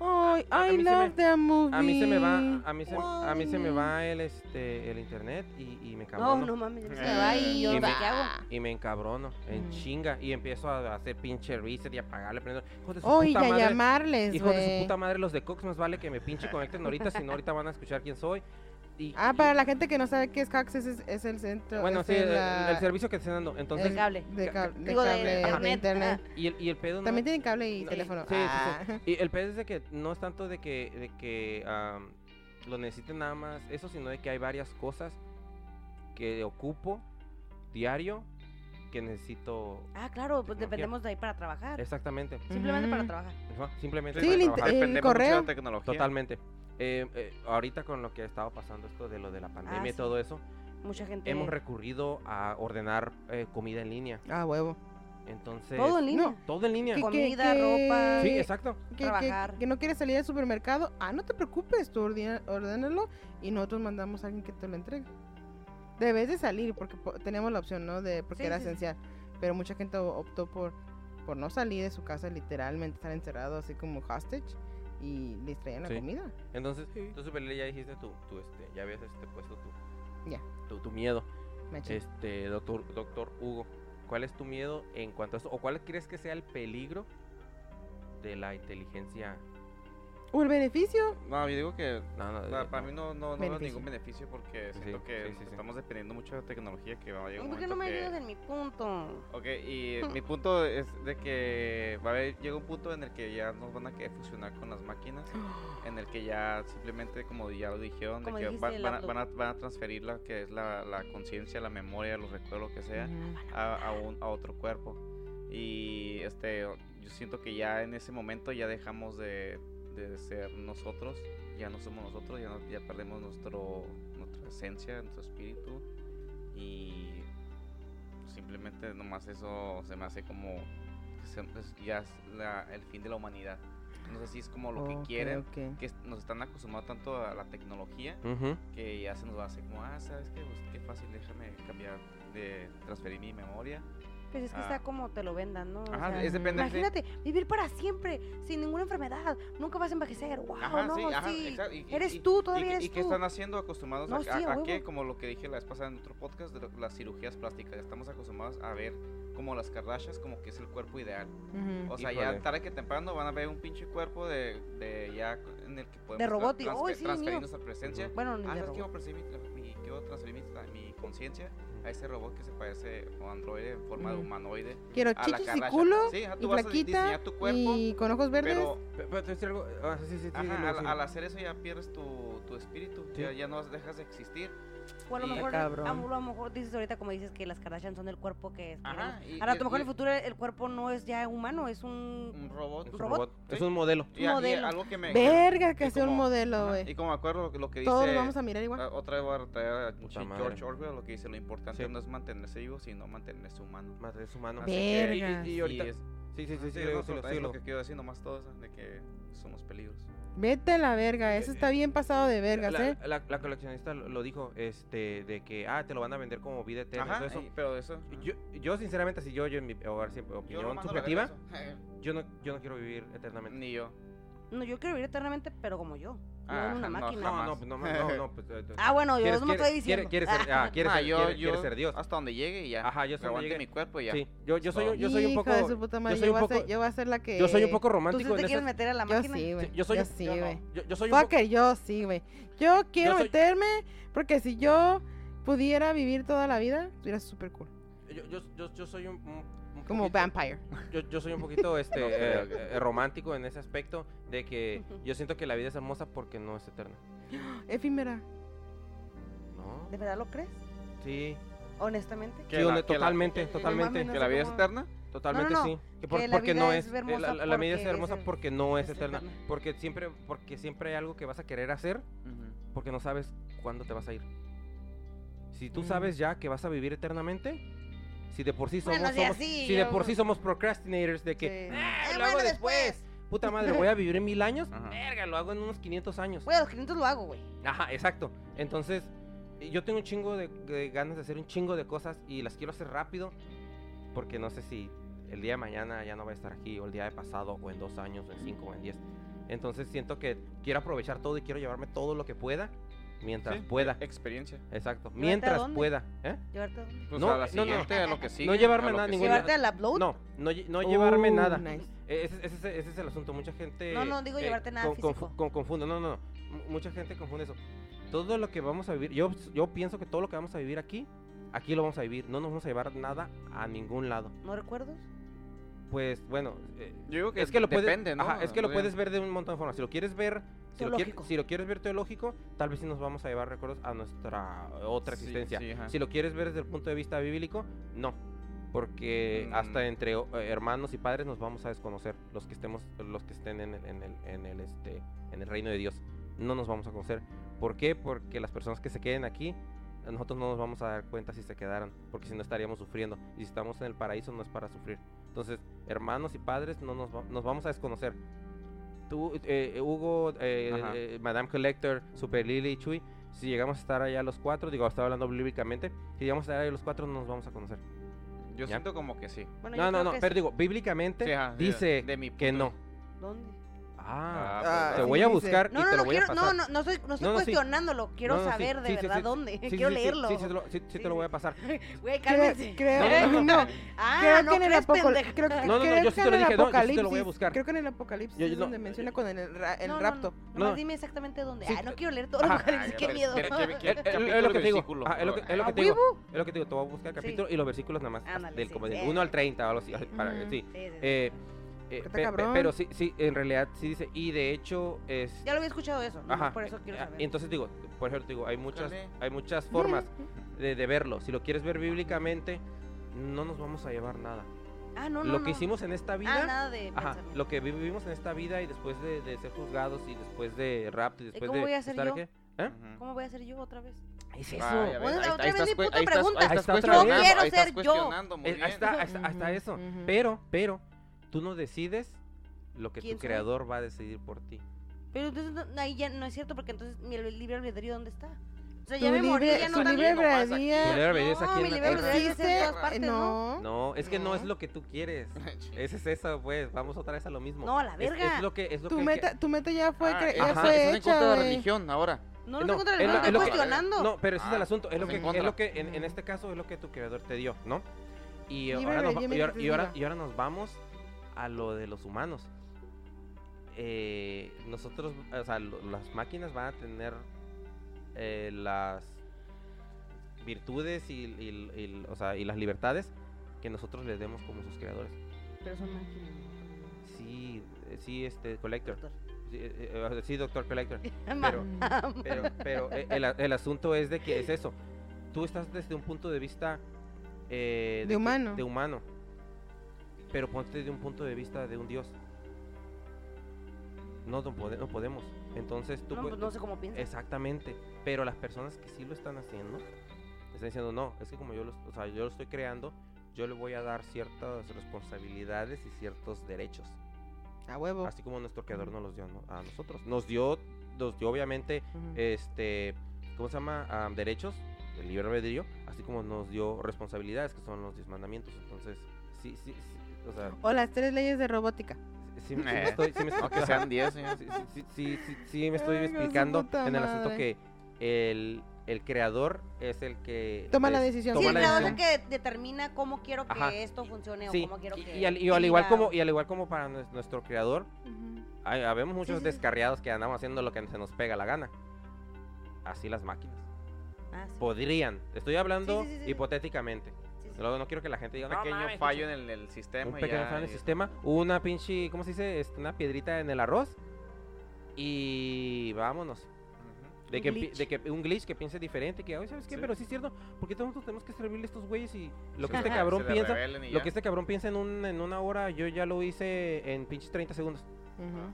[SPEAKER 2] Ay,
[SPEAKER 3] a- a
[SPEAKER 2] I
[SPEAKER 3] mí se
[SPEAKER 2] love
[SPEAKER 3] me-
[SPEAKER 2] that movie.
[SPEAKER 3] A mí se me va, a mí se, a mí se me va el, este, el internet y, y me
[SPEAKER 4] No,
[SPEAKER 3] cabrono.
[SPEAKER 4] no mames, ya
[SPEAKER 5] Eh,
[SPEAKER 4] se me va y yo,
[SPEAKER 3] Eh, Y
[SPEAKER 4] ¿qué
[SPEAKER 3] Ah, me-
[SPEAKER 4] hago?
[SPEAKER 3] Y me encabrono, en
[SPEAKER 2] Mm.
[SPEAKER 3] chinga, y empiezo a hacer pinche reset y apagarle, prender. Hijo de su
[SPEAKER 2] Oye,
[SPEAKER 3] puta
[SPEAKER 2] a
[SPEAKER 3] madre,
[SPEAKER 2] llamarles,
[SPEAKER 3] Hijo de
[SPEAKER 2] güey.
[SPEAKER 3] su puta madre, los de Cox más vale que me pinche conecten ahorita, si no ahorita van a escuchar quién soy. Y,
[SPEAKER 2] Ah,
[SPEAKER 3] y-
[SPEAKER 2] para la gente que no sabe qué es Cox, es, es el centro.
[SPEAKER 3] Bueno,
[SPEAKER 2] es
[SPEAKER 3] sí, el,
[SPEAKER 2] la-
[SPEAKER 3] el servicio que te están dando.
[SPEAKER 2] el
[SPEAKER 3] Entonces,
[SPEAKER 4] De cable.
[SPEAKER 2] De, cab- de
[SPEAKER 4] Digo, de-
[SPEAKER 2] cable,
[SPEAKER 4] de
[SPEAKER 2] de
[SPEAKER 4] internet.
[SPEAKER 2] internet.
[SPEAKER 3] y el, y el pedo no-
[SPEAKER 2] También tienen cable y
[SPEAKER 3] no-
[SPEAKER 2] teléfono.
[SPEAKER 3] sí, sí,
[SPEAKER 2] Ah.
[SPEAKER 3] sí. Y el pedo es de que no es tanto de que, de que am, lo necesiten nada más eso, sino de que hay varias cosas que ocupo diario que necesito.
[SPEAKER 4] Ah, claro, pues
[SPEAKER 3] Tecnología.
[SPEAKER 4] dependemos de ahí para trabajar.
[SPEAKER 3] Simplemente.
[SPEAKER 4] Simplemente para
[SPEAKER 2] Ujú.
[SPEAKER 4] trabajar.
[SPEAKER 3] Ajá, Simplemente.
[SPEAKER 2] Sí,
[SPEAKER 3] para
[SPEAKER 2] el
[SPEAKER 3] trabajar.
[SPEAKER 2] inter-
[SPEAKER 1] Dependemos mucho de
[SPEAKER 2] correo.
[SPEAKER 1] la tecnología.
[SPEAKER 3] Totalmente. Eh, eh, ahorita con lo que ha estado pasando esto de lo de la pandemia y
[SPEAKER 4] sí.
[SPEAKER 3] todo eso,
[SPEAKER 4] Mucha gente.
[SPEAKER 3] hemos recurrido a ordenar eh, comida en línea.
[SPEAKER 2] Ah, huevo.
[SPEAKER 3] Entonces,
[SPEAKER 4] Todo en línea.
[SPEAKER 2] No.
[SPEAKER 3] todo en línea.
[SPEAKER 2] ¿Qué- qué-
[SPEAKER 4] Comida,
[SPEAKER 2] qué-
[SPEAKER 4] ropa.
[SPEAKER 3] Sí, exacto.
[SPEAKER 2] que, que,
[SPEAKER 4] trabajar.
[SPEAKER 2] que no quieres salir al supermercado, ah, no te preocupes, tú ordena- ordénalo y nosotros mandamos a alguien que te lo entregue. Debes de salir porque po- tenemos la opción, ¿no? De porque
[SPEAKER 4] Sí,
[SPEAKER 2] era
[SPEAKER 4] sí, sí.
[SPEAKER 2] esencial, pero mucha gente o- optó por por no salir de su casa, literalmente estar encerrado así como hostage y les traían la
[SPEAKER 3] Sí.
[SPEAKER 2] comida.
[SPEAKER 3] Entonces, tú Superley, ya dijiste tú, tú este, ya habías este, puesto tu,
[SPEAKER 2] Ya.
[SPEAKER 3] tu, tu miedo.
[SPEAKER 2] Me eché.
[SPEAKER 3] Este, doctor, doctor Hugo, ¿cuál es tu miedo en cuanto a esto? ¿O cuál crees que sea el peligro de la inteligencia?
[SPEAKER 2] O el beneficio,
[SPEAKER 5] No, yo digo que
[SPEAKER 3] No, no,
[SPEAKER 5] pa-
[SPEAKER 3] eh,
[SPEAKER 5] para
[SPEAKER 3] no.
[SPEAKER 5] mí no, no, no veo
[SPEAKER 2] Beneficio.
[SPEAKER 5] ningún beneficio porque
[SPEAKER 3] Sí,
[SPEAKER 5] siento que
[SPEAKER 3] sí, sí, sí.
[SPEAKER 5] estamos dependiendo mucho de tecnología que va a llegar un
[SPEAKER 4] ¿Por qué no
[SPEAKER 5] momento
[SPEAKER 4] me
[SPEAKER 5] que-
[SPEAKER 4] ayudas en Mm. mi punto?
[SPEAKER 5] Ok, y mi punto es de que va a haber, llega un punto en el que ya nos van a querer fusionar con las máquinas, en el que ya simplemente, como ya lo dijeron, de
[SPEAKER 4] Como
[SPEAKER 5] que
[SPEAKER 4] dijiste,
[SPEAKER 5] va-
[SPEAKER 4] el
[SPEAKER 5] van, a,
[SPEAKER 4] laptop.
[SPEAKER 5] van a- van a transferir la que es la, la conciencia, la memoria, los recuerdos, lo que sea, a, a un- a otro cuerpo. Y este, yo siento que ya en ese momento ya dejamos de, de ser nosotros, ya no somos nosotros, ya, no- ya perdemos nuestro, nuestra esencia, nuestro espíritu. Y simplemente nomás eso se me hace como que se- es- ya es la- el fin de la humanidad. No sé si es como lo que
[SPEAKER 2] Ok,
[SPEAKER 5] quieren,
[SPEAKER 2] ok.
[SPEAKER 5] que es- nos están acostumbrados tanto a la tecnología
[SPEAKER 3] Ujú.
[SPEAKER 5] que ya se nos va a hacer como, ah, sabes que pues qué fácil, déjame cambiar de transferir mi memoria.
[SPEAKER 4] Pues es que
[SPEAKER 5] Ah.
[SPEAKER 4] está como te lo vendan, ¿no? O
[SPEAKER 5] Ajá,
[SPEAKER 4] sea,
[SPEAKER 5] es depende. de-
[SPEAKER 4] Imagínate, vivir para siempre, sin ninguna enfermedad, nunca vas a envejecer, wow,
[SPEAKER 5] Ajá,
[SPEAKER 4] no,
[SPEAKER 5] sí,
[SPEAKER 4] sí,
[SPEAKER 5] ajá, exacto. y- y-
[SPEAKER 4] Eres
[SPEAKER 5] y-
[SPEAKER 4] tú, todavía
[SPEAKER 5] y,
[SPEAKER 4] eres
[SPEAKER 5] ¿Y qué
[SPEAKER 4] tú.
[SPEAKER 5] están haciendo acostumbrados
[SPEAKER 4] No,
[SPEAKER 5] a,
[SPEAKER 4] sí,
[SPEAKER 5] a-
[SPEAKER 4] a
[SPEAKER 5] a qué?
[SPEAKER 4] huevo.
[SPEAKER 5] Como lo que dije la vez pasada en otro podcast de lo- las cirugías plásticas. Estamos acostumbrados a ver como las Kardashians, como que es el cuerpo ideal.
[SPEAKER 2] Ujú.
[SPEAKER 5] O sea,
[SPEAKER 3] Híjole.
[SPEAKER 5] ya tarde que temprano van a ver un pinche cuerpo de, de ya en el que podemos
[SPEAKER 4] De
[SPEAKER 5] tra-
[SPEAKER 4] robot y,
[SPEAKER 5] transfe-
[SPEAKER 4] "Uy, sí, el
[SPEAKER 5] transferir
[SPEAKER 4] mío".
[SPEAKER 5] nuestra presencia.
[SPEAKER 4] Bueno, ni
[SPEAKER 5] Ah,
[SPEAKER 4] de
[SPEAKER 5] ¿sabes qué?
[SPEAKER 4] robot.
[SPEAKER 5] Quiero transferir mi, tra- mi- quiero transferir mi, tra- mi conciencia a ese robot que se parece o androide en forma de
[SPEAKER 2] Ujú.
[SPEAKER 5] humanoide.
[SPEAKER 2] Quiero
[SPEAKER 5] A la
[SPEAKER 2] chichis y
[SPEAKER 5] Kardashian.
[SPEAKER 2] culo
[SPEAKER 5] Sí, ajá,
[SPEAKER 2] y
[SPEAKER 5] tú vas a
[SPEAKER 2] plaquita
[SPEAKER 5] diseñar tu cuerpo,
[SPEAKER 2] y con ojos verdes.
[SPEAKER 5] pero
[SPEAKER 3] Pe- pero te voy a decir algo, ah, sí, sí, sí,
[SPEAKER 5] ajá,
[SPEAKER 3] dilo,
[SPEAKER 5] al,
[SPEAKER 3] sí.
[SPEAKER 5] al hacer eso ya pierdes tu, tu tu espíritu.
[SPEAKER 3] Sí.
[SPEAKER 5] Ya, ya no dejas de existir.
[SPEAKER 4] O a lo
[SPEAKER 5] Sí.
[SPEAKER 4] mejor, a,
[SPEAKER 6] Cabrón.
[SPEAKER 4] lo mejor dices ahorita como dices que las Kardashian son el cuerpo que es.
[SPEAKER 5] Ajá, y-
[SPEAKER 4] Ahora, a
[SPEAKER 5] y-
[SPEAKER 4] lo mejor en
[SPEAKER 5] y-
[SPEAKER 4] el futuro el cuerpo no es ya humano, es un...
[SPEAKER 5] Un robot.
[SPEAKER 3] Es
[SPEAKER 4] ¿Un
[SPEAKER 3] un
[SPEAKER 4] robot?
[SPEAKER 3] robot. Es
[SPEAKER 5] Sí.
[SPEAKER 3] un modelo.
[SPEAKER 5] Y, a- y
[SPEAKER 4] modelo.
[SPEAKER 5] algo que me.
[SPEAKER 2] Verga,
[SPEAKER 5] y
[SPEAKER 2] que sea un
[SPEAKER 5] como-
[SPEAKER 2] modelo,
[SPEAKER 5] ajá,
[SPEAKER 2] güey.
[SPEAKER 5] Y como me acuerdo lo que dice.
[SPEAKER 2] Todos lo vamos a mirar
[SPEAKER 5] Ah,
[SPEAKER 2] igual.
[SPEAKER 5] Otra vez voy a traer a
[SPEAKER 3] Puta
[SPEAKER 5] George
[SPEAKER 3] madre.
[SPEAKER 5] Orwell, lo que dice, lo importante
[SPEAKER 3] Sí.
[SPEAKER 5] no es mantenerse vivo, sino mantenerse humano.
[SPEAKER 3] Más es humano.
[SPEAKER 5] Así que-
[SPEAKER 2] Verga.
[SPEAKER 3] Y, y ahorita.
[SPEAKER 5] Y es-
[SPEAKER 3] Sí, sí, sí, sí,
[SPEAKER 5] sí,
[SPEAKER 3] lo-
[SPEAKER 5] no,
[SPEAKER 3] sí, lo-
[SPEAKER 5] es
[SPEAKER 3] sí,
[SPEAKER 5] lo
[SPEAKER 3] lo-
[SPEAKER 5] que quiero decir nomás todos, de que somos peligros.
[SPEAKER 2] Vete a la verga, eso está bien pasado de vergas,
[SPEAKER 3] Eh, la,
[SPEAKER 2] ¿eh?
[SPEAKER 3] la- la coleccionista lo lo dijo, este, de que, ah, te lo van a vender como vida eterna.
[SPEAKER 5] Ajá,
[SPEAKER 3] y todo eso.
[SPEAKER 5] y- pero eso... ajá.
[SPEAKER 3] Yo, yo, sinceramente, si yo, yo en mi ahora sí,
[SPEAKER 5] Yo
[SPEAKER 3] opinión
[SPEAKER 5] nomás no le veo
[SPEAKER 3] subjetiva,
[SPEAKER 5] eso.
[SPEAKER 3] yo no, yo no quiero vivir eternamente.
[SPEAKER 5] Ni yo.
[SPEAKER 4] No, yo quiero vivir eternamente, pero como yo. no
[SPEAKER 5] Ah,
[SPEAKER 4] en una
[SPEAKER 5] no,
[SPEAKER 4] máquina.
[SPEAKER 3] Mm.
[SPEAKER 5] jamás.
[SPEAKER 3] No, no, pues, no, no, no, pues, eh,
[SPEAKER 4] Ah, bueno, yo
[SPEAKER 3] ¿quieres-
[SPEAKER 4] no me estoy
[SPEAKER 3] quieres- quieres-
[SPEAKER 4] diciendo.
[SPEAKER 3] Quieres ser, ah, quieres
[SPEAKER 5] Ah,
[SPEAKER 3] ser-
[SPEAKER 5] yo-
[SPEAKER 3] quieres- quieres
[SPEAKER 5] yo-
[SPEAKER 3] ser Dios.
[SPEAKER 5] Hasta donde llegue y ya.
[SPEAKER 3] Ajá, yo soy donde
[SPEAKER 5] Aguante
[SPEAKER 3] llegue.
[SPEAKER 5] mi cuerpo y ya.
[SPEAKER 3] Sí, yo, yo soy, yo soy un
[SPEAKER 2] Hija
[SPEAKER 3] poco,
[SPEAKER 2] de su puta madre,
[SPEAKER 3] yo soy un
[SPEAKER 2] voy a
[SPEAKER 3] poco,
[SPEAKER 2] ser- yo voy a ser la que...
[SPEAKER 3] yo soy un poco
[SPEAKER 4] ¿Tú sí
[SPEAKER 3] romántico
[SPEAKER 4] te
[SPEAKER 3] en
[SPEAKER 4] quieres
[SPEAKER 3] ese,
[SPEAKER 4] meter a la
[SPEAKER 2] Yo
[SPEAKER 4] máquina?
[SPEAKER 2] sí, güey.
[SPEAKER 3] Sí, yo soy
[SPEAKER 2] yo
[SPEAKER 3] un-
[SPEAKER 2] sí,
[SPEAKER 4] yo no.
[SPEAKER 2] güey.
[SPEAKER 3] yo, yo soy un poco,
[SPEAKER 2] Fucker, yo sí, güey. Yo quiero
[SPEAKER 3] soy-
[SPEAKER 2] meterme porque si yo pudiera vivir toda la vida, estuviera súper cool.
[SPEAKER 3] yo, yo, yo, yo soy un, un- un
[SPEAKER 2] Como
[SPEAKER 3] poquito-
[SPEAKER 2] vampire.
[SPEAKER 3] Yo, yo soy un poquito este,
[SPEAKER 5] No creo.
[SPEAKER 3] eh, eh, romántico en ese aspecto de que yo siento que la vida es hermosa porque no es eterna.
[SPEAKER 2] Efímera.
[SPEAKER 3] No.
[SPEAKER 4] ¿De verdad lo crees?
[SPEAKER 3] Sí.
[SPEAKER 4] Honestamente.
[SPEAKER 5] Que
[SPEAKER 3] Sí,
[SPEAKER 5] la-
[SPEAKER 3] donde-
[SPEAKER 5] que la-
[SPEAKER 3] totalmente,
[SPEAKER 4] no
[SPEAKER 3] totalmente.
[SPEAKER 4] mames,
[SPEAKER 5] ¿Que la vida es
[SPEAKER 4] cómo-
[SPEAKER 5] eterna?
[SPEAKER 3] Totalmente
[SPEAKER 4] no,
[SPEAKER 3] sí. Que por-
[SPEAKER 4] que la
[SPEAKER 3] porque
[SPEAKER 4] vida
[SPEAKER 3] no
[SPEAKER 4] es
[SPEAKER 3] es, eh,
[SPEAKER 4] hermosa
[SPEAKER 3] la, la- la vida
[SPEAKER 4] porque
[SPEAKER 3] es
[SPEAKER 4] es
[SPEAKER 3] hermosa
[SPEAKER 4] her-
[SPEAKER 3] porque no es
[SPEAKER 4] es
[SPEAKER 3] eterna,
[SPEAKER 4] eterna.
[SPEAKER 3] porque siempre porque siempre hay algo que vas a querer hacer porque no sabes cuándo te vas a ir. Si tú
[SPEAKER 2] Mm.
[SPEAKER 3] sabes ya que vas a vivir eternamente, si de por sí somos,
[SPEAKER 4] Bueno, si
[SPEAKER 3] somos-
[SPEAKER 4] así,
[SPEAKER 3] si de
[SPEAKER 4] yo-
[SPEAKER 3] por sí somos procrastinators de que
[SPEAKER 2] Sí.
[SPEAKER 3] "Ah,
[SPEAKER 4] Ah,
[SPEAKER 3] lo hago
[SPEAKER 4] bueno,
[SPEAKER 3] después. Puta madre, voy a vivir en mil años,
[SPEAKER 5] Ajá.
[SPEAKER 3] verga, lo hago en unos 500 años.
[SPEAKER 4] Güey, a los 500 lo hago, güey.
[SPEAKER 3] Ajá, exacto. Entonces, eh, yo tengo un chingo de, de ganas de hacer un chingo de cosas y las quiero hacer rápido porque no sé si el día de mañana ya no va a estar aquí o el día de pasado o en dos años o en cinco o en diez. Entonces siento que quiero aprovechar todo y quiero llevarme todo lo que pueda mientras
[SPEAKER 5] Sí,
[SPEAKER 3] pueda.
[SPEAKER 5] Experiencia.
[SPEAKER 3] Exacto, mientras
[SPEAKER 4] dónde?
[SPEAKER 3] pueda. ¿eh?
[SPEAKER 4] Llevarte a dónde?
[SPEAKER 5] Pues
[SPEAKER 3] No,
[SPEAKER 5] a la
[SPEAKER 3] no, no.
[SPEAKER 5] siguiente, a lo que sigue.
[SPEAKER 3] llevarme
[SPEAKER 5] a lo
[SPEAKER 3] nada,
[SPEAKER 5] que
[SPEAKER 3] ningún-
[SPEAKER 5] sigue.
[SPEAKER 4] ¿Llevarte al upload?
[SPEAKER 3] No, no, lle- no llevarme
[SPEAKER 2] Uh,
[SPEAKER 3] nada.
[SPEAKER 2] nice.
[SPEAKER 3] Eh, Ese, ese- ese- ese es el asunto. Mucha gente. eh,
[SPEAKER 4] No, no, digo llevarte nada
[SPEAKER 3] con- confu-
[SPEAKER 4] físico.
[SPEAKER 3] con- confundo, no, no, no. M- Mucha gente confunde eso. Todo lo que vamos a vivir, yo, yo pienso que todo lo que vamos a vivir aquí, aquí lo vamos a vivir. No nos vamos a llevar nada a ningún lado.
[SPEAKER 4] ¿No recuerdos?
[SPEAKER 3] Pues bueno, eh,
[SPEAKER 5] Yo digo que,
[SPEAKER 3] es que lo puedes,
[SPEAKER 5] depende, ¿no?
[SPEAKER 3] ajá, es que lo
[SPEAKER 5] Más bien.
[SPEAKER 3] puedes ver de un montón de formas. Si lo quieres ver, si lo, quieres,
[SPEAKER 4] Teológico.
[SPEAKER 3] si lo quieres ver teológico, tal vez sí nos vamos a llevar recuerdos a nuestra otra
[SPEAKER 5] Sí,
[SPEAKER 3] existencia.
[SPEAKER 5] sí, ajá.
[SPEAKER 3] Si lo quieres ver desde el punto de vista bíblico, no. Porque
[SPEAKER 5] Mm.
[SPEAKER 3] hasta entre o- eh, hermanos y padres nos vamos a desconocer, los que estemos, los que estén en el, en el- en el, este, en el reino de Dios. No nos vamos a conocer. ¿Por qué? Porque las personas que se queden aquí, eh, nosotros no nos vamos a dar cuenta si se quedaran, porque si no estaríamos sufriendo. Y si estamos en el paraíso no es para sufrir. Entonces, hermanos y padres, no nos, va- nos vamos a desconocer. Tú, eh, Hugo, eh,
[SPEAKER 5] Ajá.
[SPEAKER 3] eh, Madame Collector, Super Lily y Chuy, si llegamos a estar allá los cuatro, digo, estaba hablando bíblicamente, si llegamos a estar allá los cuatro, no nos vamos a conocer.
[SPEAKER 5] Yo
[SPEAKER 3] Ya.
[SPEAKER 5] siento como que sí.
[SPEAKER 4] Bueno,
[SPEAKER 3] No,
[SPEAKER 4] yo
[SPEAKER 3] no,
[SPEAKER 4] creo
[SPEAKER 3] no,
[SPEAKER 4] que
[SPEAKER 3] pero
[SPEAKER 4] sí.
[SPEAKER 3] digo, bíblicamente
[SPEAKER 5] Sí, ajá, sí,
[SPEAKER 3] dice
[SPEAKER 5] de mi
[SPEAKER 3] que
[SPEAKER 5] punto
[SPEAKER 3] no.
[SPEAKER 5] de-
[SPEAKER 4] ¿Dónde?
[SPEAKER 3] Ah,
[SPEAKER 5] Ah,
[SPEAKER 2] Ah,
[SPEAKER 3] te
[SPEAKER 2] sí
[SPEAKER 3] voy a
[SPEAKER 2] dice.
[SPEAKER 3] buscar y
[SPEAKER 4] No,
[SPEAKER 3] te
[SPEAKER 4] no,
[SPEAKER 3] lo
[SPEAKER 4] no,
[SPEAKER 3] voy a
[SPEAKER 4] quiero,
[SPEAKER 3] pasar.
[SPEAKER 4] no, no, no estoy, no estoy
[SPEAKER 3] No, no, sí.
[SPEAKER 4] cuestionándolo, quiero
[SPEAKER 3] No, no, sí,
[SPEAKER 4] saber de
[SPEAKER 3] sí, sí,
[SPEAKER 4] verdad
[SPEAKER 3] sí,
[SPEAKER 4] dónde,
[SPEAKER 3] sí, sí,
[SPEAKER 4] quiero
[SPEAKER 3] sí, sí,
[SPEAKER 4] leerlo.
[SPEAKER 3] Sí, sí, te lo- sí, sí te lo voy a pasar.
[SPEAKER 4] Güey,
[SPEAKER 2] Creo,
[SPEAKER 4] cálmense.
[SPEAKER 2] creo,
[SPEAKER 3] No,
[SPEAKER 2] no,
[SPEAKER 4] Ah,
[SPEAKER 2] creo
[SPEAKER 4] no,
[SPEAKER 2] que en el
[SPEAKER 4] crees,
[SPEAKER 2] apocalipsis.
[SPEAKER 4] pendeja.
[SPEAKER 2] Creo, que-
[SPEAKER 3] No, no,
[SPEAKER 2] creo
[SPEAKER 3] no,
[SPEAKER 2] que
[SPEAKER 3] yo sí te lo
[SPEAKER 2] en el
[SPEAKER 3] dije, no, yo sí te lo voy a
[SPEAKER 2] apocalipsis-
[SPEAKER 3] buscar.
[SPEAKER 2] Creo que en el apocalipsis
[SPEAKER 3] Yo-
[SPEAKER 2] es
[SPEAKER 3] yo no- eh,
[SPEAKER 2] donde menciona con el, ra- el
[SPEAKER 4] No, no,
[SPEAKER 2] rapto.
[SPEAKER 4] No,
[SPEAKER 3] No.
[SPEAKER 4] nomás dime exactamente dónde.
[SPEAKER 3] Sí,
[SPEAKER 4] Ah, no
[SPEAKER 3] te-
[SPEAKER 4] quiero leer todo el
[SPEAKER 3] Ajá.
[SPEAKER 5] Ay,
[SPEAKER 4] apocalipsis, qué
[SPEAKER 5] pero-
[SPEAKER 4] miedo.
[SPEAKER 5] pero qué- qué-
[SPEAKER 3] Es- es
[SPEAKER 5] capítulo
[SPEAKER 3] lo
[SPEAKER 5] y
[SPEAKER 3] que te digo.
[SPEAKER 5] versículo,
[SPEAKER 3] ajá, es lo que,
[SPEAKER 5] pero-
[SPEAKER 3] es lo que
[SPEAKER 4] ¿A
[SPEAKER 3] te digo.
[SPEAKER 4] huevo?
[SPEAKER 3] Es lo que te digo. Te voy a buscar el
[SPEAKER 4] Sí.
[SPEAKER 3] capítulo y los versículos nada más. hasta
[SPEAKER 4] Ándale,
[SPEAKER 3] del,
[SPEAKER 4] sí,
[SPEAKER 3] como del
[SPEAKER 4] sí.
[SPEAKER 3] 1 al 30 o algo así. para-
[SPEAKER 2] Ujú.
[SPEAKER 3] sí.
[SPEAKER 4] Sí, sí, sí.
[SPEAKER 3] Eh, eh,
[SPEAKER 2] Está
[SPEAKER 3] pe- pe-
[SPEAKER 2] cabrón.
[SPEAKER 3] pero sí, sí, en realidad sí dice. Y de hecho, es.
[SPEAKER 4] Ya lo había escuchado eso, nomás
[SPEAKER 3] Ajá.
[SPEAKER 4] por eso quiero
[SPEAKER 3] ah,
[SPEAKER 4] saber.
[SPEAKER 3] Entonces digo, por ejemplo, digo, hay muchas,
[SPEAKER 5] Búscale.
[SPEAKER 3] hay muchas formas de, de verlo. Si lo quieres ver bíblicamente, no nos vamos a llevar nada.
[SPEAKER 4] ah, no, no,
[SPEAKER 3] lo
[SPEAKER 4] no.
[SPEAKER 3] que hicimos en esta vida.
[SPEAKER 4] Ah, nada de
[SPEAKER 3] Ajá,
[SPEAKER 4] pensamiento.
[SPEAKER 3] lo que vi- vivimos en esta vida y después de, de ser juzgados y después de rapto y después
[SPEAKER 4] cómo
[SPEAKER 3] de
[SPEAKER 4] voy a ser
[SPEAKER 3] estar
[SPEAKER 4] yo?
[SPEAKER 3] aquí-
[SPEAKER 5] Ujú.
[SPEAKER 4] ¿Cómo voy a ser yo otra vez?
[SPEAKER 3] Es eso.
[SPEAKER 5] Ah, ya
[SPEAKER 4] Bueno,
[SPEAKER 5] ves, ahí-
[SPEAKER 4] otra
[SPEAKER 5] ahí
[SPEAKER 4] vez
[SPEAKER 5] estás
[SPEAKER 4] mi
[SPEAKER 5] cue-
[SPEAKER 4] puta
[SPEAKER 5] ahí estás-
[SPEAKER 4] pregunta.
[SPEAKER 5] ahí estás
[SPEAKER 3] Ahí está otra
[SPEAKER 5] cuestionando,
[SPEAKER 4] vez. No
[SPEAKER 5] ahí estás
[SPEAKER 4] quiero ser yo.
[SPEAKER 5] cuestionando, muy
[SPEAKER 3] Eh,
[SPEAKER 5] bien.
[SPEAKER 3] ahí está, ahí está- hasta
[SPEAKER 2] Ujú,
[SPEAKER 3] eso.
[SPEAKER 2] ujú.
[SPEAKER 3] Pero, pero, tú no decides lo que
[SPEAKER 4] ¿Quién
[SPEAKER 3] tu
[SPEAKER 4] soy?
[SPEAKER 3] creador va a decidir por ti.
[SPEAKER 4] Pero entonces no- ahí ya no es cierto porque entonces mi libre albedrío ¿dónde está? O sea,
[SPEAKER 2] Tu
[SPEAKER 4] ya me morí,
[SPEAKER 2] libre-
[SPEAKER 4] ya no
[SPEAKER 2] tu
[SPEAKER 4] tan-
[SPEAKER 2] libre
[SPEAKER 5] no pasa aquí.
[SPEAKER 2] albedrío
[SPEAKER 3] Tu libre albedrío es
[SPEAKER 4] Ah, No,
[SPEAKER 3] aquí en
[SPEAKER 4] mi
[SPEAKER 3] la
[SPEAKER 4] libre
[SPEAKER 3] tierra.
[SPEAKER 4] albedrío es en todas
[SPEAKER 2] Existe-
[SPEAKER 4] partes, ¿no?
[SPEAKER 2] No.
[SPEAKER 3] No, es que no. es
[SPEAKER 2] No.
[SPEAKER 3] lo que tú quieres. Ese es eso, pues. Vamos otra vez a lo mismo.
[SPEAKER 4] No, a la
[SPEAKER 3] Es- Es,
[SPEAKER 4] verga.
[SPEAKER 3] lo que es lo
[SPEAKER 2] Tu
[SPEAKER 3] que-
[SPEAKER 2] meta, tu meta ya fue,
[SPEAKER 5] Ah,
[SPEAKER 2] cre-
[SPEAKER 5] es-
[SPEAKER 2] ya
[SPEAKER 3] ajá,
[SPEAKER 5] estás
[SPEAKER 2] fue
[SPEAKER 5] en contra
[SPEAKER 2] hecha,
[SPEAKER 5] de la
[SPEAKER 2] güey.
[SPEAKER 5] religión ahora.
[SPEAKER 4] No, no,
[SPEAKER 3] No,
[SPEAKER 4] estoy contra
[SPEAKER 3] es
[SPEAKER 4] el
[SPEAKER 3] lo-
[SPEAKER 4] mundo,
[SPEAKER 3] es
[SPEAKER 4] estoy
[SPEAKER 3] lo que-
[SPEAKER 4] cuestionando.
[SPEAKER 3] No, pero ese es el
[SPEAKER 5] Ah,
[SPEAKER 3] asunto. Es lo
[SPEAKER 5] estás
[SPEAKER 3] que,
[SPEAKER 5] en
[SPEAKER 3] es
[SPEAKER 5] contra.
[SPEAKER 3] lo que en, en
[SPEAKER 2] Ujú.
[SPEAKER 3] este caso es lo que tu creador te dio, ¿no? Y
[SPEAKER 2] Libre
[SPEAKER 3] ahora, nos, va-
[SPEAKER 2] albedrío
[SPEAKER 3] y, ahora,
[SPEAKER 2] mientras
[SPEAKER 3] y ahora-
[SPEAKER 2] viva.
[SPEAKER 3] y ahora nos vamos a lo de los humanos. Eh, nosotros, o sea, lo- las máquinas van a tener eh, las virtudes y, y- y- o sea, y las libertades que nosotros les demos como sus creadores.
[SPEAKER 4] Pero son máquinas.
[SPEAKER 3] Sí, eh, sí, este, Collector. Sí, eh, eh, sí, doctor Collector.
[SPEAKER 4] Ma-
[SPEAKER 3] Pero, pero, pero eh, el, a- el asunto es de que es eso. Tú estás desde un punto de vista eh,
[SPEAKER 2] De
[SPEAKER 3] que-
[SPEAKER 2] humano.
[SPEAKER 3] de humano. Pero ponte de un punto de vista de un dios. No, no, pode- no podemos. Entonces tú
[SPEAKER 4] no,
[SPEAKER 3] pue-
[SPEAKER 4] pues no sé cómo piensas.
[SPEAKER 3] Exactamente. Pero las personas que sí lo están haciendo, están diciendo, no, es que como yo lo, o sea, yo lo estoy creando, yo le voy a dar ciertas responsabilidades y ciertos derechos.
[SPEAKER 2] A
[SPEAKER 4] Oh.
[SPEAKER 2] huevo.
[SPEAKER 3] Así como nuestro creador nos los dio ¿no? a nosotros. Nos dio, nos dio obviamente,
[SPEAKER 2] Ujú.
[SPEAKER 3] este, ¿cómo se llama? Ah, derechos, el libre albedrío, así como nos dio responsabilidades, que son los diez mandamientos. Entonces, sí, sí, sí, o sea,
[SPEAKER 2] O las tres leyes de robótica.
[SPEAKER 3] sí, sí me
[SPEAKER 5] Eh,
[SPEAKER 3] estoy, sí me estoy-
[SPEAKER 5] No, que sean 10, señor.
[SPEAKER 3] sí, sí, sí, sí, sí, me estoy
[SPEAKER 2] Ay, con su
[SPEAKER 3] explicando
[SPEAKER 2] puta
[SPEAKER 3] en el asunto
[SPEAKER 2] madre.
[SPEAKER 3] que el, el creador es el que
[SPEAKER 2] Toma la
[SPEAKER 3] es-
[SPEAKER 2] decisión.
[SPEAKER 4] Sí,
[SPEAKER 3] toma
[SPEAKER 4] el
[SPEAKER 3] la
[SPEAKER 4] creador es el
[SPEAKER 3] decisión.
[SPEAKER 4] que determina cómo quiero que
[SPEAKER 3] Ajá.
[SPEAKER 4] esto funcione
[SPEAKER 3] Sí,
[SPEAKER 4] o cómo quiero
[SPEAKER 3] y-
[SPEAKER 4] que.
[SPEAKER 3] y al, y al igual
[SPEAKER 4] deriva.
[SPEAKER 3] como y al igual como para nues- nuestro creador,
[SPEAKER 2] Ujú.
[SPEAKER 3] hay- habemos muchos
[SPEAKER 4] sí, sí.
[SPEAKER 3] descarriados que andamos haciendo lo que se nos pega la gana. Así las máquinas
[SPEAKER 4] Ah,
[SPEAKER 3] Pues,
[SPEAKER 4] sí,
[SPEAKER 3] podrían. Estoy hablando
[SPEAKER 4] sí, sí, sí.
[SPEAKER 3] hipotéticamente.
[SPEAKER 4] sí, sí.
[SPEAKER 3] Luego no quiero que la gente diga
[SPEAKER 5] Un
[SPEAKER 3] "No
[SPEAKER 5] pequeño
[SPEAKER 3] mames,
[SPEAKER 5] fallo
[SPEAKER 3] pinche-
[SPEAKER 5] en el, el sistema.
[SPEAKER 3] un
[SPEAKER 5] y
[SPEAKER 3] pequeño
[SPEAKER 5] ya,
[SPEAKER 3] fallo en el
[SPEAKER 5] y-
[SPEAKER 3] sistema, este, una pinche, ¿cómo se dice? Este, una piedrita en el arroz y vámonos.
[SPEAKER 5] Ujú.
[SPEAKER 3] De
[SPEAKER 4] Un
[SPEAKER 3] que, pi-
[SPEAKER 4] glitch.
[SPEAKER 3] de que un glitch que piense diferente, que, "Ay, ¿sabes qué?
[SPEAKER 5] Sí.
[SPEAKER 3] Pero sí es cierto, porque todos nosotros tenemos que servirle a estos güeyes y lo que
[SPEAKER 5] Se
[SPEAKER 3] este
[SPEAKER 5] le-
[SPEAKER 3] cabrón
[SPEAKER 5] se le
[SPEAKER 3] piensa,
[SPEAKER 5] rebelen y
[SPEAKER 3] lo
[SPEAKER 5] ya.
[SPEAKER 3] que este cabrón piensa en, un- en una hora, yo ya lo hice en pinches 30 segundos.
[SPEAKER 2] Ujú.
[SPEAKER 5] Ajá.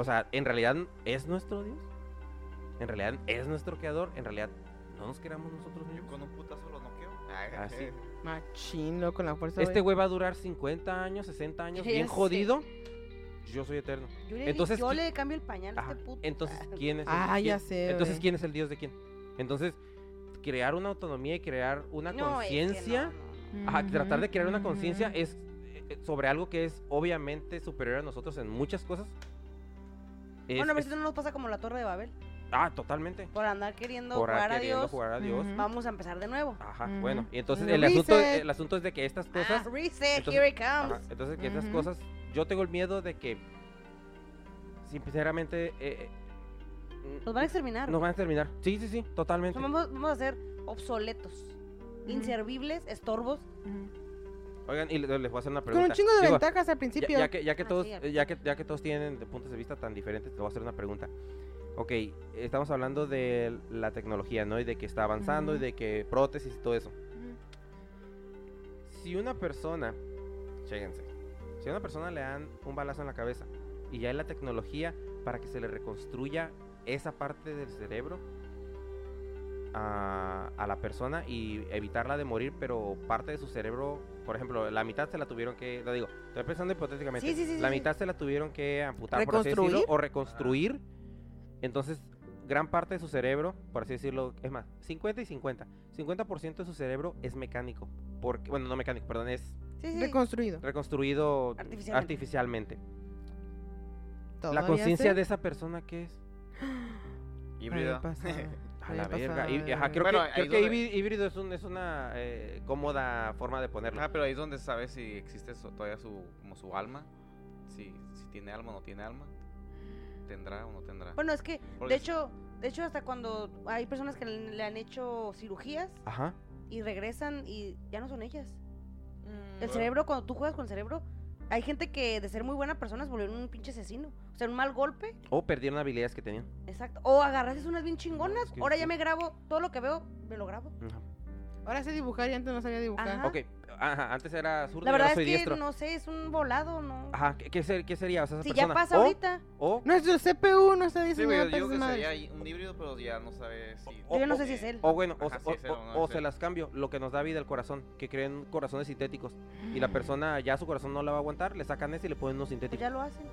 [SPEAKER 3] O sea, en realidad es nuestro Dios. En realidad es nuestro creador. En realidad no nos creamos nosotros
[SPEAKER 1] Yo
[SPEAKER 3] mismos.
[SPEAKER 1] con un putazo lo noqueo.
[SPEAKER 5] Ay,
[SPEAKER 3] Así.
[SPEAKER 2] Machín, loco, con la fuerza.
[SPEAKER 3] Este güey va a durar 50 años, 60 años,
[SPEAKER 4] Ya
[SPEAKER 3] bien
[SPEAKER 4] sé.
[SPEAKER 3] jodido. Yo soy eterno.
[SPEAKER 4] Yo le,
[SPEAKER 3] Entonces,
[SPEAKER 4] yo
[SPEAKER 3] ¿qui-
[SPEAKER 4] le cambio el pañal a
[SPEAKER 3] Ajá,
[SPEAKER 4] este puto.
[SPEAKER 3] Entonces, ¿quién es? el-
[SPEAKER 2] Ah, ya
[SPEAKER 3] quién-
[SPEAKER 2] sé.
[SPEAKER 3] Entonces,
[SPEAKER 2] güey.
[SPEAKER 3] ¿quién es el Dios de quién? Entonces, crear una autonomía y crear una
[SPEAKER 4] No, es que
[SPEAKER 3] conciencia.
[SPEAKER 4] no, Mm. no, no.
[SPEAKER 3] Ajá, tratar de
[SPEAKER 2] Ujú,
[SPEAKER 3] crear una conciencia
[SPEAKER 2] ujú.
[SPEAKER 3] es eh, eh, sobre algo que es obviamente superior a nosotros en muchas cosas. Es-
[SPEAKER 4] Bueno, a ver
[SPEAKER 3] es-
[SPEAKER 4] si no nos pasa como la Torre de Babel.
[SPEAKER 3] Ah, totalmente.
[SPEAKER 4] Por andar queriendo
[SPEAKER 3] Por
[SPEAKER 4] jugar a
[SPEAKER 3] queriendo
[SPEAKER 4] Dios,
[SPEAKER 3] jugar a Dios. Ah,
[SPEAKER 2] Ujú.
[SPEAKER 4] vamos a empezar de nuevo.
[SPEAKER 3] Ajá,
[SPEAKER 2] Ujú.
[SPEAKER 3] bueno. Y entonces
[SPEAKER 2] Ujú.
[SPEAKER 3] el asunto,
[SPEAKER 2] Reset.
[SPEAKER 3] el asunto es de que estas
[SPEAKER 4] Ah,
[SPEAKER 3] cosas.
[SPEAKER 4] reset,
[SPEAKER 3] entonces-
[SPEAKER 4] here it comes.
[SPEAKER 3] ajá, entonces que estas
[SPEAKER 2] Ujú.
[SPEAKER 3] cosas. Yo tengo el miedo de que. Sinceramente. eh, eh,
[SPEAKER 4] Nos van a exterminar.
[SPEAKER 3] Nos van a terminar. Sí, sí, sí,
[SPEAKER 4] O
[SPEAKER 3] totalmente.
[SPEAKER 4] sea, vamos, vamos a ser obsoletos,
[SPEAKER 2] Ujú.
[SPEAKER 4] inservibles, estorbos.
[SPEAKER 2] Ujú.
[SPEAKER 3] Oigan, y le- les voy a hacer una
[SPEAKER 2] Con
[SPEAKER 3] pregunta.
[SPEAKER 2] un chingo de
[SPEAKER 3] Digo,
[SPEAKER 2] ventajas al
[SPEAKER 3] Ya,
[SPEAKER 2] principio.
[SPEAKER 3] ya que, ya, que
[SPEAKER 4] Ah,
[SPEAKER 3] todos,
[SPEAKER 4] sí, al
[SPEAKER 3] ya, que, ya que todos tienen de puntos de vista tan diferentes, te voy a hacer una pregunta. Ok, estamos hablando de la tecnología, ¿no? Y de que está avanzando y
[SPEAKER 2] Ujú.
[SPEAKER 3] de que prótesis y todo eso.
[SPEAKER 2] Ujú.
[SPEAKER 3] Si una persona, chéguense, si a una persona le dan un balazo en la cabeza y ya hay la tecnología para que se le reconstruya esa parte del cerebro a, a la persona y evitarla de morir, pero parte de su cerebro, por ejemplo, la mitad se la tuvieron que, lo digo, estoy pensando hipotéticamente,
[SPEAKER 4] Sí, sí, sí,
[SPEAKER 3] la
[SPEAKER 4] sí, sí.
[SPEAKER 3] mitad se la tuvieron que amputar, por así decirlo,
[SPEAKER 2] ¿Reconstruir?
[SPEAKER 3] o reconstruir. Entonces, gran parte de su cerebro, por así decirlo, es más, 50 y 50. 50% de su cerebro es mecánico. Porque, bueno, no mecánico, perdón, es
[SPEAKER 4] Sí, sí.
[SPEAKER 2] Reconstruido.
[SPEAKER 3] reconstruido
[SPEAKER 4] Artificialmente.
[SPEAKER 3] artificialmente. La
[SPEAKER 2] Todavía
[SPEAKER 3] conciencia
[SPEAKER 2] sé.
[SPEAKER 3] de esa persona que es.
[SPEAKER 5] Híbrido.
[SPEAKER 2] Había pasado.
[SPEAKER 3] A
[SPEAKER 2] Había
[SPEAKER 3] la verga.
[SPEAKER 2] pasado,
[SPEAKER 3] hí-
[SPEAKER 2] había
[SPEAKER 3] ajá, creo
[SPEAKER 5] Bueno,
[SPEAKER 3] que,
[SPEAKER 5] ahí
[SPEAKER 3] creo que
[SPEAKER 5] donde-
[SPEAKER 3] híbri- híbrido es, un- es una eh, cómoda forma de ponerlo.
[SPEAKER 5] Ah, pero ahí es donde sabes si existe su- todavía su, como su alma. Si, si tiene alma o no tiene alma. ¿Tendrá o no tendrá?
[SPEAKER 4] Bueno, es que, de
[SPEAKER 5] Porque-
[SPEAKER 4] hecho, de hecho, hasta cuando hay personas que le le han hecho cirugías
[SPEAKER 3] Ajá.
[SPEAKER 4] y regresan y ya no son ellas. El
[SPEAKER 5] Claro.
[SPEAKER 4] cerebro, cuando tú juegas con el cerebro, hay gente que de ser muy buena persona se volvieron un pinche asesino. O sea, un mal golpe,
[SPEAKER 3] O perdieron habilidades que tenían.
[SPEAKER 4] exacto. O agarraste unas bien chingonas.
[SPEAKER 3] es que
[SPEAKER 4] Ahora
[SPEAKER 3] sí.
[SPEAKER 4] ya me grabo todo lo que veo, me lo grabo.
[SPEAKER 3] Ajá.
[SPEAKER 2] Ahora sé dibujar y antes no sabía dibujar.
[SPEAKER 4] Ajá.
[SPEAKER 3] Ok. Ajá, antes era zurdo,
[SPEAKER 4] Ah. La
[SPEAKER 3] y ahora
[SPEAKER 4] verdad es
[SPEAKER 3] soy
[SPEAKER 4] que
[SPEAKER 3] diestro.
[SPEAKER 4] no sé, es un volado, ¿no?
[SPEAKER 3] Ajá, ¿qué, qué ser- qué sería? O sea, esa
[SPEAKER 4] si ya
[SPEAKER 3] persona.
[SPEAKER 4] pasa
[SPEAKER 3] o,
[SPEAKER 4] ahorita.
[SPEAKER 3] O,
[SPEAKER 2] Nuestro CPU no está
[SPEAKER 5] Sí, güey,
[SPEAKER 2] diseñado para
[SPEAKER 5] yo digo que
[SPEAKER 2] esas madres.
[SPEAKER 5] sería ahí un híbrido, pero ya no sabes si.
[SPEAKER 3] O-
[SPEAKER 4] yo ya no
[SPEAKER 3] o-
[SPEAKER 4] sé si es él.
[SPEAKER 3] o bueno, o,
[SPEAKER 5] Ajá,
[SPEAKER 3] se-
[SPEAKER 5] sí,
[SPEAKER 3] o-
[SPEAKER 5] es él o no
[SPEAKER 3] o
[SPEAKER 5] es
[SPEAKER 3] se
[SPEAKER 5] él.
[SPEAKER 3] las cambio, lo que nos da vida el corazón, que creen corazones sintéticos. Y la persona, ya su corazón no la va a aguantar, le sacan ese y le ponen unos
[SPEAKER 4] Pues
[SPEAKER 3] sintéticos.
[SPEAKER 4] ya lo hacen.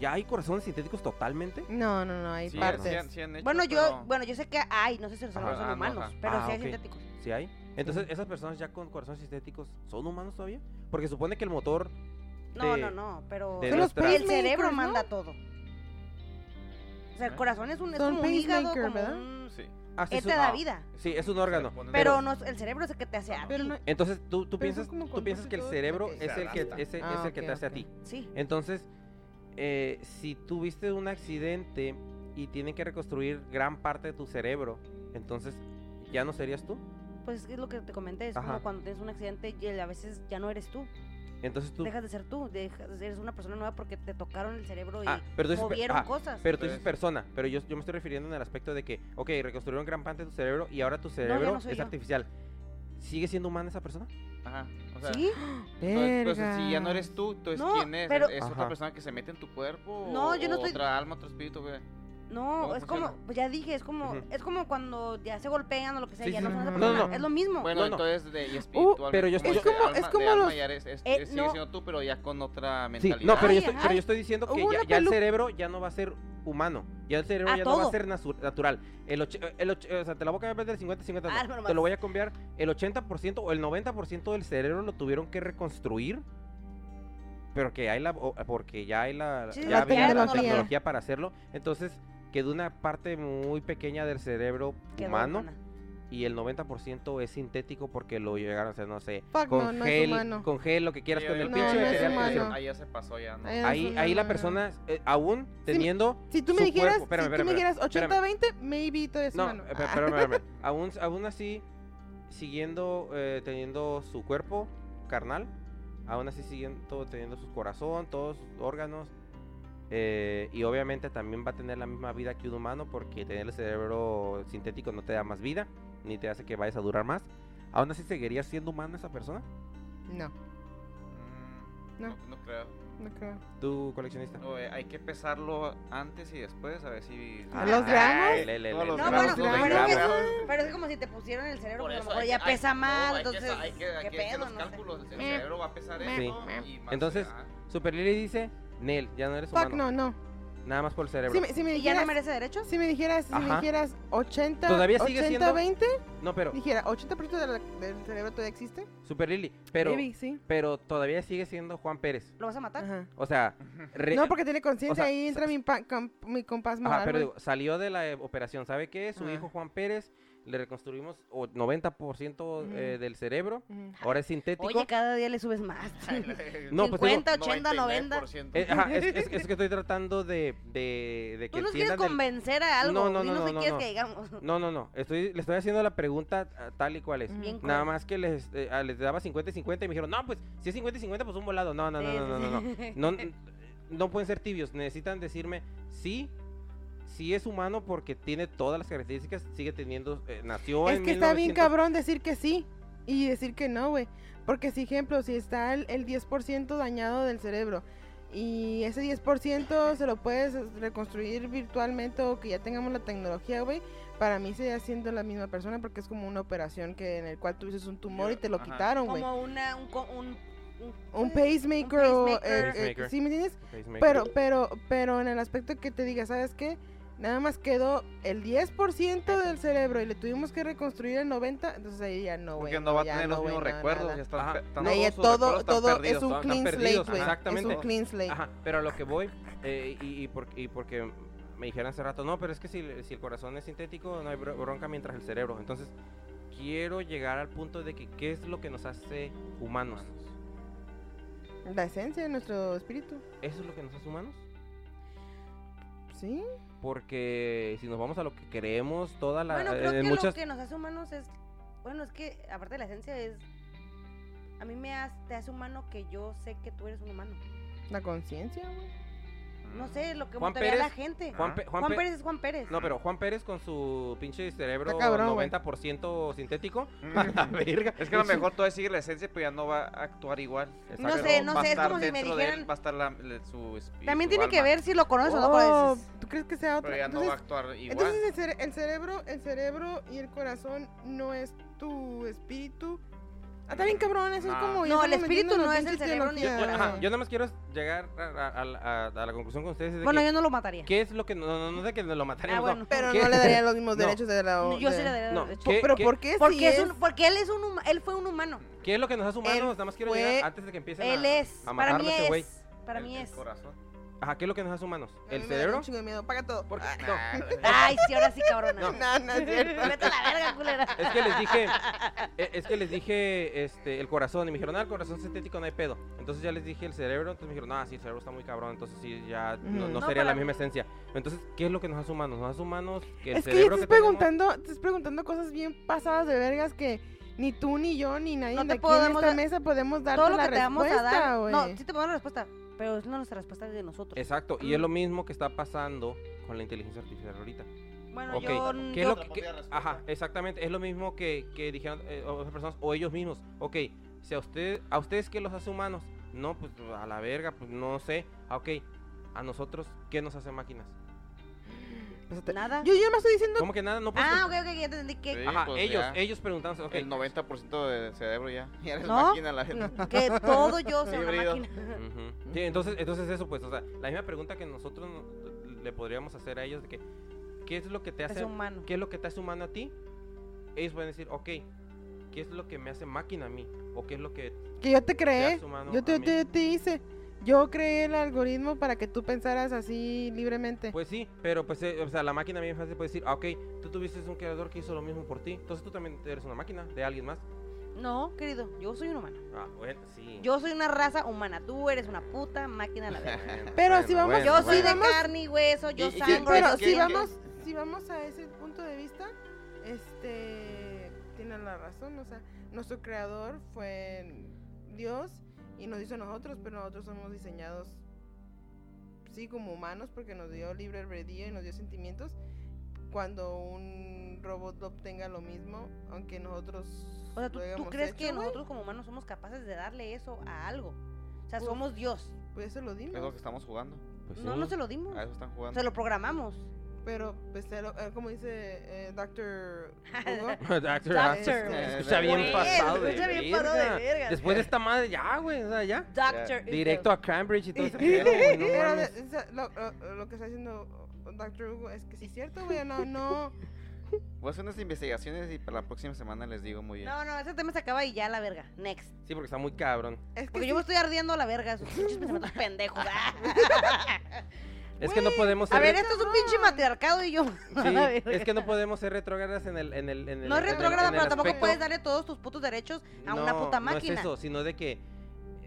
[SPEAKER 3] ¿Ya hay corazones sintéticos totalmente?
[SPEAKER 2] No, no, no, hay
[SPEAKER 5] Sí,
[SPEAKER 2] partes.
[SPEAKER 5] sí han- sí han hecho,
[SPEAKER 4] Bueno,
[SPEAKER 5] pero-
[SPEAKER 4] yo, bueno, yo sé que hay, no sé si los
[SPEAKER 3] Ajá,
[SPEAKER 4] humanos son
[SPEAKER 5] ah, no,
[SPEAKER 4] humanos,
[SPEAKER 5] ajá.
[SPEAKER 4] pero
[SPEAKER 3] Ah,
[SPEAKER 4] sí hay
[SPEAKER 3] ok.
[SPEAKER 4] sintéticos.
[SPEAKER 3] Sí hay. Entonces, ¿esas personas ya con corazones sintéticos son humanos todavía? Porque supone que el motor...
[SPEAKER 4] No,
[SPEAKER 3] de-
[SPEAKER 4] no, no, pero
[SPEAKER 3] de
[SPEAKER 2] Son los
[SPEAKER 3] nuestra-
[SPEAKER 4] el
[SPEAKER 2] pacemakers,
[SPEAKER 4] cerebro
[SPEAKER 2] ¿no?
[SPEAKER 4] manda todo. O sea, el
[SPEAKER 5] ¿Eh?
[SPEAKER 4] corazón es un, es
[SPEAKER 2] Son
[SPEAKER 4] como un hígado,
[SPEAKER 2] pacemaker,
[SPEAKER 4] como
[SPEAKER 2] ¿verdad?
[SPEAKER 4] un-
[SPEAKER 5] Sí.
[SPEAKER 3] Ah, sí,
[SPEAKER 4] Él
[SPEAKER 3] es
[SPEAKER 4] te
[SPEAKER 3] un-
[SPEAKER 4] da
[SPEAKER 3] ah,
[SPEAKER 4] vida,
[SPEAKER 3] Sí, es un órgano.
[SPEAKER 5] Se le ponen-
[SPEAKER 4] pero no, el cerebro es el que te hace a ti.
[SPEAKER 2] Pero no-
[SPEAKER 3] Entonces, tú, tú
[SPEAKER 2] Pero son
[SPEAKER 3] piensas,
[SPEAKER 2] como
[SPEAKER 3] tú
[SPEAKER 2] con
[SPEAKER 3] piensas que el
[SPEAKER 2] poquitos
[SPEAKER 3] cerebro
[SPEAKER 2] que-
[SPEAKER 3] es
[SPEAKER 5] Se
[SPEAKER 3] el que,
[SPEAKER 5] adapta.
[SPEAKER 3] ese-
[SPEAKER 2] Ah,
[SPEAKER 3] es el que
[SPEAKER 2] ok,
[SPEAKER 3] te hace
[SPEAKER 2] ok.
[SPEAKER 3] a ti.
[SPEAKER 4] Sí.
[SPEAKER 3] Entonces, eh, si tuviste un accidente y tienen que reconstruir gran parte de tu cerebro, entonces, ¿ya no serías tú?
[SPEAKER 4] Pues es lo que te comenté, es
[SPEAKER 3] Ajá.
[SPEAKER 4] como cuando tienes un accidente y el- a veces ya no eres tú.
[SPEAKER 3] Entonces tú...
[SPEAKER 4] Dejas de ser tú, dejas, eres una persona nueva porque te tocaron el cerebro y
[SPEAKER 3] Ah, pero tú dices, pe-
[SPEAKER 4] movieron
[SPEAKER 3] ah,
[SPEAKER 4] cosas.
[SPEAKER 3] Pero tú dices
[SPEAKER 5] Entonces-
[SPEAKER 3] persona, pero yo, yo me estoy refiriendo en el aspecto de que, ok, reconstruyeron gran parte de tu cerebro y ahora tu cerebro
[SPEAKER 4] no soy
[SPEAKER 3] es
[SPEAKER 4] yo.
[SPEAKER 3] artificial. ¿Sigue siendo humana esa persona?
[SPEAKER 5] Ajá. O sea,
[SPEAKER 4] ¿Sí?
[SPEAKER 5] entonces,
[SPEAKER 3] pues,
[SPEAKER 5] entonces, si ya no
[SPEAKER 2] Verga.
[SPEAKER 5] eres tú, entonces
[SPEAKER 4] No,
[SPEAKER 5] ¿quién es?
[SPEAKER 4] pero-
[SPEAKER 5] ¿Es
[SPEAKER 3] Ajá.
[SPEAKER 5] otra persona que se mete en tu cuerpo?
[SPEAKER 4] No,
[SPEAKER 5] o-
[SPEAKER 4] yo no
[SPEAKER 5] o
[SPEAKER 4] estoy-
[SPEAKER 5] Otra alma, otro espíritu, güey.
[SPEAKER 4] No,
[SPEAKER 5] ¿Cómo
[SPEAKER 4] es como,
[SPEAKER 5] funciona?
[SPEAKER 4] pues ya dije, es como,
[SPEAKER 3] Ujú.
[SPEAKER 4] es como cuando ya se golpean o lo que sea,
[SPEAKER 3] Sí,
[SPEAKER 4] ya
[SPEAKER 3] sí,
[SPEAKER 4] no
[SPEAKER 3] sí.
[SPEAKER 4] son una
[SPEAKER 2] No,
[SPEAKER 4] persona,
[SPEAKER 3] no, no.
[SPEAKER 4] es lo mismo.
[SPEAKER 5] Bueno,
[SPEAKER 3] No, no.
[SPEAKER 5] entonces de, y espiritual.
[SPEAKER 3] pero yo estoy-
[SPEAKER 5] que
[SPEAKER 2] Es como-
[SPEAKER 5] alma-
[SPEAKER 2] es como
[SPEAKER 5] de alma
[SPEAKER 2] los-
[SPEAKER 5] ya eres- es-
[SPEAKER 4] Eh,
[SPEAKER 5] es- sigue
[SPEAKER 4] no.
[SPEAKER 5] siendo tú, pero ya con otra
[SPEAKER 3] Sí,
[SPEAKER 5] mentalidad.
[SPEAKER 3] no, pero yo,
[SPEAKER 4] Ay,
[SPEAKER 3] estoy,
[SPEAKER 4] ajá.
[SPEAKER 3] pero yo estoy diciendo que
[SPEAKER 2] Hubo
[SPEAKER 3] ya,
[SPEAKER 2] una
[SPEAKER 3] ya el
[SPEAKER 2] pelu-
[SPEAKER 3] cerebro ya no va a ser humano. Ya el cerebro
[SPEAKER 4] Ah,
[SPEAKER 3] ya no va a
[SPEAKER 4] todo.
[SPEAKER 3] ser nasu- natural. El och- el och- o sea, te la voy a cambiar del 50-50. no.
[SPEAKER 4] Álvaro
[SPEAKER 3] te lo
[SPEAKER 4] Matos.
[SPEAKER 3] voy a cambiar. El 80% o el 90% del cerebro lo tuvieron que reconstruir. Pero que hay la. o- Porque ya hay la,
[SPEAKER 4] Sí,
[SPEAKER 3] ya
[SPEAKER 4] la
[SPEAKER 3] había
[SPEAKER 2] tecnología.
[SPEAKER 3] tecnología para hacerlo. Entonces quedó una parte muy pequeña del cerebro
[SPEAKER 4] Quedó
[SPEAKER 3] humano.
[SPEAKER 4] humana.
[SPEAKER 3] Y el 90% es sintético porque lo llegaron a hacer, no sé.
[SPEAKER 2] Fuck, no,
[SPEAKER 3] con
[SPEAKER 2] no es
[SPEAKER 3] gel,
[SPEAKER 2] humano.
[SPEAKER 3] con gel, lo que quieras,
[SPEAKER 5] Sí,
[SPEAKER 3] con el
[SPEAKER 2] No,
[SPEAKER 3] pinche
[SPEAKER 2] no es
[SPEAKER 3] material que le
[SPEAKER 2] humano.
[SPEAKER 3] hicieron.
[SPEAKER 5] Ahí ya se pasó, ya no.
[SPEAKER 2] Ahí ya
[SPEAKER 3] Ahí,
[SPEAKER 2] es
[SPEAKER 3] ahí la
[SPEAKER 2] humano.
[SPEAKER 3] persona, eh, aún teniendo.
[SPEAKER 2] Si tú me
[SPEAKER 3] su
[SPEAKER 2] dijeras,
[SPEAKER 3] cuerpo. Espérame,
[SPEAKER 2] si tú me
[SPEAKER 3] espérame,
[SPEAKER 2] dijeras
[SPEAKER 3] espérame.
[SPEAKER 2] 80-20, maybe todavía es
[SPEAKER 3] No,
[SPEAKER 2] humano.
[SPEAKER 3] eh, pe-
[SPEAKER 2] Ah,
[SPEAKER 3] espérame, espérame. aún, aún así, siguiendo eh, teniendo su cuerpo carnal, aún así siguiendo teniendo su corazón, todos sus órganos. eh, y obviamente también va a tener la misma vida que un humano porque tener el cerebro sintético no te da más vida, ni te hace que vayas a durar más. Aún así, ¿seguiría siendo humano esa persona?
[SPEAKER 2] Ah, no,
[SPEAKER 5] Mm,
[SPEAKER 2] No.
[SPEAKER 5] No, no creo.
[SPEAKER 2] no creo.
[SPEAKER 3] ¿Tú, coleccionista?
[SPEAKER 5] No, eh, hay que pesarlo antes y después, a ver si.
[SPEAKER 2] ¿A los gramos?
[SPEAKER 3] le, le,
[SPEAKER 5] Todos
[SPEAKER 3] le,
[SPEAKER 5] los
[SPEAKER 3] le.
[SPEAKER 4] No,
[SPEAKER 5] gramos,
[SPEAKER 4] bueno,
[SPEAKER 5] los
[SPEAKER 4] bueno,
[SPEAKER 5] 20
[SPEAKER 4] es-
[SPEAKER 5] gramos.
[SPEAKER 4] Pero es como si te pusieran el cerebro,
[SPEAKER 5] Por
[SPEAKER 4] porque a lo
[SPEAKER 5] eso
[SPEAKER 4] mejor
[SPEAKER 5] hay-
[SPEAKER 4] ya
[SPEAKER 5] hay-
[SPEAKER 4] pesa
[SPEAKER 5] no,
[SPEAKER 4] más,
[SPEAKER 5] hay que
[SPEAKER 4] entonces,
[SPEAKER 5] sa- hay que, hay
[SPEAKER 4] ¿qué
[SPEAKER 5] que hacer
[SPEAKER 4] pedo?
[SPEAKER 5] los
[SPEAKER 4] No sé.
[SPEAKER 5] cálculos, el
[SPEAKER 2] Me-
[SPEAKER 5] cerebro va a pesar
[SPEAKER 2] me-
[SPEAKER 5] esto
[SPEAKER 2] me-
[SPEAKER 5] y más
[SPEAKER 3] Entonces-
[SPEAKER 5] ah,
[SPEAKER 3] Super Lily dice, Nel, ya no eres
[SPEAKER 2] Fuck,
[SPEAKER 3] humano.
[SPEAKER 2] no, no.
[SPEAKER 3] Nada más por el cerebro.
[SPEAKER 2] Si me, si me
[SPEAKER 4] ¿Y ya no
[SPEAKER 2] dijeras,
[SPEAKER 4] merece derechos?
[SPEAKER 2] si me dijeras, si me
[SPEAKER 3] Ajá.
[SPEAKER 2] dijeras 80,
[SPEAKER 3] Todavía sigue siendo-
[SPEAKER 2] 80-20,
[SPEAKER 3] No, pero,
[SPEAKER 2] dijera 80% de la- del cerebro todavía existe.
[SPEAKER 3] Super Lily, pero,
[SPEAKER 2] maybe, sí.
[SPEAKER 3] pero todavía sigue siendo Juan Pérez.
[SPEAKER 4] ¿Lo vas a matar?
[SPEAKER 2] Ajá.
[SPEAKER 3] O sea, re-
[SPEAKER 2] No, porque tiene conciencia,
[SPEAKER 3] o sea,
[SPEAKER 2] ahí entra mi, pa- com- mi compás moral.
[SPEAKER 3] ajá, pero
[SPEAKER 2] güey.
[SPEAKER 3] digo, salió de la eh, operación. ¿Sabe qué? Su
[SPEAKER 2] Ah.
[SPEAKER 3] hijo Juan Pérez le reconstruimos o 90% eh,
[SPEAKER 2] Ujú.
[SPEAKER 3] del cerebro.
[SPEAKER 2] Ujú.
[SPEAKER 3] Ahora es sintético.
[SPEAKER 4] Oye, cada día le subes más.
[SPEAKER 3] No, pues digo,
[SPEAKER 4] 50, 80, 90.
[SPEAKER 5] 99%.
[SPEAKER 3] Eh, ajá, es, es- es que estoy tratando de, de, de que
[SPEAKER 4] Tú nos quieres
[SPEAKER 3] entiendan el-
[SPEAKER 4] convencer a algo,
[SPEAKER 3] No,
[SPEAKER 4] no,
[SPEAKER 3] no,
[SPEAKER 4] no,
[SPEAKER 3] no,
[SPEAKER 4] no,
[SPEAKER 3] no,
[SPEAKER 4] quieres
[SPEAKER 3] no.
[SPEAKER 4] que digamos.
[SPEAKER 3] No, no, no. Estoy, le estoy haciendo la pregunta ah, tal y cual es.
[SPEAKER 2] Ujú.
[SPEAKER 4] Bien
[SPEAKER 3] Nada
[SPEAKER 4] cruel.
[SPEAKER 3] más que les, eh, ah, les daba 50 y 50 y me dijeron, no, pues si es 50 y 50, pues un volado. No, no, no,
[SPEAKER 4] Sí,
[SPEAKER 3] no, no,
[SPEAKER 4] sí,
[SPEAKER 3] no, no.
[SPEAKER 4] sí.
[SPEAKER 3] No, n- no pueden ser tibios, necesitan decirme sí, sí es humano porque tiene todas las características, sigue teniendo, eh, nació
[SPEAKER 2] Es
[SPEAKER 3] en
[SPEAKER 2] que está bien
[SPEAKER 3] 1900.
[SPEAKER 2] cabrón decir que sí y decir que no, güey. Porque, si ejemplo, si está el, el 10% dañado del cerebro y ese 10% se lo puedes reconstruir virtualmente o que ya tengamos la tecnología, güey, para mí sigue siendo la misma persona porque es como una operación que en el cual tuviste un tumor y te lo
[SPEAKER 5] Ajá.
[SPEAKER 2] quitaron, güey.
[SPEAKER 4] Como una, un, co- un, un,
[SPEAKER 2] Un pacemaker, o, eh,
[SPEAKER 4] pacemaker.
[SPEAKER 2] eh,
[SPEAKER 3] Pacemaker.
[SPEAKER 2] ¿sí me entiendes?
[SPEAKER 3] Pacemaker.
[SPEAKER 2] Pero, pero, pero en el aspecto que te diga, ¿sabes qué? Nada más quedó el 10% del cerebro y le tuvimos que reconstruir el 90%, entonces ahí ya no, güey.
[SPEAKER 5] Porque no va a
[SPEAKER 2] ya
[SPEAKER 5] tener los
[SPEAKER 2] no, güey,
[SPEAKER 5] mismos
[SPEAKER 2] no,
[SPEAKER 5] recuerdos.
[SPEAKER 2] nada.
[SPEAKER 5] ya están
[SPEAKER 3] Ajá.
[SPEAKER 5] pe- están-
[SPEAKER 2] Ahí
[SPEAKER 5] todos sus
[SPEAKER 2] todo,
[SPEAKER 5] recuerdos están
[SPEAKER 2] todo es
[SPEAKER 5] perdidos,
[SPEAKER 2] un
[SPEAKER 5] están-
[SPEAKER 2] clean
[SPEAKER 5] están
[SPEAKER 2] slate,
[SPEAKER 3] perdidos,
[SPEAKER 2] güey. Es
[SPEAKER 3] exactamente.
[SPEAKER 2] un clean slate.
[SPEAKER 3] Ajá, pero a lo que voy, eh, y, y por- y porque me dijeron hace rato, no, pero es que si, el- si el corazón es sintético, no hay bro- bronca mientras el cerebro. Entonces, quiero llegar al punto de que qué es lo que nos hace humanos.
[SPEAKER 2] La esencia de nuestro espíritu.
[SPEAKER 3] ¿Eso es lo que nos hace humanos?
[SPEAKER 2] ¿Sí?
[SPEAKER 3] Porque si nos vamos a lo que creemos, toda la...
[SPEAKER 4] Bueno,
[SPEAKER 3] eh,
[SPEAKER 4] creo
[SPEAKER 3] en
[SPEAKER 4] que lo
[SPEAKER 3] muchas...
[SPEAKER 4] que nos hace humanos es. Bueno, es que aparte de la esencia es. A mí me hace, te hace humano que yo sé que tú eres un humano.
[SPEAKER 2] La conciencia, güey.
[SPEAKER 4] No sé, lo que
[SPEAKER 3] Juan
[SPEAKER 4] motiva a la
[SPEAKER 3] Pérez-
[SPEAKER 4] gente.
[SPEAKER 3] Juan, Pe- Juan
[SPEAKER 4] Juan
[SPEAKER 3] Pe-
[SPEAKER 4] Pérez es Juan Pérez.
[SPEAKER 3] No, pero Juan Pérez con su pinche cerebro
[SPEAKER 2] cabrón, güey.
[SPEAKER 3] 90% sintético.
[SPEAKER 5] Mm.
[SPEAKER 3] La verga.
[SPEAKER 5] Es que a lo mejor todavía sigue la esencia, pero ya no va a actuar igual.
[SPEAKER 3] No
[SPEAKER 5] Pero
[SPEAKER 4] sé, no
[SPEAKER 5] va a
[SPEAKER 4] sé, es
[SPEAKER 5] estar
[SPEAKER 4] como si me
[SPEAKER 5] dentro de él,
[SPEAKER 4] dijeran-
[SPEAKER 5] Va a estar la, la- su espíritu,
[SPEAKER 4] También tiene
[SPEAKER 5] su
[SPEAKER 4] que
[SPEAKER 5] alma,
[SPEAKER 4] ver si lo conoces o no
[SPEAKER 2] Oh,
[SPEAKER 4] conoces.
[SPEAKER 2] ¿Tú crees que sea
[SPEAKER 5] Pero
[SPEAKER 2] otra?
[SPEAKER 5] ya no va a
[SPEAKER 2] Entonces,
[SPEAKER 5] actuar igual.
[SPEAKER 2] entonces el, cere- el cerebro, el cerebro y el corazón no es tu espíritu. Ah, está bien cabrón, eso
[SPEAKER 5] No.
[SPEAKER 2] es como...
[SPEAKER 4] No,
[SPEAKER 2] ya
[SPEAKER 4] el
[SPEAKER 2] estamos
[SPEAKER 4] espíritu
[SPEAKER 2] metiéndonos
[SPEAKER 4] no es
[SPEAKER 2] pinches
[SPEAKER 4] el cerebro ni
[SPEAKER 3] Yo,
[SPEAKER 2] teologías,
[SPEAKER 3] yo- ajá,
[SPEAKER 2] güey.
[SPEAKER 3] yo nada más quiero llegar a, a- a la- a- a la conclusión con ustedes. De
[SPEAKER 4] Bueno,
[SPEAKER 3] que,
[SPEAKER 4] yo no lo mataría.
[SPEAKER 3] ¿Qué es lo que.? No, no, no de que nos lo mataríamos.
[SPEAKER 4] Ah,
[SPEAKER 3] no.
[SPEAKER 4] bueno.
[SPEAKER 2] Pero
[SPEAKER 3] ¿Qué?
[SPEAKER 2] no le daría los mismos
[SPEAKER 3] No.
[SPEAKER 2] derechos de la
[SPEAKER 4] Yo sí
[SPEAKER 2] de-
[SPEAKER 4] le daría
[SPEAKER 3] No,
[SPEAKER 4] derecho.
[SPEAKER 3] ¿qué-
[SPEAKER 2] Pero
[SPEAKER 3] qué-
[SPEAKER 2] ¿por qué?
[SPEAKER 4] Porque,
[SPEAKER 2] si
[SPEAKER 4] es un, porque él es un huma- él fue un humano.
[SPEAKER 3] ¿Qué es lo que nos hace humanos?
[SPEAKER 2] Él
[SPEAKER 3] Nada más quiero
[SPEAKER 2] fue-
[SPEAKER 3] llegar antes de que empiecen
[SPEAKER 4] Él
[SPEAKER 3] a.
[SPEAKER 4] es. Para
[SPEAKER 3] matarlo
[SPEAKER 4] mí
[SPEAKER 3] ese güey.
[SPEAKER 4] es. Para
[SPEAKER 5] El-
[SPEAKER 4] mí
[SPEAKER 5] el
[SPEAKER 4] es.
[SPEAKER 5] corazón.
[SPEAKER 3] Ajá, ¿qué es lo que nos hace humanos?
[SPEAKER 2] A mí
[SPEAKER 3] ¿El
[SPEAKER 2] me daría
[SPEAKER 3] cerebro?
[SPEAKER 2] un chingo de miedo, paga todo.
[SPEAKER 3] Porque-
[SPEAKER 5] Nah,
[SPEAKER 3] no,
[SPEAKER 4] Ah. Ay, sí, ahora sí, cabrona.
[SPEAKER 3] No.
[SPEAKER 2] No, no es cierto.
[SPEAKER 4] Vete a la verga, culera.
[SPEAKER 3] Es que les dije, e- es que les dije este, el corazón y me dijeron, ah, el corazón sintético no hay pedo. Entonces ya les dije el cerebro, entonces me dijeron, ah, sí, el cerebro está muy cabrón, entonces sí, ya no,
[SPEAKER 2] Ujú.
[SPEAKER 3] no
[SPEAKER 4] No,
[SPEAKER 3] sería la
[SPEAKER 4] para-
[SPEAKER 3] misma esencia. Entonces, ¿qué es lo que nos hace humanos? Nos hace humanos que el
[SPEAKER 2] Es que ya
[SPEAKER 3] cerebro
[SPEAKER 2] estás
[SPEAKER 3] tenemos-
[SPEAKER 2] preguntando, estás preguntando cosas bien pasadas de vergas que Ni tú, ni yo, ni nadie
[SPEAKER 4] No
[SPEAKER 2] de
[SPEAKER 4] te
[SPEAKER 2] aquí en
[SPEAKER 4] podemos
[SPEAKER 2] esta
[SPEAKER 4] dar-
[SPEAKER 2] mesa podemos darte
[SPEAKER 4] Todo lo
[SPEAKER 2] la
[SPEAKER 4] que te vamos a dar.
[SPEAKER 2] respuesta, güey.
[SPEAKER 4] No, sí te podemos dar la respuesta, pero es no nuestra respuesta de nosotros.
[SPEAKER 3] Exacto, y es lo mismo que está pasando con la inteligencia artificial ahorita.
[SPEAKER 4] Bueno,
[SPEAKER 3] Ok,
[SPEAKER 4] yo. yo-
[SPEAKER 3] ¿Qué es lo que,
[SPEAKER 6] propia
[SPEAKER 3] qué-
[SPEAKER 6] respuesta.
[SPEAKER 3] ajá, exactamente, es lo mismo que, que dijeron eh, otras personas o ellos mismos. Ok, si a, usted, a ustedes qué los hace humanos, no, pues a la verga, pues no sé. Ah, Ok, a nosotros, ¿qué nos hace máquinas?
[SPEAKER 2] Pues te-
[SPEAKER 4] Nada.
[SPEAKER 2] Yo ya me estoy diciendo
[SPEAKER 3] ¿Cómo que nada? No, pues,
[SPEAKER 4] Ah, ok, ok, ya entendí que
[SPEAKER 6] Sí,
[SPEAKER 3] ajá,
[SPEAKER 6] pues,
[SPEAKER 3] ellos,
[SPEAKER 6] ya.
[SPEAKER 3] ellos preguntándose, ok,
[SPEAKER 5] El 90% del cerebro ya. Ya eres
[SPEAKER 4] ¿No?
[SPEAKER 5] máquina la verdad.
[SPEAKER 4] Que todo yo sea una
[SPEAKER 5] Híbrido.
[SPEAKER 4] máquina.
[SPEAKER 3] Mm, Ujú. Sí, entonces, entonces eso, pues, o sea, la misma pregunta que nosotros no- le podríamos hacer a ellos de que, ¿qué es lo que te hace,
[SPEAKER 4] Es humano.
[SPEAKER 3] qué es lo que te hace humano a ti? Ellos pueden decir, ok, ¿qué es lo que me hace máquina a mí? ¿O qué es lo que
[SPEAKER 2] que yo te
[SPEAKER 3] te
[SPEAKER 2] creé.
[SPEAKER 3] hace humano
[SPEAKER 2] Yo te,
[SPEAKER 3] a mí?
[SPEAKER 2] te- te hice. Yo creé el algoritmo para que tú pensaras así libremente.
[SPEAKER 3] Pues sí, pero pues, eh, o sea, la máquina bien fácil puede decir, ah, ok, tú tuviste un creador que hizo lo mismo por ti, entonces tú también eres una máquina de alguien más.
[SPEAKER 4] No, querido, yo soy un humano.
[SPEAKER 3] Ah, bueno, sí.
[SPEAKER 4] Yo soy una raza humana. Tú eres una puta máquina, la verdad.
[SPEAKER 3] Bueno,
[SPEAKER 2] Pero
[SPEAKER 3] bueno,
[SPEAKER 2] si vamos-
[SPEAKER 3] bueno,
[SPEAKER 4] Yo soy de
[SPEAKER 3] bueno.
[SPEAKER 4] carne y hueso,
[SPEAKER 5] Y-
[SPEAKER 4] yo
[SPEAKER 5] y que-
[SPEAKER 2] Sí,
[SPEAKER 4] sangro.
[SPEAKER 2] pero
[SPEAKER 4] yo
[SPEAKER 5] Bueno,
[SPEAKER 2] si
[SPEAKER 4] siento.
[SPEAKER 2] vamos si vamos a ese punto de vista, este tiene la razón, o sea, nuestro creador fue Dios y nos hizo a nosotros, pero nosotros somos diseñados sí como humanos porque nos dio libre albedrío y nos dio sentimientos. Cuando un robot obtenga lo mismo, aunque nosotros
[SPEAKER 4] O sea, ¿tú,
[SPEAKER 2] lo
[SPEAKER 4] tú
[SPEAKER 2] hayamos
[SPEAKER 4] crees que
[SPEAKER 2] hecho, güey,
[SPEAKER 4] nosotros como humanos somos capaces de darle eso a algo? O sea,
[SPEAKER 2] Pues-
[SPEAKER 4] somos Dios.
[SPEAKER 2] pues eso lo dimos.
[SPEAKER 5] Es lo que estamos jugando.
[SPEAKER 3] Pues
[SPEAKER 4] no,
[SPEAKER 3] sí.
[SPEAKER 4] no se lo dimos.
[SPEAKER 5] A eso están jugando.
[SPEAKER 4] Se lo programamos.
[SPEAKER 2] Pero, pues, se lo- eh, como dice eh, Dr. Hugo,
[SPEAKER 3] Doctor,
[SPEAKER 4] Doctor.
[SPEAKER 3] ah, se
[SPEAKER 5] Eh,
[SPEAKER 3] escucha bien
[SPEAKER 5] güey,
[SPEAKER 3] pasado
[SPEAKER 4] se
[SPEAKER 3] de
[SPEAKER 4] escucha bien pasado de
[SPEAKER 3] verga.
[SPEAKER 4] verga.
[SPEAKER 3] Después de esta madre, ya, güey, o sea, ya.
[SPEAKER 4] Doctor.
[SPEAKER 3] Directo a Cambridge y todo ese
[SPEAKER 2] Pero,
[SPEAKER 3] pedo, güey, no
[SPEAKER 2] pero,
[SPEAKER 3] mames.
[SPEAKER 2] o sea, lo, lo- lo que está diciendo Dr. Hugo es que sí es cierto, güey. No, no.
[SPEAKER 5] Voy a hacer unas investigaciones y para la próxima semana les digo muy bien.
[SPEAKER 4] No, no, ese tema se acaba y ya la verga. Next.
[SPEAKER 3] Sí, porque está muy cabrón.
[SPEAKER 2] Es que
[SPEAKER 4] Porque yo me estoy ardiendo a la verga. Sus pinches pensamientos pendejos. ah.
[SPEAKER 3] Es que no podemos
[SPEAKER 4] A
[SPEAKER 3] ser
[SPEAKER 4] ver,
[SPEAKER 3] re-
[SPEAKER 4] esto es un pinche matriarcado y yo. a
[SPEAKER 3] sí,
[SPEAKER 4] la verga.
[SPEAKER 3] es que no podemos ser retrógradas en el en el en el-
[SPEAKER 4] No es
[SPEAKER 3] en el-
[SPEAKER 4] retrógrada,
[SPEAKER 3] en el
[SPEAKER 4] pero tampoco
[SPEAKER 3] aspecto-
[SPEAKER 4] puedes darle todos tus putos derechos a una puta máquina.
[SPEAKER 3] No es eso, sino de que eh,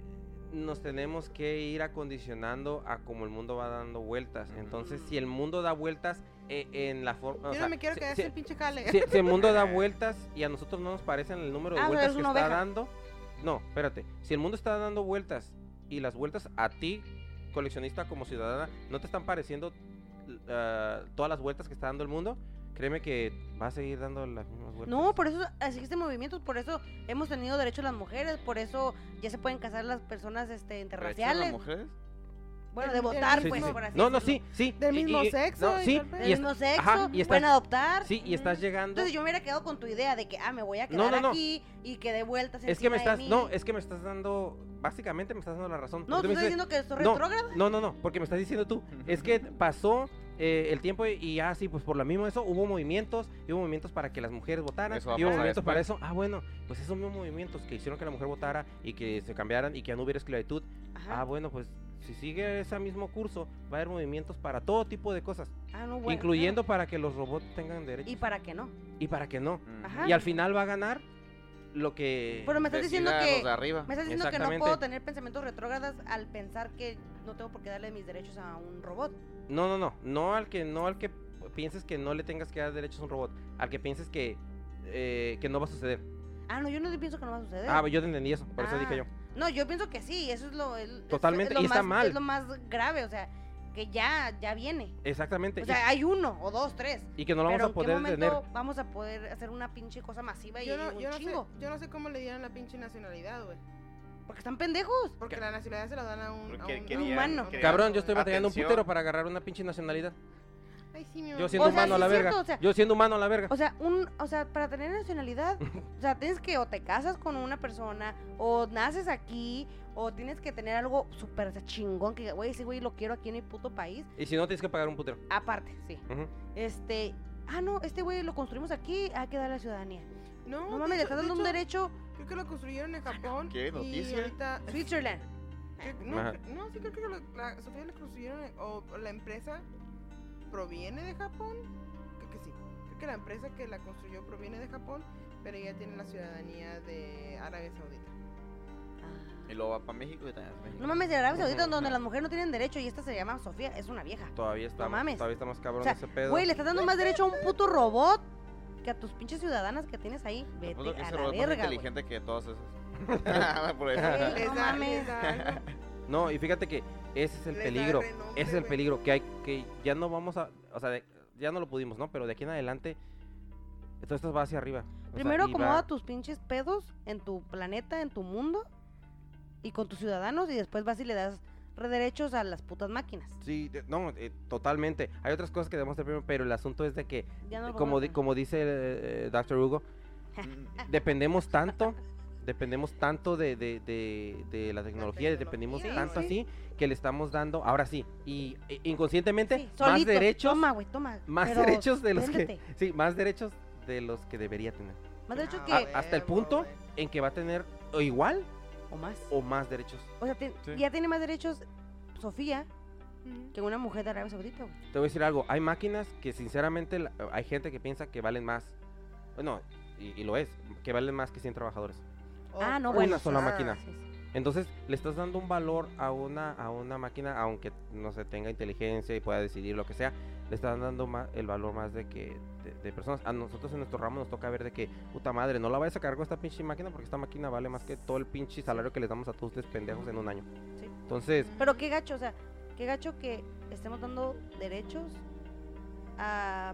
[SPEAKER 3] nos tenemos que ir acondicionando a como el mundo va dando vueltas. Entonces, si el mundo da vueltas eh, en la forma.
[SPEAKER 2] yo no me quiero quedar
[SPEAKER 3] si,
[SPEAKER 2] sin pinche jale.
[SPEAKER 3] si- si el mundo da vueltas y a nosotros no nos parecen el número de
[SPEAKER 4] Ah, o sea,
[SPEAKER 3] vueltas
[SPEAKER 4] eres
[SPEAKER 3] que
[SPEAKER 4] una
[SPEAKER 3] está
[SPEAKER 4] oveja.
[SPEAKER 3] dando. No, espérate. Si el mundo está dando vueltas y las vueltas a ti, coleccionista como ciudadana, no te están pareciendo ah, todas las vueltas que está dando el mundo, créeme que va a seguir dando las mismas vueltas.
[SPEAKER 4] No, por eso existen movimientos, por eso hemos tenido derechos las mujeres, por eso ya se pueden casar las personas este,
[SPEAKER 5] ¿Derechos de las
[SPEAKER 4] interraciales.
[SPEAKER 5] mujeres?
[SPEAKER 4] Bueno,
[SPEAKER 2] Del-
[SPEAKER 4] de
[SPEAKER 2] del
[SPEAKER 4] votar,
[SPEAKER 2] mismo-
[SPEAKER 4] pues,
[SPEAKER 2] Sí, sí,
[SPEAKER 4] por así
[SPEAKER 3] No, no,
[SPEAKER 4] decirlo.
[SPEAKER 3] sí, sí.
[SPEAKER 2] Del
[SPEAKER 3] y- y-
[SPEAKER 2] mismo
[SPEAKER 3] y-
[SPEAKER 2] sexo
[SPEAKER 3] no,
[SPEAKER 2] y
[SPEAKER 3] sí,
[SPEAKER 2] todo el pedo.
[SPEAKER 4] Del
[SPEAKER 3] y es-
[SPEAKER 4] mismo sexo,
[SPEAKER 3] ajá, y
[SPEAKER 4] pueden
[SPEAKER 3] estás-
[SPEAKER 4] adoptar.
[SPEAKER 3] sí, y estás llegando.
[SPEAKER 4] Entonces yo me hubiera quedado con tu idea de que, ah, me voy a
[SPEAKER 3] No, no,
[SPEAKER 4] quedar
[SPEAKER 3] no.
[SPEAKER 4] aquí y que dé vueltas
[SPEAKER 3] es que me
[SPEAKER 4] encima
[SPEAKER 3] estás,
[SPEAKER 4] de mí.
[SPEAKER 3] no, es que me estás dando, básicamente me estás dando la razón.
[SPEAKER 4] No,
[SPEAKER 3] Porque
[SPEAKER 4] tú
[SPEAKER 3] me
[SPEAKER 4] estás
[SPEAKER 3] dices-
[SPEAKER 4] diciendo que esto es
[SPEAKER 3] no,
[SPEAKER 4] retrógrado.
[SPEAKER 3] no, no, no, porque me estás diciendo tú. Es que pasó eh, el tiempo y, y ya sí, pues por lo mismo eso hubo movimientos, y hubo movimientos para que las mujeres votaran,
[SPEAKER 5] Eso va a
[SPEAKER 3] y hubo
[SPEAKER 5] pasar
[SPEAKER 3] movimientos para
[SPEAKER 5] después.
[SPEAKER 3] eso. Ah, bueno, pues esos mismos movimientos que hicieron que la mujer votara y que se cambiaran y que ya no hubiera esclavitud.
[SPEAKER 4] Ajá.
[SPEAKER 3] Ah, bueno, pues si sigue ese mismo curso, va a haber movimientos para todo tipo de cosas,
[SPEAKER 4] Ah, no, bueno,
[SPEAKER 3] incluyendo para que los robots tengan
[SPEAKER 4] claro.
[SPEAKER 3] derechos
[SPEAKER 4] Y para qué no.
[SPEAKER 3] y para que no.
[SPEAKER 5] Mm.
[SPEAKER 4] Ajá.
[SPEAKER 3] Y al final va a ganar lo que.
[SPEAKER 4] Pero me estás diciendo
[SPEAKER 5] Decida
[SPEAKER 4] que.
[SPEAKER 5] los de arriba.
[SPEAKER 4] Me estás diciendo que no
[SPEAKER 3] Exactamente.
[SPEAKER 4] puedo tener pensamientos retrógradas al pensar que no tengo por qué darle mis derechos a un robot.
[SPEAKER 3] No, no, no. No al que, no al que pienses que no le tengas que dar derechos a un robot. Al que pienses que, eh, que no va a suceder.
[SPEAKER 4] Ah, no, yo no pienso que no va a suceder.
[SPEAKER 3] Ah, yo te entendí eso. Por eso dije
[SPEAKER 4] Eh. Ah,
[SPEAKER 3] yo.
[SPEAKER 4] No, yo pienso que sí, eso es lo. el- es-
[SPEAKER 3] Totalmente,
[SPEAKER 4] es lo
[SPEAKER 3] y está
[SPEAKER 4] más-
[SPEAKER 3] mal.
[SPEAKER 4] Es lo más grave, o sea, que ya, ya viene.
[SPEAKER 3] Exactamente.
[SPEAKER 4] O
[SPEAKER 3] y-
[SPEAKER 4] sea, hay uno o dos, tres.
[SPEAKER 3] y, que no lo vamos
[SPEAKER 4] pero
[SPEAKER 3] a poder
[SPEAKER 4] ¿en qué
[SPEAKER 3] detener.
[SPEAKER 4] momento vamos a poder hacer una pinche cosa masiva y
[SPEAKER 2] Yo no,
[SPEAKER 4] un
[SPEAKER 2] yo, no sé,
[SPEAKER 4] chingo?
[SPEAKER 2] yo no sé cómo le dieron la pinche nacionalidad, güey.
[SPEAKER 4] Porque están pendejos.
[SPEAKER 2] Porque
[SPEAKER 5] Ca-
[SPEAKER 2] la nacionalidad se la dan a un, a
[SPEAKER 5] Porque
[SPEAKER 2] un- a
[SPEAKER 5] querían-
[SPEAKER 2] un humano.
[SPEAKER 5] querían-
[SPEAKER 3] Cabrón, yo estoy batallando un
[SPEAKER 5] Atención.
[SPEAKER 3] putero para agarrar una pinche nacionalidad.
[SPEAKER 2] Ay, sí, mi
[SPEAKER 3] Yo
[SPEAKER 2] mamá.
[SPEAKER 4] O
[SPEAKER 3] siendo
[SPEAKER 4] sea,
[SPEAKER 3] humano a
[SPEAKER 4] sí
[SPEAKER 3] la
[SPEAKER 4] es
[SPEAKER 3] verga.
[SPEAKER 4] cierto, o sea-
[SPEAKER 3] yo siendo humano a la verga.
[SPEAKER 4] O sea, un, o sea, para tener nacionalidad, o sea, tienes que o te casas con una persona, o naces aquí, o tienes que tener algo súper chingón que, güey, ese güey lo quiero aquí en mi puto país.
[SPEAKER 3] Y si no, tienes que pagar un putero.
[SPEAKER 4] Aparte, sí.
[SPEAKER 3] Ujú.
[SPEAKER 4] Este, ah, no, este güey lo construimos aquí, hay que darle la ciudadanía.
[SPEAKER 2] No,
[SPEAKER 4] No
[SPEAKER 2] de
[SPEAKER 4] mames, le
[SPEAKER 2] hecho-
[SPEAKER 4] estás
[SPEAKER 2] de
[SPEAKER 4] dando un
[SPEAKER 2] hecho,
[SPEAKER 4] derecho
[SPEAKER 2] Creo que lo construyeron en
[SPEAKER 3] Ah,
[SPEAKER 2] Japón.
[SPEAKER 5] Qué
[SPEAKER 2] Y
[SPEAKER 5] noticia.
[SPEAKER 2] ahorita.
[SPEAKER 4] Switzerland.
[SPEAKER 2] creo- No,
[SPEAKER 3] Ajá.
[SPEAKER 2] cre- no, sí, creo que lo, la, Sofía lo construyeron. en- O o la empresa proviene de Japón. Creo que sí. Creo que la empresa que la construyó proviene de Japón. Pero ella tiene la ciudadanía de Arabia Saudita.
[SPEAKER 5] Y luego va para México y también es México.
[SPEAKER 4] No mames, de Arabia Saudita,
[SPEAKER 3] Ujú.
[SPEAKER 4] donde las mujeres no tienen derecho, y esta se llama Sofía, es una vieja.
[SPEAKER 3] Todavía está,
[SPEAKER 4] mames.
[SPEAKER 3] todavía está más cabrón
[SPEAKER 4] O sea,
[SPEAKER 3] ese pedo.
[SPEAKER 4] Güey, le estás dando más derecho a un puto robot que a tus pinches ciudadanas que tienes ahí, vete
[SPEAKER 5] Supongo que
[SPEAKER 4] a
[SPEAKER 5] pues ese
[SPEAKER 4] la
[SPEAKER 5] robot es más
[SPEAKER 4] verga, güey.
[SPEAKER 5] inteligente que todas esas. Por eso.
[SPEAKER 4] Ey,
[SPEAKER 2] Les
[SPEAKER 4] no
[SPEAKER 2] da-
[SPEAKER 4] mames.
[SPEAKER 2] les da algo.
[SPEAKER 3] No, y fíjate que ese es el
[SPEAKER 2] Les da
[SPEAKER 3] peligro.
[SPEAKER 2] renombre,
[SPEAKER 3] Ese es el
[SPEAKER 2] güey.
[SPEAKER 3] peligro que hay que ya no vamos a, o sea, de- ya no lo pudimos, ¿no? Pero de aquí en adelante todo esto va hacia arriba. o sea,
[SPEAKER 4] Primero
[SPEAKER 3] y va-
[SPEAKER 4] acomoda tus pinches pedos en tu planeta, en tu mundo y con tus ciudadanos y después vas y le das re- derechos a las putas máquinas.
[SPEAKER 3] Sí, de- no, eh, totalmente. Hay otras cosas que debemos hacer primero, pero el asunto es de que
[SPEAKER 4] Ya no lo
[SPEAKER 3] como di-
[SPEAKER 4] podemos
[SPEAKER 3] como dice eh, Dr. Hugo, dependemos tanto, dependemos tanto de, de- de- de la tecnología, y dependemos
[SPEAKER 2] tecnología,
[SPEAKER 3] tanto
[SPEAKER 2] güey.
[SPEAKER 3] así que le estamos dando, ahora sí, y e- inconscientemente
[SPEAKER 4] hacer. Sí,
[SPEAKER 3] más
[SPEAKER 4] solito.
[SPEAKER 3] derechos,
[SPEAKER 4] Toma, güey, toma.
[SPEAKER 3] más
[SPEAKER 4] pero
[SPEAKER 3] derechos de los que,
[SPEAKER 4] préndete.
[SPEAKER 3] sí, más derechos de los que debería tener,
[SPEAKER 4] Más derechos
[SPEAKER 2] Ah,
[SPEAKER 4] que.
[SPEAKER 3] A- hasta el
[SPEAKER 2] huevo,
[SPEAKER 3] punto
[SPEAKER 2] güey.
[SPEAKER 3] en que va a tener o igual
[SPEAKER 4] o más.
[SPEAKER 3] o más derechos.
[SPEAKER 4] O sea, te-
[SPEAKER 1] Sí.
[SPEAKER 4] ya tiene más derechos Sofía
[SPEAKER 2] Ujú.
[SPEAKER 4] que una mujer de Arabia Saudita, güey.
[SPEAKER 3] Te voy a decir algo, hay máquinas que sinceramente la- hay gente que piensa que valen más, bueno, y, y lo es, que valen más que 100 trabajadores.
[SPEAKER 4] Ah, no,
[SPEAKER 2] Oh,
[SPEAKER 4] bueno.
[SPEAKER 3] una sola
[SPEAKER 2] ah,
[SPEAKER 3] máquina.
[SPEAKER 4] Sí, sí.
[SPEAKER 3] Entonces, le estás dando un valor a una, a una máquina, aunque no se tenga inteligencia y pueda decidir lo que sea, le estás dando más, el valor más de que de, de personas. A nosotros en nuestro ramo nos toca ver de que, puta madre, no la vayas a cargar con esta pinche máquina porque esta máquina vale más que todo el pinche salario que les damos a todos ustedes pendejos en un año.
[SPEAKER 4] Sí.
[SPEAKER 3] Entonces,
[SPEAKER 4] Pero qué gacho, o sea, qué gacho que estemos dando derechos a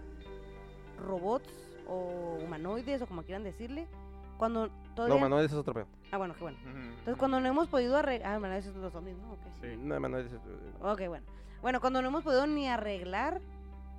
[SPEAKER 4] robots o humanoides o como quieran decirle, cuando
[SPEAKER 3] no,
[SPEAKER 4] todavía...
[SPEAKER 3] Manuel, eso es otro pedo.
[SPEAKER 4] Ah, bueno, qué bueno. Entonces, cuando no hemos podido arreglar... Ah, bueno, esos son los zombies, ¿no? Ok.
[SPEAKER 3] No, Manuel, eso es- eh,
[SPEAKER 4] Ok, bueno. Bueno, cuando no hemos podido ni arreglar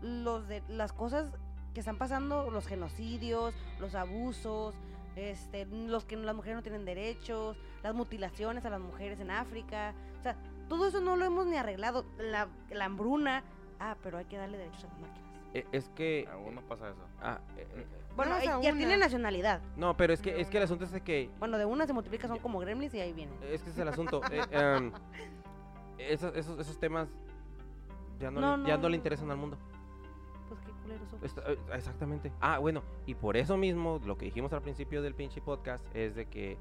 [SPEAKER 4] los de, las cosas que están pasando, los genocidios, los abusos, este, los que las mujeres no tienen derechos, las mutilaciones a las mujeres en África, o sea, todo eso no lo hemos ni arreglado, la, la hambruna, ah, pero hay que darle derechos a las máquinas.
[SPEAKER 3] eh, es que...
[SPEAKER 5] Aún no pasa eso.
[SPEAKER 3] ah, eh, eh,
[SPEAKER 4] Bueno,
[SPEAKER 2] más
[SPEAKER 4] eh,
[SPEAKER 2] a
[SPEAKER 4] ya
[SPEAKER 2] una.
[SPEAKER 4] tiene nacionalidad.
[SPEAKER 3] no, pero es que,
[SPEAKER 2] No,
[SPEAKER 3] es que el asunto es de que
[SPEAKER 4] Bueno, de una se multiplica, son como gremlins y ahí vienen.
[SPEAKER 3] Es que es el asunto. eh, em, esos, esos, esos temas ya no,
[SPEAKER 4] No,
[SPEAKER 3] le, ya
[SPEAKER 4] no,
[SPEAKER 3] no
[SPEAKER 4] no.
[SPEAKER 3] le interesan al mundo.
[SPEAKER 4] Pues qué culeros son.
[SPEAKER 3] Está- eh, exactamente. Ah, bueno, y por eso mismo, lo que dijimos al principio del pinche podcast es de que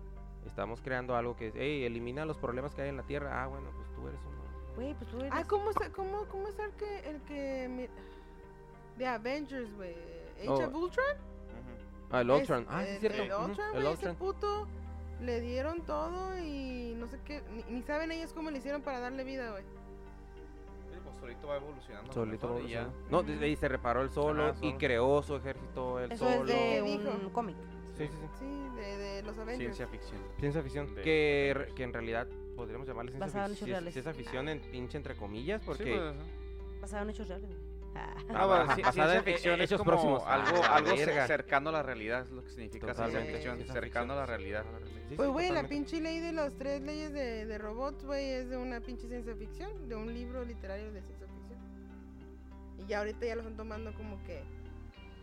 [SPEAKER 3] estamos creando algo que es, hey, elimina los problemas que hay en la Tierra. Ah, bueno, pues tú eres uno.
[SPEAKER 4] Güey, pues tú eres...
[SPEAKER 2] Ah, ¿cómo está, cómo, cómo está el que, el que mi- de Avengers, güey? Age
[SPEAKER 3] Oh,
[SPEAKER 2] of Ultron.
[SPEAKER 3] Ah, el
[SPEAKER 2] es-
[SPEAKER 3] Ultron. Ah, sí,
[SPEAKER 2] el-
[SPEAKER 3] es cierto.
[SPEAKER 2] El
[SPEAKER 3] ujú,
[SPEAKER 2] Ultron,
[SPEAKER 3] el
[SPEAKER 2] güey, ese
[SPEAKER 3] Ultron.
[SPEAKER 2] puto le dieron todo y no sé qué, ni, ni saben ellos cómo le hicieron para darle vida, güey.
[SPEAKER 5] Pues solito va evolucionando.
[SPEAKER 3] Solito
[SPEAKER 5] mejor
[SPEAKER 3] va
[SPEAKER 5] y ya.
[SPEAKER 3] evolucionando. No, desde ahí se reparó el solo
[SPEAKER 5] Ajá,
[SPEAKER 3] y
[SPEAKER 5] solo.
[SPEAKER 3] creó su ejército él
[SPEAKER 4] Eso
[SPEAKER 3] solo.
[SPEAKER 4] es de
[SPEAKER 2] Dijo.
[SPEAKER 4] un cómic.
[SPEAKER 3] Sí, sí, sí.
[SPEAKER 2] Sí, de, de los Avengers.
[SPEAKER 5] Ciencia ficción.
[SPEAKER 3] Ciencia ficción.
[SPEAKER 5] De-
[SPEAKER 3] Que, re- que en realidad podríamos llamarle ciencia
[SPEAKER 4] Basado en
[SPEAKER 3] ficción.
[SPEAKER 4] hechos
[SPEAKER 3] ciencia-
[SPEAKER 4] reales.
[SPEAKER 3] Ciencia ficción
[SPEAKER 2] Ah.
[SPEAKER 3] en pinche entre comillas, porque.
[SPEAKER 5] Sí, pues,
[SPEAKER 4] Basado en hechos reales. güey. Ah.
[SPEAKER 5] Ah,
[SPEAKER 3] va,
[SPEAKER 5] bueno,
[SPEAKER 3] ajá,
[SPEAKER 5] sí,
[SPEAKER 3] basada
[SPEAKER 5] ciencia
[SPEAKER 3] en- en
[SPEAKER 5] ficción es
[SPEAKER 3] hechos
[SPEAKER 5] como
[SPEAKER 3] próximos.
[SPEAKER 5] Algo,
[SPEAKER 3] Ah,
[SPEAKER 5] algo
[SPEAKER 3] verga.
[SPEAKER 5] cercano a la realidad es lo que significa
[SPEAKER 2] Totalmente.
[SPEAKER 5] ciencia ficción.
[SPEAKER 3] Ciencia
[SPEAKER 5] Cercano a la
[SPEAKER 3] ficción.
[SPEAKER 5] realidad.
[SPEAKER 3] Sí,
[SPEAKER 2] Pues,
[SPEAKER 3] sí,
[SPEAKER 2] güey, la
[SPEAKER 3] totalmente.
[SPEAKER 2] pinche ley de las tres leyes de, de robots, güey, es de una pinche ciencia ficción, de un libro literario de ciencia ficción. Y ya ahorita ya lo están tomando como que...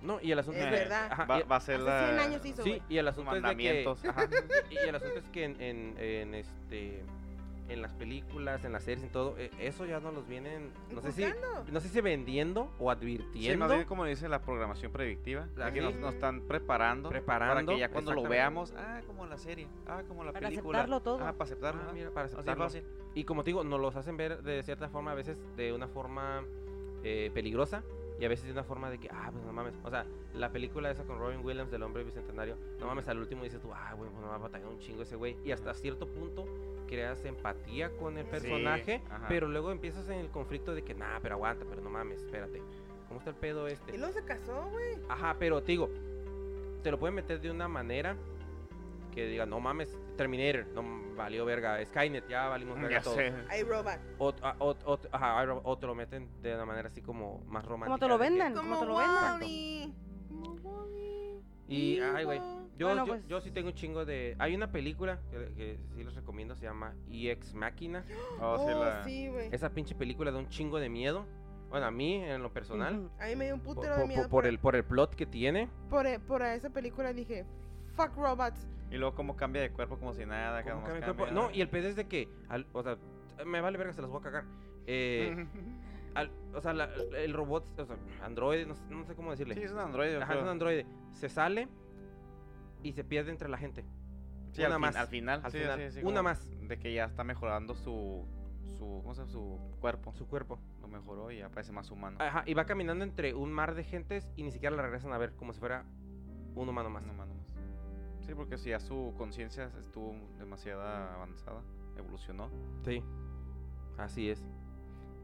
[SPEAKER 3] No, y el asunto
[SPEAKER 2] Es
[SPEAKER 3] de-
[SPEAKER 2] verdad.
[SPEAKER 3] ajá,
[SPEAKER 5] Va,
[SPEAKER 3] y-
[SPEAKER 5] va a ser
[SPEAKER 2] Hace
[SPEAKER 5] la.
[SPEAKER 2] 100 años hizo,
[SPEAKER 3] sí,
[SPEAKER 2] güey.
[SPEAKER 3] y el asunto es de que
[SPEAKER 5] Mandamientos. Ajá.
[SPEAKER 3] y el asunto es que en, en- en, este en las películas, en las series, en todo, eh, eso ya no los vienen, no sé si
[SPEAKER 2] inculcando.
[SPEAKER 3] no sé si vendiendo o
[SPEAKER 5] Sí, más
[SPEAKER 3] advirtiendo,
[SPEAKER 5] bien como dice la programación predictiva.
[SPEAKER 3] La
[SPEAKER 5] de que
[SPEAKER 3] que-
[SPEAKER 5] nos, nos están preparando. Para
[SPEAKER 3] preparando
[SPEAKER 5] que ya cuando lo veamos.
[SPEAKER 3] exactamente.
[SPEAKER 5] Ah, como en la serie. Ah, como en la
[SPEAKER 4] Para
[SPEAKER 5] película.
[SPEAKER 4] aceptarlo todo.
[SPEAKER 5] Ah, para aceptarlo.
[SPEAKER 3] Ah,
[SPEAKER 5] ah,
[SPEAKER 3] mira, para
[SPEAKER 5] así
[SPEAKER 3] aceptarlo.
[SPEAKER 5] fácil.
[SPEAKER 3] Y como te digo, nos los hacen ver de cierta forma, a veces de una forma eh, peligrosa y a veces de una forma de que, ah, pues no mames. O sea, la película esa con Robin Williams del hombre bicentenario, no mames, al último dices tú, ah, güey, pues no va a batallar un chingo ese güey. Y hasta cierto punto creas empatía con el
[SPEAKER 2] Sí,
[SPEAKER 3] personaje,
[SPEAKER 5] ajá.
[SPEAKER 3] pero luego empiezas en el conflicto de que, nah, pero aguanta, pero no mames, espérate. ¿Cómo está el pedo este?
[SPEAKER 2] Y luego se casó, güey.
[SPEAKER 3] Ajá, pero te digo, te lo pueden meter de una manera que diga, no mames, Terminator, no valió verga, Skynet, ya valimos verga
[SPEAKER 5] Ya
[SPEAKER 3] todos.
[SPEAKER 5] sé.
[SPEAKER 2] Hay robot.
[SPEAKER 3] O, a- o- o- ah, ajá, ahora- o te lo meten de una manera así como más romántica.
[SPEAKER 4] te lo
[SPEAKER 3] de que-
[SPEAKER 4] vendan. ¿Cómo
[SPEAKER 2] Como
[SPEAKER 4] te lo ven?
[SPEAKER 2] Wally. Como Wally.
[SPEAKER 3] Y, ay, güey. Yo,
[SPEAKER 4] Bueno,
[SPEAKER 3] yo,
[SPEAKER 4] pues.
[SPEAKER 3] yo sí tengo un chingo de... Hay una película que, que sí les recomiendo, se llama EX Máquina.
[SPEAKER 5] Oh, sí,
[SPEAKER 2] Oh,
[SPEAKER 5] la-
[SPEAKER 2] sí, güey.
[SPEAKER 3] Esa pinche película da un chingo de miedo. Bueno, a mí, en lo personal,
[SPEAKER 4] Ujú.
[SPEAKER 2] A mí me dio un
[SPEAKER 3] po-
[SPEAKER 2] putero
[SPEAKER 3] po-
[SPEAKER 2] de
[SPEAKER 3] po-
[SPEAKER 2] miedo.
[SPEAKER 3] por, el, por el plot que tiene.
[SPEAKER 2] Por, e- por a esa película dije, fuck robots.
[SPEAKER 5] Y luego cómo cambia de cuerpo como si nada.
[SPEAKER 3] cómo
[SPEAKER 5] como
[SPEAKER 3] cambia el
[SPEAKER 5] cambia.
[SPEAKER 3] cuerpo. No, y el pedo es de que... al- o sea, me vale verga, se las voy a cagar. Eh, al- o sea, la- el robot, o sea, androide, no, sé- no sé cómo decirle.
[SPEAKER 5] Sí, es un androide.
[SPEAKER 3] Ajá,
[SPEAKER 5] creo.
[SPEAKER 3] es un androide. Se sale y se pierde entre la gente.
[SPEAKER 5] Sí,
[SPEAKER 3] Una
[SPEAKER 5] al fin-
[SPEAKER 3] más.
[SPEAKER 5] al final.
[SPEAKER 3] Al
[SPEAKER 5] sí,
[SPEAKER 3] final,
[SPEAKER 5] sí, sí,
[SPEAKER 3] una
[SPEAKER 5] como
[SPEAKER 3] más.
[SPEAKER 5] De que ya está mejorando su. su ¿Cómo se llama? Su cuerpo.
[SPEAKER 3] Su Ah, cuerpo.
[SPEAKER 5] Lo mejoró y ya parece más humano.
[SPEAKER 3] Ajá, y va caminando entre un mar de gentes y ni siquiera la regresan a ver, como si fuera un humano más.
[SPEAKER 5] Una mano más. Sí, porque si ya su conciencia estuvo demasiado avanzada, evolucionó.
[SPEAKER 3] Sí. Así es.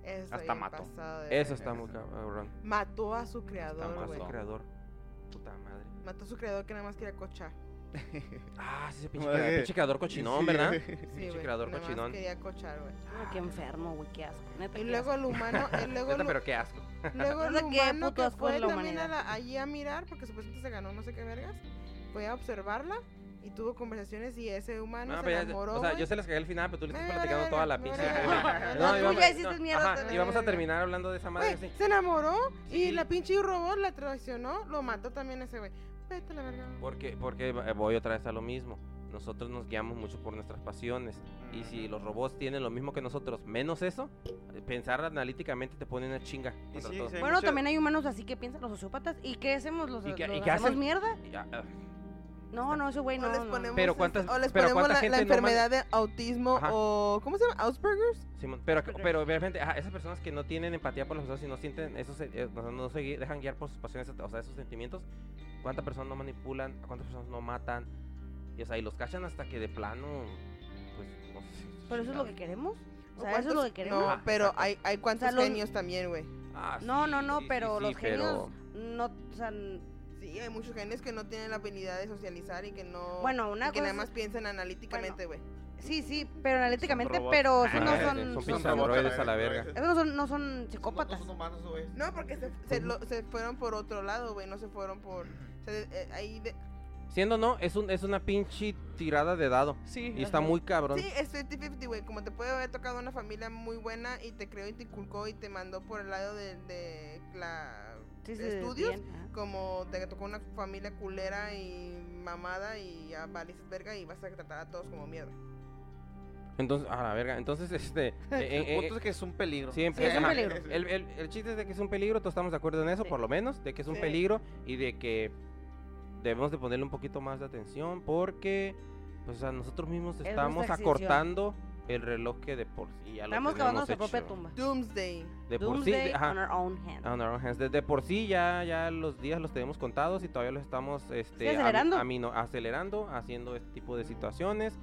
[SPEAKER 2] Eso
[SPEAKER 5] Hasta
[SPEAKER 2] bien
[SPEAKER 5] mató.
[SPEAKER 2] pasado de
[SPEAKER 3] Eso
[SPEAKER 2] verga.
[SPEAKER 3] está muy cabrón.
[SPEAKER 2] Mató a su
[SPEAKER 3] Está
[SPEAKER 2] creador,
[SPEAKER 3] más
[SPEAKER 2] eh. güey.
[SPEAKER 5] mató.
[SPEAKER 3] creador. Puta madre.
[SPEAKER 2] Mató a su creador que nada más quería cochar.
[SPEAKER 3] Ah, sí, ese pinche,
[SPEAKER 5] Madre.
[SPEAKER 3] crea- pinche creador cochinón, ¿verdad?
[SPEAKER 2] Sí, güey.
[SPEAKER 3] creador
[SPEAKER 2] nada más
[SPEAKER 3] cochinón.
[SPEAKER 2] quería cochar, güey.
[SPEAKER 4] Uy, qué enfermo, güey, qué asco. Neta,
[SPEAKER 2] Y
[SPEAKER 4] qué
[SPEAKER 2] luego el humano, el luego el,
[SPEAKER 3] Neta, pero qué asco.
[SPEAKER 2] Luego el
[SPEAKER 4] Neta, qué
[SPEAKER 2] humano
[SPEAKER 4] puto
[SPEAKER 2] que
[SPEAKER 4] asco es
[SPEAKER 2] fue
[SPEAKER 4] la
[SPEAKER 2] también a
[SPEAKER 4] humanidad.
[SPEAKER 2] la- allí a mirar, porque supuestamente se ganó no sé qué vergas, fue a observarla y tuvo conversaciones y ese humano
[SPEAKER 3] No,
[SPEAKER 2] se
[SPEAKER 3] pero ya-
[SPEAKER 2] enamoró.
[SPEAKER 3] o sea,
[SPEAKER 2] güey.
[SPEAKER 3] yo se las cagué al final, pero tú le estás
[SPEAKER 2] Me vale
[SPEAKER 3] platicando toda la
[SPEAKER 2] verga, me
[SPEAKER 3] pinche.
[SPEAKER 2] vale verga.
[SPEAKER 3] No,
[SPEAKER 4] Tú
[SPEAKER 3] íbamos-
[SPEAKER 4] ya hiciste
[SPEAKER 3] no,
[SPEAKER 4] mierda
[SPEAKER 3] ajá,
[SPEAKER 4] todo.
[SPEAKER 3] y vamos a
[SPEAKER 2] Verga.
[SPEAKER 3] terminar hablando de esa madre
[SPEAKER 2] Güey,
[SPEAKER 3] así.
[SPEAKER 2] se enamoró y
[SPEAKER 3] Sí.
[SPEAKER 2] la pinche robot la traicionó, lo mató también ese güey. Vete a la verga. güey.
[SPEAKER 3] Porque, porque eh, voy otra vez a lo mismo. Nosotros nos guiamos mucho por nuestras pasiones. Y si los robots tienen lo mismo que nosotros, menos eso, eh, pensar analíticamente te pone una chinga. contra
[SPEAKER 5] sí,
[SPEAKER 3] todo.
[SPEAKER 5] sí. hay
[SPEAKER 4] Bueno,
[SPEAKER 5] mucha-
[SPEAKER 4] también hay humanos así que piensan, los sociópatas. ¿Y qué hacemos? ¿Los,
[SPEAKER 3] ¿Y qué-
[SPEAKER 4] los
[SPEAKER 3] y qué
[SPEAKER 4] hacemos
[SPEAKER 3] hacen?
[SPEAKER 4] mierda?
[SPEAKER 3] Y, ah, ah,
[SPEAKER 4] No, no, ese güey no.
[SPEAKER 2] O les
[SPEAKER 4] no.
[SPEAKER 2] ponemos,
[SPEAKER 3] Pero
[SPEAKER 2] este,
[SPEAKER 3] cuántas-
[SPEAKER 2] o les
[SPEAKER 3] pero
[SPEAKER 2] ponemos
[SPEAKER 3] cuánta
[SPEAKER 2] la, la
[SPEAKER 3] gente no
[SPEAKER 2] enfermedad de autismo
[SPEAKER 3] Ajá.
[SPEAKER 2] o ¿cómo se llama? Asperger's.
[SPEAKER 3] Simón, pero, pero obviamente, ajá, esas personas que no tienen empatía por las personas y no sienten, esos, eh, eh, no, no se gui- dejan guiar por sus pasiones, o sea, esos sentimientos, ¿cuántas personas no manipulan? ¿A cuántas personas no matan? Y, o sea, y los cachan hasta que de plano, pues, no sé.
[SPEAKER 4] ¿Pero eso es lo que
[SPEAKER 3] chingado.
[SPEAKER 4] queremos? O
[SPEAKER 2] ¿O
[SPEAKER 4] sea, eso es lo
[SPEAKER 2] cuántos-
[SPEAKER 4] que queremos.
[SPEAKER 2] No,
[SPEAKER 3] Ajá,
[SPEAKER 2] pero
[SPEAKER 3] exacto.
[SPEAKER 2] hay hay cuantos
[SPEAKER 4] O sea, los-
[SPEAKER 2] genios también, güey.
[SPEAKER 3] Ah,
[SPEAKER 4] No,
[SPEAKER 3] sí,
[SPEAKER 4] no, no,
[SPEAKER 3] sí, sí,
[SPEAKER 4] pero
[SPEAKER 3] sí,
[SPEAKER 4] los
[SPEAKER 3] pero-
[SPEAKER 4] genios no, o sea, n-
[SPEAKER 2] Sí, hay muchos genios que no tienen la habilidad de socializar y que no
[SPEAKER 4] bueno, una
[SPEAKER 2] y que
[SPEAKER 4] cosa
[SPEAKER 2] nada
[SPEAKER 4] es-
[SPEAKER 2] más piensan analíticamente, güey.
[SPEAKER 4] sí, sí, pero analíticamente,
[SPEAKER 5] robots.
[SPEAKER 4] pero esos
[SPEAKER 3] Ah,
[SPEAKER 4] Pues no
[SPEAKER 3] eh,
[SPEAKER 4] son,
[SPEAKER 3] son
[SPEAKER 4] son-
[SPEAKER 3] pinches
[SPEAKER 4] son-
[SPEAKER 3] robots. a la verga.
[SPEAKER 4] esos no son, no son
[SPEAKER 7] Son
[SPEAKER 4] psicópatas.
[SPEAKER 7] Son humanos, güey.
[SPEAKER 2] No, porque se, se, lo- se fueron por otro lado, güey, no se fueron por... o sea, eh, ahí de-
[SPEAKER 3] Siendo no, es, un, es una pinche tirada de dado.
[SPEAKER 2] Sí,
[SPEAKER 3] Y está muy cabrón.
[SPEAKER 4] eh.
[SPEAKER 2] Sí, es 50-50, güey, como te puede haber tocado una familia muy buena y te creó y te inculcó y te mandó por el lado de, de la...
[SPEAKER 4] Sí, sí,
[SPEAKER 2] estudios,
[SPEAKER 4] bien, ajá.
[SPEAKER 2] como te tocó una familia culera y mamada y ya vales verga y vas a tratar a todos como mierda.
[SPEAKER 3] Entonces, a la verga. Entonces, este. eh, eh,
[SPEAKER 5] El
[SPEAKER 3] eh,
[SPEAKER 5] punto es que es un peligro.
[SPEAKER 3] siempre.
[SPEAKER 4] Sí, es un
[SPEAKER 3] ajá.
[SPEAKER 4] peligro.
[SPEAKER 3] El, el- el chiste es de que es un peligro, todos estamos de acuerdo en eso,
[SPEAKER 4] Sí.
[SPEAKER 3] por lo menos, de que es un
[SPEAKER 2] Sí.
[SPEAKER 3] peligro y de que debemos de ponerle un poquito más de atención porque pues a nosotros mismos
[SPEAKER 4] nuestra
[SPEAKER 3] estamos
[SPEAKER 4] extinción.
[SPEAKER 3] acortando el reloj que de por sí ya lo
[SPEAKER 4] Estamos cavando
[SPEAKER 3] tenemos
[SPEAKER 4] nuestra propia
[SPEAKER 3] hecho.
[SPEAKER 4] tumba.
[SPEAKER 2] Doomsday.
[SPEAKER 3] De por sí,
[SPEAKER 4] Doomsday
[SPEAKER 3] de- ajá, Ah,
[SPEAKER 4] on our own hand.
[SPEAKER 3] on our own hands. De, de por sí ya, ya los días los tenemos contados y todavía los estamos este, ami-
[SPEAKER 4] acelerando.
[SPEAKER 3] amino- acelerando, haciendo este tipo de situaciones.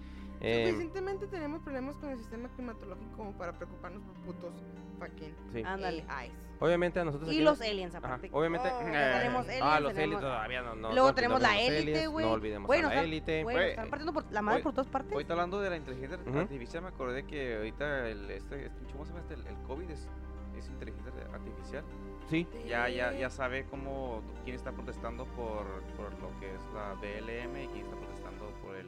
[SPEAKER 5] Eh,
[SPEAKER 4] pues,
[SPEAKER 3] em,
[SPEAKER 2] Suficientemente tenemos problemas con el sistema climatológico como para preocuparnos por putos fucking
[SPEAKER 3] sí.
[SPEAKER 4] Ándale.
[SPEAKER 2] AIs.
[SPEAKER 3] Obviamente a nosotros...
[SPEAKER 4] Ah. Y
[SPEAKER 3] aquí
[SPEAKER 4] los aliens
[SPEAKER 3] Ajá,
[SPEAKER 4] aparte.
[SPEAKER 3] obviamente.
[SPEAKER 2] Oh,
[SPEAKER 4] tenemos
[SPEAKER 3] ah,
[SPEAKER 4] aliens,
[SPEAKER 3] los
[SPEAKER 4] tenemos-
[SPEAKER 3] aliens todavía no. no
[SPEAKER 4] Luego
[SPEAKER 3] no
[SPEAKER 4] tenemos
[SPEAKER 3] olvidemos
[SPEAKER 4] la
[SPEAKER 3] los
[SPEAKER 4] élite,
[SPEAKER 3] aliens,
[SPEAKER 4] güey.
[SPEAKER 3] No olvidemos
[SPEAKER 4] Güey,
[SPEAKER 3] a
[SPEAKER 4] nos
[SPEAKER 3] la
[SPEAKER 4] han-
[SPEAKER 3] élite.
[SPEAKER 4] Güey, nos
[SPEAKER 5] Güey,
[SPEAKER 4] están partiendo por la madre
[SPEAKER 5] hoy-
[SPEAKER 4] por todas partes.
[SPEAKER 5] Ahorita hablando de la inteligencia
[SPEAKER 3] Ujú.
[SPEAKER 5] artificial, me acordé que ahorita el, este, este- ¿cómo se llama este? El, el COVID es, es inteligencia artificial.
[SPEAKER 3] Sí.
[SPEAKER 5] Ya, ya, ya sabe cómo, quién está protestando por, por lo que es la BLM y quién está protestando por el,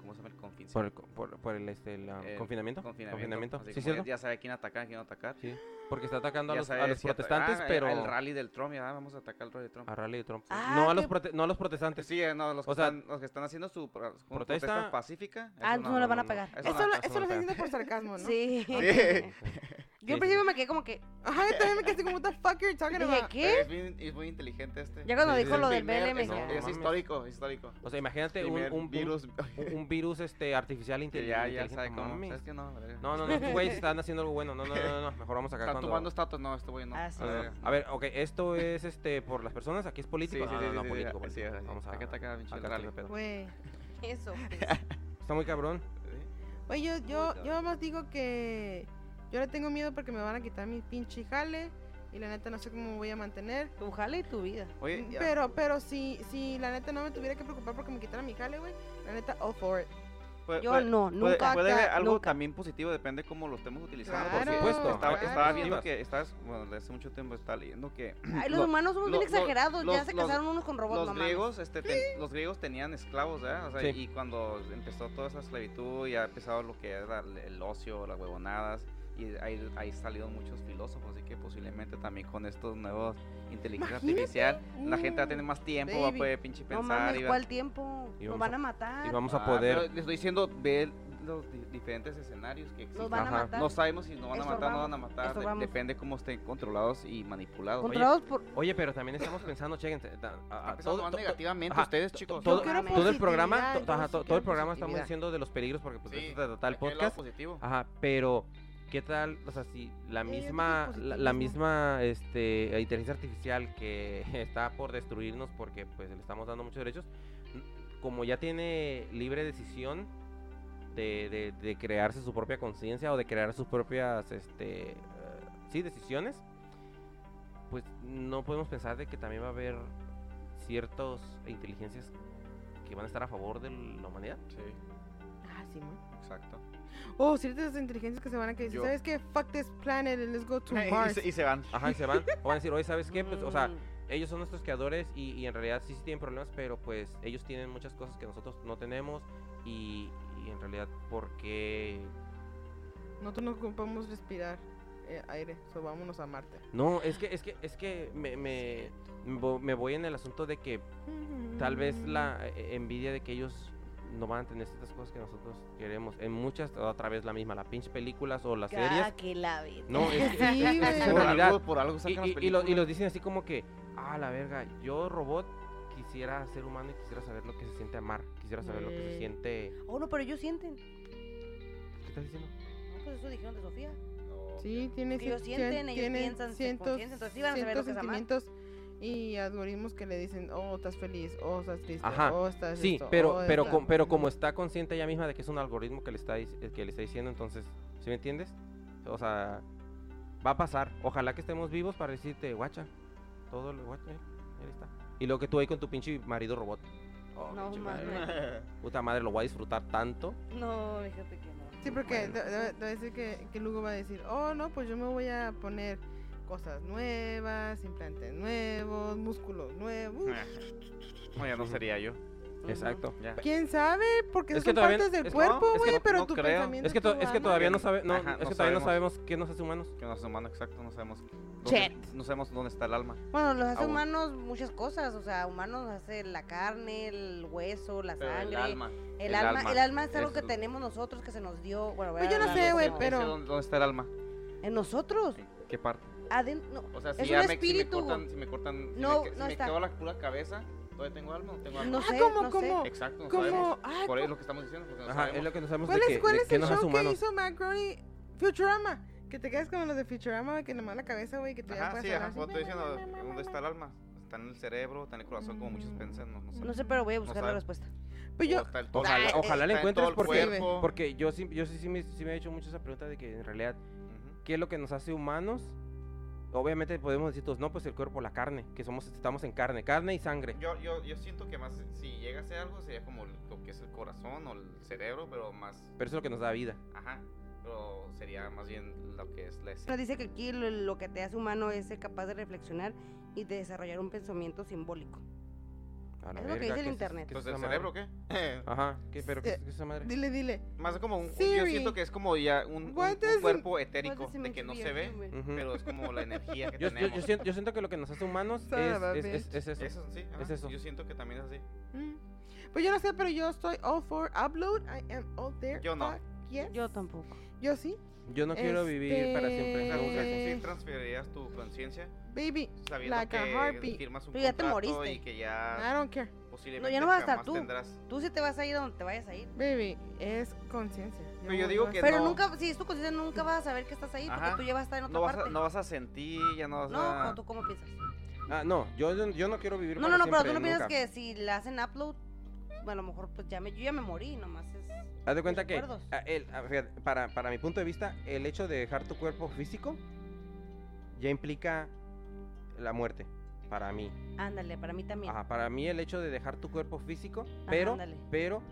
[SPEAKER 5] ¿cómo se llama? El confinamiento.
[SPEAKER 3] Por el, co- por, por el, este, el, ah,
[SPEAKER 5] El
[SPEAKER 3] confinamiento.
[SPEAKER 5] confinamiento. Así como
[SPEAKER 3] Sí,
[SPEAKER 5] que
[SPEAKER 3] cierto.
[SPEAKER 5] Ya sabe quién atacar, quién no atacar.
[SPEAKER 3] Sí. Porque está atacando a
[SPEAKER 5] Ya
[SPEAKER 3] los, a
[SPEAKER 5] sabe
[SPEAKER 3] los
[SPEAKER 5] si ata-
[SPEAKER 3] protestantes,
[SPEAKER 5] ah,
[SPEAKER 3] pero.
[SPEAKER 5] El rally del Trump, ya vamos a atacar el rally de Trump.
[SPEAKER 3] A Rally de Trump. sí.
[SPEAKER 4] Ah,
[SPEAKER 3] no, a los
[SPEAKER 4] qué-
[SPEAKER 3] prote- no a los protestantes.
[SPEAKER 5] Sí, eh, no, los que,
[SPEAKER 3] O sea,
[SPEAKER 5] están, los que están haciendo su pro- su protesta,
[SPEAKER 3] protesta-
[SPEAKER 5] pacífica.
[SPEAKER 4] Ah,
[SPEAKER 5] eso
[SPEAKER 4] entonces no le van a pegar.
[SPEAKER 5] eso
[SPEAKER 2] Eso,
[SPEAKER 5] no.
[SPEAKER 2] lo,
[SPEAKER 3] eso
[SPEAKER 2] eso
[SPEAKER 3] no
[SPEAKER 2] lo estás
[SPEAKER 3] pega.
[SPEAKER 2] diciendo por sarcasmo, ¿no?
[SPEAKER 4] Sí.
[SPEAKER 5] Sí.
[SPEAKER 4] Yo al principio me quedé como que,
[SPEAKER 2] Ajá, yo también me quedé así como, what the fuck you're talking
[SPEAKER 4] dije,
[SPEAKER 2] about?
[SPEAKER 4] ¿qué?
[SPEAKER 8] Es, bien- es muy inteligente este.
[SPEAKER 4] Ya cuando
[SPEAKER 3] Sí,
[SPEAKER 4] dijo
[SPEAKER 3] sí,
[SPEAKER 4] lo
[SPEAKER 8] El
[SPEAKER 4] del
[SPEAKER 8] primer-
[SPEAKER 4] BLM,
[SPEAKER 8] es,
[SPEAKER 3] no,
[SPEAKER 4] dije,
[SPEAKER 8] es
[SPEAKER 3] mames.
[SPEAKER 8] histórico, histórico.
[SPEAKER 3] O sea,
[SPEAKER 5] Este,
[SPEAKER 3] imagínate un,
[SPEAKER 8] Primer
[SPEAKER 3] un- un-
[SPEAKER 8] virus.
[SPEAKER 3] un- un virus este, artificial
[SPEAKER 8] que ya,
[SPEAKER 3] inte-
[SPEAKER 8] ya
[SPEAKER 3] inteligente.
[SPEAKER 8] sabe
[SPEAKER 3] no
[SPEAKER 8] cómo.
[SPEAKER 3] mames.
[SPEAKER 8] ¿Sabes qué? No, la verga.
[SPEAKER 3] No, no, no, estos güeyes están haciendo algo bueno. No, no, no, no, no, Mejor vamos acá
[SPEAKER 8] Están
[SPEAKER 3] cuando-
[SPEAKER 8] tomando estatus, no, este güey no.
[SPEAKER 4] Ah, sí.
[SPEAKER 8] a
[SPEAKER 3] Ah,
[SPEAKER 8] la
[SPEAKER 3] no,
[SPEAKER 8] verga.
[SPEAKER 3] A ver, ok, esto es este por las personas, aquí es político.
[SPEAKER 8] Sí, sí,
[SPEAKER 3] No,
[SPEAKER 8] sí,
[SPEAKER 3] no, no,
[SPEAKER 8] sí, sí,
[SPEAKER 3] político,
[SPEAKER 8] así
[SPEAKER 3] político.
[SPEAKER 8] es, así
[SPEAKER 3] Vamos
[SPEAKER 8] es.
[SPEAKER 3] a
[SPEAKER 8] Hay que atacar a pinche
[SPEAKER 3] acá está
[SPEAKER 8] rally.
[SPEAKER 3] el pedo.
[SPEAKER 2] Güey.
[SPEAKER 4] eso. pues,
[SPEAKER 3] Está muy cabrón.
[SPEAKER 2] Oye, yo, yo, yo más digo que yo le tengo miedo porque me van a quitar mi pinche jale y la neta no sé cómo me voy a mantener. Mm,
[SPEAKER 4] Tu jale y tu vida.
[SPEAKER 8] Oye, ya.
[SPEAKER 2] Pero, pero si, si la neta no me tuviera que preocupar porque me quitaran mi jale, güey, la neta, all for it.
[SPEAKER 5] Puede-
[SPEAKER 4] Yo
[SPEAKER 5] puede-
[SPEAKER 4] no,
[SPEAKER 5] puede-
[SPEAKER 4] nunca.
[SPEAKER 5] puede haber algo
[SPEAKER 4] nunca.
[SPEAKER 5] también positivo, depende cómo lo estemos utilizando.
[SPEAKER 2] Claro, Por
[SPEAKER 5] porque
[SPEAKER 2] supuesto,
[SPEAKER 5] Estaba,
[SPEAKER 2] claro.
[SPEAKER 5] estaba viendo que, estabas, bueno, desde hace mucho tiempo estaba leyendo que
[SPEAKER 4] Ay, los
[SPEAKER 5] lo-
[SPEAKER 4] humanos somos bien
[SPEAKER 5] lo- lo-
[SPEAKER 4] exagerados. ya
[SPEAKER 5] los-
[SPEAKER 4] se
[SPEAKER 5] los-
[SPEAKER 4] casaron unos con robots,
[SPEAKER 5] los
[SPEAKER 4] mamá.
[SPEAKER 5] griegos, este, ten- los griegos tenían esclavos, ¿verdad? O sea,
[SPEAKER 3] Sí.
[SPEAKER 5] y cuando empezó toda esa esclavitud, ya ha empezado lo que es la- el ocio, las huevonadas, y ahí, ahí salieron muchos filósofos, así que posiblemente también con estos nuevos inteligencia
[SPEAKER 2] Imagínate.
[SPEAKER 5] artificial, la gente va a tener
[SPEAKER 2] Uh,
[SPEAKER 5] más tiempo, va a
[SPEAKER 2] baby.
[SPEAKER 5] poder pinche
[SPEAKER 4] No
[SPEAKER 5] pensar y
[SPEAKER 4] mames,
[SPEAKER 5] va-
[SPEAKER 4] ¿cuál tiempo?
[SPEAKER 3] Y
[SPEAKER 4] Nos
[SPEAKER 3] vamos
[SPEAKER 4] van
[SPEAKER 3] a-
[SPEAKER 4] a matar.
[SPEAKER 3] Y vamos a
[SPEAKER 5] Ah,
[SPEAKER 3] poder.
[SPEAKER 5] pero les estoy diciendo, ve los di- diferentes escenarios que existen.
[SPEAKER 4] Nos van a
[SPEAKER 3] Ajá.
[SPEAKER 4] matar.
[SPEAKER 5] No sabemos si nos van a matar, no van a
[SPEAKER 4] Estorbamos,
[SPEAKER 5] matar. de-
[SPEAKER 4] estorbamos.
[SPEAKER 5] depende cómo estén controlados y manipulados.
[SPEAKER 3] Oye,
[SPEAKER 4] Controlados por.
[SPEAKER 3] Oye, pero también estamos pensando, chequen, ta- a- a-
[SPEAKER 8] Están pensando
[SPEAKER 3] todo-
[SPEAKER 8] más
[SPEAKER 3] to- to-
[SPEAKER 8] negativamente
[SPEAKER 3] ajá,
[SPEAKER 8] ustedes,
[SPEAKER 3] to-
[SPEAKER 8] chicos.
[SPEAKER 3] todo,
[SPEAKER 2] Yo quiero
[SPEAKER 3] todo el programa,
[SPEAKER 2] positividad,
[SPEAKER 3] to-
[SPEAKER 2] yo
[SPEAKER 3] ajá,
[SPEAKER 2] sí
[SPEAKER 3] to- todo
[SPEAKER 2] quiero
[SPEAKER 3] el programa estamos
[SPEAKER 2] positividad.
[SPEAKER 3] diciendo de los peligros porque pues de
[SPEAKER 8] Sí,
[SPEAKER 3] eso se trata el
[SPEAKER 8] hay que ver el lado
[SPEAKER 3] podcast.
[SPEAKER 8] positivo.
[SPEAKER 3] Ajá, pero ¿Qué tal? O sea, si la
[SPEAKER 2] Ella tiene
[SPEAKER 3] misma, la,
[SPEAKER 2] positivismo.
[SPEAKER 3] la misma este, eh, inteligencia artificial que está por destruirnos porque pues le estamos dando muchos derechos, n- como ya tiene libre decisión de, de- de crearse su propia conciencia o de crear sus propias este, eh, sí, decisiones, pues no podemos pensar de que también va a haber ciertas inteligencias que van a estar a favor de la humanidad.
[SPEAKER 5] Sí,
[SPEAKER 2] Ah, sí, ma.
[SPEAKER 5] exacto.
[SPEAKER 2] Oh, ciertas inteligencias que se van a que dicen,
[SPEAKER 5] Yo-
[SPEAKER 2] ¿sabes qué? Fuck this planet and let's go to
[SPEAKER 5] Y
[SPEAKER 2] Mars.
[SPEAKER 5] se, y se van.
[SPEAKER 3] Ajá, y se van. O van a decir, oye, ¿sabes qué? Pues, o sea,
[SPEAKER 4] Mm.
[SPEAKER 3] ellos son nuestros creadores y, y en realidad sí, sí tienen problemas, pero pues ellos tienen muchas cosas que nosotros no tenemos y, y en realidad, ¿por qué?
[SPEAKER 2] Nosotros no ocupamos respirar eh, aire, so vámonos a Marte.
[SPEAKER 3] No, es que, es que, es que me, me, me vo- me voy en el asunto de que tal vez
[SPEAKER 2] Mm.
[SPEAKER 3] la eh, envidia de que ellos no van a tener ciertas cosas que nosotros queremos en muchas, otra vez la misma, las pinches películas o las series.
[SPEAKER 4] que la vida.
[SPEAKER 3] No, es que-
[SPEAKER 2] Sí,
[SPEAKER 3] es que
[SPEAKER 2] güey.
[SPEAKER 3] en
[SPEAKER 5] Por
[SPEAKER 3] realidad,
[SPEAKER 5] algo, por algo
[SPEAKER 3] Y,
[SPEAKER 5] sacan las
[SPEAKER 3] y- y lo- y
[SPEAKER 5] películas.
[SPEAKER 3] los dicen así como que, ah, la verga, yo robot quisiera ser humano y quisiera saber lo que se siente amar, quisiera saber lo que se
[SPEAKER 4] Mm.
[SPEAKER 3] siente...
[SPEAKER 4] Oh, no, pero ellos sienten.
[SPEAKER 3] ¿Qué estás diciendo?
[SPEAKER 4] No, pues eso dijeron de Sofía.
[SPEAKER 5] No,
[SPEAKER 2] Sí, tiene
[SPEAKER 4] Ellos
[SPEAKER 2] cien-
[SPEAKER 4] sienten,
[SPEAKER 2] cien-
[SPEAKER 4] ellos
[SPEAKER 2] tiene
[SPEAKER 4] piensan, se
[SPEAKER 2] cientos,
[SPEAKER 4] consienten, entonces sí van a saber lo
[SPEAKER 2] cientos
[SPEAKER 4] que es amar.
[SPEAKER 2] sentimientos y algoritmos que le dicen, oh, estás feliz, oh, estás triste,
[SPEAKER 3] Ajá,
[SPEAKER 2] oh, estás
[SPEAKER 3] Sí,
[SPEAKER 2] esto,
[SPEAKER 3] pero,
[SPEAKER 2] oh,
[SPEAKER 3] pero,
[SPEAKER 2] estás-
[SPEAKER 3] com- pero como está consciente ella misma de que es un algoritmo que le está, dic- eh, que le está diciendo, entonces, ¿sí me entiendes? O sea, va a pasar. Ojalá que estemos vivos para decirte, guacha, todo lo guacha, eh, ahí está. Y lo que tú ahí con tu pinche marido robot. Oh,
[SPEAKER 4] No
[SPEAKER 3] pinche madre.
[SPEAKER 4] mames.
[SPEAKER 3] Puta madre, lo voy a disfrutar tanto.
[SPEAKER 4] No, fíjate que no.
[SPEAKER 2] Sí, porque te- te- te va a decir que, que Lugo va a decir, oh, no, pues yo me voy a poner cosas nuevas, implantes nuevos, músculos nuevos.
[SPEAKER 5] no, ya no sería yo.
[SPEAKER 3] Exacto.
[SPEAKER 5] Ya.
[SPEAKER 2] ¿Quién sabe? Porque
[SPEAKER 3] Es
[SPEAKER 2] son
[SPEAKER 3] que todavía-
[SPEAKER 2] partes del
[SPEAKER 3] es que-
[SPEAKER 2] cuerpo,
[SPEAKER 5] no, es que
[SPEAKER 2] güey,
[SPEAKER 5] no-
[SPEAKER 2] pero
[SPEAKER 5] no
[SPEAKER 2] tu
[SPEAKER 5] creo.
[SPEAKER 2] pensamiento
[SPEAKER 3] Es que, to- es que
[SPEAKER 2] humano.
[SPEAKER 3] todavía no sabe, no,
[SPEAKER 5] Ajá,
[SPEAKER 3] es que
[SPEAKER 5] no
[SPEAKER 3] todavía no
[SPEAKER 5] sabemos.
[SPEAKER 3] sabemos qué nos hace humanos.
[SPEAKER 5] Que no humanos, exacto, no sabemos.
[SPEAKER 4] Chet.
[SPEAKER 5] Dónde, no sabemos dónde está el alma.
[SPEAKER 4] Bueno, los hace
[SPEAKER 5] Aún.
[SPEAKER 4] humanos muchas cosas, o sea, humanos nos hace la carne, el hueso, la
[SPEAKER 5] Pero
[SPEAKER 4] sangre,
[SPEAKER 5] el alma.
[SPEAKER 4] el alma, el alma es algo que
[SPEAKER 5] eso.
[SPEAKER 4] tenemos nosotros que se nos dio, bueno, voy
[SPEAKER 2] Pues
[SPEAKER 4] a
[SPEAKER 2] yo no
[SPEAKER 4] hablar de
[SPEAKER 2] sé, güey,
[SPEAKER 4] nosotros.
[SPEAKER 2] pero-
[SPEAKER 5] ¿Dónde, dónde está el alma?
[SPEAKER 4] en nosotros,
[SPEAKER 5] ¿En qué parte?
[SPEAKER 4] adentro, no,
[SPEAKER 5] O sea, si
[SPEAKER 4] Es
[SPEAKER 5] ya
[SPEAKER 4] un
[SPEAKER 5] me,
[SPEAKER 4] espíritu.
[SPEAKER 5] Si me cortan, si me cortan, si
[SPEAKER 4] No,
[SPEAKER 5] me, que- si
[SPEAKER 4] no
[SPEAKER 5] me
[SPEAKER 4] está.
[SPEAKER 5] quedó la pura cabeza, ¿todavía tengo alma o no tengo alma?
[SPEAKER 4] no
[SPEAKER 2] Ah,
[SPEAKER 4] sé,
[SPEAKER 2] como-
[SPEAKER 4] no
[SPEAKER 2] como-
[SPEAKER 4] sé.
[SPEAKER 5] Exacto, no
[SPEAKER 2] Como,
[SPEAKER 5] sabemos.
[SPEAKER 2] ah,
[SPEAKER 5] Por eso es lo que estamos diciendo, porque no
[SPEAKER 3] Ajá, es
[SPEAKER 5] sabemos.
[SPEAKER 3] lo que no sabemos
[SPEAKER 2] ¿cuál
[SPEAKER 3] de
[SPEAKER 2] es,
[SPEAKER 3] que,
[SPEAKER 2] cuál
[SPEAKER 3] de
[SPEAKER 2] es
[SPEAKER 3] qué
[SPEAKER 2] el
[SPEAKER 3] nos hace
[SPEAKER 2] show que
[SPEAKER 3] humanos.
[SPEAKER 2] hizo Macroni? Futurama. Que te quedas con los de Futurama, güey, que nomás la cabeza, güey, que tú ya
[SPEAKER 5] Ajá,
[SPEAKER 2] puedes
[SPEAKER 5] sí,
[SPEAKER 2] hablar
[SPEAKER 5] ajá,
[SPEAKER 2] así,
[SPEAKER 5] como estoy
[SPEAKER 2] ma,
[SPEAKER 5] diciendo,
[SPEAKER 2] ma, ma, ma,
[SPEAKER 5] ¿dónde
[SPEAKER 2] ma,
[SPEAKER 5] está el alma? Está en el cerebro, está en el corazón, como muchos piensan, no, no sé.
[SPEAKER 4] Mm. No sé, pero voy a buscar la
[SPEAKER 5] sabe.
[SPEAKER 4] respuesta.
[SPEAKER 2] ma. Pues yo,
[SPEAKER 5] O "Oh, está el-
[SPEAKER 3] Ojalá,
[SPEAKER 5] está
[SPEAKER 3] ojalá la
[SPEAKER 5] en todo
[SPEAKER 3] encuentres
[SPEAKER 5] el
[SPEAKER 3] porque,
[SPEAKER 5] cuerpo.
[SPEAKER 3] porque yo sí, yo sí, sí me, sí me he hecho mucho esa pregunta de que en realidad
[SPEAKER 5] Ujú.
[SPEAKER 3] ¿Qué es lo que nos hace humanos? Obviamente podemos decir todos, no, pues el cuerpo, la carne, que somos, estamos en carne, carne y sangre.
[SPEAKER 5] Yo, yo, yo siento que más, si llega a ser algo, sería como lo que es el corazón o el cerebro, pero más,
[SPEAKER 3] Pero eso es lo que nos da vida.
[SPEAKER 5] ajá, pero sería más bien lo que es la
[SPEAKER 4] Nos
[SPEAKER 5] esencia.
[SPEAKER 4] dice que aquí lo, lo que te hace humano es ser capaz de reflexionar y de desarrollar un pensamiento simbólico.
[SPEAKER 5] Pues,
[SPEAKER 3] A
[SPEAKER 4] Es lo que dice el
[SPEAKER 3] ¿qué es-
[SPEAKER 4] internet.
[SPEAKER 3] qué es
[SPEAKER 5] Entonces, Pues ¿el
[SPEAKER 3] esa
[SPEAKER 5] cerebro
[SPEAKER 3] madre?
[SPEAKER 5] qué?
[SPEAKER 3] Ajá, ¿qué, pero qué,
[SPEAKER 2] Eh,
[SPEAKER 3] es- qué es esa madre?
[SPEAKER 2] dile, dile.
[SPEAKER 5] Más como un, yo
[SPEAKER 2] Siri.
[SPEAKER 5] siento que es como ya un, un-
[SPEAKER 2] What
[SPEAKER 5] un
[SPEAKER 2] does it-
[SPEAKER 5] cuerpo
[SPEAKER 4] What
[SPEAKER 5] etérico,
[SPEAKER 4] does it
[SPEAKER 5] de
[SPEAKER 4] mean
[SPEAKER 5] que
[SPEAKER 4] to
[SPEAKER 5] no
[SPEAKER 4] be
[SPEAKER 5] se
[SPEAKER 4] a
[SPEAKER 5] ve,
[SPEAKER 4] human?
[SPEAKER 3] Ujú.
[SPEAKER 5] pero es como la energía que
[SPEAKER 3] yo, yo- yo
[SPEAKER 5] tenemos.
[SPEAKER 3] siento, yo siento que lo que nos hace humanos es,
[SPEAKER 2] Son of a
[SPEAKER 3] es- es-
[SPEAKER 2] bitch.
[SPEAKER 3] es eso.
[SPEAKER 5] Eso sí, ajá,
[SPEAKER 3] Es eso.
[SPEAKER 5] yo siento que también es así.
[SPEAKER 2] Mm. Pues yo no sé, pero yo estoy all for upload. I am all there.
[SPEAKER 5] Yo no.
[SPEAKER 2] fuck yes.
[SPEAKER 4] Yo tampoco.
[SPEAKER 2] Yo sí.
[SPEAKER 3] Yo no quiero vivir para
[SPEAKER 5] O sea,
[SPEAKER 2] Este-
[SPEAKER 5] ¿tú
[SPEAKER 3] siempre.
[SPEAKER 5] crees que
[SPEAKER 2] Eh.
[SPEAKER 5] sí transferirías tu conciencia
[SPEAKER 2] Baby,
[SPEAKER 5] sabiendo
[SPEAKER 2] Like a
[SPEAKER 5] que
[SPEAKER 2] heartbeat.
[SPEAKER 5] firmas un
[SPEAKER 4] Pero ya te
[SPEAKER 5] contrato
[SPEAKER 4] moriste.
[SPEAKER 5] y que
[SPEAKER 2] I
[SPEAKER 5] ya
[SPEAKER 2] don't care.
[SPEAKER 5] posiblemente
[SPEAKER 4] no vas a estar
[SPEAKER 5] jamás
[SPEAKER 4] tú.
[SPEAKER 5] tendrás?
[SPEAKER 4] Tú sí te vas a ir a donde te vayas a ir.
[SPEAKER 2] Baby, es conciencia.
[SPEAKER 5] Pero yo digo
[SPEAKER 2] no
[SPEAKER 5] que
[SPEAKER 2] sé.
[SPEAKER 4] Pero
[SPEAKER 5] no.
[SPEAKER 4] nunca, si es tu conciencia, nunca vas a saber que estás ahí
[SPEAKER 5] Ajá.
[SPEAKER 4] porque tú ya vas a estar en otra
[SPEAKER 5] No vas, a,
[SPEAKER 4] parte.
[SPEAKER 5] no vas a sentir, ya no vas
[SPEAKER 4] No,
[SPEAKER 5] a...
[SPEAKER 4] ¿o ¿tú cómo piensas?
[SPEAKER 3] Ah, no, yo, yo no quiero vivir
[SPEAKER 4] No, no,
[SPEAKER 3] para
[SPEAKER 4] no,
[SPEAKER 3] siempre.
[SPEAKER 4] pero tú no piensas
[SPEAKER 3] nunca.
[SPEAKER 4] que si le hacen upload, bueno, a lo mejor pues ya me, yo ya me morí, nomás es...
[SPEAKER 3] Haz de cuenta
[SPEAKER 4] tus
[SPEAKER 3] que
[SPEAKER 4] recuerdos.
[SPEAKER 3] a- el- a- fíjate, para, para mi punto de vista, el hecho de dejar tu cuerpo físico ya implica la muerte. Para mí.
[SPEAKER 4] Ándale, para mí también.
[SPEAKER 3] Ajá, para mí el hecho de dejar tu cuerpo físico,
[SPEAKER 4] Ajá,
[SPEAKER 3] pero,
[SPEAKER 4] ándale.
[SPEAKER 3] pero,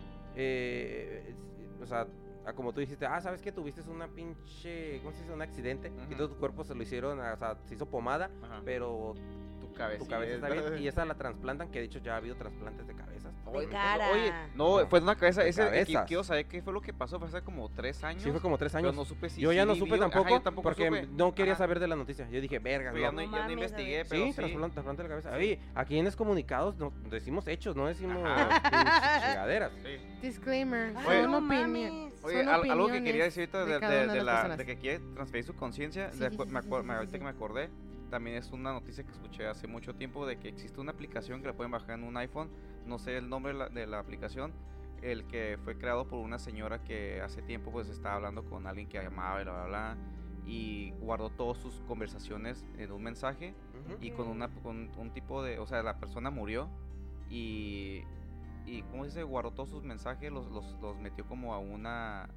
[SPEAKER 3] eh, es- o sea, a como tú dijiste, ah, ¿sabes que tuviste una pinche, ¿cómo se dice? Un accidente, y
[SPEAKER 5] Ujú.
[SPEAKER 3] todo tu cuerpo se lo hicieron, o sea, se hizo pomada,
[SPEAKER 5] Ajá.
[SPEAKER 3] pero
[SPEAKER 5] Tu cabeza.
[SPEAKER 3] tu cabeza está bien, y esa la trasplantan, que de hecho ya ha habido trasplantes de cabezas.
[SPEAKER 4] De
[SPEAKER 5] Oye,
[SPEAKER 4] cara.
[SPEAKER 5] Oye, no,
[SPEAKER 3] No.
[SPEAKER 5] fue una cabeza.
[SPEAKER 3] De
[SPEAKER 5] Ese, eh, qui-
[SPEAKER 3] cabezas.
[SPEAKER 5] quiero saber qué fue lo que pasó. Fue hace como tres años.
[SPEAKER 3] Sí, fue como tres
[SPEAKER 5] pero
[SPEAKER 3] años.
[SPEAKER 5] no supe si
[SPEAKER 3] yo ya
[SPEAKER 5] sí
[SPEAKER 3] no supe
[SPEAKER 5] vivió. Ajá,
[SPEAKER 3] tampoco,
[SPEAKER 5] yo tampoco
[SPEAKER 3] porque
[SPEAKER 5] supe.
[SPEAKER 3] no quería
[SPEAKER 5] Ajá.
[SPEAKER 3] saber de la noticia. Yo dije, verga,
[SPEAKER 5] Pero ya
[SPEAKER 3] no.
[SPEAKER 5] no,
[SPEAKER 4] No mames,
[SPEAKER 5] ya no
[SPEAKER 4] a ver.
[SPEAKER 5] investigué,
[SPEAKER 3] Sí,
[SPEAKER 5] pero sí.
[SPEAKER 3] trasplante, trasplante de la cabeza. Oye, aquí en Descomunicados no, decimos hechos, no decimos
[SPEAKER 5] Ajá.
[SPEAKER 3] pinches chingaderas.
[SPEAKER 5] Sí.
[SPEAKER 2] Disclaimer.
[SPEAKER 4] Ah,
[SPEAKER 5] Oye,
[SPEAKER 2] son
[SPEAKER 4] no
[SPEAKER 2] opiniones.
[SPEAKER 4] mames.
[SPEAKER 5] Oye,
[SPEAKER 2] Son
[SPEAKER 5] al- algo que
[SPEAKER 2] opiniones
[SPEAKER 5] quería decir ahorita
[SPEAKER 2] de
[SPEAKER 5] de,
[SPEAKER 2] cada
[SPEAKER 5] de-
[SPEAKER 2] una de las
[SPEAKER 5] de la,
[SPEAKER 2] personas.
[SPEAKER 5] de que quiere transferir su conciencia,
[SPEAKER 2] Sí,
[SPEAKER 5] de
[SPEAKER 2] sí,
[SPEAKER 5] acu-
[SPEAKER 2] sí,
[SPEAKER 5] me
[SPEAKER 2] sí,
[SPEAKER 5] acuer-
[SPEAKER 2] sí,
[SPEAKER 5] me-
[SPEAKER 2] sí,
[SPEAKER 5] ahorita
[SPEAKER 2] sí.
[SPEAKER 5] que me acordé, también es una noticia que escuché hace mucho tiempo de que existe una aplicación que la pueden bajar en un iPhone, no sé el nombre de la, de la aplicación, el que fue creado por una señora que hace tiempo pues estaba hablando con alguien que amaba y bla, bla, bla, y guardó todas sus conversaciones en un mensaje
[SPEAKER 3] Ujú.
[SPEAKER 5] y con,
[SPEAKER 4] Mm.
[SPEAKER 5] una, con un tipo de, o sea, la persona murió y, y ¿cómo se dice? Guardó todos sus mensajes, los, los, los metió como a una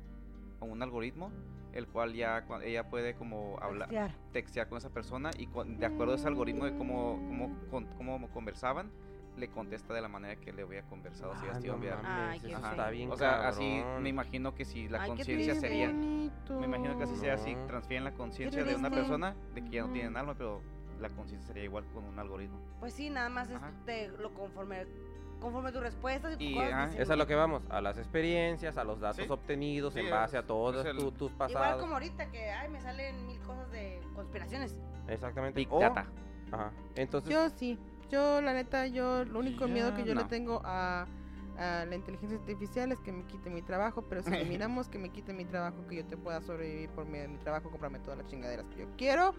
[SPEAKER 5] a un algoritmo, el cual ya cua- ella puede como hablar,
[SPEAKER 4] Textear.
[SPEAKER 5] textear con esa persona y con- de acuerdo a ese algoritmo de cómo, cómo, con- cómo conversaban, le contesta de la manera que le había conversado si
[SPEAKER 3] Ah,
[SPEAKER 5] ya estuviera
[SPEAKER 3] no
[SPEAKER 5] enviada.
[SPEAKER 4] Ay,
[SPEAKER 3] mames,
[SPEAKER 4] qué
[SPEAKER 3] eso
[SPEAKER 4] feo.
[SPEAKER 3] está bien
[SPEAKER 5] O sea, así
[SPEAKER 3] cabrón.
[SPEAKER 5] me imagino que si la
[SPEAKER 4] Ay, qué
[SPEAKER 5] conciencia
[SPEAKER 4] triste.
[SPEAKER 5] sería...
[SPEAKER 2] bonito.
[SPEAKER 5] Me imagino que así sea, así
[SPEAKER 3] No.
[SPEAKER 5] transfieren la conciencia de una
[SPEAKER 4] triste.
[SPEAKER 5] persona, de que ya no
[SPEAKER 2] Ujú.
[SPEAKER 5] tienen alma, pero la conciencia sería igual con un algoritmo.
[SPEAKER 4] Pues sí, nada más es
[SPEAKER 5] Ajá.
[SPEAKER 4] de lo conforme, conforme tus respuestas y,
[SPEAKER 5] Y,
[SPEAKER 4] tus
[SPEAKER 5] ajá,
[SPEAKER 4] cosas.
[SPEAKER 3] Es a lo que vamos, a las experiencias, a los datos
[SPEAKER 5] Sí.
[SPEAKER 3] obtenidos
[SPEAKER 5] Sí,
[SPEAKER 3] en base a
[SPEAKER 5] es-
[SPEAKER 3] todos
[SPEAKER 5] es el-
[SPEAKER 3] tu- tus
[SPEAKER 4] Igual
[SPEAKER 3] pasados.
[SPEAKER 4] como ahorita que ay, me salen mil cosas de conspiraciones.
[SPEAKER 3] Exactamente.
[SPEAKER 5] Big
[SPEAKER 3] O-
[SPEAKER 5] Data.
[SPEAKER 3] ajá, Entonces,
[SPEAKER 2] Yo sí. Yo, la neta, yo, lo único miedo que yo le
[SPEAKER 5] no.
[SPEAKER 2] tengo a, a la inteligencia artificial es que me quite mi trabajo, pero si miramos que me quite mi trabajo, que yo te pueda sobrevivir por medio de mi trabajo, comprarme todas las chingaderas que yo quiero.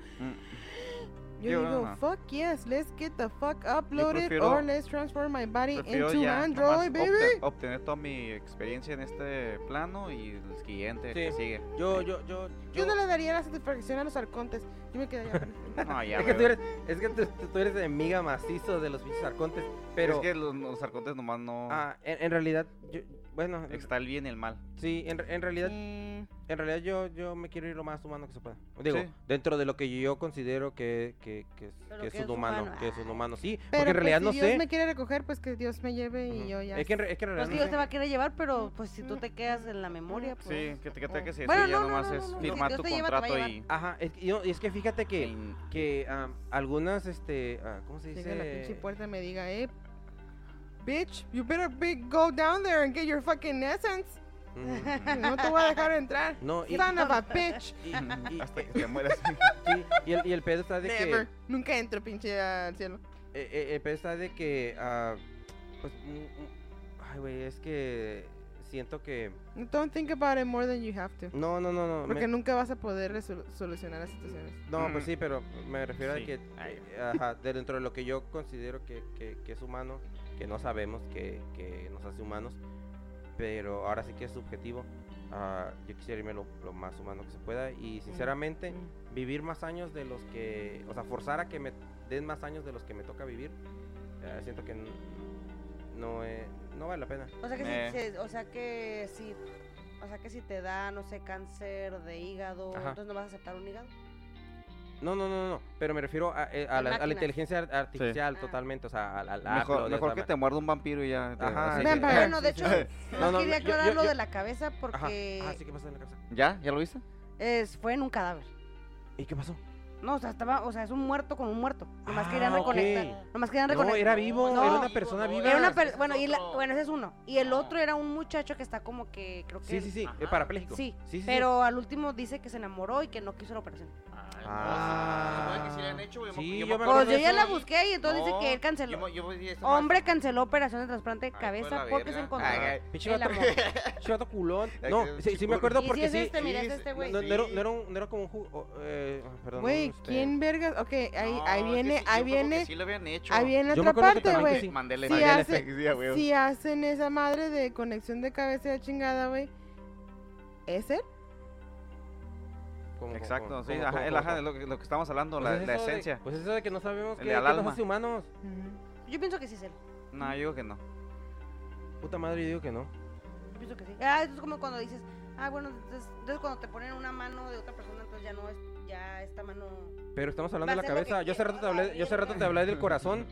[SPEAKER 2] Yo
[SPEAKER 5] Yo,
[SPEAKER 2] digo,
[SPEAKER 5] no.
[SPEAKER 2] fuck yes, let's get the fuck uploaded
[SPEAKER 5] prefiero-
[SPEAKER 2] or let's transform my body
[SPEAKER 5] Prefiero
[SPEAKER 2] into
[SPEAKER 5] ya
[SPEAKER 2] Android,
[SPEAKER 5] nomás
[SPEAKER 2] baby.
[SPEAKER 5] obte- obtener toda mi experiencia en este plano y el siguiente que
[SPEAKER 3] Sí.
[SPEAKER 5] sigue.
[SPEAKER 3] yo, yo, yo,
[SPEAKER 2] Yo
[SPEAKER 3] yo-
[SPEAKER 2] no le daría la satisfacción a los arcontes. Yo me quedaría.
[SPEAKER 5] No, ya,
[SPEAKER 3] Es que, tú
[SPEAKER 5] güey.
[SPEAKER 3] eres, es que tú, tú- tú eres enemiga macizo de los pinches arcontes, pero
[SPEAKER 5] Es que los, los arcontes nomás no.
[SPEAKER 3] ah, en, en realidad, yo- bueno, en-
[SPEAKER 5] Está el bien y el mal.
[SPEAKER 3] sí, en, en realidad,
[SPEAKER 2] Mm,
[SPEAKER 3] en realidad yo, yo me quiero ir lo más humano que se pueda. Digo,
[SPEAKER 5] Sí.
[SPEAKER 3] dentro de lo que yo considero que, que, que, es-
[SPEAKER 4] Pero
[SPEAKER 3] que es
[SPEAKER 4] que es
[SPEAKER 3] un humano,
[SPEAKER 4] humano.
[SPEAKER 3] que es un humano, sí,
[SPEAKER 2] ah. pero
[SPEAKER 3] porque en realidad
[SPEAKER 2] pues,
[SPEAKER 3] no
[SPEAKER 2] si
[SPEAKER 3] sé.
[SPEAKER 2] Dios me quiere recoger, pues que Dios me lleve y
[SPEAKER 3] Ujú.
[SPEAKER 2] yo ya.
[SPEAKER 3] Es que, en re- es que en
[SPEAKER 4] Pues
[SPEAKER 3] realidad
[SPEAKER 4] que
[SPEAKER 3] no
[SPEAKER 4] yo
[SPEAKER 3] sé.
[SPEAKER 4] te va a querer llevar, pero pues si tú te quedas en la memoria, pues.
[SPEAKER 5] Sí, que te que te- que se
[SPEAKER 4] Bueno,
[SPEAKER 5] sí, ya
[SPEAKER 4] no, no,
[SPEAKER 5] nomás
[SPEAKER 4] no,
[SPEAKER 5] es
[SPEAKER 4] no, no,
[SPEAKER 5] firmar
[SPEAKER 4] si
[SPEAKER 5] tu
[SPEAKER 4] Dios te lleva, te va a
[SPEAKER 5] contrato y.
[SPEAKER 3] Ajá, es que, yo- y es que fíjate que...
[SPEAKER 5] y-
[SPEAKER 3] que am, algunas, este, ah, ¿cómo se
[SPEAKER 2] Llega a la pinche
[SPEAKER 3] dice?
[SPEAKER 2] puerta y me diga, eh, bitch, you better be- go down there and get your fucking essence.
[SPEAKER 3] Ujú.
[SPEAKER 2] No te voy a dejar entrar.
[SPEAKER 3] No, y,
[SPEAKER 2] Son of a bitch.
[SPEAKER 3] y- y- y-
[SPEAKER 5] Hasta que te mueras.
[SPEAKER 3] sí, y el, y el pedo está de que,
[SPEAKER 2] Never. Nunca entro, pinche al cielo.
[SPEAKER 3] eh, eh, el pedo está de que, ah, pues, mm, mm, ay, güey, es que siento que,
[SPEAKER 2] Don't think about it more than you have to.
[SPEAKER 3] no, no, no, no, me-
[SPEAKER 2] Porque nunca vas a poder resol- solucionar las situaciones.
[SPEAKER 3] no, pues
[SPEAKER 5] Mm.
[SPEAKER 3] sí, pero me refiero
[SPEAKER 5] Sí. Ah,
[SPEAKER 3] a que,
[SPEAKER 5] Ay.
[SPEAKER 3] ajá, de dentro de lo que yo considero que, que, que es humano, que no sabemos que, que nos hace humanos, pero ahora sí que es subjetivo. ah, yo quisiera irme lo, lo más humano que se pueda y sinceramente vivir más años de los que, o sea, forzar a que me den más años de los que me toca vivir, eh, siento que n- no, eh, no vale la pena.
[SPEAKER 4] O sea que
[SPEAKER 5] Meh.
[SPEAKER 3] Eh.
[SPEAKER 4] si, se- o sea que si o sea que si te da, no sé, cáncer de hígado,
[SPEAKER 3] Ajá.
[SPEAKER 4] entonces no vas a aceptar un hígado.
[SPEAKER 3] No, no, no, no, pero me refiero a, eh, a la, a la
[SPEAKER 4] máquinas.
[SPEAKER 3] inteligencia ar- artificial
[SPEAKER 4] Ah.
[SPEAKER 3] totalmente, o sea, al, al upload,
[SPEAKER 5] Mejor,
[SPEAKER 3] o
[SPEAKER 5] mejor
[SPEAKER 3] sea,
[SPEAKER 5] que
[SPEAKER 3] ma-
[SPEAKER 5] te muerda un vampiro y ya. te-
[SPEAKER 3] Ajá,
[SPEAKER 5] así-
[SPEAKER 2] Vampire.
[SPEAKER 5] Ajá.
[SPEAKER 4] Bueno, de hecho,
[SPEAKER 3] No,
[SPEAKER 4] no,
[SPEAKER 3] no,
[SPEAKER 4] quería
[SPEAKER 3] yo- yo-
[SPEAKER 4] aclarar lo
[SPEAKER 3] yo-
[SPEAKER 4] de la cabeza
[SPEAKER 3] Ajá.
[SPEAKER 4] porque
[SPEAKER 3] Ah, sí, ¿qué pasó en la cabeza?
[SPEAKER 5] ¿Ya? ¿Ya lo viste?
[SPEAKER 4] es, fue en un cadáver.
[SPEAKER 3] ¿Y qué pasó?
[SPEAKER 4] No, o sea, estaba, o sea, es un muerto con un muerto. Nomás
[SPEAKER 3] Ah,
[SPEAKER 4] querían
[SPEAKER 3] ok.
[SPEAKER 4] reconectar. Nomás querían
[SPEAKER 3] No,
[SPEAKER 4] reconectar.
[SPEAKER 3] era vivo,
[SPEAKER 4] No,
[SPEAKER 3] era una persona
[SPEAKER 9] no,
[SPEAKER 3] viva.
[SPEAKER 4] Era una
[SPEAKER 9] Ese
[SPEAKER 4] per-
[SPEAKER 9] es
[SPEAKER 4] bueno, y la-
[SPEAKER 9] otro.
[SPEAKER 4] bueno, ese es uno. Y el
[SPEAKER 9] Ah.
[SPEAKER 4] otro era un muchacho que está como que, creo que.
[SPEAKER 3] Sí, sí, sí,
[SPEAKER 9] Ajá.
[SPEAKER 3] eh, parapléjico.
[SPEAKER 4] Sí,
[SPEAKER 3] sí, sí.
[SPEAKER 4] pero al último dice que se enamoró y que no quiso la operación.
[SPEAKER 3] Ah.
[SPEAKER 9] Ah, que sí le han hecho, güey.
[SPEAKER 3] Sí,
[SPEAKER 9] me-
[SPEAKER 3] yo me
[SPEAKER 9] me acuerdo
[SPEAKER 4] Pues
[SPEAKER 3] acuerdo
[SPEAKER 4] yo
[SPEAKER 9] de
[SPEAKER 4] ya
[SPEAKER 9] eso,
[SPEAKER 4] la
[SPEAKER 9] güey.
[SPEAKER 4] busqué y entonces dice
[SPEAKER 9] No,
[SPEAKER 4] que él canceló.
[SPEAKER 9] yo me- yo vi esta
[SPEAKER 4] Hombre
[SPEAKER 9] madre.
[SPEAKER 4] canceló operación de trasplante de
[SPEAKER 9] Ay,
[SPEAKER 4] cabeza
[SPEAKER 9] fue la
[SPEAKER 4] porque se
[SPEAKER 9] verga.
[SPEAKER 4] encontró
[SPEAKER 9] Ay, ay.
[SPEAKER 3] Pinche
[SPEAKER 4] el
[SPEAKER 3] vato,
[SPEAKER 4] amor.
[SPEAKER 3] pinche vato culón.
[SPEAKER 9] Ay,
[SPEAKER 3] No,
[SPEAKER 9] qué
[SPEAKER 3] sí, sí me
[SPEAKER 9] chicurro.
[SPEAKER 3] acuerdo
[SPEAKER 4] Y si
[SPEAKER 3] porque
[SPEAKER 4] es
[SPEAKER 3] sí.
[SPEAKER 4] este, mira, es
[SPEAKER 9] sí,
[SPEAKER 4] este güey.
[SPEAKER 3] No, no era,
[SPEAKER 9] Sí.
[SPEAKER 3] no era un, no era como un ju- o- eh, ah, perdón.
[SPEAKER 2] Güey,
[SPEAKER 3] este,
[SPEAKER 2] ¿quién vergas? Ok, ahí, ahí
[SPEAKER 9] No, es que
[SPEAKER 2] viene,
[SPEAKER 9] sí, yo
[SPEAKER 2] ahí
[SPEAKER 9] creo que
[SPEAKER 2] viene,
[SPEAKER 9] Sí, lo habían hecho.
[SPEAKER 2] ahí viene
[SPEAKER 3] Yo
[SPEAKER 2] otra
[SPEAKER 3] me acuerdo que
[SPEAKER 2] parte,
[SPEAKER 3] también que
[SPEAKER 2] güey.
[SPEAKER 3] sí.
[SPEAKER 9] Mandela
[SPEAKER 2] Sí,
[SPEAKER 9] Mandela
[SPEAKER 2] hace-
[SPEAKER 9] Effect, sí, a huevo.
[SPEAKER 2] Si hacen esa madre de conexión de cabeza de chingada, güey, ¿es él?
[SPEAKER 3] ¿Cómo, cómo,
[SPEAKER 5] Exacto,
[SPEAKER 3] cómo,
[SPEAKER 5] sí,
[SPEAKER 3] cómo,
[SPEAKER 5] ajá,
[SPEAKER 3] cómo,
[SPEAKER 5] el
[SPEAKER 3] cómo,
[SPEAKER 5] ajá,
[SPEAKER 3] cómo?
[SPEAKER 5] lo que, lo que estamos hablando,
[SPEAKER 3] Pues
[SPEAKER 5] la,
[SPEAKER 3] es
[SPEAKER 5] la
[SPEAKER 3] eso de-
[SPEAKER 5] esencia.
[SPEAKER 3] pues eso de que no sabemos
[SPEAKER 5] El
[SPEAKER 3] qué, qué
[SPEAKER 5] al
[SPEAKER 3] nos
[SPEAKER 5] alma.
[SPEAKER 3] hace humanos.
[SPEAKER 4] Yo pienso que sí es él.
[SPEAKER 5] No, yo digo que no.
[SPEAKER 3] Puta madre, yo digo que no.
[SPEAKER 4] Yo pienso que sí. Ah, eso es como cuando dices, ah, bueno, entonces, entonces cuando te ponen una mano de otra persona, entonces ya no es, ya esta mano.
[SPEAKER 3] Pero estamos hablando
[SPEAKER 4] Va
[SPEAKER 3] de la
[SPEAKER 4] a ser lo que
[SPEAKER 3] cabeza. Yo hace
[SPEAKER 4] quiera,
[SPEAKER 3] rato te
[SPEAKER 4] a la
[SPEAKER 3] hablé, yo hace rato te
[SPEAKER 4] verga.
[SPEAKER 3] hablé del corazón.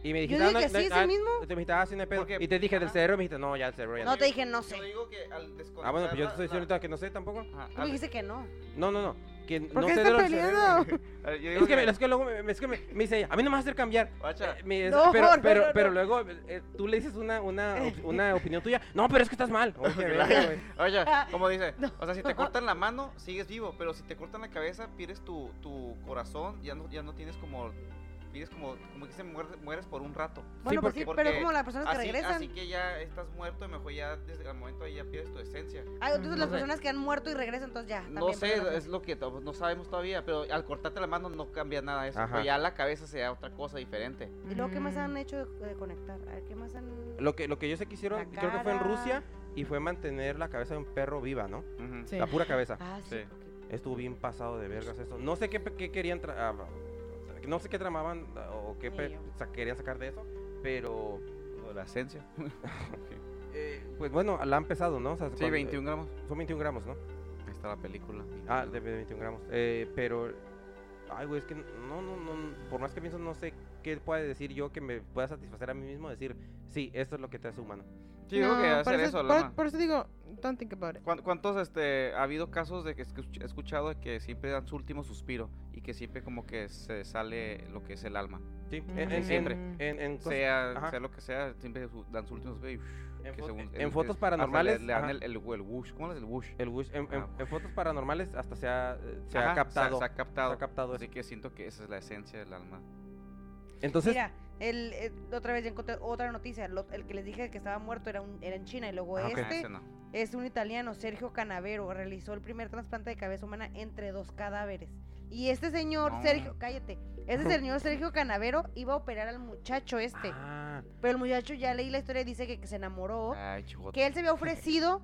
[SPEAKER 3] Y me dijiste,
[SPEAKER 4] digo
[SPEAKER 3] no,
[SPEAKER 4] que
[SPEAKER 3] no,
[SPEAKER 4] sí, es el mismo.
[SPEAKER 3] Te me dijiste, ah, sí, no hay pedo.
[SPEAKER 5] Porque-
[SPEAKER 3] Y te dije del
[SPEAKER 5] ajá.
[SPEAKER 3] cerebro, me dijiste, no, ya el cerebro ya no.
[SPEAKER 4] No te dije
[SPEAKER 9] Yo
[SPEAKER 4] no sé.
[SPEAKER 9] digo que al
[SPEAKER 3] Ah, bueno, pues yo te estoy
[SPEAKER 9] desconectar
[SPEAKER 3] diciendo
[SPEAKER 9] la-
[SPEAKER 3] ahorita que no sé tampoco.
[SPEAKER 5] Ajá,
[SPEAKER 4] Tú me
[SPEAKER 5] al-
[SPEAKER 4] dijiste que no.
[SPEAKER 3] No, no, no. Que
[SPEAKER 2] ¿Por
[SPEAKER 3] no
[SPEAKER 2] qué
[SPEAKER 3] sé
[SPEAKER 2] están
[SPEAKER 3] de los cerebros.
[SPEAKER 2] peleando?
[SPEAKER 5] al- yo digo
[SPEAKER 3] Es que, me-
[SPEAKER 5] que-
[SPEAKER 3] es que luego me, es que me, me dice, a mí no me vas a hacer cambiar.
[SPEAKER 9] Guacha,
[SPEAKER 3] Eh, me-
[SPEAKER 4] No,
[SPEAKER 3] pero,
[SPEAKER 4] no,
[SPEAKER 3] pero,
[SPEAKER 4] no, no.
[SPEAKER 3] pero luego eh, tú le dices una, una, op- una opinión tuya. No, pero es que estás mal. Oye, verga, güey.
[SPEAKER 5] Oye,
[SPEAKER 4] Ah,
[SPEAKER 5] como dice, o sea, si te cortan la mano, sigues vivo, pero si te cortan la cabeza, pierdes tu, tu corazón, ya no, ya no tienes como vives como, como que se muer- mueres por un rato.
[SPEAKER 4] Bueno, pues
[SPEAKER 3] porque-
[SPEAKER 4] sí, pero
[SPEAKER 5] porque
[SPEAKER 4] es como las personas que
[SPEAKER 5] Así,
[SPEAKER 4] regresan.
[SPEAKER 5] así que ya estás muerto y mejor ya desde el momento ahí ya pierdes tu esencia.
[SPEAKER 4] Ah, entonces las
[SPEAKER 5] Ujú. Mm, No sé.
[SPEAKER 4] personas que han muerto y regresan, entonces ya.
[SPEAKER 5] No
[SPEAKER 4] también
[SPEAKER 5] sé,
[SPEAKER 4] pierden la
[SPEAKER 5] es lo que to- no sabemos todavía, pero al cortarte la mano no cambia nada eso.
[SPEAKER 3] Ajá.
[SPEAKER 5] pero ya la cabeza se da otra cosa diferente.
[SPEAKER 4] fe. ¿Y luego qué más
[SPEAKER 2] Mm.
[SPEAKER 4] han hecho de, de conectar? A ver, ¿qué más han...?
[SPEAKER 3] Lo que, lo que yo sé que hicieron,
[SPEAKER 4] La
[SPEAKER 3] creo que fue en
[SPEAKER 4] cara.
[SPEAKER 3] Rusia, y fue mantener la cabeza de un perro viva, ¿no?
[SPEAKER 5] Ujú.
[SPEAKER 2] Sí.
[SPEAKER 3] La pura cabeza.
[SPEAKER 4] Ah, sí.
[SPEAKER 5] Sí.
[SPEAKER 4] porque-
[SPEAKER 3] Estuvo bien pasado de vergas eso. No sé qué, pe- qué querían. tra- ah, no sé qué tramaban ah, o qué
[SPEAKER 4] Ni
[SPEAKER 3] pe-
[SPEAKER 4] yo.
[SPEAKER 3] sa- querían sacar de eso, pero.
[SPEAKER 5] O La esencia.
[SPEAKER 3] eh, pues bueno, la han pesado, ¿no? O sea,
[SPEAKER 5] Sí,
[SPEAKER 3] cuando- eh,
[SPEAKER 5] 21 gramos.
[SPEAKER 3] Son 21 gramos, ¿no?
[SPEAKER 5] Ahí está la película.
[SPEAKER 3] Ah, de 21 gramos. Eh, pero. Ay, güey, es que no, no, no. Por más que pienso, no sé qué pueda decir yo que me pueda satisfacer a mí mismo. Decir, sí, esto es lo que te hace humano.
[SPEAKER 5] Sí, digo que
[SPEAKER 2] No,
[SPEAKER 5] hacer
[SPEAKER 2] por eso,
[SPEAKER 5] eso,
[SPEAKER 2] por-
[SPEAKER 5] Lama.
[SPEAKER 2] por eso digo, don't think about it.
[SPEAKER 5] ¿Cuán- ¿Cuántos este, ha habido casos de que escuch- he escuchado de que siempre dan su último suspiro y que siempre como que se sale lo que es el alma?
[SPEAKER 3] Sí, en-
[SPEAKER 2] Mm.
[SPEAKER 3] en, en-
[SPEAKER 5] Siempre.
[SPEAKER 3] en- en cosas-
[SPEAKER 5] sea,
[SPEAKER 3] ajá.
[SPEAKER 5] sea lo que sea, siempre su- dan su último suspiro y
[SPEAKER 3] En
[SPEAKER 5] que
[SPEAKER 3] fo-
[SPEAKER 5] según-
[SPEAKER 3] en
[SPEAKER 5] el- el-
[SPEAKER 3] fotos
[SPEAKER 5] hasta
[SPEAKER 3] paranormales,
[SPEAKER 5] Le, le dan
[SPEAKER 3] ajá.
[SPEAKER 5] el, el, el whoosh. ¿Cómo es el whoosh?
[SPEAKER 3] el wish- en, en-
[SPEAKER 5] Ah.
[SPEAKER 3] en fotos paranormales hasta se ha, eh, se
[SPEAKER 5] Ajá,
[SPEAKER 3] ha captado.
[SPEAKER 5] Se, ha captado.
[SPEAKER 3] se ha captado
[SPEAKER 5] Así
[SPEAKER 3] eso.
[SPEAKER 5] que siento que esa es la esencia del alma.
[SPEAKER 3] Entonces,
[SPEAKER 4] Mira, el, eh, otra vez ya encontré otra noticia. Lo- el que les dije que estaba muerto era, un, era en China y luego
[SPEAKER 3] Ah, ok.
[SPEAKER 5] Ah,
[SPEAKER 4] este
[SPEAKER 5] ese no.
[SPEAKER 4] es un italiano, Sergio Canavero. Realizó el primer trasplante de cabeza humana entre dos cadáveres. Y este señor,
[SPEAKER 5] No.
[SPEAKER 4] Sergio, cállate. Este señor Sergio Canavero iba a operar al muchacho este.
[SPEAKER 3] Ah,
[SPEAKER 4] Pero el muchacho ya leí la historia y dice que, que se enamoró.
[SPEAKER 5] Ay, chico.
[SPEAKER 4] Que él se había ofrecido.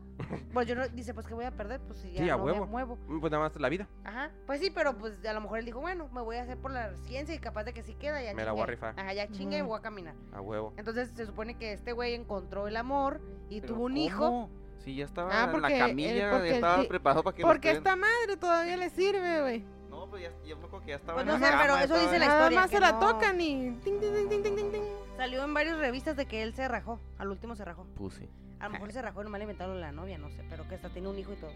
[SPEAKER 4] pues yo no, dice, pues que voy a perder, pues si ya
[SPEAKER 3] Sí, a
[SPEAKER 4] no
[SPEAKER 3] huevo.
[SPEAKER 4] me muevo.
[SPEAKER 3] mm, pues nada más la vida.
[SPEAKER 4] Ajá, pues sí, pero pues a lo mejor él dijo, bueno, me voy a hacer por la ciencia y capaz de que sí queda. Ya
[SPEAKER 3] Me la voy a
[SPEAKER 4] chingué".
[SPEAKER 3] rifar.
[SPEAKER 4] Ajá, ya chingue y
[SPEAKER 2] Ujú.
[SPEAKER 4] voy a caminar.
[SPEAKER 3] A huevo.
[SPEAKER 4] Entonces se supone que este güey encontró el amor y
[SPEAKER 5] Pero
[SPEAKER 4] tuvo un hijo.
[SPEAKER 5] ¿cómo? Sí, ya estaba
[SPEAKER 2] Ah,
[SPEAKER 5] en
[SPEAKER 2] porque
[SPEAKER 5] la
[SPEAKER 2] el-
[SPEAKER 5] camilla,
[SPEAKER 2] porque el
[SPEAKER 5] ya estaba
[SPEAKER 2] ti-
[SPEAKER 5] preparado para que lo
[SPEAKER 2] Porque
[SPEAKER 5] estuvieran-
[SPEAKER 2] esta madre todavía le sirve, güey.
[SPEAKER 5] No, pues ya, yo me acuerdo que ya estaba
[SPEAKER 4] Pues
[SPEAKER 5] en
[SPEAKER 4] no
[SPEAKER 5] la
[SPEAKER 4] sé,
[SPEAKER 5] cama,
[SPEAKER 4] pero
[SPEAKER 5] ya
[SPEAKER 4] eso
[SPEAKER 5] estaba
[SPEAKER 4] dice
[SPEAKER 5] en-
[SPEAKER 4] la
[SPEAKER 2] Nada
[SPEAKER 4] historia
[SPEAKER 2] más
[SPEAKER 4] que
[SPEAKER 2] se la
[SPEAKER 4] no.
[SPEAKER 2] tocan y... ting, ting, ting, ting, ting, ting, ting.
[SPEAKER 4] Salió en varias revistas de que él se rajó. Al último se rajó. A lo mejor se rajó y nomás le inventaron la novia, no sé. Pero que hasta tiene un hijo y todo.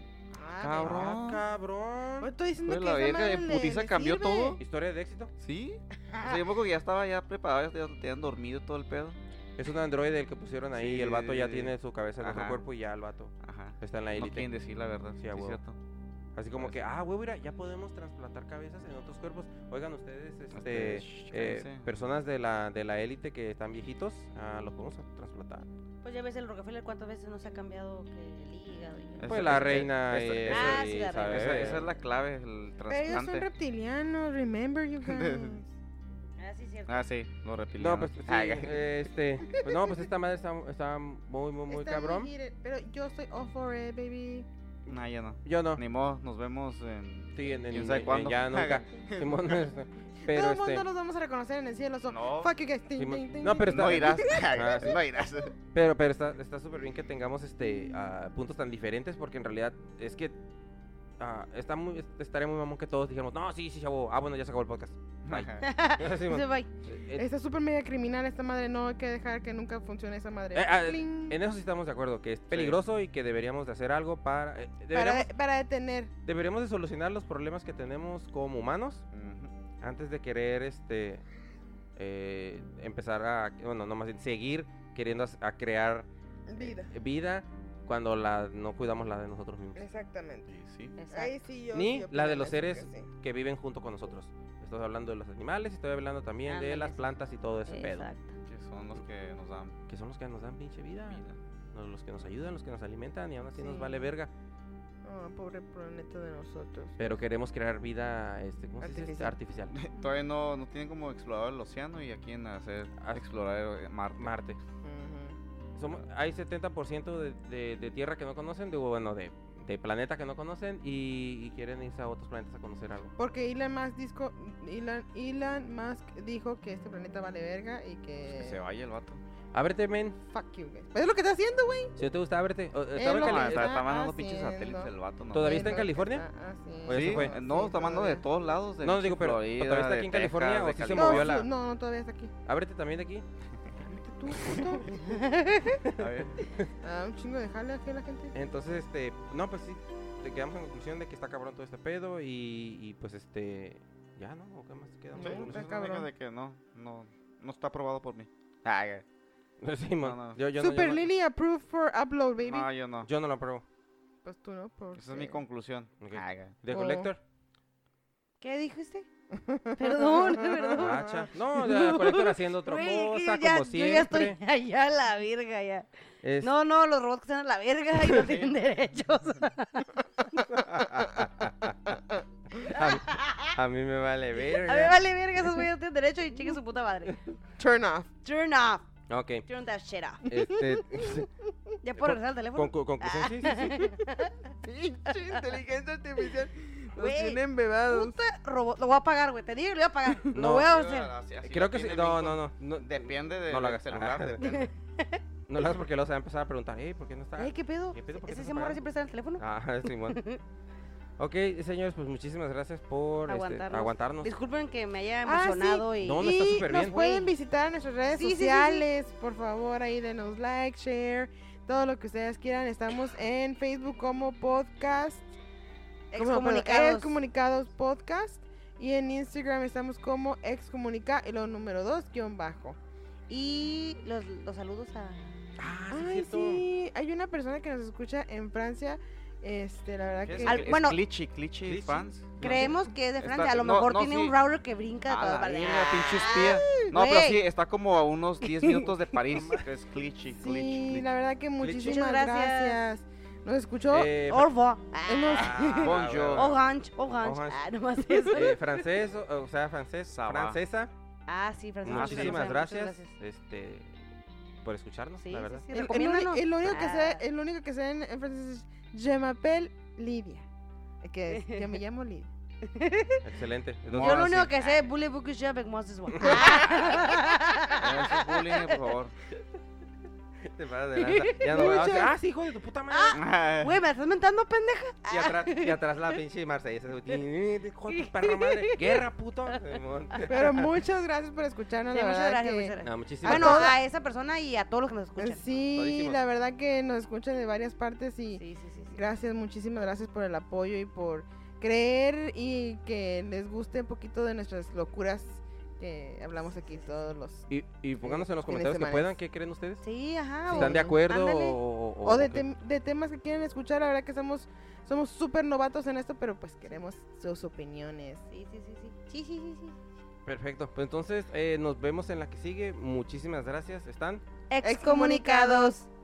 [SPEAKER 3] Cabrón,
[SPEAKER 5] Ah.
[SPEAKER 3] cabrón.
[SPEAKER 2] Pues estoy diciendo
[SPEAKER 5] Pues
[SPEAKER 2] que
[SPEAKER 5] la
[SPEAKER 2] esa
[SPEAKER 5] verga de
[SPEAKER 2] madre le-
[SPEAKER 5] putiza
[SPEAKER 2] le
[SPEAKER 5] cambió
[SPEAKER 2] sirve.
[SPEAKER 5] todo.
[SPEAKER 3] Historia de éxito.
[SPEAKER 5] Sí. O sea, yo me acuerdo que ya estaba ya preparado, ya te habían dormido todo el pedo.
[SPEAKER 3] Es un androide el que pusieron ahí y el
[SPEAKER 5] Sí,
[SPEAKER 3] vato ya
[SPEAKER 5] sí,
[SPEAKER 3] tiene su cabeza en otro
[SPEAKER 5] Ajá.
[SPEAKER 3] cuerpo y ya el vato
[SPEAKER 5] Ajá.
[SPEAKER 3] está en la
[SPEAKER 5] No
[SPEAKER 3] élite.
[SPEAKER 5] quieren decir la verdad,
[SPEAKER 3] Sí,
[SPEAKER 5] sí,
[SPEAKER 3] a
[SPEAKER 5] es
[SPEAKER 3] huevo.
[SPEAKER 5] cierto.
[SPEAKER 3] Así como
[SPEAKER 5] Pues
[SPEAKER 3] que,
[SPEAKER 5] sí.
[SPEAKER 3] ah, güey, mira, ya podemos trasplantar cabezas en otros cuerpos. Oigan, ustedes, este,
[SPEAKER 5] Ustedes, shh,
[SPEAKER 3] eh,
[SPEAKER 5] cállense.
[SPEAKER 3] personas de la de la élite que están viejitos, ah, los podemos trasplantar.
[SPEAKER 4] Pues ya ves el Rockefeller cuántas veces no se ha cambiado que el hígado. y-
[SPEAKER 5] Esa-
[SPEAKER 3] Pues la
[SPEAKER 5] esa-
[SPEAKER 3] reina
[SPEAKER 5] esa-
[SPEAKER 3] y
[SPEAKER 5] esa-
[SPEAKER 4] Ah, sí, la
[SPEAKER 3] Isabel.
[SPEAKER 4] reina.
[SPEAKER 5] Esa, esa es la clave, el
[SPEAKER 2] Pero ellos son
[SPEAKER 5] trasplante.
[SPEAKER 2] reptilianos, remember you guys.
[SPEAKER 4] Ah, sí, cierto.
[SPEAKER 5] Ah, sí, lo Ah, reptiliano.
[SPEAKER 3] No, pues sí,
[SPEAKER 5] Ay,
[SPEAKER 3] este, pues no, pues esta madre está, está muy, muy, muy
[SPEAKER 2] Está
[SPEAKER 3] cabrón.
[SPEAKER 2] heated, Pero yo estoy all for it, baby.
[SPEAKER 5] no, ya no.
[SPEAKER 3] Yo no.
[SPEAKER 5] Ni modo, nos vemos en...
[SPEAKER 3] Sí, en, en,
[SPEAKER 5] ¿Quién sabe
[SPEAKER 3] en-
[SPEAKER 5] cuándo?
[SPEAKER 3] ya nunca. Simón, este, pero
[SPEAKER 2] Todo el
[SPEAKER 3] este,
[SPEAKER 2] mundo los vamos a reconocer en el cielo. so
[SPEAKER 5] No.
[SPEAKER 2] Fuck you guys. ting,
[SPEAKER 3] Simón-
[SPEAKER 2] ting, ting,
[SPEAKER 3] no,
[SPEAKER 2] ting.
[SPEAKER 3] pero está,
[SPEAKER 5] No irás.
[SPEAKER 3] Ah, sí.
[SPEAKER 5] No irás.
[SPEAKER 3] pero pero está está súper bien que tengamos este ah, puntos tan diferentes porque en realidad es que ah, está muy es- estaría muy mamón que todos dijéramos, "No, sí, sí, chavo. Ah, bueno, ya se acabó el podcast."
[SPEAKER 5] Ajá.
[SPEAKER 3] Simón,
[SPEAKER 4] Dice, "Bye".
[SPEAKER 3] eh,
[SPEAKER 2] Está súper media criminal esta madre. No hay que dejar que nunca funcione esa madre.
[SPEAKER 3] Eh, ah,
[SPEAKER 2] Pling.
[SPEAKER 3] en eso sí estamos de acuerdo, que es peligroso y que deberíamos de hacer algo para... eh,
[SPEAKER 2] para,
[SPEAKER 3] deberíamos,
[SPEAKER 2] para detener.
[SPEAKER 3] deberíamos de solucionar los problemas que tenemos como humanos
[SPEAKER 5] Ujú.
[SPEAKER 3] antes de querer este eh, empezar a bueno no más bien, seguir queriendo as- a crear
[SPEAKER 2] Vida.
[SPEAKER 3] eh, vida cuando la no cuidamos la de nosotros mismos
[SPEAKER 2] Exactamente.
[SPEAKER 5] Y sí.
[SPEAKER 4] Exacto.
[SPEAKER 2] Ahí sí yo.
[SPEAKER 3] Ni
[SPEAKER 2] sí
[SPEAKER 3] la de
[SPEAKER 2] opino
[SPEAKER 3] los
[SPEAKER 2] eso, que
[SPEAKER 3] seres
[SPEAKER 2] sí.
[SPEAKER 3] que viven junto con nosotros estoy hablando de los animales y estoy hablando también de
[SPEAKER 4] Ándale,
[SPEAKER 3] las
[SPEAKER 4] sí.
[SPEAKER 3] plantas y todo ese
[SPEAKER 4] Exacto.
[SPEAKER 5] Que son los que nos dan
[SPEAKER 3] pedo que son los que nos dan pinche vida
[SPEAKER 5] vida.
[SPEAKER 3] no- los que nos ayudan los que nos alimentan y aún así nos
[SPEAKER 2] Sí.
[SPEAKER 3] vale verga
[SPEAKER 2] Ah, pobre planeta de nosotros.
[SPEAKER 3] pero queremos crear vida este ¿cómo se dice? Este, artificial
[SPEAKER 5] Todavía no, no tienen como explorador el océano y a quién hacer
[SPEAKER 3] Ah,
[SPEAKER 5] explorar eh, Marte.
[SPEAKER 3] Marte
[SPEAKER 2] Ujú.
[SPEAKER 3] Somos- hay 70% de, de, de tierra que no conocen, de, bueno, de, de planeta que no conocen y, y quieren irse a otros planetas a conocer algo.
[SPEAKER 2] Porque Elon Musk, disco, Elon, Elon Musk dijo que este planeta vale verga y
[SPEAKER 5] Pues
[SPEAKER 2] que.
[SPEAKER 5] que se vaya el vato.
[SPEAKER 3] Ábrete, men.
[SPEAKER 2] Fuck you, guys. Pues es lo que está haciendo, güey.
[SPEAKER 3] Si no te gusta, ábrete. O- eh, estaba en
[SPEAKER 2] lo
[SPEAKER 5] No,
[SPEAKER 3] Cali-
[SPEAKER 2] que
[SPEAKER 5] está,
[SPEAKER 2] más-
[SPEAKER 3] está-
[SPEAKER 5] está mandando
[SPEAKER 2] haciendo.
[SPEAKER 5] pinches satélites el vato. ¿no?
[SPEAKER 3] ¿Todavía
[SPEAKER 2] Es
[SPEAKER 3] está en
[SPEAKER 2] lo que
[SPEAKER 3] California?
[SPEAKER 2] está haciendo.
[SPEAKER 3] ¿O ya se
[SPEAKER 5] Sí,
[SPEAKER 3] fue?
[SPEAKER 5] eh, No, está mandando de
[SPEAKER 2] ah, todavía.
[SPEAKER 5] todos lados. de
[SPEAKER 3] No, digo,
[SPEAKER 5] pinche
[SPEAKER 3] pero- pero
[SPEAKER 5] Florida,
[SPEAKER 3] ¿todavía está
[SPEAKER 5] de
[SPEAKER 3] aquí en California
[SPEAKER 5] Texas,
[SPEAKER 3] o
[SPEAKER 5] de
[SPEAKER 3] sí se
[SPEAKER 2] No,
[SPEAKER 3] movió
[SPEAKER 2] sí,
[SPEAKER 3] la-
[SPEAKER 2] no, no, todavía está aquí.
[SPEAKER 3] ábrete también de aquí.
[SPEAKER 2] Vete tú, puto.
[SPEAKER 5] A ver,
[SPEAKER 2] Ah, un chingo de jale aquí a la gente.
[SPEAKER 3] Entonces, este, no, pues sí, te quedamos en conclusión de que está cabrón todo este pedo y, y, pues este, ya, ¿no? ¿O qué más quedamos?
[SPEAKER 5] sí,
[SPEAKER 3] en
[SPEAKER 5] pues
[SPEAKER 2] está
[SPEAKER 5] es
[SPEAKER 3] conclusión?
[SPEAKER 5] una
[SPEAKER 2] cabrón.
[SPEAKER 5] cosa de que no, no, no está aprobado por mí. Ah, ya.
[SPEAKER 3] Sí,
[SPEAKER 5] No,
[SPEAKER 3] mon.
[SPEAKER 5] no.
[SPEAKER 3] Yo, yo no-
[SPEAKER 2] Super
[SPEAKER 3] yo no,
[SPEAKER 2] Lily approved for upload, baby.
[SPEAKER 5] No, yo no.
[SPEAKER 3] yo no lo apruebo.
[SPEAKER 2] Pues tú no, porque...
[SPEAKER 5] Esa es mi conclusión.
[SPEAKER 3] Ok.
[SPEAKER 5] Ah, ya.
[SPEAKER 3] ¿De
[SPEAKER 2] Oh.
[SPEAKER 3] Collector?
[SPEAKER 4] ¿Qué dijiste? Perdón, perdón.
[SPEAKER 3] Guacha. No, ya Collector haciendo Ah, otra
[SPEAKER 4] Ah. Güey, es que
[SPEAKER 3] cosa,
[SPEAKER 4] yo ya,
[SPEAKER 3] como
[SPEAKER 4] yo ya
[SPEAKER 3] siempre.
[SPEAKER 4] estoy allá a la verga ya.
[SPEAKER 3] Es-
[SPEAKER 4] No, no, los robots que están a la verga y no tienen derechos.
[SPEAKER 3] a, mí, a mí me vale verga.
[SPEAKER 4] A mí vale verga, esos güeyes no tienen derecho y chiquen su puta madre.
[SPEAKER 2] Turn off.
[SPEAKER 4] Turn off.
[SPEAKER 3] Ok.
[SPEAKER 4] Turn that shit off.
[SPEAKER 3] Este,
[SPEAKER 4] ¿Ya puedo regresar al teléfono?
[SPEAKER 3] concu- conclusión, sí, sí, sí.
[SPEAKER 2] Pinche inteligencia artificial. Los
[SPEAKER 4] Güey,
[SPEAKER 2] tienen bebados.
[SPEAKER 4] Puta robot. Lo voy a pagar, güey. Te digo que lo voy a pagar.
[SPEAKER 3] No,
[SPEAKER 4] lo voy a
[SPEAKER 1] Sí,
[SPEAKER 4] hacer.
[SPEAKER 1] así- así
[SPEAKER 3] Creo
[SPEAKER 1] la
[SPEAKER 3] que sí.
[SPEAKER 1] tiene
[SPEAKER 3] No,
[SPEAKER 1] bien
[SPEAKER 3] no,
[SPEAKER 1] con-
[SPEAKER 3] no. No,
[SPEAKER 1] Depende de-
[SPEAKER 3] No lo
[SPEAKER 1] del
[SPEAKER 3] hagas.
[SPEAKER 1] celular,
[SPEAKER 3] Ajá.
[SPEAKER 1] depende.
[SPEAKER 3] no lo hagas porque los van a empezar a preguntar, "Ey, ¿por qué no está?
[SPEAKER 4] Ey, ¿qué pedo?
[SPEAKER 3] ¿Qué pedo? ¿Por qué
[SPEAKER 4] ¿Ese
[SPEAKER 3] estás
[SPEAKER 4] ese morra
[SPEAKER 3] apagando?
[SPEAKER 4] siempre está en el teléfono?
[SPEAKER 3] Ah, Simón. Ok, señores, pues muchísimas gracias por este,
[SPEAKER 4] Aguantarnos.
[SPEAKER 3] aguantarnos.
[SPEAKER 4] Disculpen que me haya
[SPEAKER 2] Ah, sí.
[SPEAKER 4] emocionado y...
[SPEAKER 3] No, no está
[SPEAKER 2] Y
[SPEAKER 3] súper
[SPEAKER 2] nos
[SPEAKER 3] bien.
[SPEAKER 2] pueden
[SPEAKER 4] Güey.
[SPEAKER 2] visitar en nuestras redes
[SPEAKER 4] Sí, sí, sí, sí.
[SPEAKER 2] sociales. Por favor, ahí denos like, share, todo lo que ustedes quieran. Estamos en Facebook como podcast. como- perdón,
[SPEAKER 4] Excomunicados.
[SPEAKER 2] Excomunicados Podcast. Y en Instagram estamos como excomunica y lo número 2 guión bajo.
[SPEAKER 4] Y los, los saludos a...
[SPEAKER 3] Ah, sí, es
[SPEAKER 2] Ay,
[SPEAKER 3] cierto.
[SPEAKER 2] sí. Hay una persona que nos escucha en Francia. Este, la verdad
[SPEAKER 1] Es-
[SPEAKER 2] que.
[SPEAKER 4] Al-
[SPEAKER 1] es
[SPEAKER 4] bueno,
[SPEAKER 1] Clichy, Clichy
[SPEAKER 3] Clichy.
[SPEAKER 1] fans.
[SPEAKER 4] Creemos que es de
[SPEAKER 1] Está-
[SPEAKER 4] Francia. a lo
[SPEAKER 1] no,
[SPEAKER 4] mejor
[SPEAKER 1] no,
[SPEAKER 4] tiene
[SPEAKER 1] sí.
[SPEAKER 4] un router que brinca. Ah. de
[SPEAKER 1] A
[SPEAKER 4] todas
[SPEAKER 1] la
[SPEAKER 4] partes.
[SPEAKER 1] verga, pinche espía. No, pero
[SPEAKER 4] güey.
[SPEAKER 1] sí, está como a unos 10 minutos de París. que es Clichy,
[SPEAKER 2] Sí,
[SPEAKER 1] Clichy.
[SPEAKER 2] la verdad que muchísimas
[SPEAKER 4] Muchas
[SPEAKER 2] gracias.
[SPEAKER 4] gracias.
[SPEAKER 2] Nos escuchó.
[SPEAKER 3] Eh,
[SPEAKER 4] Au revoir.
[SPEAKER 2] Hemos-
[SPEAKER 3] ah,
[SPEAKER 1] Bonjour.
[SPEAKER 3] bueno.
[SPEAKER 4] Orange, orange.
[SPEAKER 3] Orange.
[SPEAKER 4] Ah, nomás eso.
[SPEAKER 3] Eh, francés, o, o sea, francés,
[SPEAKER 1] Ça va.
[SPEAKER 3] francesa.
[SPEAKER 4] Ah, sí, Francisco.
[SPEAKER 1] Muchísimas
[SPEAKER 4] Francisco,
[SPEAKER 3] Muchísimas
[SPEAKER 4] muchas
[SPEAKER 3] gracias, este, por escucharnos,
[SPEAKER 4] Sí,
[SPEAKER 3] la
[SPEAKER 4] sí,
[SPEAKER 3] verdad.
[SPEAKER 4] sí,
[SPEAKER 2] el, el
[SPEAKER 4] recomiéndanos.
[SPEAKER 2] uni- el único que sé,
[SPEAKER 4] Ah.
[SPEAKER 2] el único que sé en, en francés es Je m'appelle Lidia. Que es, yo me llamo Lidia.
[SPEAKER 3] Excelente.
[SPEAKER 4] Yo
[SPEAKER 1] Ahora
[SPEAKER 4] lo
[SPEAKER 1] sí.
[SPEAKER 4] único que sé es Bully Ah, Bookish Job and Moses One.
[SPEAKER 1] No, eso es bullying, por favor.
[SPEAKER 3] te pasas de lanza. Ya no
[SPEAKER 2] Muchas-
[SPEAKER 3] vas a decir, ah, sí, hijo de tu puta madre.
[SPEAKER 5] Ah.
[SPEAKER 4] Güey, me estás mentando, pendeja.
[SPEAKER 3] Y atrás, y atrás la pinche Marsella. Hijo de tu perra madre. Guerra, puto. Simón.
[SPEAKER 2] Pero muchas gracias por escucharnos.
[SPEAKER 4] Sí,
[SPEAKER 2] la
[SPEAKER 4] muchas
[SPEAKER 2] verdad
[SPEAKER 4] gracias,
[SPEAKER 2] que-
[SPEAKER 4] muchas gracias.
[SPEAKER 3] No, muchísimas
[SPEAKER 4] Bueno,
[SPEAKER 3] gracias.
[SPEAKER 4] a esa persona y a todos los que nos escuchan. Sí,
[SPEAKER 2] Pues Sí,
[SPEAKER 3] Todísimos.
[SPEAKER 2] la verdad que nos escuchan de varias partes y
[SPEAKER 4] sí, sí. sí.
[SPEAKER 2] gracias, muchísimas gracias por el apoyo y por creer y que les guste un poquito de nuestras locuras que hablamos aquí todos los...
[SPEAKER 3] Y, y pónganos en los
[SPEAKER 2] Fines
[SPEAKER 3] comentarios que
[SPEAKER 2] semanas.
[SPEAKER 3] puedan, ¿qué creen ustedes?
[SPEAKER 4] Sí,
[SPEAKER 2] Sí.
[SPEAKER 4] ajá.
[SPEAKER 3] ¿Están de
[SPEAKER 4] o-
[SPEAKER 3] acuerdo
[SPEAKER 4] ándale.
[SPEAKER 3] o,
[SPEAKER 2] O de,
[SPEAKER 3] qué?
[SPEAKER 2] tem- de temas que quieren escuchar, la verdad que somos somos súper novatos en esto, pero pues queremos sus opiniones.
[SPEAKER 4] Sí, sí, sí, sí. Sí, sí, sí, sí.
[SPEAKER 3] Perfecto. Pues entonces eh, nos vemos en la que sigue. Muchísimas gracias. Están.
[SPEAKER 4] Excomunicados.